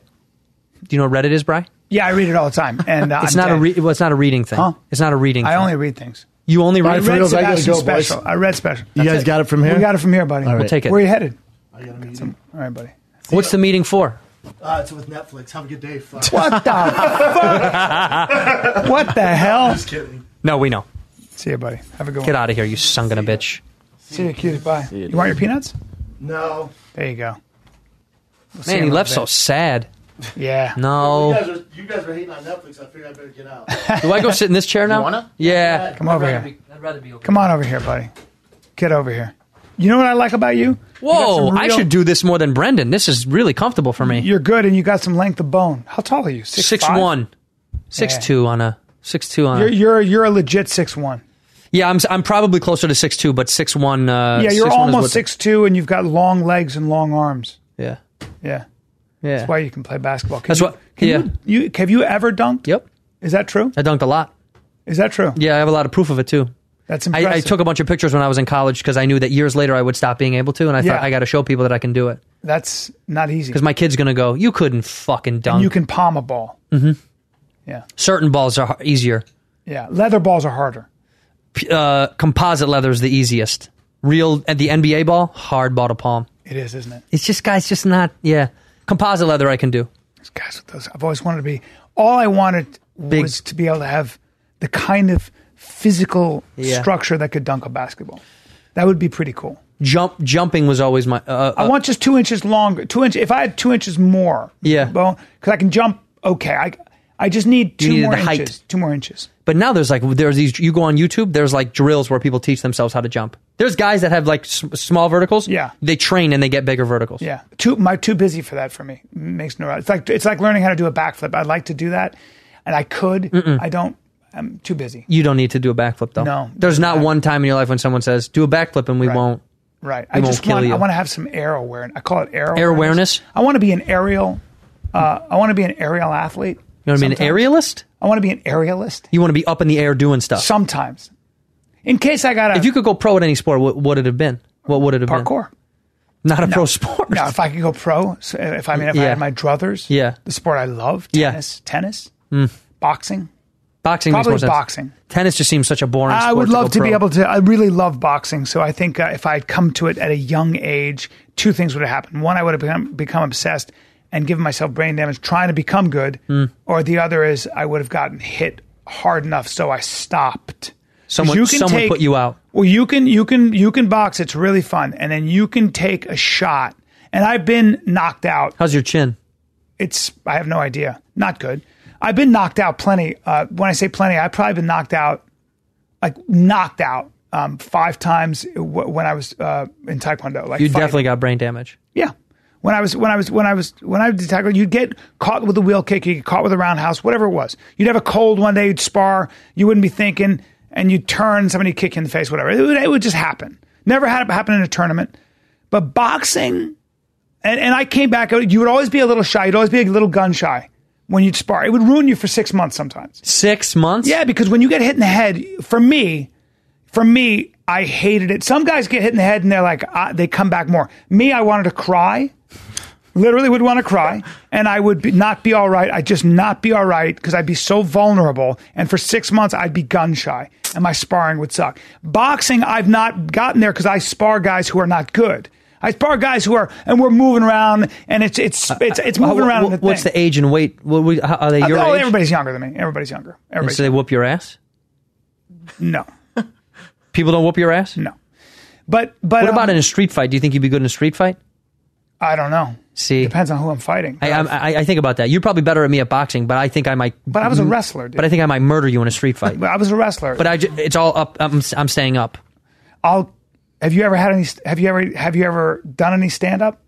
[SPEAKER 6] Do you know what Reddit is, Bry?
[SPEAKER 1] yeah, I read it all the time, and uh,
[SPEAKER 6] *laughs* it's
[SPEAKER 1] I'm
[SPEAKER 6] not a
[SPEAKER 1] dead.
[SPEAKER 6] re- well, it's not a reading thing.
[SPEAKER 1] Huh?
[SPEAKER 6] It's not a reading.
[SPEAKER 1] I
[SPEAKER 6] thing.
[SPEAKER 1] only read things.
[SPEAKER 6] You only
[SPEAKER 1] I
[SPEAKER 6] read.
[SPEAKER 1] read Sebastian special. I read special.
[SPEAKER 6] You
[SPEAKER 1] That's
[SPEAKER 6] guys got it from here?
[SPEAKER 1] We got it from here, buddy.
[SPEAKER 6] All right. We'll take it.
[SPEAKER 1] Where you headed? All right, buddy.
[SPEAKER 6] What's the meeting for?
[SPEAKER 5] Uh, it's with Netflix. Have a good day. Fuck.
[SPEAKER 1] What
[SPEAKER 6] *laughs*
[SPEAKER 1] the fuck? What the hell?
[SPEAKER 5] *laughs* Just kidding.
[SPEAKER 6] No, we know.
[SPEAKER 1] See you, buddy. Have a good
[SPEAKER 6] Get
[SPEAKER 1] one.
[SPEAKER 6] out of here, you sunk in a bitch.
[SPEAKER 1] See you, cutie pie. You want your peanuts?
[SPEAKER 5] No.
[SPEAKER 1] There you go. We'll see you
[SPEAKER 6] Man, he
[SPEAKER 1] in a
[SPEAKER 6] left
[SPEAKER 1] little
[SPEAKER 6] so sad.
[SPEAKER 1] bit. Yeah. *laughs*
[SPEAKER 6] No.
[SPEAKER 5] are, you guys are hating on Netflix. I figured I better get out.
[SPEAKER 6] Do I go sit in this chair now?
[SPEAKER 5] wanna?
[SPEAKER 6] Yeah.
[SPEAKER 1] Come over here. Come on over here, buddy. Get over here. You know what I like about you? You got
[SPEAKER 6] Whoa!
[SPEAKER 1] some
[SPEAKER 6] I
[SPEAKER 1] real-
[SPEAKER 6] should do this more than Brendan. This is really comfortable for me.
[SPEAKER 1] You're good, and you got some length of bone. How tall are you? Six,
[SPEAKER 6] Six
[SPEAKER 1] five?
[SPEAKER 6] one, six
[SPEAKER 1] Yeah.
[SPEAKER 6] two on a six two on.
[SPEAKER 1] You're
[SPEAKER 6] A,
[SPEAKER 1] you're you're a legit six one.
[SPEAKER 6] yeah, I'm s- I'm probably closer to six two, but six one. Uh,
[SPEAKER 1] yeah, you're
[SPEAKER 6] 6'1" is
[SPEAKER 1] almost
[SPEAKER 6] what-
[SPEAKER 1] six two, and you've got long legs and long arms.
[SPEAKER 6] Yeah,
[SPEAKER 1] Yeah,
[SPEAKER 6] yeah.
[SPEAKER 1] that's why you can play basketball. Can
[SPEAKER 6] That's
[SPEAKER 1] you,
[SPEAKER 6] what-
[SPEAKER 1] Can
[SPEAKER 6] yeah.
[SPEAKER 1] You, you have you ever dunked?
[SPEAKER 6] Yep.
[SPEAKER 1] Is that true?
[SPEAKER 6] I dunked a lot.
[SPEAKER 1] Is that true?
[SPEAKER 6] Yeah, I have a lot of proof of it too.
[SPEAKER 1] That's
[SPEAKER 6] I,
[SPEAKER 1] impressive.
[SPEAKER 6] I took a bunch of pictures when I was in college because I knew that years later I would stop being able to, and I
[SPEAKER 1] Yeah.
[SPEAKER 6] thought I got to show people that I can do it
[SPEAKER 1] That's not easy.
[SPEAKER 6] because my kid's gonna go, "You couldn't fucking dunk."
[SPEAKER 1] you can palm a ball.
[SPEAKER 6] Certain balls are har- easier.
[SPEAKER 1] Yeah, leather balls are harder.
[SPEAKER 6] P- Uh, composite leather is the easiest. Real at the NBA ball, hard ball to palm.
[SPEAKER 1] It is, isn't it?
[SPEAKER 6] It's just guys, just not yeah. Composite leather I can do.
[SPEAKER 1] These guys with those. I've always wanted to be. All I wanted
[SPEAKER 6] Big.
[SPEAKER 1] was to be able to have the kind of physical
[SPEAKER 6] Yeah.
[SPEAKER 1] structure that could dunk a basketball. That would be pretty cool.
[SPEAKER 6] Jump jumping was always my. Uh,
[SPEAKER 1] I
[SPEAKER 6] uh,
[SPEAKER 1] want just two inches longer. Two inch. If I had two inches more,
[SPEAKER 6] Yeah.
[SPEAKER 1] bone because I can jump. Okay, I I just need two
[SPEAKER 6] needed
[SPEAKER 1] more
[SPEAKER 6] the height.
[SPEAKER 1] inches. Two more inches.
[SPEAKER 6] But now there's like there's these you go on YouTube there's like drills where people teach themselves how to jump. There's guys that have like s- small verticals.
[SPEAKER 1] Yeah.
[SPEAKER 6] They train and they get bigger verticals.
[SPEAKER 1] Yeah, too my too busy for that for me. Makes no. It's like it's like learning how to do a backflip. I'd like to do that, and I could. I don't. I'm too busy.
[SPEAKER 6] You don't need to do a backflip though.
[SPEAKER 1] No.
[SPEAKER 6] There's not one time in your life when someone says do a backflip and we won't.
[SPEAKER 1] Right.
[SPEAKER 6] It
[SPEAKER 1] I
[SPEAKER 6] won't
[SPEAKER 1] just
[SPEAKER 6] kill
[SPEAKER 1] want.
[SPEAKER 6] you.
[SPEAKER 1] I want to have some air awareness. I call it air.
[SPEAKER 6] Air awareness?
[SPEAKER 1] I want to be an aerial. Uh, I want to be an aerial athlete.
[SPEAKER 6] You know what I mean? An
[SPEAKER 1] sometimes.
[SPEAKER 6] aerialist.
[SPEAKER 1] I want to be an aerialist
[SPEAKER 6] You want to be up in the air doing stuff.
[SPEAKER 1] sometimes. In case I got a
[SPEAKER 6] if you could go pro at any sport, what would it have been? What would it have
[SPEAKER 1] parkour.
[SPEAKER 6] been? Not a pro sport.
[SPEAKER 1] Now, if I could go pro, so if I mean, if I
[SPEAKER 6] Yeah.
[SPEAKER 1] had my druthers,
[SPEAKER 6] Yeah.
[SPEAKER 1] the sport I love,
[SPEAKER 6] Yeah. Mm.
[SPEAKER 1] tennis, tennis, boxing,
[SPEAKER 6] Boxing
[SPEAKER 1] probably
[SPEAKER 6] makes more sense.
[SPEAKER 1] boxing.
[SPEAKER 6] Tennis just seems such a boring.
[SPEAKER 1] I
[SPEAKER 6] sport
[SPEAKER 1] would love
[SPEAKER 6] go
[SPEAKER 1] to be
[SPEAKER 6] pro.
[SPEAKER 1] able to. I really love boxing, so I think uh, if I had come to it at a young age, two things would have happened. One, I would have become, become obsessed and given myself brain damage trying to become good,
[SPEAKER 6] Hmm.
[SPEAKER 1] or the other is I would have gotten hit hard enough, so I stopped. 'Cause
[SPEAKER 6] Someone, someone
[SPEAKER 1] take-
[SPEAKER 6] put you out.
[SPEAKER 1] Well, you can you can you can box. It's really fun, and then you can take a shot. And I've been knocked out
[SPEAKER 6] How's your chin?
[SPEAKER 1] it's I have no idea. Not good. I've been knocked out plenty. Uh, when I say plenty, I've probably been knocked out, like knocked out um, five times w- when I was uh, in Taekwondo. Like
[SPEAKER 6] You
[SPEAKER 1] fighting.
[SPEAKER 6] definitely got brain damage.
[SPEAKER 1] yeah. When I was when I was when I was when I did Taekwondo, you'd get caught with a wheel kick, you get caught with a roundhouse, whatever it was. You'd have a cold one day, you'd spar, you wouldn't be thinking, and you'd turn, somebody kick you in the face, whatever. It would, it would just happen. Never had it happen in a tournament, but boxing and, and I came back. You would always be a little shy. You'd always be a little gun shy when you'd spar. It would ruin you for six months sometimes.
[SPEAKER 6] Six months.
[SPEAKER 1] Yeah, because when you get hit in the head, for me, for me, I hated it. Some guys get hit in the head and they're like, uh, they come back more. Me, I wanted to cry. Literally would want to cry, and I would be, not be all right. I'd just not be all right because I'd be so vulnerable. And for six months, I'd be gun shy, and my sparring would suck. Boxing, I've not gotten there because I spar guys who are not good. I spar guys who are, and we're moving around, and it's it's it's it's moving
[SPEAKER 6] How-
[SPEAKER 1] around.
[SPEAKER 6] Uh, wh-
[SPEAKER 1] in the
[SPEAKER 6] what's
[SPEAKER 1] thing.
[SPEAKER 6] the age and weight? What, we- how- are they your
[SPEAKER 1] oh,
[SPEAKER 6] age?
[SPEAKER 1] everybody's younger than me. Everybody's younger.
[SPEAKER 6] And
[SPEAKER 1] Everybody's
[SPEAKER 6] so they whoop your ass.
[SPEAKER 1] no,
[SPEAKER 6] People don't whoop your ass.
[SPEAKER 1] no. But but
[SPEAKER 6] What about
[SPEAKER 1] um,
[SPEAKER 6] in a street fight? Do you think you'd be good in a street fight?
[SPEAKER 1] I don't know.
[SPEAKER 6] See,
[SPEAKER 1] Depends on who I'm fighting.
[SPEAKER 6] I, I'm- I, I think about that. You're probably better at me at boxing, but I think I might.
[SPEAKER 1] But I was a wrestler, dude.
[SPEAKER 6] But I think I might murder you in a street fight.
[SPEAKER 1] But I was a wrestler.
[SPEAKER 6] but I, ju- it's all up. I'm, I'm staying up.
[SPEAKER 1] I'll. Have you ever had any? Have you ever? Have you ever done any stand up?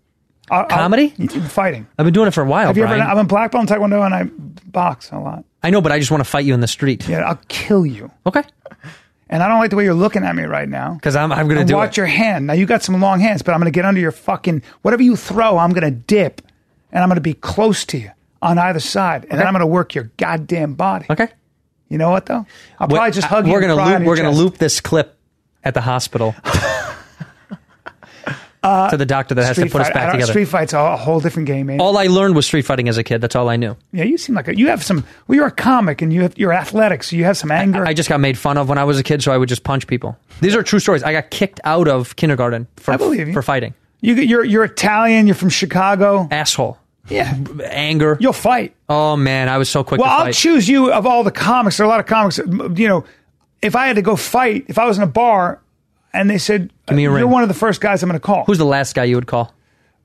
[SPEAKER 6] Comedy?
[SPEAKER 1] fighting.
[SPEAKER 6] I've been doing it for a while,
[SPEAKER 1] Have you
[SPEAKER 6] Brian.
[SPEAKER 1] ever? I'm in black belt in taekwondo and I box a lot.
[SPEAKER 6] I know, but I just want to fight you in the street.
[SPEAKER 1] Yeah, I'll kill you.
[SPEAKER 6] Okay.
[SPEAKER 1] And I don't like the way you're looking at me right now.
[SPEAKER 6] Because I'm, I'm going to
[SPEAKER 1] And
[SPEAKER 6] do
[SPEAKER 1] watch
[SPEAKER 6] it.
[SPEAKER 1] your hand. Now you got some long hands, but I'm gonna get under your fucking whatever you throw. I'm gonna dip, and I'm gonna be close to you on either side, and then I'm gonna work your goddamn body.
[SPEAKER 6] Okay.
[SPEAKER 1] You know what though? I'll
[SPEAKER 6] Wait,
[SPEAKER 1] probably just
[SPEAKER 6] I-
[SPEAKER 1] hug you.
[SPEAKER 6] We're
[SPEAKER 1] and
[SPEAKER 6] gonna
[SPEAKER 1] cry on
[SPEAKER 6] loop,
[SPEAKER 1] your
[SPEAKER 6] we're going to
[SPEAKER 1] chest.
[SPEAKER 6] loop this clip at
[SPEAKER 1] *laughs*
[SPEAKER 6] the hospital to the doctor that has to
[SPEAKER 1] Uh, Street
[SPEAKER 6] put us
[SPEAKER 1] fight- I
[SPEAKER 6] back
[SPEAKER 1] don't-
[SPEAKER 6] together.
[SPEAKER 1] Street fights are a whole different game, man.
[SPEAKER 6] All I learned was street fighting as a kid. That's all I knew.
[SPEAKER 1] yeah, you seem like a, you have some. Well, you're a comic, and you have you're athletic, so you have some anger.
[SPEAKER 6] I just got made fun of when I was a kid, so I would just punch people. These are true stories. I got kicked out of kindergarten for,
[SPEAKER 1] I believe you.
[SPEAKER 6] for fighting.
[SPEAKER 1] you, you're you're Italian. You're from Chicago.
[SPEAKER 6] Asshole.
[SPEAKER 1] Yeah.
[SPEAKER 6] Anger.
[SPEAKER 1] You'll fight.
[SPEAKER 6] Oh, man. I was so quick
[SPEAKER 1] Well,
[SPEAKER 6] to fight.
[SPEAKER 1] I'll choose you of all the comics. There are a lot of comics. m- You know, if I had to go fight, if I was in a bar and they said,
[SPEAKER 6] Give me a
[SPEAKER 1] "You're
[SPEAKER 6] ring."
[SPEAKER 1] one of the first guys I'm going to call,"
[SPEAKER 6] Who's the last guy you would call?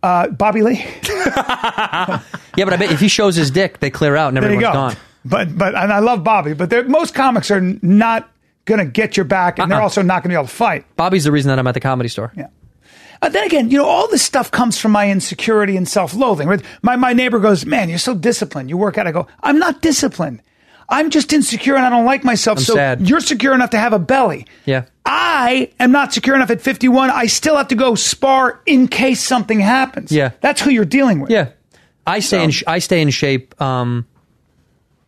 [SPEAKER 1] uh, Bobby Lee. *laughs*
[SPEAKER 6] Yeah, but I bet if he shows his dick, they clear out and
[SPEAKER 1] there you go.
[SPEAKER 6] everyone's gone.
[SPEAKER 1] But but and I love Bobby, but they're- most comics are n- not going to get your back, and they're
[SPEAKER 6] Uh-uh.
[SPEAKER 1] also not going to be able to fight.
[SPEAKER 6] Bobby's the reason that I'm at the comedy store. Yeah.
[SPEAKER 1] Uh, then again, you know, all this stuff comes from my insecurity and self-loathing. right? My my neighbor goes, "Man, you're so disciplined. You work out." I go, "I'm not disciplined. I'm just insecure and I don't like myself."
[SPEAKER 6] I'm
[SPEAKER 1] so
[SPEAKER 6] sad.
[SPEAKER 1] you're secure enough to have a belly.
[SPEAKER 6] Yeah.
[SPEAKER 1] I am not secure enough at 51. I still have to go spar in case something happens.
[SPEAKER 6] Yeah.
[SPEAKER 1] That's who you're dealing with.
[SPEAKER 6] Yeah. I stay in sh- I stay in shape um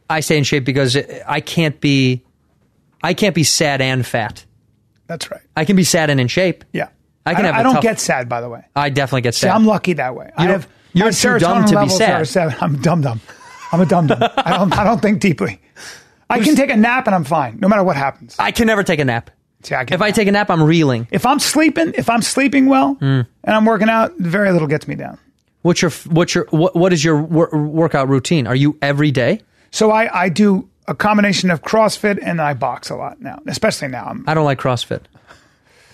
[SPEAKER 6] I stay in shape because I can't be I can't be sad and fat.
[SPEAKER 1] That's right.
[SPEAKER 6] I can be sad and in shape.
[SPEAKER 1] Yeah.
[SPEAKER 6] I can
[SPEAKER 1] I,
[SPEAKER 6] have
[SPEAKER 1] I
[SPEAKER 6] a
[SPEAKER 1] don't
[SPEAKER 6] tough-
[SPEAKER 1] get sad, by the way.
[SPEAKER 6] I definitely get
[SPEAKER 1] See,
[SPEAKER 6] sad.
[SPEAKER 1] I'm lucky that way. I
[SPEAKER 6] don't-
[SPEAKER 1] have
[SPEAKER 6] you're
[SPEAKER 1] my
[SPEAKER 6] too
[SPEAKER 1] serotonin
[SPEAKER 6] dumb to be
[SPEAKER 1] levels
[SPEAKER 6] sad.
[SPEAKER 1] are seven. I'm dumb dumb. I'm a dumb dumb. I don't I don't think deeply. I can take a nap and I'm fine, no matter what happens.
[SPEAKER 6] I can never take a nap.
[SPEAKER 1] See, I can
[SPEAKER 6] If I take a nap, I'm reeling.
[SPEAKER 1] If I'm sleeping, if I'm sleeping well
[SPEAKER 6] Hmm.
[SPEAKER 1] and I'm working out, very little gets me down.
[SPEAKER 6] What's your what's your what, what is your wor- workout routine? Are you every day?
[SPEAKER 1] So I, I do a combination of CrossFit and I box a lot now, especially now. I'm,
[SPEAKER 6] I don't
[SPEAKER 1] *laughs*
[SPEAKER 6] like CrossFit.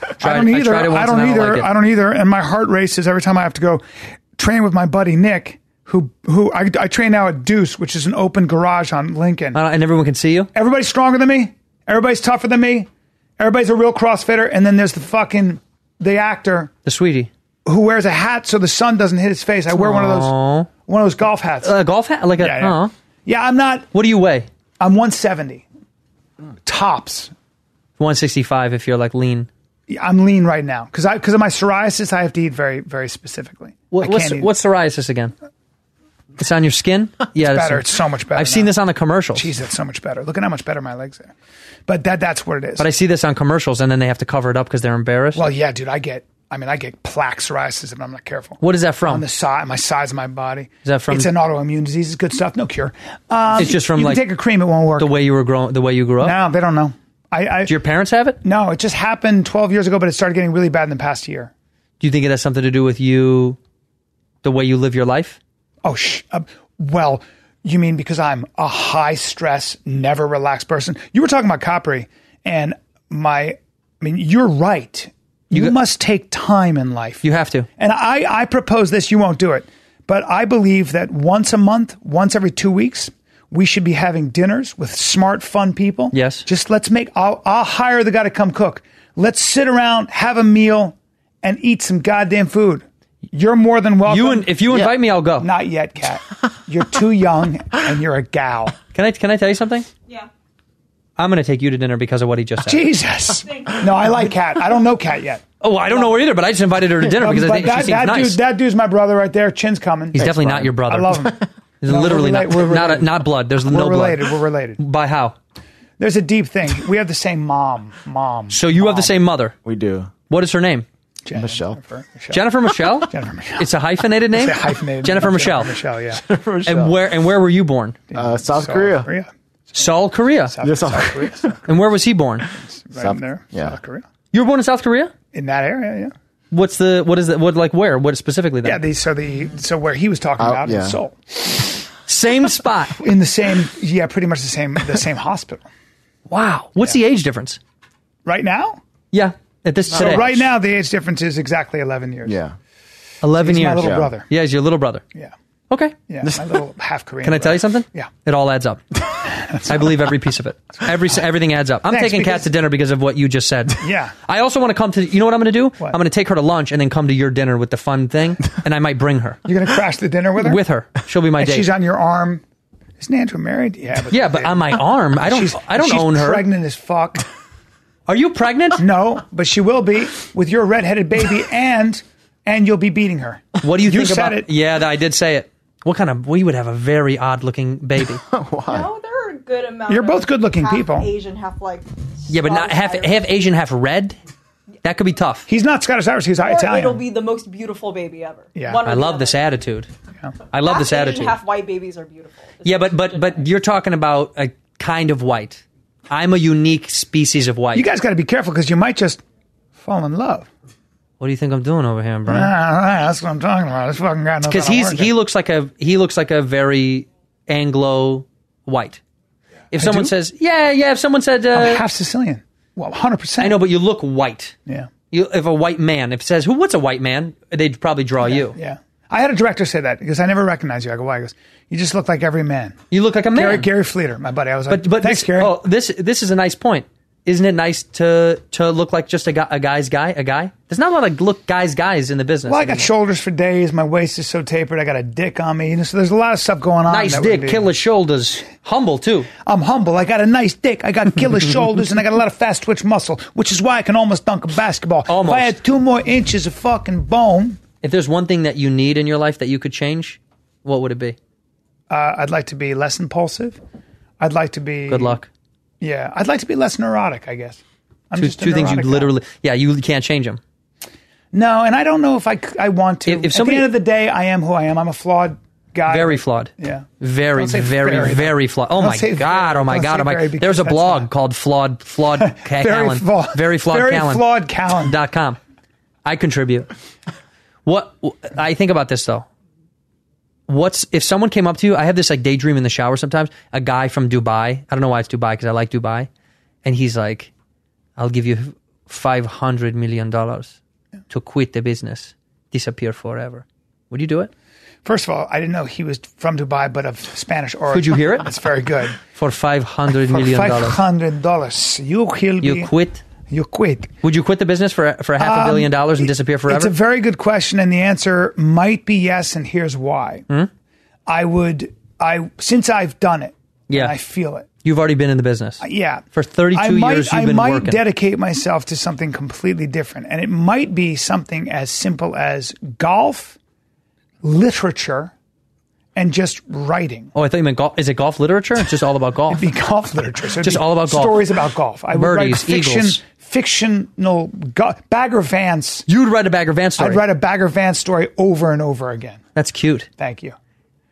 [SPEAKER 1] I
[SPEAKER 6] Tried-
[SPEAKER 1] don't either.
[SPEAKER 6] tried it once
[SPEAKER 1] I don't
[SPEAKER 6] and
[SPEAKER 1] either.
[SPEAKER 6] I don't like it.
[SPEAKER 1] either. And my heart races every time I have to go train with my buddy Nick, who who I, I train now at Deuce, which is an open garage on Lincoln.
[SPEAKER 6] Uh, and everyone can see you.
[SPEAKER 1] Everybody's stronger than me. Everybody's tougher than me. Everybody's a real CrossFitter. And then there's the fucking the actor
[SPEAKER 6] The sweetie.
[SPEAKER 1] who wears a hat so the sun doesn't hit his face. I wear one of those one of those golf hats.
[SPEAKER 6] A golf hat? Like a
[SPEAKER 1] Yeah, yeah.
[SPEAKER 6] Aw.
[SPEAKER 1] yeah, I'm not.
[SPEAKER 6] What do you weigh?
[SPEAKER 1] I'm 170 tops.
[SPEAKER 6] 165 if you're like lean.
[SPEAKER 1] I'm lean right now because I because of my psoriasis. I have to eat very very specifically. I
[SPEAKER 6] What,
[SPEAKER 1] can't
[SPEAKER 6] what's,
[SPEAKER 1] eat.
[SPEAKER 6] what's psoriasis again? It's on your skin? Yeah,
[SPEAKER 1] *laughs* It's
[SPEAKER 6] that's-
[SPEAKER 1] better. It's so much better.
[SPEAKER 6] I've seen
[SPEAKER 1] now.
[SPEAKER 6] this on the commercials.
[SPEAKER 1] Jeez, that's so much better. Look at how much better my legs are. But that that's what it is.
[SPEAKER 6] But I see this on commercials and then they have to cover it up because they're embarrassed.
[SPEAKER 1] well, yeah, dude, I get. I mean, I get plaque psoriasis if I'm not careful.
[SPEAKER 6] what is that
[SPEAKER 1] On
[SPEAKER 6] from?
[SPEAKER 1] the side, my sides of my body.
[SPEAKER 6] Is that from-
[SPEAKER 1] It's an autoimmune disease. It's good stuff. No cure. Um,
[SPEAKER 6] It's just from,
[SPEAKER 1] you can
[SPEAKER 6] like,
[SPEAKER 1] take a cream. It won't work.
[SPEAKER 6] the way you were growing, the way you grew up?
[SPEAKER 1] no, they don't know. I, I
[SPEAKER 6] Do your parents have it?
[SPEAKER 1] no. It just happened 12 years ago, but it started getting really bad in the past year.
[SPEAKER 6] Do you think it has something to do with you, the way you live your life?
[SPEAKER 1] Oh, sh- um, well, you mean because I'm a high stress, never relaxed person? You were talking about Capri, and my, I mean, you're right. You, must take time in life.
[SPEAKER 6] You have to.
[SPEAKER 1] and I, I propose this, you won't do it, but I believe that once a month, once every two weeks, we should be having dinners with smart, fun people.
[SPEAKER 6] Yes.
[SPEAKER 1] Just let's make, I'll, I'll hire the guy to come cook. Let's sit around, have a meal, and eat some goddamn food. You're more than welcome.
[SPEAKER 6] You and if you invite me, I'll go.
[SPEAKER 1] Not yet, Kat. You're too young and you're a
[SPEAKER 6] *laughs*
[SPEAKER 1] gal.
[SPEAKER 6] Can I? Can I tell you something? Yeah. I'm going to take you to dinner because of what he just said.
[SPEAKER 1] Jesus. No, I like Kat. I don't know Kat yet.
[SPEAKER 6] Oh, I don't know her either, but I just invited her to
[SPEAKER 1] *laughs*
[SPEAKER 6] dinner because I
[SPEAKER 1] But
[SPEAKER 6] think
[SPEAKER 1] that,
[SPEAKER 6] she seems
[SPEAKER 1] that
[SPEAKER 6] nice.
[SPEAKER 1] dude, that dude's my brother right there. Chin's coming.
[SPEAKER 6] He's definitely not your brother.
[SPEAKER 1] I
[SPEAKER 6] *laughs*
[SPEAKER 1] love him.
[SPEAKER 6] He's
[SPEAKER 1] No, we're
[SPEAKER 6] literally
[SPEAKER 1] relate-
[SPEAKER 6] not
[SPEAKER 1] we're
[SPEAKER 6] not,
[SPEAKER 1] related.
[SPEAKER 6] not blood. There's no
[SPEAKER 1] We're related.
[SPEAKER 6] blood.
[SPEAKER 1] We're related.
[SPEAKER 6] By how?
[SPEAKER 1] There's a deep thing. We have the same mom. Mom.
[SPEAKER 6] So you have the same mother.
[SPEAKER 7] We do.
[SPEAKER 6] What is her name?
[SPEAKER 7] Michelle.
[SPEAKER 6] Jennifer Michelle.
[SPEAKER 1] *laughs* Jennifer Michelle.
[SPEAKER 6] It's a hyphenated name.
[SPEAKER 1] It's a hyphenated
[SPEAKER 6] Jennifer
[SPEAKER 1] name.
[SPEAKER 6] Michelle.
[SPEAKER 1] Michelle, yeah.
[SPEAKER 6] And where and where were you born?
[SPEAKER 7] Uh, South
[SPEAKER 1] So,
[SPEAKER 7] Korea.
[SPEAKER 1] Korea.
[SPEAKER 6] Seoul, Korea.
[SPEAKER 1] South,
[SPEAKER 7] Yes,
[SPEAKER 1] South
[SPEAKER 7] South
[SPEAKER 1] Korea. South-
[SPEAKER 6] And where was he born?
[SPEAKER 1] Right in
[SPEAKER 7] South-
[SPEAKER 1] there.
[SPEAKER 7] yeah.
[SPEAKER 1] South Korea.
[SPEAKER 6] You were born in South Korea.
[SPEAKER 1] In that area, yeah.
[SPEAKER 6] What's the what is that? What like where? What specifically? Then?
[SPEAKER 1] Yeah, the, so the so where he was talking
[SPEAKER 7] Oh,
[SPEAKER 1] about
[SPEAKER 7] yeah.
[SPEAKER 1] in Seoul. *laughs*
[SPEAKER 6] same spot.
[SPEAKER 1] In the same yeah, pretty much the same the same *laughs* hospital.
[SPEAKER 6] Wow. What's the age difference?
[SPEAKER 1] Right now?
[SPEAKER 6] Yeah. At this
[SPEAKER 1] So
[SPEAKER 6] today.
[SPEAKER 1] right now the age difference is exactly eleven years.
[SPEAKER 7] Yeah.
[SPEAKER 6] eleven
[SPEAKER 1] He's
[SPEAKER 6] years.
[SPEAKER 1] my little
[SPEAKER 6] yeah.
[SPEAKER 1] brother.
[SPEAKER 6] Yeah, he's your little brother.
[SPEAKER 1] Yeah.
[SPEAKER 6] Okay.
[SPEAKER 1] Yeah. My
[SPEAKER 6] *laughs*
[SPEAKER 1] little half Korean.
[SPEAKER 6] Can I tell you
[SPEAKER 1] brother.
[SPEAKER 6] something?
[SPEAKER 1] Yeah.
[SPEAKER 6] It all
[SPEAKER 1] *laughs*
[SPEAKER 6] adds up. I believe every piece of it. Every everything adds up. I'm
[SPEAKER 1] Thanks,
[SPEAKER 6] taking Kat
[SPEAKER 1] because-
[SPEAKER 6] to dinner because of what you just said.
[SPEAKER 1] *laughs* Yeah.
[SPEAKER 6] I also want to come to. You know what I'm going to do?
[SPEAKER 1] What?
[SPEAKER 6] I'm going to take her to lunch and then come to your dinner with the
[SPEAKER 1] *laughs*
[SPEAKER 6] fun thing, and I might bring her
[SPEAKER 1] You're gonna crash the dinner with her?
[SPEAKER 6] with her. She'll be my
[SPEAKER 1] And
[SPEAKER 6] date.
[SPEAKER 1] she's on your arm. Isn't Andrew married? Yeah, but
[SPEAKER 6] yeah, but on my arm, I don't.
[SPEAKER 1] she's,
[SPEAKER 6] I don't
[SPEAKER 1] she's
[SPEAKER 6] own her.
[SPEAKER 1] Pregnant as fuck.
[SPEAKER 6] Are you pregnant?
[SPEAKER 1] No, but she will be with your redheaded
[SPEAKER 6] *laughs*
[SPEAKER 1] baby, and and you'll be beating her.
[SPEAKER 6] What do you, think
[SPEAKER 1] said
[SPEAKER 6] about
[SPEAKER 1] it?
[SPEAKER 6] Yeah, th- I did say it. What kind of? We would have a very odd looking baby.
[SPEAKER 8] No, there are Oh, a good amount.
[SPEAKER 6] You're
[SPEAKER 8] of
[SPEAKER 6] both good-looking
[SPEAKER 8] half
[SPEAKER 6] people.
[SPEAKER 8] Asian, half like.
[SPEAKER 6] yeah, but not half half Asian, half red. That could be tough.
[SPEAKER 1] He's not Scottish Irish. He's
[SPEAKER 8] or It'll be the most beautiful baby ever.
[SPEAKER 6] Yeah,
[SPEAKER 8] One or
[SPEAKER 6] I
[SPEAKER 8] the
[SPEAKER 6] love
[SPEAKER 8] other.
[SPEAKER 6] this attitude. I love
[SPEAKER 8] half
[SPEAKER 6] this
[SPEAKER 8] Asian,
[SPEAKER 6] attitude.
[SPEAKER 8] Half white babies are beautiful.
[SPEAKER 6] Yeah, but but but you're talking about a kind of white. I'm a unique species of white.
[SPEAKER 1] You guys got to be careful because you might just fall in love.
[SPEAKER 6] What do you think I'm doing over here, Brian?
[SPEAKER 1] Ah, that's what I'm talking about. This fucking guy knows
[SPEAKER 6] because
[SPEAKER 1] how to
[SPEAKER 6] he's
[SPEAKER 1] work it.
[SPEAKER 6] he looks like a he looks like a very Anglo white. If
[SPEAKER 1] I
[SPEAKER 6] someone
[SPEAKER 1] do?
[SPEAKER 6] says yeah yeah, if someone said uh,
[SPEAKER 1] I'm half Sicilian, well, 100. percent
[SPEAKER 6] I know, but you look white.
[SPEAKER 1] Yeah.
[SPEAKER 6] You, if a white man, if it says who, what's a white man? They'd probably draw you.
[SPEAKER 1] Yeah. I had a director say that because I never recognized you. I go, why? He goes, you just look like every man.
[SPEAKER 6] You look like a man.
[SPEAKER 1] Gary, Gary Fleeter, my buddy. I was like,
[SPEAKER 6] But but
[SPEAKER 1] thanks,
[SPEAKER 6] this,
[SPEAKER 1] Gary.
[SPEAKER 6] oh, this this is a nice point. Isn't it nice to to look like just a guy, a guy's guy, a guy? There's not a lot of look guys guys in the business.
[SPEAKER 1] well, I got shoulders for days. My waist is so tapered. I got a dick on me. You know, so there's a lot of stuff going on.
[SPEAKER 6] nice
[SPEAKER 1] that would
[SPEAKER 6] dick,
[SPEAKER 1] be-
[SPEAKER 6] killer shoulders, humble too.
[SPEAKER 1] I'm humble. I got a nice dick. I got
[SPEAKER 6] *laughs*
[SPEAKER 1] killer shoulders, and I got a lot of fast twitch muscle, which is why I can almost dunk a basketball. If I had two more inches of fucking bone,
[SPEAKER 6] If there's one thing that you need in your life that you could change, what would it be?
[SPEAKER 1] uh, I'd like to be less impulsive. I'd like to be.
[SPEAKER 6] Good luck.
[SPEAKER 1] Yeah, I'd like to be less neurotic. I guess. I'm
[SPEAKER 6] two
[SPEAKER 1] just a
[SPEAKER 6] two things you
[SPEAKER 1] neurotic guy.
[SPEAKER 6] literally, yeah, you can't change them.
[SPEAKER 1] No, and I don't know if I, c- I want to. If,
[SPEAKER 6] somebody-
[SPEAKER 1] At the end of the day, I am who I am. I'm a flawed guy.
[SPEAKER 6] Very flawed.
[SPEAKER 1] Yeah.
[SPEAKER 6] Very,
[SPEAKER 1] Don't say
[SPEAKER 6] very,
[SPEAKER 1] very,
[SPEAKER 6] very,
[SPEAKER 1] though.
[SPEAKER 6] flawed. Oh
[SPEAKER 1] Don't
[SPEAKER 6] my
[SPEAKER 1] say
[SPEAKER 6] god!
[SPEAKER 1] very.
[SPEAKER 6] Oh my
[SPEAKER 1] Don't
[SPEAKER 6] god!
[SPEAKER 1] say
[SPEAKER 6] Oh my.
[SPEAKER 1] very because
[SPEAKER 6] There's a
[SPEAKER 1] that's
[SPEAKER 6] blog called Flawed Flawed Ca-
[SPEAKER 1] *laughs* Very
[SPEAKER 6] Callen.
[SPEAKER 1] flawed-
[SPEAKER 6] Very flawed
[SPEAKER 1] very
[SPEAKER 6] Callen.
[SPEAKER 1] flawed Callen.
[SPEAKER 6] dot com. I contribute. What wh- I think about this though. What's if someone came up to you? I have this like daydream in the shower sometimes. A guy from Dubai. I don't know why it's Dubai because I like Dubai, and he's like, "I'll give you five hundred million dollars to quit the business, disappear forever." Would you do it?
[SPEAKER 1] First of all, I didn't know he was from Dubai, but of Spanish origin.
[SPEAKER 6] Could you hear it?
[SPEAKER 1] *laughs* It's very good.
[SPEAKER 6] For five hundred
[SPEAKER 1] For
[SPEAKER 6] million
[SPEAKER 1] five
[SPEAKER 6] dollars.
[SPEAKER 1] hundred dollars, you he'll
[SPEAKER 6] You
[SPEAKER 1] be-
[SPEAKER 6] quit.
[SPEAKER 1] You quit.
[SPEAKER 6] Would you quit the business for for half a
[SPEAKER 1] Um,
[SPEAKER 6] billion dollars and disappear
[SPEAKER 1] It's
[SPEAKER 6] forever?
[SPEAKER 1] a very good question, and the answer might be yes. And here's why.
[SPEAKER 6] Hmm?
[SPEAKER 1] I would. I since I've done it.
[SPEAKER 6] Yeah.
[SPEAKER 1] and I feel it.
[SPEAKER 6] You've already been in the business.
[SPEAKER 1] Uh, Yeah.
[SPEAKER 6] For 32
[SPEAKER 1] I might,
[SPEAKER 6] years, you've
[SPEAKER 1] I
[SPEAKER 6] been
[SPEAKER 1] might
[SPEAKER 6] working.
[SPEAKER 1] dedicate myself to something completely different. And it might be something as simple as golf, literature, and just writing.
[SPEAKER 6] oh, I thought you meant golf. Is it golf literature? It's just all
[SPEAKER 1] *laughs*
[SPEAKER 6] about golf.
[SPEAKER 1] It'd be golf literature. So it'd
[SPEAKER 6] Just
[SPEAKER 1] be
[SPEAKER 6] all about golf.
[SPEAKER 1] Stories about golf. I would
[SPEAKER 6] Birdies,
[SPEAKER 1] write fiction,
[SPEAKER 6] eagles.
[SPEAKER 1] fictional go- Bagger Vance.
[SPEAKER 6] You'd write a Bagger Vance story.
[SPEAKER 1] I'd write a Bagger Vance story over and over again.
[SPEAKER 6] That's cute.
[SPEAKER 1] Thank you.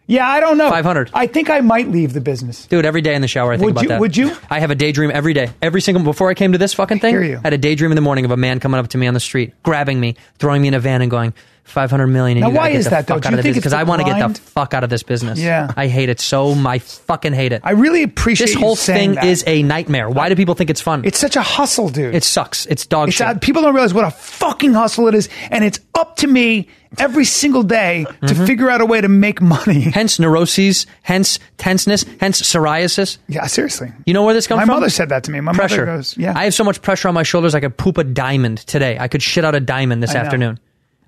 [SPEAKER 1] Yeah, I don't know.
[SPEAKER 6] 500.
[SPEAKER 1] I think I might leave the business.
[SPEAKER 6] Dude, every day in the shower, I think
[SPEAKER 1] Would
[SPEAKER 6] about
[SPEAKER 1] you-
[SPEAKER 6] that.
[SPEAKER 1] would you?
[SPEAKER 6] I have a daydream every day. Every single before I came to this fucking thing,
[SPEAKER 1] hear you.
[SPEAKER 6] I had a daydream in the morning of a man coming up to me on the street, grabbing me, throwing me in a van, and going five hundred million. And
[SPEAKER 1] Now,
[SPEAKER 6] you gotta
[SPEAKER 1] why
[SPEAKER 6] get
[SPEAKER 1] is
[SPEAKER 6] the
[SPEAKER 1] that, though?
[SPEAKER 6] fuck
[SPEAKER 1] Do
[SPEAKER 6] out
[SPEAKER 1] you
[SPEAKER 6] of
[SPEAKER 1] think
[SPEAKER 6] this
[SPEAKER 1] it's
[SPEAKER 6] Because
[SPEAKER 1] the
[SPEAKER 6] I want to get
[SPEAKER 1] grind?
[SPEAKER 6] the fuck out of this business.
[SPEAKER 1] Yeah.
[SPEAKER 6] I hate it so. My fucking hate it.
[SPEAKER 1] I really appreciate
[SPEAKER 6] this
[SPEAKER 1] you
[SPEAKER 6] whole
[SPEAKER 1] saying
[SPEAKER 6] thing
[SPEAKER 1] that.
[SPEAKER 6] is a nightmare. Why do people think it's fun?
[SPEAKER 1] It's such a hustle, dude.
[SPEAKER 6] It sucks. It's dog
[SPEAKER 1] It's
[SPEAKER 6] shit.
[SPEAKER 1] uh, people don't realize what a fucking hustle it is, and it's up to me every single day to
[SPEAKER 6] Mm-hmm.
[SPEAKER 1] figure out a way to make money.
[SPEAKER 6] hence neuroses, hence tenseness, hence psoriasis.
[SPEAKER 1] Yeah, seriously.
[SPEAKER 6] You know where this comes
[SPEAKER 1] My
[SPEAKER 6] from?
[SPEAKER 1] mother said that to me. My mother
[SPEAKER 6] pressure.
[SPEAKER 1] goes, yeah.
[SPEAKER 6] I have so much pressure on my shoulders. I could poop a diamond today. I could shit out a diamond this
[SPEAKER 1] I know.
[SPEAKER 6] afternoon.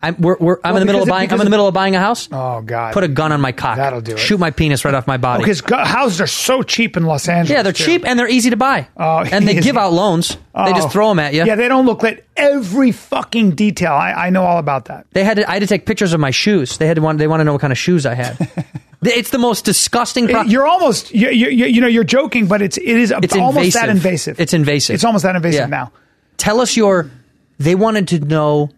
[SPEAKER 6] I'm, we're, we're, I'm
[SPEAKER 1] Well,
[SPEAKER 6] in the middle of
[SPEAKER 1] because it-
[SPEAKER 6] buying. I'm
[SPEAKER 1] because
[SPEAKER 6] in the
[SPEAKER 1] it-
[SPEAKER 6] middle of buying a house.
[SPEAKER 1] Oh God!
[SPEAKER 6] Put a gun on my cock.
[SPEAKER 1] That'll do it.
[SPEAKER 6] Shoot my penis right off my body.
[SPEAKER 1] because gu- houses are so cheap in Los Angeles.
[SPEAKER 6] yeah, they're
[SPEAKER 1] too.
[SPEAKER 6] cheap and they're easy to buy.
[SPEAKER 1] Oh, *laughs*
[SPEAKER 6] and they
[SPEAKER 1] easy.
[SPEAKER 6] give out loans. They
[SPEAKER 1] Oh.
[SPEAKER 6] just throw them at you.
[SPEAKER 1] Yeah, they don't look at every fucking detail. I, I know all about that.
[SPEAKER 6] They had to, I had to take pictures of my shoes. They had to want they want to know what kind of shoes I
[SPEAKER 1] *laughs*
[SPEAKER 6] had. They- it's the most disgusting. Pro-
[SPEAKER 1] It- you're almost you you you you know you're joking, but it's it is ab-
[SPEAKER 6] It's
[SPEAKER 1] almost that
[SPEAKER 6] invasive.
[SPEAKER 1] invasive.
[SPEAKER 6] It's invasive.
[SPEAKER 1] It's almost that invasive
[SPEAKER 6] Yeah.
[SPEAKER 1] now.
[SPEAKER 6] Tell us your. They wanted to know.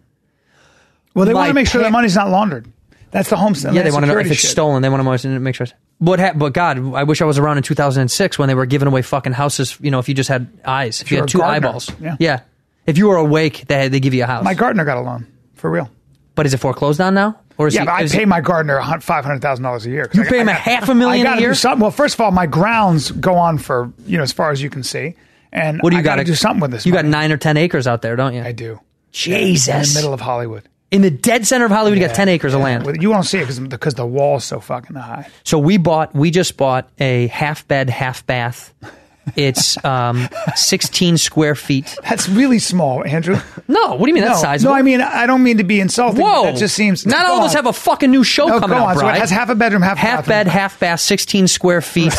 [SPEAKER 1] Well, they
[SPEAKER 6] My
[SPEAKER 1] want to make sure
[SPEAKER 6] pa-
[SPEAKER 1] that money's not laundered. That's the home.
[SPEAKER 6] yeah, they want to know if it's
[SPEAKER 1] shit.
[SPEAKER 6] stolen. They want to make sure. What hap- but God, I wish I was around in 2006 when they were giving away fucking houses. You know, if you just had eyes, if, you
[SPEAKER 1] you're
[SPEAKER 6] had
[SPEAKER 1] a
[SPEAKER 6] two
[SPEAKER 1] gardener.
[SPEAKER 6] eyeballs.
[SPEAKER 1] Yeah.
[SPEAKER 6] If you were awake, they they give you a house.
[SPEAKER 1] My gardener got a loan for real.
[SPEAKER 6] but is it foreclosed on now? Or is
[SPEAKER 1] yeah,
[SPEAKER 6] he-
[SPEAKER 1] but I
[SPEAKER 6] is
[SPEAKER 1] pay
[SPEAKER 6] it-
[SPEAKER 1] my gardener five hundred thousand dollars a year. 'cause
[SPEAKER 6] You
[SPEAKER 1] I-
[SPEAKER 6] pay
[SPEAKER 1] I
[SPEAKER 6] him a
[SPEAKER 1] gotta-
[SPEAKER 6] half a million
[SPEAKER 1] I
[SPEAKER 6] a
[SPEAKER 1] gotta do
[SPEAKER 6] year?
[SPEAKER 1] something. Well, first of all, my grounds go on for you know as far as you can see, and
[SPEAKER 6] What do you
[SPEAKER 1] I gotta
[SPEAKER 6] got?
[SPEAKER 1] do something with this.
[SPEAKER 6] You
[SPEAKER 1] money.
[SPEAKER 6] got nine or ten acres out there, don't you? I
[SPEAKER 1] do.
[SPEAKER 6] Jesus,
[SPEAKER 1] in the middle of Hollywood.
[SPEAKER 6] in the dead center of Hollywood, you
[SPEAKER 1] Yeah,
[SPEAKER 6] got ten acres of land.
[SPEAKER 1] Well, You won't see it because the wall's so fucking high.
[SPEAKER 6] So we bought, we just bought a half bed, half bath. *laughs* It's um, 16 square feet.
[SPEAKER 1] That's really small,
[SPEAKER 6] *laughs*
[SPEAKER 1] Andrew.
[SPEAKER 6] No, what do you mean?
[SPEAKER 1] no,
[SPEAKER 6] That's sizable.
[SPEAKER 1] No, I mean I don't mean to be insulting.
[SPEAKER 6] Whoa.
[SPEAKER 1] that just seems.
[SPEAKER 6] Not
[SPEAKER 1] go
[SPEAKER 6] all of us
[SPEAKER 1] on.
[SPEAKER 6] have a fucking new show
[SPEAKER 1] No,
[SPEAKER 6] coming
[SPEAKER 1] go
[SPEAKER 6] out,
[SPEAKER 1] on. So it
[SPEAKER 6] Bri.
[SPEAKER 1] has half a bedroom, half a
[SPEAKER 6] half
[SPEAKER 1] bathroom. *laughs*
[SPEAKER 6] bed, half bath, 16 square feet.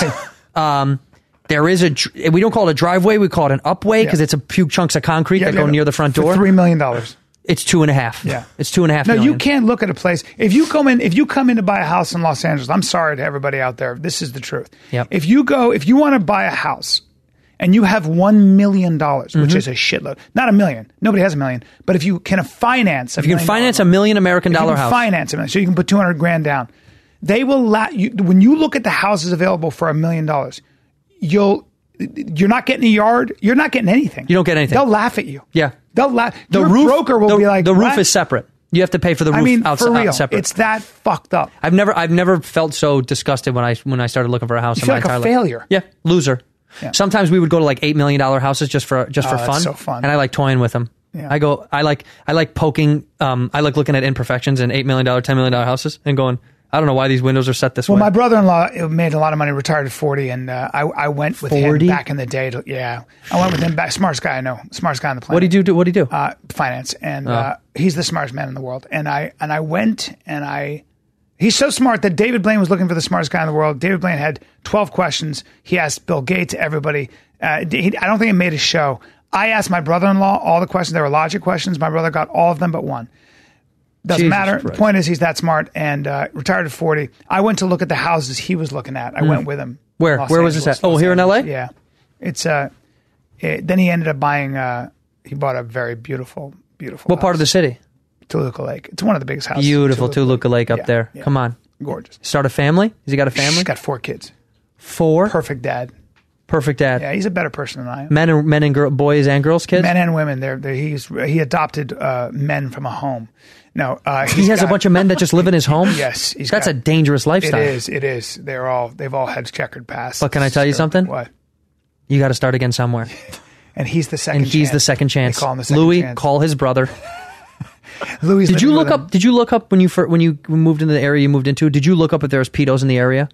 [SPEAKER 6] um, There is a dr- we don't call it a driveway, we call it an upway because it's a few chunks of concrete
[SPEAKER 1] Yeah,
[SPEAKER 6] that
[SPEAKER 1] yeah,
[SPEAKER 6] go
[SPEAKER 1] no.
[SPEAKER 6] near the front
[SPEAKER 1] For
[SPEAKER 6] door.
[SPEAKER 1] $3 million dollars.
[SPEAKER 6] It's two and a half.
[SPEAKER 1] Yeah.
[SPEAKER 6] it's two and a half.
[SPEAKER 1] No,
[SPEAKER 6] million.
[SPEAKER 1] you can't look at a place. If you come in, if you come in to buy a house in Los Angeles, I'm sorry to everybody out there. This is the truth.
[SPEAKER 6] Yep.
[SPEAKER 1] If you go, if you want to buy a house and you have one million dollars, which
[SPEAKER 6] Mhm.
[SPEAKER 1] is a shitload, not a million. Nobody has a million. But if you can finance, a
[SPEAKER 6] If you can
[SPEAKER 1] million dollar-
[SPEAKER 6] finance a million American
[SPEAKER 1] if you
[SPEAKER 6] dollar
[SPEAKER 1] can
[SPEAKER 6] house,
[SPEAKER 1] finance a million, so you can put two hundred grand down. They will la- you, when you look at the houses available for a million dollars, you'll you're not getting a yard. You're not getting anything. You
[SPEAKER 6] don't get anything.
[SPEAKER 1] They'll laugh at you.
[SPEAKER 6] yeah,
[SPEAKER 1] They'll laugh.
[SPEAKER 6] the
[SPEAKER 1] Your
[SPEAKER 6] roof
[SPEAKER 1] broker will
[SPEAKER 6] the,
[SPEAKER 1] be like,
[SPEAKER 6] the roof
[SPEAKER 1] "What?"
[SPEAKER 6] is separate. You have to pay for the roof
[SPEAKER 1] I mean,
[SPEAKER 6] outs-
[SPEAKER 1] for
[SPEAKER 6] out
[SPEAKER 1] real,
[SPEAKER 6] separate.
[SPEAKER 1] it's that fucked up.
[SPEAKER 6] I've never I've never felt so disgusted when I when I started looking for a house
[SPEAKER 1] You
[SPEAKER 6] in
[SPEAKER 1] feel
[SPEAKER 6] my
[SPEAKER 1] like a
[SPEAKER 6] entire
[SPEAKER 1] failure.
[SPEAKER 6] life. Yeah, loser. Sometimes we would go to like eight million dollar houses just for just
[SPEAKER 1] Oh,
[SPEAKER 6] for
[SPEAKER 1] that's
[SPEAKER 6] fun,
[SPEAKER 1] so fun.
[SPEAKER 6] and I like toying with them.
[SPEAKER 1] Yeah.
[SPEAKER 6] I go, I like, I like poking, um, I like looking at imperfections in eight million dollar, ten million dollar houses, and going, I don't know why these windows are set this
[SPEAKER 1] Well,
[SPEAKER 6] way.
[SPEAKER 1] my brother-in-law uh, made a lot of money, retired at forty, and uh, I, I went with
[SPEAKER 6] 40?
[SPEAKER 1] him back in the day. To, yeah, I went with him back. Smartest guy I know, smartest guy on the planet.
[SPEAKER 6] what do you do? do what do you do?
[SPEAKER 1] Uh, finance, and
[SPEAKER 6] Oh.
[SPEAKER 1] uh, he's the smartest man in the world. And I and I went and I. He's so smart that David Blaine was looking for the smartest guy in the world. David Blaine had twelve questions. He asked Bill Gates, everybody. Uh, he, I don't think it made a show. I asked my brother-in-law all the questions. There were logic questions. My brother got all of them but one. Doesn't
[SPEAKER 6] Jesus
[SPEAKER 1] matter. The
[SPEAKER 6] Christ.
[SPEAKER 1] point is, he's that smart and uh, retired at 40. I went to look at the houses he was looking at. I
[SPEAKER 6] Mm.
[SPEAKER 1] went with him.
[SPEAKER 6] Where? Where was this at? Oh, here in LA?
[SPEAKER 1] Yeah. It's, uh, it, then he ended up buying, uh, he bought a very beautiful, beautiful
[SPEAKER 6] What part of the city?
[SPEAKER 1] Toluca Lake. It's one of the biggest houses.
[SPEAKER 6] Beautiful Toluca Lake up
[SPEAKER 1] Yeah,
[SPEAKER 6] there.
[SPEAKER 1] yeah.
[SPEAKER 6] Come on,
[SPEAKER 1] Gorgeous.
[SPEAKER 6] Start a family? Has he got a family?
[SPEAKER 1] He's got four kids.
[SPEAKER 6] Four.
[SPEAKER 1] Perfect dad.
[SPEAKER 6] Perfect dad.
[SPEAKER 1] Yeah, he's a better person than I am.
[SPEAKER 6] men and men and girl, boys and girls, kids.
[SPEAKER 1] Men and women. They're, they're, he's, he adopted uh, men from a home. No, uh,
[SPEAKER 6] he
[SPEAKER 1] *laughs* he's
[SPEAKER 6] has a
[SPEAKER 1] got-
[SPEAKER 6] bunch of men that just live in his home.
[SPEAKER 1] Yes, he's
[SPEAKER 6] that's
[SPEAKER 1] got-
[SPEAKER 6] a dangerous lifestyle.
[SPEAKER 1] It is. It is. They're all. They've all had checkered past.
[SPEAKER 6] But can I tell you something?
[SPEAKER 1] What?
[SPEAKER 6] You got to start again somewhere.
[SPEAKER 1] And he's the second.
[SPEAKER 6] and he's the
[SPEAKER 1] chance.
[SPEAKER 6] second chance.
[SPEAKER 1] They call him the second
[SPEAKER 6] Louis,
[SPEAKER 1] chance.
[SPEAKER 6] call his brother.
[SPEAKER 1] Louis,
[SPEAKER 6] did you
[SPEAKER 1] living
[SPEAKER 6] look
[SPEAKER 1] with
[SPEAKER 6] up? Did you look up when you fir- when you moved into the area you moved into? Did you look up if there was pedos in the area?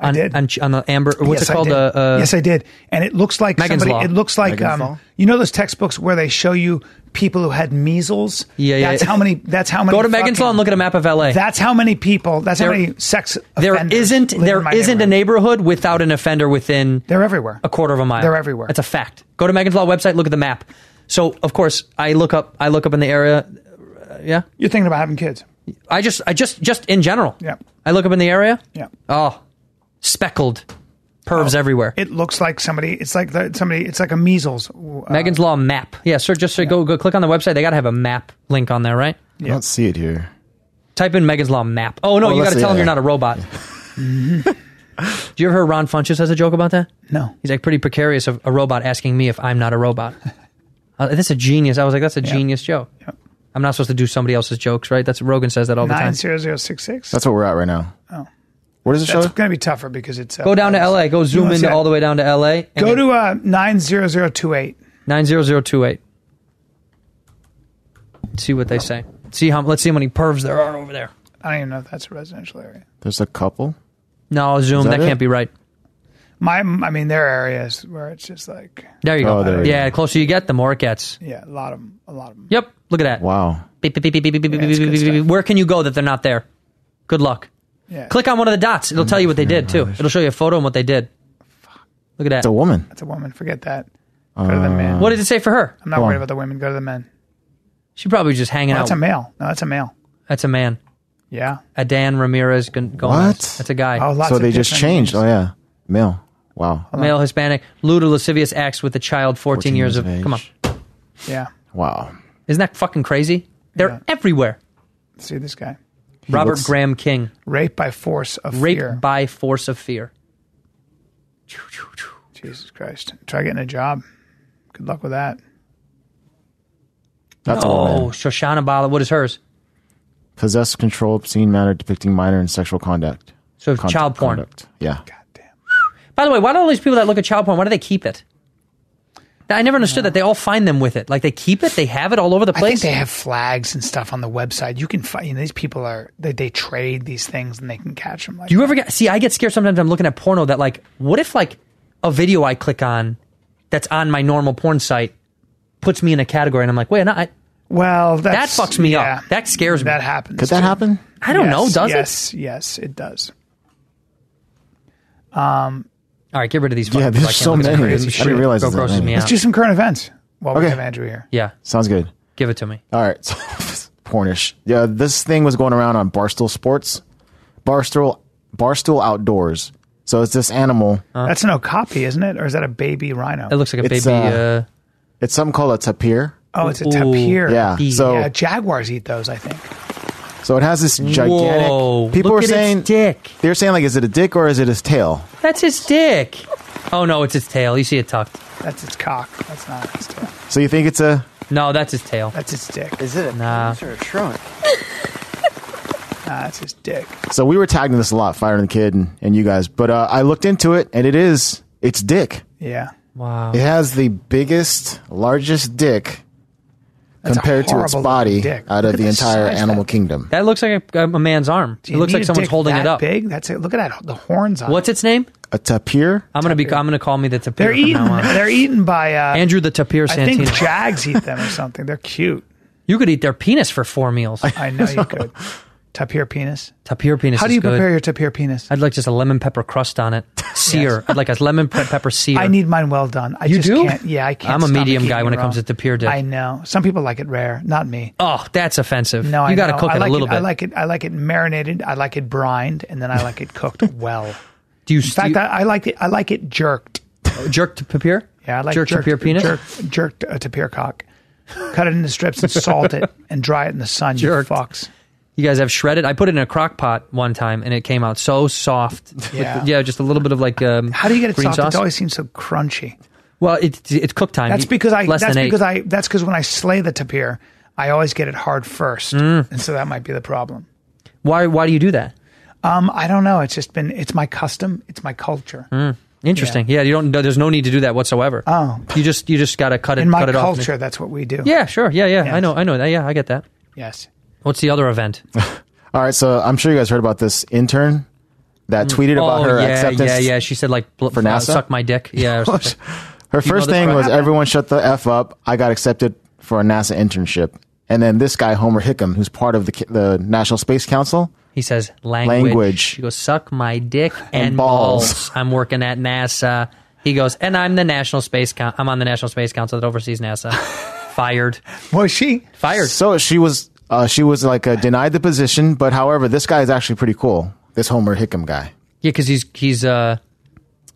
[SPEAKER 6] On, I did. On, on the amber. or What's
[SPEAKER 1] Yes,
[SPEAKER 6] it
[SPEAKER 1] I
[SPEAKER 6] called?
[SPEAKER 1] did.
[SPEAKER 6] Uh, uh,
[SPEAKER 1] yes, I did. And it looks like
[SPEAKER 6] Megan's
[SPEAKER 1] somebody.
[SPEAKER 6] Law.
[SPEAKER 1] It looks like
[SPEAKER 6] Megan's
[SPEAKER 1] um,
[SPEAKER 6] Law?
[SPEAKER 1] you know those textbooks where they show you people who had measles.
[SPEAKER 6] Yeah, yeah,
[SPEAKER 1] That's
[SPEAKER 6] yeah.
[SPEAKER 1] how many. That's how many.
[SPEAKER 6] Go to Megan's
[SPEAKER 1] fucking-
[SPEAKER 6] Law and look at a map of LA.
[SPEAKER 1] That's how many people. That's
[SPEAKER 6] There-
[SPEAKER 1] how many sex.
[SPEAKER 6] There
[SPEAKER 1] offenders
[SPEAKER 6] isn't
[SPEAKER 1] live in
[SPEAKER 6] there
[SPEAKER 1] my
[SPEAKER 6] isn't a neighborhood without an offender within.
[SPEAKER 1] They're everywhere.
[SPEAKER 6] A quarter of a mile.
[SPEAKER 1] They're everywhere.
[SPEAKER 6] That's a fact. Go to Megan's Law website. Look at the map. So of course I look up. I look up in the area. uh, yeah.
[SPEAKER 1] You're thinking about having kids.
[SPEAKER 6] I just I just just in general.
[SPEAKER 1] Yeah.
[SPEAKER 6] I look up in the area.
[SPEAKER 1] Yeah.
[SPEAKER 6] Oh, speckled pervs everywhere.
[SPEAKER 1] It looks like somebody. It's like the, somebody. It's like a measles. uh,
[SPEAKER 6] Megan's Law map. Yeah, sir. Just so go go click on the website. They got to have a map link on there, right?
[SPEAKER 7] I don't see it here.
[SPEAKER 6] Type in Megan's Law map. Oh
[SPEAKER 7] Oh,
[SPEAKER 6] no, you got
[SPEAKER 7] let's
[SPEAKER 6] to
[SPEAKER 7] see,
[SPEAKER 6] tell
[SPEAKER 7] yeah.
[SPEAKER 6] them you're not
[SPEAKER 7] *laughs*
[SPEAKER 6] a robot. Do you ever hear Ron Funches has a joke about that?
[SPEAKER 1] No.
[SPEAKER 6] He's like pretty precarious of a robot asking me if I'm not
[SPEAKER 1] *laughs*
[SPEAKER 6] a robot. Uh, that's a genius. I was like, that's a genius joke. I'm not supposed to do somebody else's jokes, right? That's Rogan says that all the time.
[SPEAKER 1] Nine zero zero six six.
[SPEAKER 7] That's what we're at right now.
[SPEAKER 1] Oh.
[SPEAKER 7] What is the show?
[SPEAKER 1] That's going to be tougher because it's uh,
[SPEAKER 6] Go down to L.A. Go
[SPEAKER 1] You
[SPEAKER 6] zoom
[SPEAKER 1] wanna
[SPEAKER 6] in
[SPEAKER 1] see
[SPEAKER 6] all
[SPEAKER 1] it?
[SPEAKER 6] the way down to L.A.
[SPEAKER 1] Go to uh, nine zero zero two eight.
[SPEAKER 6] nine zero zero two eight. See what they say. See how. Let's see how many pervs there are over there.
[SPEAKER 1] I don't even know if that's a residential area.
[SPEAKER 7] There's a couple.
[SPEAKER 6] No, Zoom.
[SPEAKER 7] that
[SPEAKER 6] That,
[SPEAKER 7] it?
[SPEAKER 6] can't be right.
[SPEAKER 1] My, I mean, there are areas where it's just like
[SPEAKER 6] There you go.
[SPEAKER 7] Oh, there we
[SPEAKER 6] yeah, the closer you get, the more it gets.
[SPEAKER 1] yeah, a lot of 'em, a lot of them.
[SPEAKER 6] Yep. Look at that.
[SPEAKER 7] Wow.
[SPEAKER 6] Beep, beep, beep, beep, beep, beep, beep,
[SPEAKER 1] Yeah, it's
[SPEAKER 6] beep,
[SPEAKER 1] good
[SPEAKER 6] beep, beep. Where can you go that they're not there? Good luck.
[SPEAKER 1] Yeah.
[SPEAKER 6] Click on one of the dots. It'll tell you what they did too. It'll show you a photo and what they did. Look at that.
[SPEAKER 7] It's a woman.
[SPEAKER 1] That's a woman. Forget that.
[SPEAKER 7] Go
[SPEAKER 1] to the man.
[SPEAKER 6] What did it say for her?
[SPEAKER 1] I'm not worried about the women. Go to the men.
[SPEAKER 6] She probably was just hanging
[SPEAKER 1] Oh,
[SPEAKER 6] out.
[SPEAKER 1] that's a male. No, that's a male.
[SPEAKER 6] That's a man.
[SPEAKER 1] Yeah.
[SPEAKER 6] A Dan Ramirez Gon- Gomez.
[SPEAKER 7] What?
[SPEAKER 6] That's a guy.
[SPEAKER 1] Oh, lots
[SPEAKER 7] so
[SPEAKER 1] of
[SPEAKER 7] they just
[SPEAKER 1] different
[SPEAKER 7] changed. Oh yeah, male. Wow.
[SPEAKER 6] Male Hispanic. Lewd or lascivious acts with a child 14,
[SPEAKER 7] 14
[SPEAKER 6] years
[SPEAKER 7] years
[SPEAKER 6] of.
[SPEAKER 7] of age.
[SPEAKER 6] Come on.
[SPEAKER 1] Yeah.
[SPEAKER 7] Wow.
[SPEAKER 6] Isn't that fucking crazy? They're everywhere.
[SPEAKER 1] See this guy.
[SPEAKER 6] Robert
[SPEAKER 1] looks-
[SPEAKER 6] Graham King.
[SPEAKER 1] Rape by force of
[SPEAKER 6] Rape
[SPEAKER 1] fear.
[SPEAKER 6] by force of fear.
[SPEAKER 1] Jesus Christ. Try getting a job. Good luck with that.
[SPEAKER 7] That's a
[SPEAKER 6] oh,
[SPEAKER 7] woman.
[SPEAKER 6] Shoshana Bala. What is hers?
[SPEAKER 7] Possess, control, obscene manner depicting minor and sexual conduct.
[SPEAKER 6] So
[SPEAKER 7] Con-
[SPEAKER 6] child porn.
[SPEAKER 7] Conduct. Yeah.
[SPEAKER 6] By the way, why do all these people that look at child porn, why do they keep it? I never understood that they all find them with it. Like they keep it, they have it all over the place.
[SPEAKER 1] I think they have flags and stuff on the website. You can find you know, these people are they, they trade these things and they can catch them. Like
[SPEAKER 6] Do you ever get see? I get scared sometimes. I'm looking at porno that like, what if like a video I click on that's on my normal porn site puts me in a category, and I'm like, wait, no, I,
[SPEAKER 1] well
[SPEAKER 6] that
[SPEAKER 1] that's,
[SPEAKER 6] fucks me up. That scares me.
[SPEAKER 1] That happens.
[SPEAKER 7] Could that happen?
[SPEAKER 6] I don't know. Does
[SPEAKER 1] yes, it? Yes, yes, it does. Um,
[SPEAKER 6] All right, get rid of these.
[SPEAKER 7] Yeah,
[SPEAKER 6] fuckers.
[SPEAKER 7] there's
[SPEAKER 6] I can't
[SPEAKER 7] so
[SPEAKER 6] look at
[SPEAKER 7] many.
[SPEAKER 6] them.
[SPEAKER 7] I didn't realize
[SPEAKER 6] Go
[SPEAKER 7] there's that
[SPEAKER 6] grosses
[SPEAKER 7] many.
[SPEAKER 6] me
[SPEAKER 7] Let's
[SPEAKER 6] out.
[SPEAKER 1] do some current events while we
[SPEAKER 7] Okay.
[SPEAKER 1] have Andrew here.
[SPEAKER 6] Yeah.
[SPEAKER 7] Sounds good.
[SPEAKER 6] Give it to me.
[SPEAKER 7] All right. So, *laughs* Pornish. Yeah, this thing was going around on Barstool Sports. Barstool Barstool Outdoors. So it's this animal.
[SPEAKER 6] Uh-huh.
[SPEAKER 1] That's an okapi, isn't it? Or is that a baby rhino?
[SPEAKER 7] It's, uh,
[SPEAKER 6] uh,
[SPEAKER 7] it's something called a tapir.
[SPEAKER 1] oh, it's a tapir.
[SPEAKER 7] Yeah. So
[SPEAKER 1] yeah, jaguars eat those, I think.
[SPEAKER 7] so it has this gigantic.
[SPEAKER 6] Whoa,
[SPEAKER 7] people
[SPEAKER 6] look
[SPEAKER 7] are
[SPEAKER 6] at its
[SPEAKER 7] saying dick. They're saying like, is it a dick or is it his tail?
[SPEAKER 6] That's his dick. Oh no, it's his tail. You see it tucked.
[SPEAKER 1] That's its cock. That's not its tail.
[SPEAKER 7] So you think it's a?
[SPEAKER 6] No, that's his tail.
[SPEAKER 1] That's his dick.
[SPEAKER 6] Is it? Nah.
[SPEAKER 1] or a trunk? *laughs* nah, that's his dick.
[SPEAKER 7] So we were tagging this a lot, Fire and the Kid and, and you guys. But uh, I looked into it, and it is it's dick.
[SPEAKER 1] Yeah.
[SPEAKER 6] Wow.
[SPEAKER 7] It has the biggest, largest dick
[SPEAKER 1] That's a
[SPEAKER 7] compared to its
[SPEAKER 1] horrible
[SPEAKER 7] body
[SPEAKER 1] dick.
[SPEAKER 7] out
[SPEAKER 1] Look
[SPEAKER 7] of
[SPEAKER 1] at
[SPEAKER 7] the,
[SPEAKER 1] the
[SPEAKER 7] entire
[SPEAKER 1] size of
[SPEAKER 7] animal kingdom.
[SPEAKER 6] That looks like a, a man's arm.
[SPEAKER 1] Do
[SPEAKER 6] it
[SPEAKER 1] you
[SPEAKER 6] looks
[SPEAKER 1] need
[SPEAKER 6] like
[SPEAKER 1] a
[SPEAKER 6] someone's
[SPEAKER 1] dick
[SPEAKER 6] holding it
[SPEAKER 1] that
[SPEAKER 6] up.
[SPEAKER 1] Big? That's it. Look at that. The horns on.
[SPEAKER 6] What's its name?
[SPEAKER 7] A tapir.
[SPEAKER 6] I'm gonna be. I'm gonna call me the tapir.
[SPEAKER 1] They're
[SPEAKER 6] from
[SPEAKER 1] eaten.
[SPEAKER 6] now on.
[SPEAKER 1] They're eaten by. Uh,
[SPEAKER 6] Andrew the tapir
[SPEAKER 1] I think
[SPEAKER 6] Santino.
[SPEAKER 1] jags eat
[SPEAKER 6] *laughs*
[SPEAKER 1] them or something. They're cute.
[SPEAKER 6] you could eat their penis for four meals.
[SPEAKER 1] I know
[SPEAKER 6] *laughs*
[SPEAKER 1] you could. Tapir penis.
[SPEAKER 6] Tapir penis.
[SPEAKER 1] How do
[SPEAKER 6] is
[SPEAKER 1] you
[SPEAKER 6] good.
[SPEAKER 1] prepare your tapir penis?
[SPEAKER 6] I'd like just a lemon pepper
[SPEAKER 1] *laughs*
[SPEAKER 6] crust on it. Sear. I'd like a lemon pe- pepper sear.
[SPEAKER 1] I need mine well done. I
[SPEAKER 6] You
[SPEAKER 1] just
[SPEAKER 6] do?
[SPEAKER 1] can't. Yeah, I can't.
[SPEAKER 6] I'm a
[SPEAKER 1] stomach
[SPEAKER 6] medium
[SPEAKER 1] eating
[SPEAKER 6] guy when it comes
[SPEAKER 1] raw.
[SPEAKER 6] to tapir dick.
[SPEAKER 1] I know. Some people like it rare. Not me.
[SPEAKER 6] oh, that's offensive.
[SPEAKER 1] No,
[SPEAKER 6] you
[SPEAKER 1] I
[SPEAKER 6] gotta
[SPEAKER 1] know.
[SPEAKER 6] cook
[SPEAKER 1] I
[SPEAKER 6] it
[SPEAKER 1] like
[SPEAKER 6] a little bit.
[SPEAKER 1] I like it. I like it marinated. I like it brined, and then I like it
[SPEAKER 6] *laughs*
[SPEAKER 1] cooked well.
[SPEAKER 6] do you
[SPEAKER 1] In fact, I, I like it. I like it jerked.
[SPEAKER 6] jerk tapir?
[SPEAKER 1] Yeah, I like
[SPEAKER 6] jerk
[SPEAKER 1] jerked,
[SPEAKER 6] tapir penis.
[SPEAKER 1] Jerked, jerked a tapir cock. Cut it into strips and salt
[SPEAKER 6] *laughs*
[SPEAKER 1] it and dry it in the sun. Jerked. You fucks.
[SPEAKER 6] You guys have shredded. I put it in a crock pot one time, and it came out so soft. With the-
[SPEAKER 1] Yeah.
[SPEAKER 6] yeah, just a little bit of like. Um,
[SPEAKER 1] How do you get it
[SPEAKER 6] green
[SPEAKER 1] soft?
[SPEAKER 6] Sauce?
[SPEAKER 1] It always seems so crunchy.
[SPEAKER 6] well, it, it's cook time.
[SPEAKER 1] That's
[SPEAKER 6] You-
[SPEAKER 1] because I.
[SPEAKER 6] less
[SPEAKER 1] That's
[SPEAKER 6] than eight.
[SPEAKER 1] because I. That's because when I slay the tapir, I always get it hard first,
[SPEAKER 6] Mm.
[SPEAKER 1] and so that might be the problem.
[SPEAKER 6] Why? Why do you do that?
[SPEAKER 1] Um, I don't know. It's just been. It's my custom. It's my culture.
[SPEAKER 6] Mm, interesting. Yeah. you don't. no, There's no need to do that whatsoever.
[SPEAKER 1] Oh.
[SPEAKER 6] you just you just gotta cut it.
[SPEAKER 1] In my
[SPEAKER 6] cut it off.
[SPEAKER 1] culture, that's what we do.
[SPEAKER 6] Yeah, sure. Yeah, yeah. I know. I know that. Yeah, I get that.
[SPEAKER 1] Yes.
[SPEAKER 6] What's the other event?
[SPEAKER 7] All right, so I'm sure you guys heard about this intern that tweeted
[SPEAKER 6] oh,
[SPEAKER 7] about her
[SPEAKER 6] yeah,
[SPEAKER 7] acceptance.
[SPEAKER 6] Yeah, yeah. She said like bl-
[SPEAKER 7] for
[SPEAKER 6] uh,
[SPEAKER 7] NASA?
[SPEAKER 6] suck my dick.
[SPEAKER 7] *laughs*
[SPEAKER 6] Yeah. or something.
[SPEAKER 7] Her
[SPEAKER 6] Do you know
[SPEAKER 7] first
[SPEAKER 6] this
[SPEAKER 7] thing
[SPEAKER 6] crap?
[SPEAKER 7] was everyone shut the f up. I got accepted for a NASA internship, and then this guy Homer Hickam, who's part of the K- the National Space Council,
[SPEAKER 6] He says language.
[SPEAKER 7] Language.
[SPEAKER 6] She goes suck my dick and,
[SPEAKER 7] And
[SPEAKER 6] balls.
[SPEAKER 7] balls.
[SPEAKER 6] I'm working at NASA. He goes and I'm the National Space. Coun I'm on the National Space Council that
[SPEAKER 7] *laughs*
[SPEAKER 6] oversees NASA. Fired.
[SPEAKER 1] Was she
[SPEAKER 6] fired?
[SPEAKER 7] So she was uh, she was like uh, denied the position, but however, this guy is actually pretty cool. This Homer Hickam guy.
[SPEAKER 6] Yeah, because he's he's uh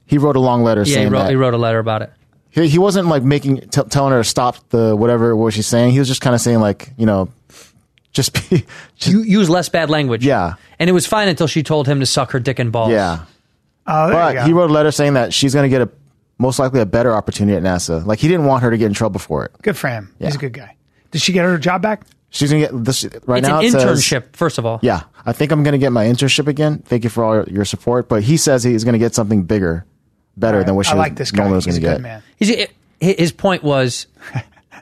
[SPEAKER 7] He wrote a long letter
[SPEAKER 6] yeah he
[SPEAKER 7] saying
[SPEAKER 6] wrote,
[SPEAKER 7] that
[SPEAKER 6] he wrote a letter about it.
[SPEAKER 7] he, he wasn't like making t- telling her to stop the whatever what she's saying. He was just kind of saying like you know, just be *laughs*
[SPEAKER 6] you use less bad language.
[SPEAKER 7] Yeah,
[SPEAKER 6] And it was fine until she told him to suck her dick and balls.
[SPEAKER 7] yeah.
[SPEAKER 1] Oh, there you
[SPEAKER 7] but
[SPEAKER 1] go.
[SPEAKER 7] he wrote a letter saying that she's going to get a most likely a better opportunity at NASA. Like he didn't want her to get in trouble for it.
[SPEAKER 1] Good for him. He's a good guy. Did she get her job back?
[SPEAKER 7] She's going to get this right
[SPEAKER 6] it's
[SPEAKER 7] now.
[SPEAKER 6] an
[SPEAKER 7] it says-
[SPEAKER 6] internship, first of all.
[SPEAKER 7] yeah, I think I'm going to get my internship again. Thank you for all your, your support. But he says he's going to get something bigger, better than what she
[SPEAKER 1] I
[SPEAKER 7] was,
[SPEAKER 1] like this guy.
[SPEAKER 7] normally was
[SPEAKER 1] He's
[SPEAKER 7] going
[SPEAKER 1] a
[SPEAKER 7] to
[SPEAKER 1] good
[SPEAKER 7] get.
[SPEAKER 1] man.
[SPEAKER 6] He's, it, his point was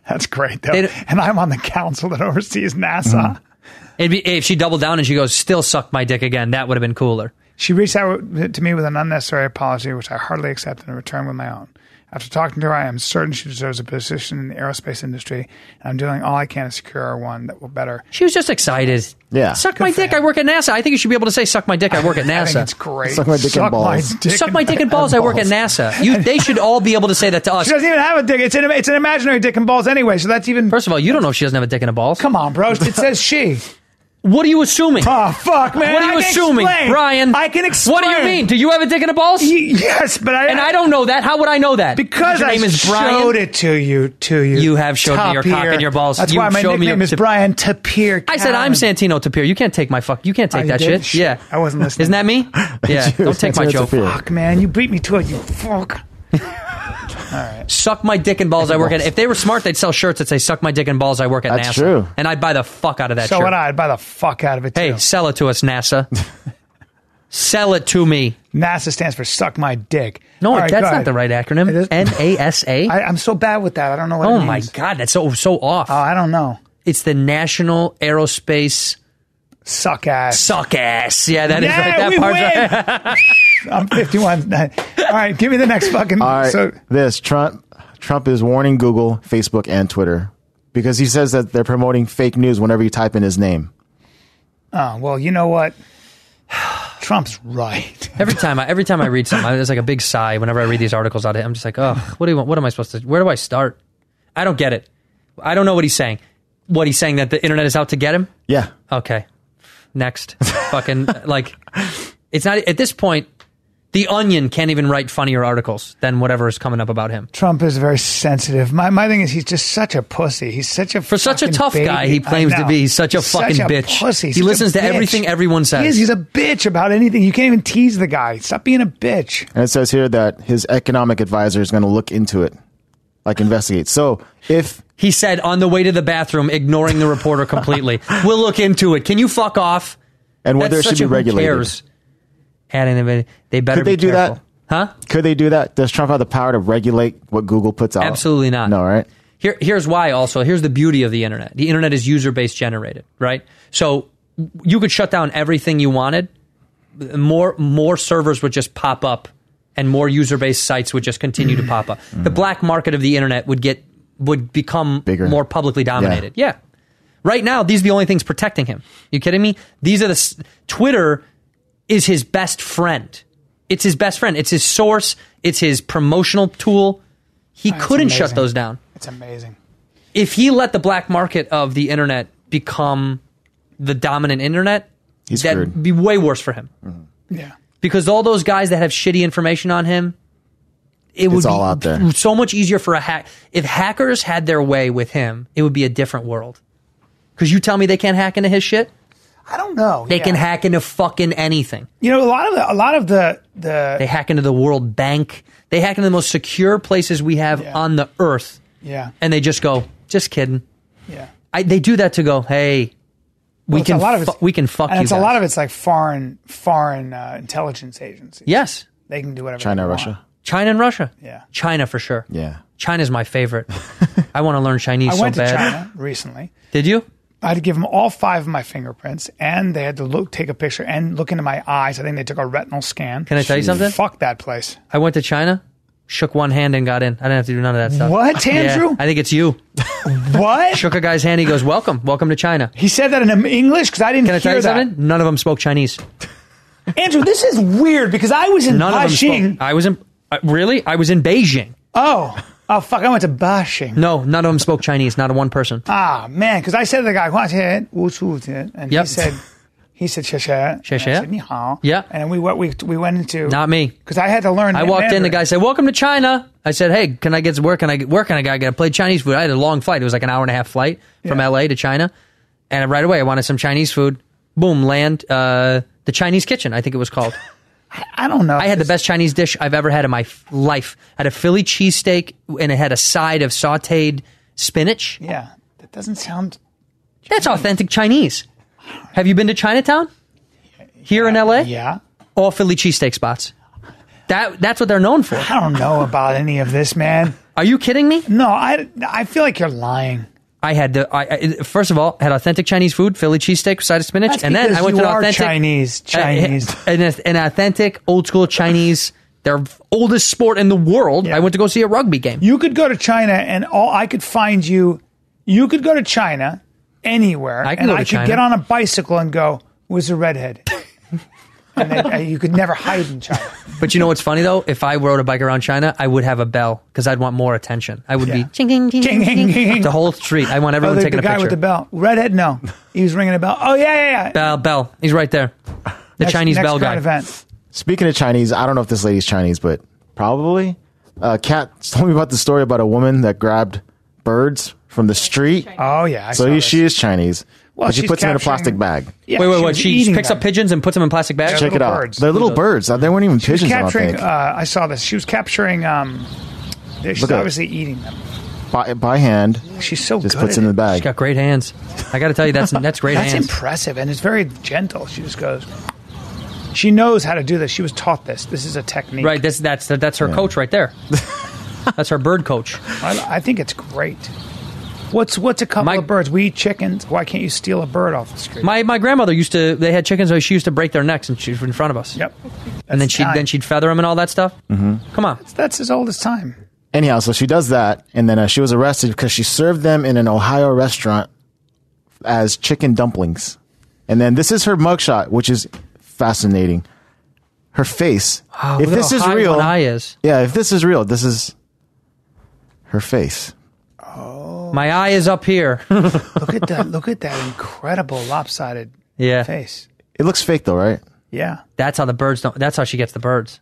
[SPEAKER 1] That's great though. And I'm on the council that *laughs* oversees NASA.
[SPEAKER 7] Mm-hmm.
[SPEAKER 6] it'd be, if she doubled down and she goes, still suck my dick again, that would have been cooler.
[SPEAKER 1] She reached out to me with an unnecessary apology, which I heartily accepted and returned with my own. After talking to her, I am certain she deserves a position in the aerospace industry, and I'm doing all I can to secure her one that will better.
[SPEAKER 6] She was just excited.
[SPEAKER 7] Yeah.
[SPEAKER 6] Suck my dick, I work at NASA. I think you should be able to say, suck my dick, I work at
[SPEAKER 1] *laughs*
[SPEAKER 6] NASA.
[SPEAKER 1] I think it's great.
[SPEAKER 7] Suck my dick and balls.
[SPEAKER 1] dick
[SPEAKER 6] Suck
[SPEAKER 1] and-
[SPEAKER 6] my dick and balls, I work
[SPEAKER 1] *laughs*
[SPEAKER 6] at NASA. You, they should all be able to say that to us.
[SPEAKER 1] She doesn't even have a dick. It's an, it's an imaginary dick and balls anyway, so that's even.
[SPEAKER 6] First of all, you don't know if she doesn't have a dick and a balls.
[SPEAKER 1] Come on, bro. It says she.
[SPEAKER 6] What are you assuming?
[SPEAKER 1] Oh, fuck, man.
[SPEAKER 6] What are you
[SPEAKER 1] I can
[SPEAKER 6] assuming,
[SPEAKER 1] explain.
[SPEAKER 6] Brian?
[SPEAKER 1] I can explain.
[SPEAKER 6] What do you mean? Do you have a dick and a balls?
[SPEAKER 1] Y- yes, but I.
[SPEAKER 6] and I don't know that. How would I know that?
[SPEAKER 1] Because
[SPEAKER 6] your
[SPEAKER 1] I
[SPEAKER 6] name is Brian.
[SPEAKER 1] showed it to you, to you.
[SPEAKER 6] You have showed me your cock
[SPEAKER 1] Tapir.
[SPEAKER 6] and your balls.
[SPEAKER 1] That's
[SPEAKER 6] You
[SPEAKER 1] why my
[SPEAKER 6] showed me
[SPEAKER 1] nickname
[SPEAKER 6] your
[SPEAKER 1] is
[SPEAKER 6] tip-
[SPEAKER 1] Brian Tapir.
[SPEAKER 6] I said I'm
[SPEAKER 1] Cowan."
[SPEAKER 6] Santino Tapir. You can't take my fuck. You can't take
[SPEAKER 1] Oh, you
[SPEAKER 6] that
[SPEAKER 1] did?
[SPEAKER 6] shit. Yeah,
[SPEAKER 1] I wasn't listening.
[SPEAKER 6] Isn't
[SPEAKER 1] *laughs*
[SPEAKER 6] that me? Yeah,
[SPEAKER 7] You
[SPEAKER 6] don't take my
[SPEAKER 7] Santino
[SPEAKER 6] joke.
[SPEAKER 7] Tapir.
[SPEAKER 1] Fuck, man, you beat me to it. You fuck.
[SPEAKER 6] Suck my dick and balls. I work at. If they were smart, they'd sell shirts that say "Suck my dick and balls." I work at
[SPEAKER 7] That's
[SPEAKER 6] NASA.
[SPEAKER 7] true.
[SPEAKER 6] And I'd buy the fuck out of that
[SPEAKER 1] so
[SPEAKER 6] shirt.
[SPEAKER 1] what? I'd buy the fuck out of it.
[SPEAKER 6] hey,
[SPEAKER 1] too.
[SPEAKER 6] sell it to us,
[SPEAKER 1] *laughs*
[SPEAKER 6] NASA. sell it to me.
[SPEAKER 1] NASA stands for suck my dick.
[SPEAKER 6] No,
[SPEAKER 1] All right,
[SPEAKER 6] that's
[SPEAKER 1] go
[SPEAKER 6] not
[SPEAKER 1] ahead.
[SPEAKER 6] the right acronym. N A S
[SPEAKER 1] *laughs*
[SPEAKER 6] A.
[SPEAKER 1] I, I'm so bad with that. I don't know what.
[SPEAKER 6] Oh
[SPEAKER 1] it
[SPEAKER 6] my
[SPEAKER 1] means.
[SPEAKER 6] god, that's so so off.
[SPEAKER 1] Oh, I don't know.
[SPEAKER 6] it's the National Aerospace
[SPEAKER 1] Suck ass.
[SPEAKER 6] Suck Ass. Yeah, that is
[SPEAKER 1] yeah,
[SPEAKER 6] that
[SPEAKER 1] we
[SPEAKER 6] part's
[SPEAKER 1] win.
[SPEAKER 6] right.
[SPEAKER 1] *laughs* I'm 51. All right, give me the next fucking.
[SPEAKER 7] All right,
[SPEAKER 1] So
[SPEAKER 7] this Trump Trump is warning Google, Facebook, and Twitter because he says that they're
[SPEAKER 1] uh,
[SPEAKER 7] promoting fake news whenever you type in his name.
[SPEAKER 1] Oh, well, you know what? *sighs* Trump's right.
[SPEAKER 6] Every time I every time I read something, there's like a big sigh whenever I read these articles out. I'm just like, oh, what do you want? What am I supposed to? Where do I start? I don't get it. I don't know what he's saying. What he's saying that the internet is out to get him.
[SPEAKER 7] Yeah.
[SPEAKER 6] Okay.
[SPEAKER 7] *laughs*
[SPEAKER 6] Next. Fucking like, it's not at this point. The Onion can't even write funnier articles than whatever is coming up about him.
[SPEAKER 1] Trump is very sensitive. My my thing is he's just such a pussy. He's such a
[SPEAKER 6] For such a tough guy, he claims to be. He's such a fucking bitch.
[SPEAKER 1] Pussy. He's
[SPEAKER 6] He
[SPEAKER 1] such a
[SPEAKER 6] listens to
[SPEAKER 1] bitch.
[SPEAKER 6] everything everyone says.
[SPEAKER 1] He is. He's a bitch about anything. You can't even tease the guy. Stop being a bitch.
[SPEAKER 7] And it says here that his economic advisor is going to look into it, like investigate. So if
[SPEAKER 6] He said on the way to the bathroom, ignoring the
[SPEAKER 7] *laughs*
[SPEAKER 6] reporter completely. we'll look into it. Can you fuck off?
[SPEAKER 7] And whether it
[SPEAKER 6] That's
[SPEAKER 7] should
[SPEAKER 6] such a
[SPEAKER 7] be
[SPEAKER 6] who
[SPEAKER 7] regulated.
[SPEAKER 6] cares. Had anybody- they better
[SPEAKER 7] could they
[SPEAKER 6] be
[SPEAKER 7] do
[SPEAKER 6] careful.
[SPEAKER 7] that? Huh? Could they do that? Does Trump have the power to regulate what Google puts out?
[SPEAKER 6] Absolutely not.
[SPEAKER 7] No, right?
[SPEAKER 6] Here, here's why. Also, here's the beauty of the internet. The internet is user based generated, right? So you could shut down everything you wanted. More more servers would just pop up, and more user based sites would just continue to pop up. The black market of the internet would get would become bigger, more publicly dominated. Yeah. Right now, these are the only things protecting him. You kidding me? These are the s- Twitter is his best friend. It's his best friend. It's his source. It's his promotional tool. He
[SPEAKER 1] That's
[SPEAKER 6] couldn't
[SPEAKER 1] amazing.
[SPEAKER 6] shut those down
[SPEAKER 1] It's amazing.
[SPEAKER 6] if he let the black market of the internet become the dominant internet, that'd
[SPEAKER 7] screwed.
[SPEAKER 6] be way worse for him.
[SPEAKER 1] Yeah.
[SPEAKER 6] Because all those guys that have shitty information on him, it
[SPEAKER 7] It's
[SPEAKER 6] would be
[SPEAKER 7] all out there.
[SPEAKER 6] so much easier for a hack. If hackers had their way with him, it would be a different world. Because you tell me they can't hack into his shit?
[SPEAKER 1] I don't know.
[SPEAKER 6] They
[SPEAKER 1] Yeah.
[SPEAKER 6] can hack into fucking anything.
[SPEAKER 1] You know, a lot of the a lot of the the
[SPEAKER 6] They hack into the World Bank. They hack into the most secure places we have on the earth.
[SPEAKER 1] yeah.
[SPEAKER 6] and they just go, just kidding.
[SPEAKER 1] Yeah.
[SPEAKER 6] I, they do that to go, hey, we
[SPEAKER 1] Well, it's
[SPEAKER 6] can
[SPEAKER 1] a lot of
[SPEAKER 6] fu-
[SPEAKER 1] it's-
[SPEAKER 6] we can fuck
[SPEAKER 1] and
[SPEAKER 6] you.
[SPEAKER 1] it's a
[SPEAKER 6] guys.
[SPEAKER 1] lot of it's like foreign foreign uh, intelligence agencies.
[SPEAKER 6] yes,
[SPEAKER 1] They can do whatever.
[SPEAKER 7] China,
[SPEAKER 1] they want.
[SPEAKER 7] Russia.
[SPEAKER 6] China and Russia. Yeah, China for sure.
[SPEAKER 7] Yeah.
[SPEAKER 6] China's my favorite. I want to learn Chinese
[SPEAKER 1] I
[SPEAKER 6] so
[SPEAKER 1] went to
[SPEAKER 6] bad.
[SPEAKER 1] China recently.
[SPEAKER 6] Did you?
[SPEAKER 1] I had to give them all five of my fingerprints, and they had to look, take a picture, and look into my eyes. I think they took a retinal scan.
[SPEAKER 6] Can I tell you something?
[SPEAKER 1] Fuck that place.
[SPEAKER 6] I went to China, shook one hand and got in. I didn't have to do none of that stuff.
[SPEAKER 1] What,
[SPEAKER 6] Yeah,
[SPEAKER 1] Andrew?
[SPEAKER 6] I think it's you.
[SPEAKER 1] what?
[SPEAKER 6] Shook a guy's hand. He goes, "Welcome, welcome to China."
[SPEAKER 1] He said that in English because I didn't
[SPEAKER 6] Can I tell
[SPEAKER 1] hear
[SPEAKER 6] you
[SPEAKER 1] that.
[SPEAKER 6] something? None of them spoke Chinese.
[SPEAKER 1] Andrew, this is weird because I was in
[SPEAKER 6] None of them
[SPEAKER 1] Beijing.
[SPEAKER 6] spoke. I was in. uh, Really? I was in Beijing.
[SPEAKER 1] Oh, oh fuck! I went to Beijing.
[SPEAKER 6] No, none of them spoke Chinese. Not a one person.
[SPEAKER 1] Ah man, because I said to the guy, "What's it? What's it?" And he
[SPEAKER 6] Yep.
[SPEAKER 1] said, "He said, 谢谢."
[SPEAKER 6] Xie
[SPEAKER 1] And I
[SPEAKER 6] xie.
[SPEAKER 1] said, "Ni hao."
[SPEAKER 6] Yeah.
[SPEAKER 1] And we went, we we went into
[SPEAKER 6] Not me.
[SPEAKER 1] because I had to learn.
[SPEAKER 6] I walked in. The
[SPEAKER 1] Mandarin.
[SPEAKER 6] guy said, "Welcome to China." I said, "Hey, can I get where can I get where can I get? I got to play Chinese food." I had a long flight. It was like an hour and a half flight from L.A. to China, and right away I wanted some Chinese food. Boom, land uh, the Chinese kitchen. I think it
[SPEAKER 1] *laughs*
[SPEAKER 6] was called.
[SPEAKER 1] I don't know.
[SPEAKER 6] I had the best Chinese dish I've ever had in my f- life. I had a Philly cheesesteak and it had a side of sautéed spinach.
[SPEAKER 1] Yeah, that doesn't sound.
[SPEAKER 6] That's authentic Chinese. Have you been to Chinatown here in L.A.?
[SPEAKER 1] Yeah.
[SPEAKER 6] All Philly cheesesteak spots. That that's what they're known for.
[SPEAKER 1] I don't know about any of this, man.
[SPEAKER 6] Are you kidding me?
[SPEAKER 1] No, I I feel like you're lying.
[SPEAKER 6] I had the I, I first of all had authentic Chinese food, Philly cheesesteak, side of spinach,
[SPEAKER 1] That's
[SPEAKER 6] and then
[SPEAKER 1] because
[SPEAKER 6] I went
[SPEAKER 1] you
[SPEAKER 6] to an
[SPEAKER 1] are
[SPEAKER 6] authentic
[SPEAKER 1] Chinese, Chinese.
[SPEAKER 6] uh, *laughs* an, an authentic old school Chinese, their oldest sport in the world. I went to go see a rugby game.
[SPEAKER 1] You could go to China and all I could find you. You could go to China anywhere,
[SPEAKER 6] I can
[SPEAKER 1] and
[SPEAKER 6] go to
[SPEAKER 1] I could
[SPEAKER 6] China.
[SPEAKER 1] get on a bicycle and go was a redhead. *laughs* and then, uh, you could never hide in
[SPEAKER 6] *laughs*
[SPEAKER 1] China.
[SPEAKER 6] But you know what's funny though? If I rode a bike around China, I would have a bell because I'd want more attention. I would be ching, ching, ching,
[SPEAKER 1] Ching, ching,
[SPEAKER 6] ching,
[SPEAKER 1] ching, ching.
[SPEAKER 6] *laughs* the whole street. I want
[SPEAKER 1] oh,
[SPEAKER 6] everyone
[SPEAKER 1] the,
[SPEAKER 6] taking
[SPEAKER 1] the
[SPEAKER 6] a
[SPEAKER 1] guy
[SPEAKER 6] picture.
[SPEAKER 1] with the bell, redhead. No, he was ringing a bell. Oh yeah, yeah, yeah.
[SPEAKER 6] bell, bell. He's right there. The
[SPEAKER 1] Next-
[SPEAKER 6] Chinese
[SPEAKER 1] next
[SPEAKER 6] bell guy.
[SPEAKER 1] current event.
[SPEAKER 7] Speaking of Chinese, I don't know if this lady's Chinese, but probably. Uh, Kat told me about the story about a woman that grabbed birds from the street.
[SPEAKER 1] Oh yeah. I
[SPEAKER 7] so
[SPEAKER 1] saw
[SPEAKER 7] he-
[SPEAKER 1] this.
[SPEAKER 7] she is Chinese.
[SPEAKER 1] Well,
[SPEAKER 7] but she
[SPEAKER 1] she's
[SPEAKER 7] puts them in a
[SPEAKER 1] capturing-
[SPEAKER 7] plastic bag.
[SPEAKER 1] Yeah,
[SPEAKER 6] wait, wait,
[SPEAKER 1] she
[SPEAKER 6] wait.
[SPEAKER 1] was
[SPEAKER 6] She
[SPEAKER 1] eating
[SPEAKER 6] picks
[SPEAKER 1] them.
[SPEAKER 6] up pigeons and puts them in plastic bags.
[SPEAKER 7] Check it out. They're little birds. They weren't even
[SPEAKER 1] She was
[SPEAKER 7] pigeons, I don't
[SPEAKER 1] capturing.
[SPEAKER 7] think.
[SPEAKER 1] Uh, I saw this. She was capturing. Um, there- she's
[SPEAKER 7] Look at it.
[SPEAKER 1] obviously eating them.
[SPEAKER 7] by, by hand.
[SPEAKER 1] She's so
[SPEAKER 7] Just
[SPEAKER 1] good
[SPEAKER 7] puts
[SPEAKER 1] at
[SPEAKER 7] it in
[SPEAKER 1] it.
[SPEAKER 7] the bag.
[SPEAKER 6] She's got great hands. I got to tell you, that's that's great
[SPEAKER 1] That's
[SPEAKER 6] hands.
[SPEAKER 1] impressive, and it's very gentle. She just goes. She knows how to do this. She was taught this. This is a technique.
[SPEAKER 6] Right. That's that's that's her coach
[SPEAKER 7] *laughs*
[SPEAKER 6] right there. that's her bird coach.
[SPEAKER 1] I, I think it's great. What's what's a couple of birds? We eat chickens. Why can't you steal a bird off the street?
[SPEAKER 6] My my grandmother used to. They had chickens. so She used to break their necks and she in front of us.
[SPEAKER 1] Yep.
[SPEAKER 6] and then she
[SPEAKER 1] time.
[SPEAKER 6] would then she'd feather them and all that stuff. Mm-hmm. Come on.
[SPEAKER 1] That's as old as time.
[SPEAKER 7] Anyhow, so she does that, and then uh, she was arrested because she served them in an Ohio restaurant as chicken dumplings. And then this is her mugshot, which is fascinating. her face.
[SPEAKER 6] Wow,
[SPEAKER 7] if
[SPEAKER 6] look
[SPEAKER 7] this
[SPEAKER 6] how
[SPEAKER 7] is
[SPEAKER 6] Oh, high
[SPEAKER 7] real,
[SPEAKER 6] one eye is.
[SPEAKER 7] yeah. If this is real, this is her face.
[SPEAKER 1] Oh.
[SPEAKER 6] My eye is
[SPEAKER 7] *laughs*
[SPEAKER 6] up here.
[SPEAKER 1] look at that! Look at that incredible lopsided
[SPEAKER 6] Yeah.
[SPEAKER 1] face.
[SPEAKER 7] It looks fake though, right?
[SPEAKER 1] Yeah.
[SPEAKER 6] That's how the birds don't. That's how she gets the birds.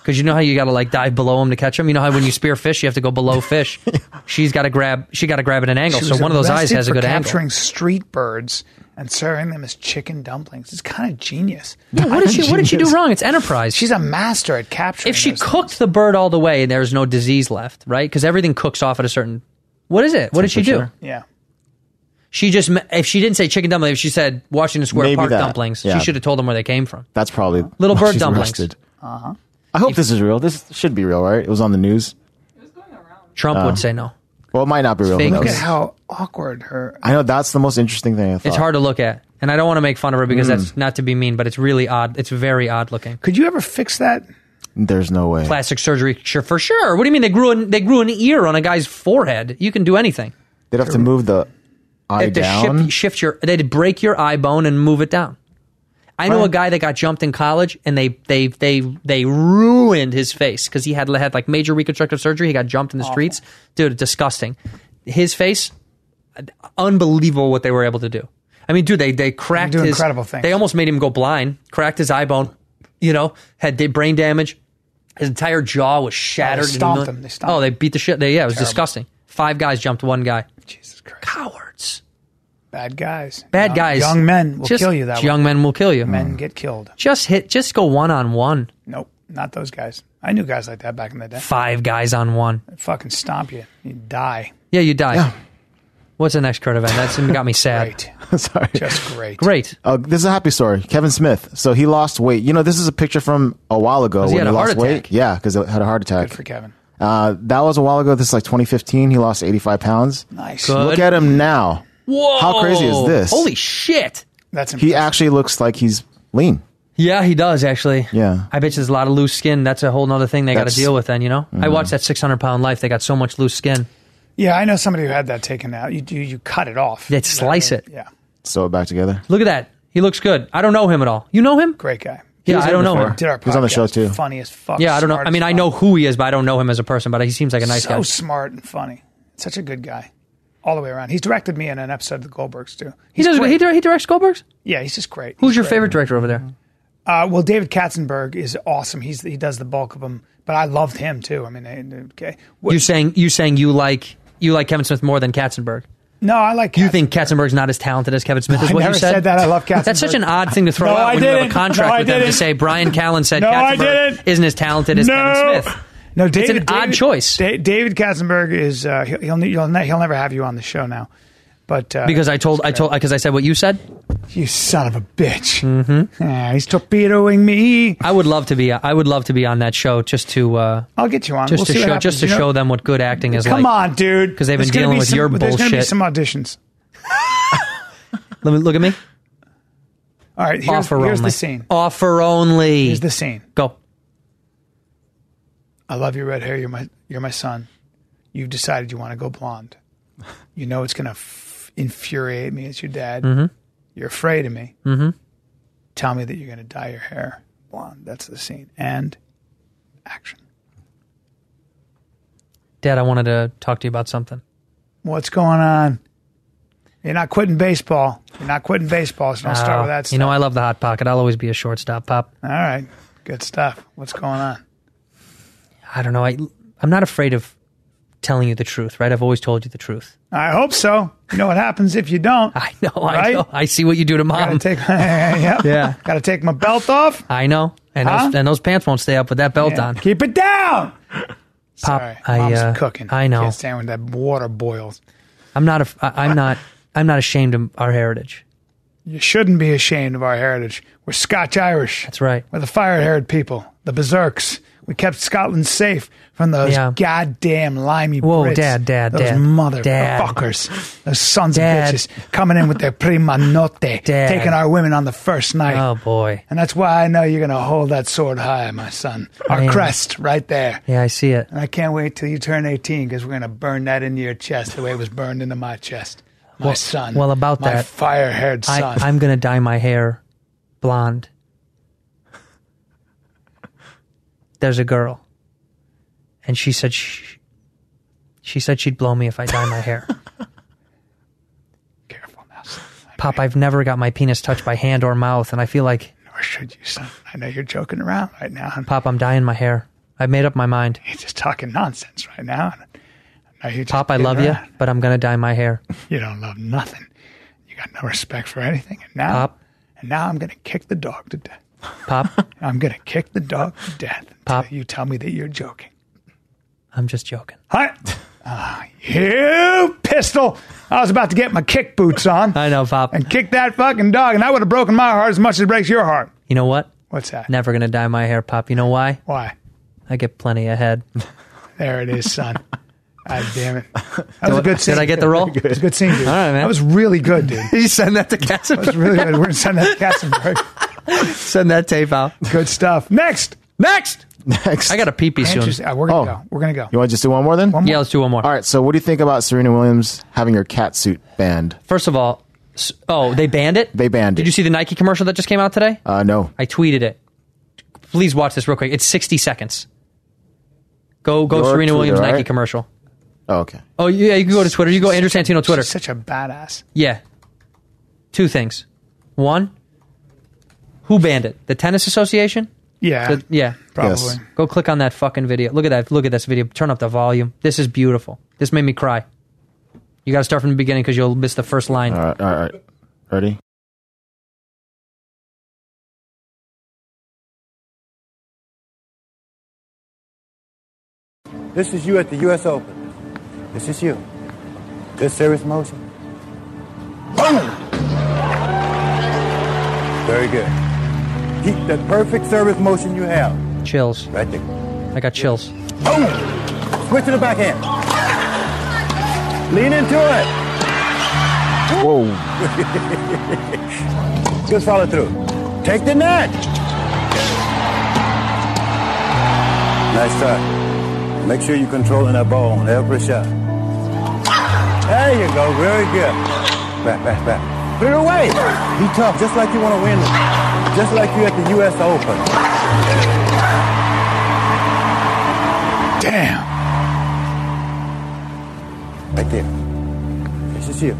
[SPEAKER 6] Because you know how you got to like dive below them to catch them. You know how when you spear fish, you have to
[SPEAKER 7] *laughs*
[SPEAKER 6] go below fish. She's got to grab. She got to grab at an angle.
[SPEAKER 1] She
[SPEAKER 6] So
[SPEAKER 1] was
[SPEAKER 6] one of those eyes
[SPEAKER 1] arrested
[SPEAKER 6] has a
[SPEAKER 1] for
[SPEAKER 6] good
[SPEAKER 1] capturing
[SPEAKER 6] angle.
[SPEAKER 1] street birds and serving them as chicken dumplings. It's kind of genius.
[SPEAKER 6] Yeah, what did she- what did she do
[SPEAKER 1] Genius.
[SPEAKER 6] wrong? It's enterprise.
[SPEAKER 1] She's a master at capturing.
[SPEAKER 6] If she
[SPEAKER 1] those.
[SPEAKER 6] cooked the bird all the way, and there's no disease left, right? Because everything cooks off at a certain. What is it? What did she do?
[SPEAKER 1] yeah,
[SPEAKER 6] She just me- if she didn't say chicken dumplings, if she said Washington Square
[SPEAKER 7] Maybe
[SPEAKER 6] Park
[SPEAKER 7] that.
[SPEAKER 6] dumplings,
[SPEAKER 7] Yeah.
[SPEAKER 6] she should have told them where they came from.
[SPEAKER 7] That's probably
[SPEAKER 6] Little
[SPEAKER 7] why
[SPEAKER 6] bird
[SPEAKER 7] she's
[SPEAKER 6] dumplings.
[SPEAKER 7] arrested.
[SPEAKER 1] uh-huh.
[SPEAKER 7] I hope this is real. This should be real, right? It was on the news.
[SPEAKER 6] Trump
[SPEAKER 7] Uh,
[SPEAKER 6] would say no.
[SPEAKER 7] Well, it might not be real. Who
[SPEAKER 6] fake.
[SPEAKER 7] knows?
[SPEAKER 6] Look at
[SPEAKER 1] how awkward her.
[SPEAKER 7] I know that's the most interesting thing. I thought.
[SPEAKER 6] It's hard to look at, and I don't want to make fun of her because
[SPEAKER 7] Mm.
[SPEAKER 6] that's not to be mean, but it's really odd. It's very odd looking.
[SPEAKER 1] Could you ever fix that?
[SPEAKER 7] There's no way.
[SPEAKER 6] Plastic surgery, sure for sure. What do you mean they grew an, they grew an ear on a guy's forehead? You can do anything.
[SPEAKER 7] They'd have to move the eye
[SPEAKER 6] They'd have to
[SPEAKER 7] down. *laughs*
[SPEAKER 6] shift, shift your they'd break your eye bone and move it down. I know a
[SPEAKER 7] Right.
[SPEAKER 6] guy that got jumped in college and they they they they ruined his face because he had had like major reconstructive surgery. He got jumped in the streets, dude. Disgusting. His face, unbelievable what they were able to do. I mean, dude, they they cracked
[SPEAKER 1] do
[SPEAKER 6] his
[SPEAKER 1] incredible things.
[SPEAKER 6] They almost made him go blind. Cracked his eye bone. You know, had da- brain damage. His entire jaw was shattered. and
[SPEAKER 1] Oh, stomped
[SPEAKER 6] mil-
[SPEAKER 1] him. They stomped
[SPEAKER 6] oh, they beat the shit. They, yeah, it was
[SPEAKER 1] Terrible.
[SPEAKER 6] disgusting. Five guys jumped one guy.
[SPEAKER 1] Cowards. Bad guys.
[SPEAKER 6] Bad
[SPEAKER 1] Young-
[SPEAKER 6] guys.
[SPEAKER 1] Young men will
[SPEAKER 6] Just-
[SPEAKER 1] kill you. That
[SPEAKER 6] young
[SPEAKER 1] way.
[SPEAKER 6] men will kill you.
[SPEAKER 1] Men get killed.
[SPEAKER 6] Just hit. Just go one on one.
[SPEAKER 1] Nope, not those guys. I knew guys like that back in the day.
[SPEAKER 6] Five guys on one.
[SPEAKER 1] They'd fucking stomp you. You die.
[SPEAKER 6] Yeah, you die. What's the next current event? That's got
[SPEAKER 1] *laughs*
[SPEAKER 6] me sad.
[SPEAKER 7] Sorry.
[SPEAKER 1] Just great.
[SPEAKER 6] Great.
[SPEAKER 7] Oh, this is a happy story. Kevin Smith. So he lost weight. You know, this is a picture from a while ago
[SPEAKER 6] Oh, so
[SPEAKER 7] when
[SPEAKER 6] he
[SPEAKER 7] he,
[SPEAKER 6] had a heart
[SPEAKER 7] lost weight.
[SPEAKER 6] attack.
[SPEAKER 7] Yeah, because he had a heart attack.
[SPEAKER 1] Good for Kevin.
[SPEAKER 7] Uh, that was a while ago. This is like 2015. He lost 85 pounds.
[SPEAKER 1] Nice.
[SPEAKER 7] Look at him now.
[SPEAKER 6] Whoa!
[SPEAKER 7] How crazy is this?
[SPEAKER 6] Holy shit!
[SPEAKER 1] That's
[SPEAKER 7] He actually looks like he's lean.
[SPEAKER 6] yeah, he does actually.
[SPEAKER 7] Yeah.
[SPEAKER 6] I bet you there's a lot of loose skin. That's a whole other thing they got to
[SPEAKER 7] That's-
[SPEAKER 6] deal with. Then you know, I
[SPEAKER 7] Mhm.
[SPEAKER 6] watched that 600 pound life. They got so much loose skin.
[SPEAKER 1] Yeah, I know somebody who had that taken out. You you, you cut it off.
[SPEAKER 6] They'd slice it.
[SPEAKER 1] Yeah.
[SPEAKER 7] Sew it back together. *laughs*
[SPEAKER 6] Look at that. He looks good. I don't know him at all. You know him?
[SPEAKER 1] Great guy.
[SPEAKER 7] He
[SPEAKER 6] Yeah,
[SPEAKER 7] was
[SPEAKER 6] I
[SPEAKER 7] in
[SPEAKER 6] don't know
[SPEAKER 7] before.
[SPEAKER 6] him.
[SPEAKER 7] Did our He was on the podcast. show, too.
[SPEAKER 1] Funny as fuck.
[SPEAKER 6] Yeah, I don't know.
[SPEAKER 1] Smart
[SPEAKER 6] I mean, I know who he is, but I don't know him as a person. But he seems like a nice
[SPEAKER 1] so
[SPEAKER 6] guy.
[SPEAKER 1] smart and funny. Such a good guy. All the way around. He's directed me in an episode of the Goldbergs too.
[SPEAKER 6] He does.
[SPEAKER 1] great.
[SPEAKER 6] He, dir- he directs Goldbergs.
[SPEAKER 1] yeah, he's just great.
[SPEAKER 6] Who's
[SPEAKER 1] He's
[SPEAKER 6] your
[SPEAKER 1] great.
[SPEAKER 6] favorite director over there?
[SPEAKER 1] Uh, well, David Katzenberg is awesome. He's he does the bulk of them, but I loved him too. I mean, eh, okay. What-
[SPEAKER 6] You saying you saying you like you like Kevin Smith more than Katzenberg?
[SPEAKER 1] no, I like.
[SPEAKER 6] You think Katzenberg's not as talented as Kevin Smith? Is
[SPEAKER 1] I
[SPEAKER 6] what
[SPEAKER 1] never
[SPEAKER 6] you said?
[SPEAKER 1] said that. I love
[SPEAKER 6] That's such
[SPEAKER 1] Katzenberg.
[SPEAKER 6] an odd thing to throw
[SPEAKER 1] No,
[SPEAKER 6] out
[SPEAKER 1] I
[SPEAKER 6] when you have a
[SPEAKER 1] didn't.
[SPEAKER 6] contract
[SPEAKER 1] No, I
[SPEAKER 6] with them to
[SPEAKER 1] didn't.
[SPEAKER 6] say Brian Callen said
[SPEAKER 1] No, I
[SPEAKER 6] Katzenberg
[SPEAKER 1] didn't.
[SPEAKER 6] isn't as talented as Kevin Smith.
[SPEAKER 1] No,
[SPEAKER 6] It's
[SPEAKER 1] David,
[SPEAKER 6] an odd
[SPEAKER 1] David-
[SPEAKER 6] choice.
[SPEAKER 1] Da- David Katzenberg is uh, he'll he'll, ne- you'll ne- he'll never have you on the show now, but uh,
[SPEAKER 6] Because I told I told because I said what you said.
[SPEAKER 1] you son of a bitch, mm-hmm. he's torpedoing me.
[SPEAKER 6] I would love to be I would love to be on that show just to uh,
[SPEAKER 1] I'll get you on.
[SPEAKER 6] just
[SPEAKER 1] We'll
[SPEAKER 6] to
[SPEAKER 1] see what
[SPEAKER 6] show
[SPEAKER 1] happens,
[SPEAKER 6] just to
[SPEAKER 1] you know?
[SPEAKER 6] show them what good acting is
[SPEAKER 1] Come
[SPEAKER 6] like.
[SPEAKER 1] on, dude,
[SPEAKER 6] 'Cause they've been
[SPEAKER 1] There's gonna
[SPEAKER 6] dealing
[SPEAKER 1] be
[SPEAKER 6] with
[SPEAKER 1] some-
[SPEAKER 6] your
[SPEAKER 1] There's gonna be
[SPEAKER 6] bullshit.
[SPEAKER 1] some auditions.
[SPEAKER 6] Let me look at me.
[SPEAKER 1] All right, here's,
[SPEAKER 6] Offer
[SPEAKER 1] here's
[SPEAKER 6] only.
[SPEAKER 1] the scene.
[SPEAKER 6] Offer only.
[SPEAKER 1] Here's the scene.
[SPEAKER 6] Go.
[SPEAKER 1] I love your red hair. You're my you're my son. You've decided you want to go blonde. You know it's gonna f- infuriate me as your dad.
[SPEAKER 6] Mhm.
[SPEAKER 1] You're afraid of me.
[SPEAKER 6] Mm-hmm.
[SPEAKER 1] Tell me that you're gonna dye your hair blonde. That's the scene. And action.
[SPEAKER 6] Dad, I wanted to talk to you about something.
[SPEAKER 1] What's going on? You're not quitting baseball. You're not quitting baseball. So don't start
[SPEAKER 6] Oh,
[SPEAKER 1] with that. Stuff.
[SPEAKER 6] You know I love the hot pocket. I'll always be a shortstop, Pop.
[SPEAKER 1] All right, good stuff. What's going on?
[SPEAKER 6] I don't know. I I'm not afraid of telling you the truth, right? I've always told you the truth. *laughs*
[SPEAKER 1] I hope so. You know what happens if you don't.
[SPEAKER 6] I know. I
[SPEAKER 1] Right?
[SPEAKER 6] know. I see what you do to
[SPEAKER 1] Gotta
[SPEAKER 6] mom.
[SPEAKER 1] take, *laughs* yeah.
[SPEAKER 6] Yeah.
[SPEAKER 1] Gotta take my belt off.
[SPEAKER 6] I know. And
[SPEAKER 1] Huh?
[SPEAKER 6] those, and those pants won't stay up with that belt
[SPEAKER 1] Yeah.
[SPEAKER 6] on.
[SPEAKER 1] Keep it down.
[SPEAKER 6] Pop,
[SPEAKER 1] Sorry,
[SPEAKER 6] I
[SPEAKER 1] mom's
[SPEAKER 6] uh,
[SPEAKER 1] cooking.
[SPEAKER 6] I know.
[SPEAKER 1] Can't stand when that water boils.
[SPEAKER 6] I'm not. af- I- I'm not. I'm not ashamed of our heritage.
[SPEAKER 1] You shouldn't be ashamed of our heritage. We're Scotch Irish.
[SPEAKER 6] That's right.
[SPEAKER 1] We're the fire haired people, the berserks. We kept Scotland safe from those
[SPEAKER 6] Yeah.
[SPEAKER 1] goddamn limey
[SPEAKER 6] Whoa,
[SPEAKER 1] Brits.
[SPEAKER 6] Dad, Dad,
[SPEAKER 1] those
[SPEAKER 6] Dad. Dad.
[SPEAKER 1] motherfuckers, those sons
[SPEAKER 6] Dad.
[SPEAKER 1] of bitches coming in with their prima notte,
[SPEAKER 6] *laughs* Dad.
[SPEAKER 1] taking our women on the first night.
[SPEAKER 6] Oh boy.
[SPEAKER 1] And that's why I know you're gonna hold that sword high, my son. Our
[SPEAKER 6] Man.
[SPEAKER 1] crest right there.
[SPEAKER 6] Yeah, I see it.
[SPEAKER 1] And I can't wait till you turn 18 because we're going to burn that into your chest the way it was burned into my chest. My
[SPEAKER 6] Well-
[SPEAKER 1] son.
[SPEAKER 6] well, about
[SPEAKER 1] my
[SPEAKER 6] that,
[SPEAKER 1] fire haired
[SPEAKER 6] I,
[SPEAKER 1] son.
[SPEAKER 6] I'm gonna dye my hair blonde. there's a girl, and she said she, she said she'd blow me if *laughs* I dye my hair.
[SPEAKER 1] Careful now.
[SPEAKER 6] Pop, I've never got my penis touched by hand or mouth, and I feel like
[SPEAKER 1] Or should you, son? I know you're joking around right now. I'm
[SPEAKER 6] Pop, I'm dyeing my hair. I've made up my mind.
[SPEAKER 1] You're just talking nonsense right now. I know you're just
[SPEAKER 6] Pop, I
[SPEAKER 1] kidding
[SPEAKER 6] love you,
[SPEAKER 1] around.
[SPEAKER 6] but I'm gonna dye my hair.
[SPEAKER 1] You don't love nothing. You got no respect for anything. And now,
[SPEAKER 6] Pop,
[SPEAKER 1] and now I'm going to kick the dog to death.
[SPEAKER 6] *laughs* Pop,
[SPEAKER 1] I'm going to kick the dog to death.
[SPEAKER 6] Pop.
[SPEAKER 1] You tell me that you're joking.
[SPEAKER 6] I'm just joking.
[SPEAKER 1] Hi. *laughs* Ah, you pistol. I was about to get my kick boots on.
[SPEAKER 6] *laughs* I know, Pop.
[SPEAKER 1] And kick that fucking dog, and I would have broken my heart as much as it breaks your heart.
[SPEAKER 6] You know what?
[SPEAKER 1] What's that?
[SPEAKER 6] Never gonna dye my hair, Pop. You know why?
[SPEAKER 1] Why?
[SPEAKER 6] I get plenty of *laughs* head.
[SPEAKER 1] There it is,
[SPEAKER 6] *laughs*
[SPEAKER 1] son. God damn it. That was a good
[SPEAKER 6] Did
[SPEAKER 1] scene.
[SPEAKER 6] I get the role?
[SPEAKER 1] It was a good scene, dude.
[SPEAKER 6] All right, man.
[SPEAKER 1] That was really good, dude.
[SPEAKER 6] *laughs* you send that to Casper.
[SPEAKER 1] That was really good. We're going to send that to Katzenberg.
[SPEAKER 6] Send that tape out.
[SPEAKER 1] Good stuff. Next.
[SPEAKER 6] Next.
[SPEAKER 7] Next.
[SPEAKER 6] I got a pee pee soon.
[SPEAKER 1] Interesting. Uh, we're going to go. We're going to go.
[SPEAKER 7] Oh. You want to just do one more then?
[SPEAKER 6] Yeah, let's do one more.
[SPEAKER 7] All right. So, what do you think about Serena Williams having her catsuit banned?
[SPEAKER 6] First of all, s- oh, they banned it?
[SPEAKER 7] They banned
[SPEAKER 6] Did
[SPEAKER 7] it.
[SPEAKER 6] you see the Nike commercial that just came out today?
[SPEAKER 7] Uh, no.
[SPEAKER 6] I tweeted it. Please watch this real quick. It's 60 seconds. Go go
[SPEAKER 7] Your
[SPEAKER 6] Serena
[SPEAKER 7] Twitter,
[SPEAKER 6] Williams
[SPEAKER 7] all
[SPEAKER 6] Nike
[SPEAKER 7] right?
[SPEAKER 6] commercial.
[SPEAKER 7] Oh, okay.
[SPEAKER 6] Oh yeah, you can go to Twitter. You go Andrew Santino Twitter.
[SPEAKER 1] She's such a badass.
[SPEAKER 6] Yeah. Two things. One, who banned it? The tennis association?
[SPEAKER 1] Yeah.
[SPEAKER 7] Ah.
[SPEAKER 6] The- yeah.
[SPEAKER 1] Probably.
[SPEAKER 7] Yes.
[SPEAKER 6] Go click on that fucking video. Look at that. Look at this video. Turn up the volume. This is beautiful. This made me cry. You got to start from the beginning because you'll miss the first line.
[SPEAKER 7] All right. All right. Ready?
[SPEAKER 11] This is you at the U.S. Open. This is you. Good service motion. Boom! Very good. Keep the perfect service motion you have.
[SPEAKER 6] Chills.
[SPEAKER 11] Right there.
[SPEAKER 6] I got chills.
[SPEAKER 11] Boom! Switch to the backhand. Lean into it.
[SPEAKER 7] Whoa. *laughs*
[SPEAKER 11] Good follow through. Take the net. Nice shot. Make sure you're controlling that ball on every shot. There you go. Very good. Back, back, back. Put it away. Be tough, just like you want to win. Just like you at the U.S. Open.
[SPEAKER 1] Damn.
[SPEAKER 11] Right there. This is you.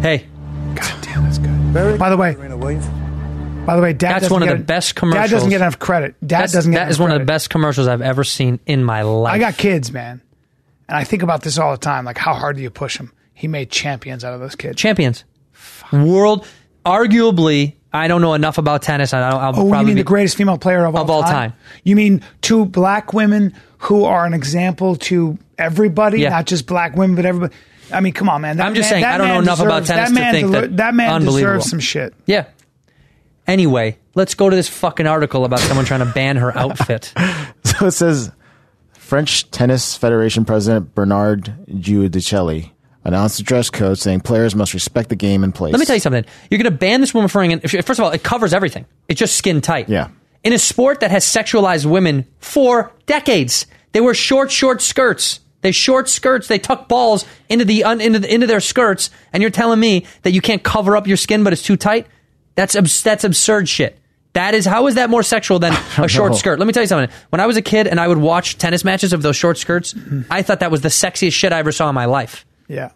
[SPEAKER 6] Hey,
[SPEAKER 1] God damn, that's good.
[SPEAKER 11] Very
[SPEAKER 1] By the way,
[SPEAKER 11] Serena Williams.
[SPEAKER 1] by the way, Dad
[SPEAKER 6] That's
[SPEAKER 1] doesn't
[SPEAKER 6] one of
[SPEAKER 1] get
[SPEAKER 6] the best
[SPEAKER 1] Dad doesn't
[SPEAKER 6] commercials.
[SPEAKER 1] get enough credit. Dad
[SPEAKER 6] that's,
[SPEAKER 1] doesn't get
[SPEAKER 6] that
[SPEAKER 1] enough
[SPEAKER 6] is one of the
[SPEAKER 1] credit.
[SPEAKER 6] best commercials I've ever seen in my life.
[SPEAKER 1] I got kids, man, and I think about this all the time. Like, how hard do you push them? He made champions out of those kids.
[SPEAKER 6] champions. World, arguably, I don't know enough about tennis. I don't, I'll
[SPEAKER 1] Oh, you
[SPEAKER 6] probably
[SPEAKER 1] mean
[SPEAKER 6] be,
[SPEAKER 1] the greatest female player of all,
[SPEAKER 6] Of all time.
[SPEAKER 1] You mean two black women who are an example to everybody,
[SPEAKER 6] Yeah.
[SPEAKER 1] not just black women, but everybody. I mean, come on, man. That
[SPEAKER 6] I'm just
[SPEAKER 1] man-
[SPEAKER 6] saying,
[SPEAKER 1] that
[SPEAKER 6] I don't know
[SPEAKER 1] man
[SPEAKER 6] enough about
[SPEAKER 1] deserves-
[SPEAKER 6] tennis
[SPEAKER 1] that
[SPEAKER 6] to
[SPEAKER 1] man
[SPEAKER 6] think
[SPEAKER 1] deser-
[SPEAKER 6] that-
[SPEAKER 1] that man
[SPEAKER 6] unbelievable.
[SPEAKER 1] deserves some shit.
[SPEAKER 6] Yeah. Anyway, let's go to this fucking article about someone trying to ban her outfit.
[SPEAKER 7] So it says French Tennis Federation President Bernard Giudicelli announced a dress code saying players must respect the game and place.
[SPEAKER 6] Let me tell you something. You're going to ban this woman for wearing. An, first of all, it covers everything. It's just skin tight.
[SPEAKER 7] Yeah.
[SPEAKER 6] In a sport that has sexualized women for decades, they wear short, short skirts. They short skirts. They tuck balls into the un, into the, into their skirts. And you're telling me that you can't cover up your skin, but it's too tight? That's abs- that's absurd shit. That is how is that more sexual than a short
[SPEAKER 7] know.
[SPEAKER 6] skirt? Let me tell you something. When I was a kid and I would watch tennis matches of those short skirts, I thought that was the sexiest shit I ever saw in my life.
[SPEAKER 1] Yeah.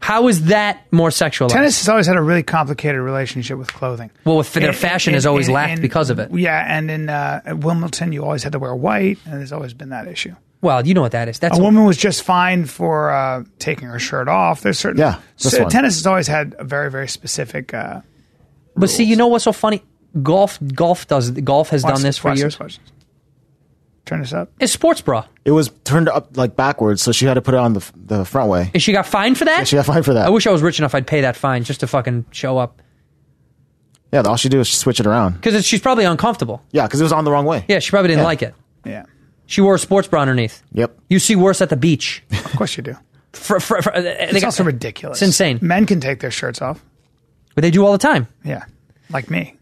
[SPEAKER 6] How is that more sexualized?
[SPEAKER 1] Tennis has always had a really complicated relationship with clothing.
[SPEAKER 6] Well, with their fashion has always lacked because of it.
[SPEAKER 1] Yeah, and in uh, at Wilmington, you always had to wear white, and there's always been that issue.
[SPEAKER 6] Well, you know what that is. That's
[SPEAKER 1] a woman was just fine for uh, taking her shirt off. There's certain
[SPEAKER 7] Yeah, this
[SPEAKER 1] so
[SPEAKER 7] one.
[SPEAKER 1] tennis has always had a very very specific. Uh,
[SPEAKER 6] But see, you know what's so funny? Golf, golf does golf has
[SPEAKER 1] watch
[SPEAKER 6] done this for
[SPEAKER 1] watch
[SPEAKER 6] years.
[SPEAKER 1] watch this. Turn this up.
[SPEAKER 6] It's sports bra,
[SPEAKER 7] it was turned up like backwards, so she had to put it on the the front way.
[SPEAKER 6] and she got fined for that.
[SPEAKER 7] She got fined for that.
[SPEAKER 6] I wish I was rich enough. I'd pay that fine just to fucking show up
[SPEAKER 7] yeah, all she did was switch it around.
[SPEAKER 6] because she's probably uncomfortable.
[SPEAKER 7] Yeah, because it was on the wrong way.
[SPEAKER 6] Yeah, she probably didn't like it.
[SPEAKER 1] Yeah,
[SPEAKER 6] She wore a sports bra underneath.
[SPEAKER 7] Yep.
[SPEAKER 6] You see worse at
[SPEAKER 7] *laughs*
[SPEAKER 6] the beach.
[SPEAKER 1] of course
[SPEAKER 6] *laughs*
[SPEAKER 1] you do.
[SPEAKER 6] For, for, for,
[SPEAKER 1] It's also ridiculous.
[SPEAKER 6] uh, It's insane.
[SPEAKER 1] Men can take their shirts off.
[SPEAKER 6] But they do all the time.
[SPEAKER 1] Yeah, like me.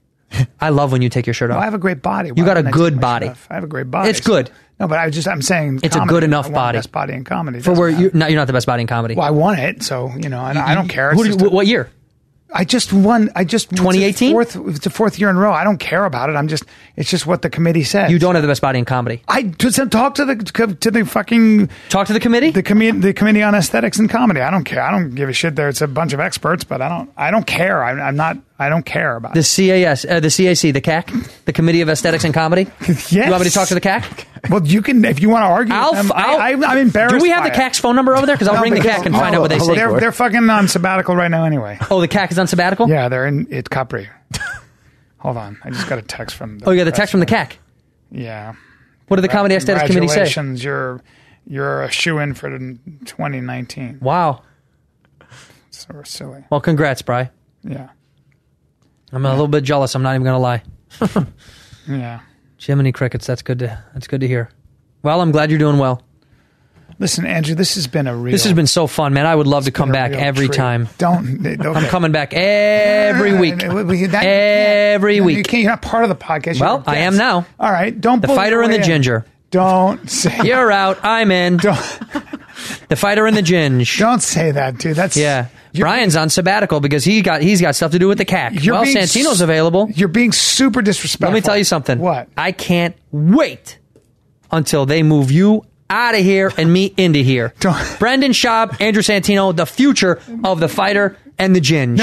[SPEAKER 6] I love when you take your shirt off.
[SPEAKER 1] Well, I have a great body. Why
[SPEAKER 6] You got a
[SPEAKER 1] wouldn't I
[SPEAKER 6] good
[SPEAKER 1] take my shirt
[SPEAKER 6] body.
[SPEAKER 1] off? I have a great body.
[SPEAKER 6] It's good.
[SPEAKER 1] No, but I just I'm saying
[SPEAKER 6] It's a
[SPEAKER 1] comedy.
[SPEAKER 6] good enough
[SPEAKER 1] I want
[SPEAKER 6] body.
[SPEAKER 1] the best body in comedy It
[SPEAKER 6] for
[SPEAKER 1] doesn't
[SPEAKER 6] where
[SPEAKER 1] matter.
[SPEAKER 6] you're not, you're not the best body in comedy.
[SPEAKER 1] Well, I want it, so you know, and I don't care. It's
[SPEAKER 6] Who do you-
[SPEAKER 1] just a-
[SPEAKER 6] what year?
[SPEAKER 1] I just won. I just it's the
[SPEAKER 6] 2018?
[SPEAKER 1] Fourth, it's the fourth year in a row. I don't care about it. I'm just. It's just what the committee said.
[SPEAKER 6] You don't have the best body in comedy.
[SPEAKER 1] I just talk to the to the fucking
[SPEAKER 6] talk to the committee.
[SPEAKER 1] The committee the committee on aesthetics and comedy. I don't care. I don't give a shit. There, it's a bunch of experts, but I don't. I don't care. I'm, I'm not. I don't care about
[SPEAKER 6] The CAS, uh, the CAC, the CAC, the Committee of Aesthetics
[SPEAKER 1] *laughs*
[SPEAKER 6] and Comedy. yes. You want me to talk to the CAC?
[SPEAKER 1] it. Well, you can if you want to argue.
[SPEAKER 6] I'll,
[SPEAKER 1] with them,
[SPEAKER 6] I'll,
[SPEAKER 1] I, I, am embarrassed.
[SPEAKER 6] Do we have
[SPEAKER 1] by
[SPEAKER 6] the
[SPEAKER 1] it.
[SPEAKER 6] CAC's phone number over there? Because
[SPEAKER 1] *laughs*
[SPEAKER 6] I'll
[SPEAKER 1] No,
[SPEAKER 6] ring the
[SPEAKER 1] because-
[SPEAKER 6] CAC and find out what they say.
[SPEAKER 1] They're, they're fucking on sabbatical right now anyway.
[SPEAKER 6] Oh, the CAC is on sabbatical.
[SPEAKER 1] Yeah, they're in it Capri. Hold on, I just got a text from.
[SPEAKER 6] oh, you got the text from the CAC.
[SPEAKER 1] Yeah.
[SPEAKER 6] What did the Comedy Aesthetics Committee say?
[SPEAKER 1] Congratulations, you're you're a shoe in for 2019.
[SPEAKER 6] Wow.
[SPEAKER 1] So silly.
[SPEAKER 6] Well, congrats, Bry.
[SPEAKER 1] Yeah.
[SPEAKER 6] I'm a little bit jealous. I'm not even going to lie.
[SPEAKER 1] Yeah.
[SPEAKER 6] Jiminy crickets. That's good to. That's good to hear. Well, I'm glad you're doing well.
[SPEAKER 1] Listen, Andrew, this has been a real.
[SPEAKER 6] This has been so fun, man. I would love to come back
[SPEAKER 1] real
[SPEAKER 6] every
[SPEAKER 1] treat.
[SPEAKER 6] time.
[SPEAKER 1] Don't. *laughs* Uh,
[SPEAKER 6] I'm coming back every week.
[SPEAKER 1] every
[SPEAKER 6] week.
[SPEAKER 1] You can't, you're not part of the podcast.
[SPEAKER 6] Well,
[SPEAKER 1] You're a
[SPEAKER 6] I am
[SPEAKER 1] guest.
[SPEAKER 6] now.
[SPEAKER 1] All right. Don't.
[SPEAKER 6] The
[SPEAKER 1] bully
[SPEAKER 6] fighter
[SPEAKER 1] your
[SPEAKER 6] and the
[SPEAKER 1] way in.
[SPEAKER 6] ginger.
[SPEAKER 1] Don't say.
[SPEAKER 6] You're out. I'm in.
[SPEAKER 1] the
[SPEAKER 6] fighter and the
[SPEAKER 1] *laughs*
[SPEAKER 6] ginge.
[SPEAKER 1] Don't say that, dude. That's
[SPEAKER 6] yeah. Brian's on sabbatical because he got he's got stuff to do with the CAC.
[SPEAKER 1] You're
[SPEAKER 6] Well,
[SPEAKER 1] being
[SPEAKER 6] Santino's
[SPEAKER 1] s-
[SPEAKER 6] available.
[SPEAKER 1] You're being super disrespectful.
[SPEAKER 6] Let me tell you something.
[SPEAKER 1] What?
[SPEAKER 6] I can't wait until they move you out of here and me into
[SPEAKER 1] *laughs*
[SPEAKER 6] here. Brendan Schaub, Andrew Santino, the future of the fighter and the ginge.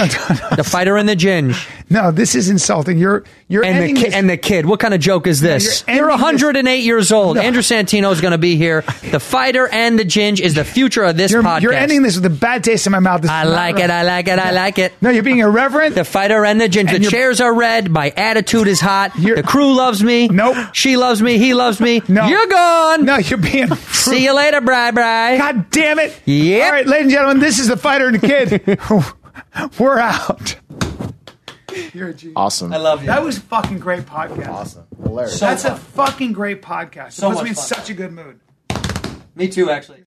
[SPEAKER 6] The fighter and the ginge.
[SPEAKER 1] No, this is insulting. You're you're
[SPEAKER 6] and the
[SPEAKER 1] ending
[SPEAKER 6] ki-
[SPEAKER 1] this-
[SPEAKER 6] and the kid. What kind of joke is this?
[SPEAKER 1] you're
[SPEAKER 6] you're,
[SPEAKER 1] ending
[SPEAKER 6] 108 years old. Andrew Santino is going to be here. The fighter and the ginge is the future of this podcast.
[SPEAKER 1] You're ending this with a bad taste in my mouth. This
[SPEAKER 6] I
[SPEAKER 1] is not
[SPEAKER 6] like
[SPEAKER 1] right.
[SPEAKER 6] it. I like it. I like it.
[SPEAKER 1] No, you're being irreverent.
[SPEAKER 6] *laughs* The fighter and the ginger.
[SPEAKER 1] And
[SPEAKER 6] the
[SPEAKER 1] you're-
[SPEAKER 6] chairs are red. My attitude is hot. The crew loves me. Nope. She loves me. He loves me.
[SPEAKER 1] No.
[SPEAKER 6] You're gone.
[SPEAKER 1] No, you're
[SPEAKER 6] *laughs*
[SPEAKER 1] being.
[SPEAKER 6] See you later, Bri Bri.
[SPEAKER 1] God damn it.
[SPEAKER 6] Yep.
[SPEAKER 1] All right, ladies and gentlemen, this is the fighter and the kid. *laughs* We're out. You're a genius.
[SPEAKER 7] Awesome.
[SPEAKER 1] That was fucking great podcast. Awesome.
[SPEAKER 7] Hilarious.
[SPEAKER 1] That's a fucking great podcast.
[SPEAKER 6] So
[SPEAKER 1] it puts
[SPEAKER 6] much
[SPEAKER 1] me in
[SPEAKER 6] fun.
[SPEAKER 1] such a good mood.
[SPEAKER 6] Me too, actually.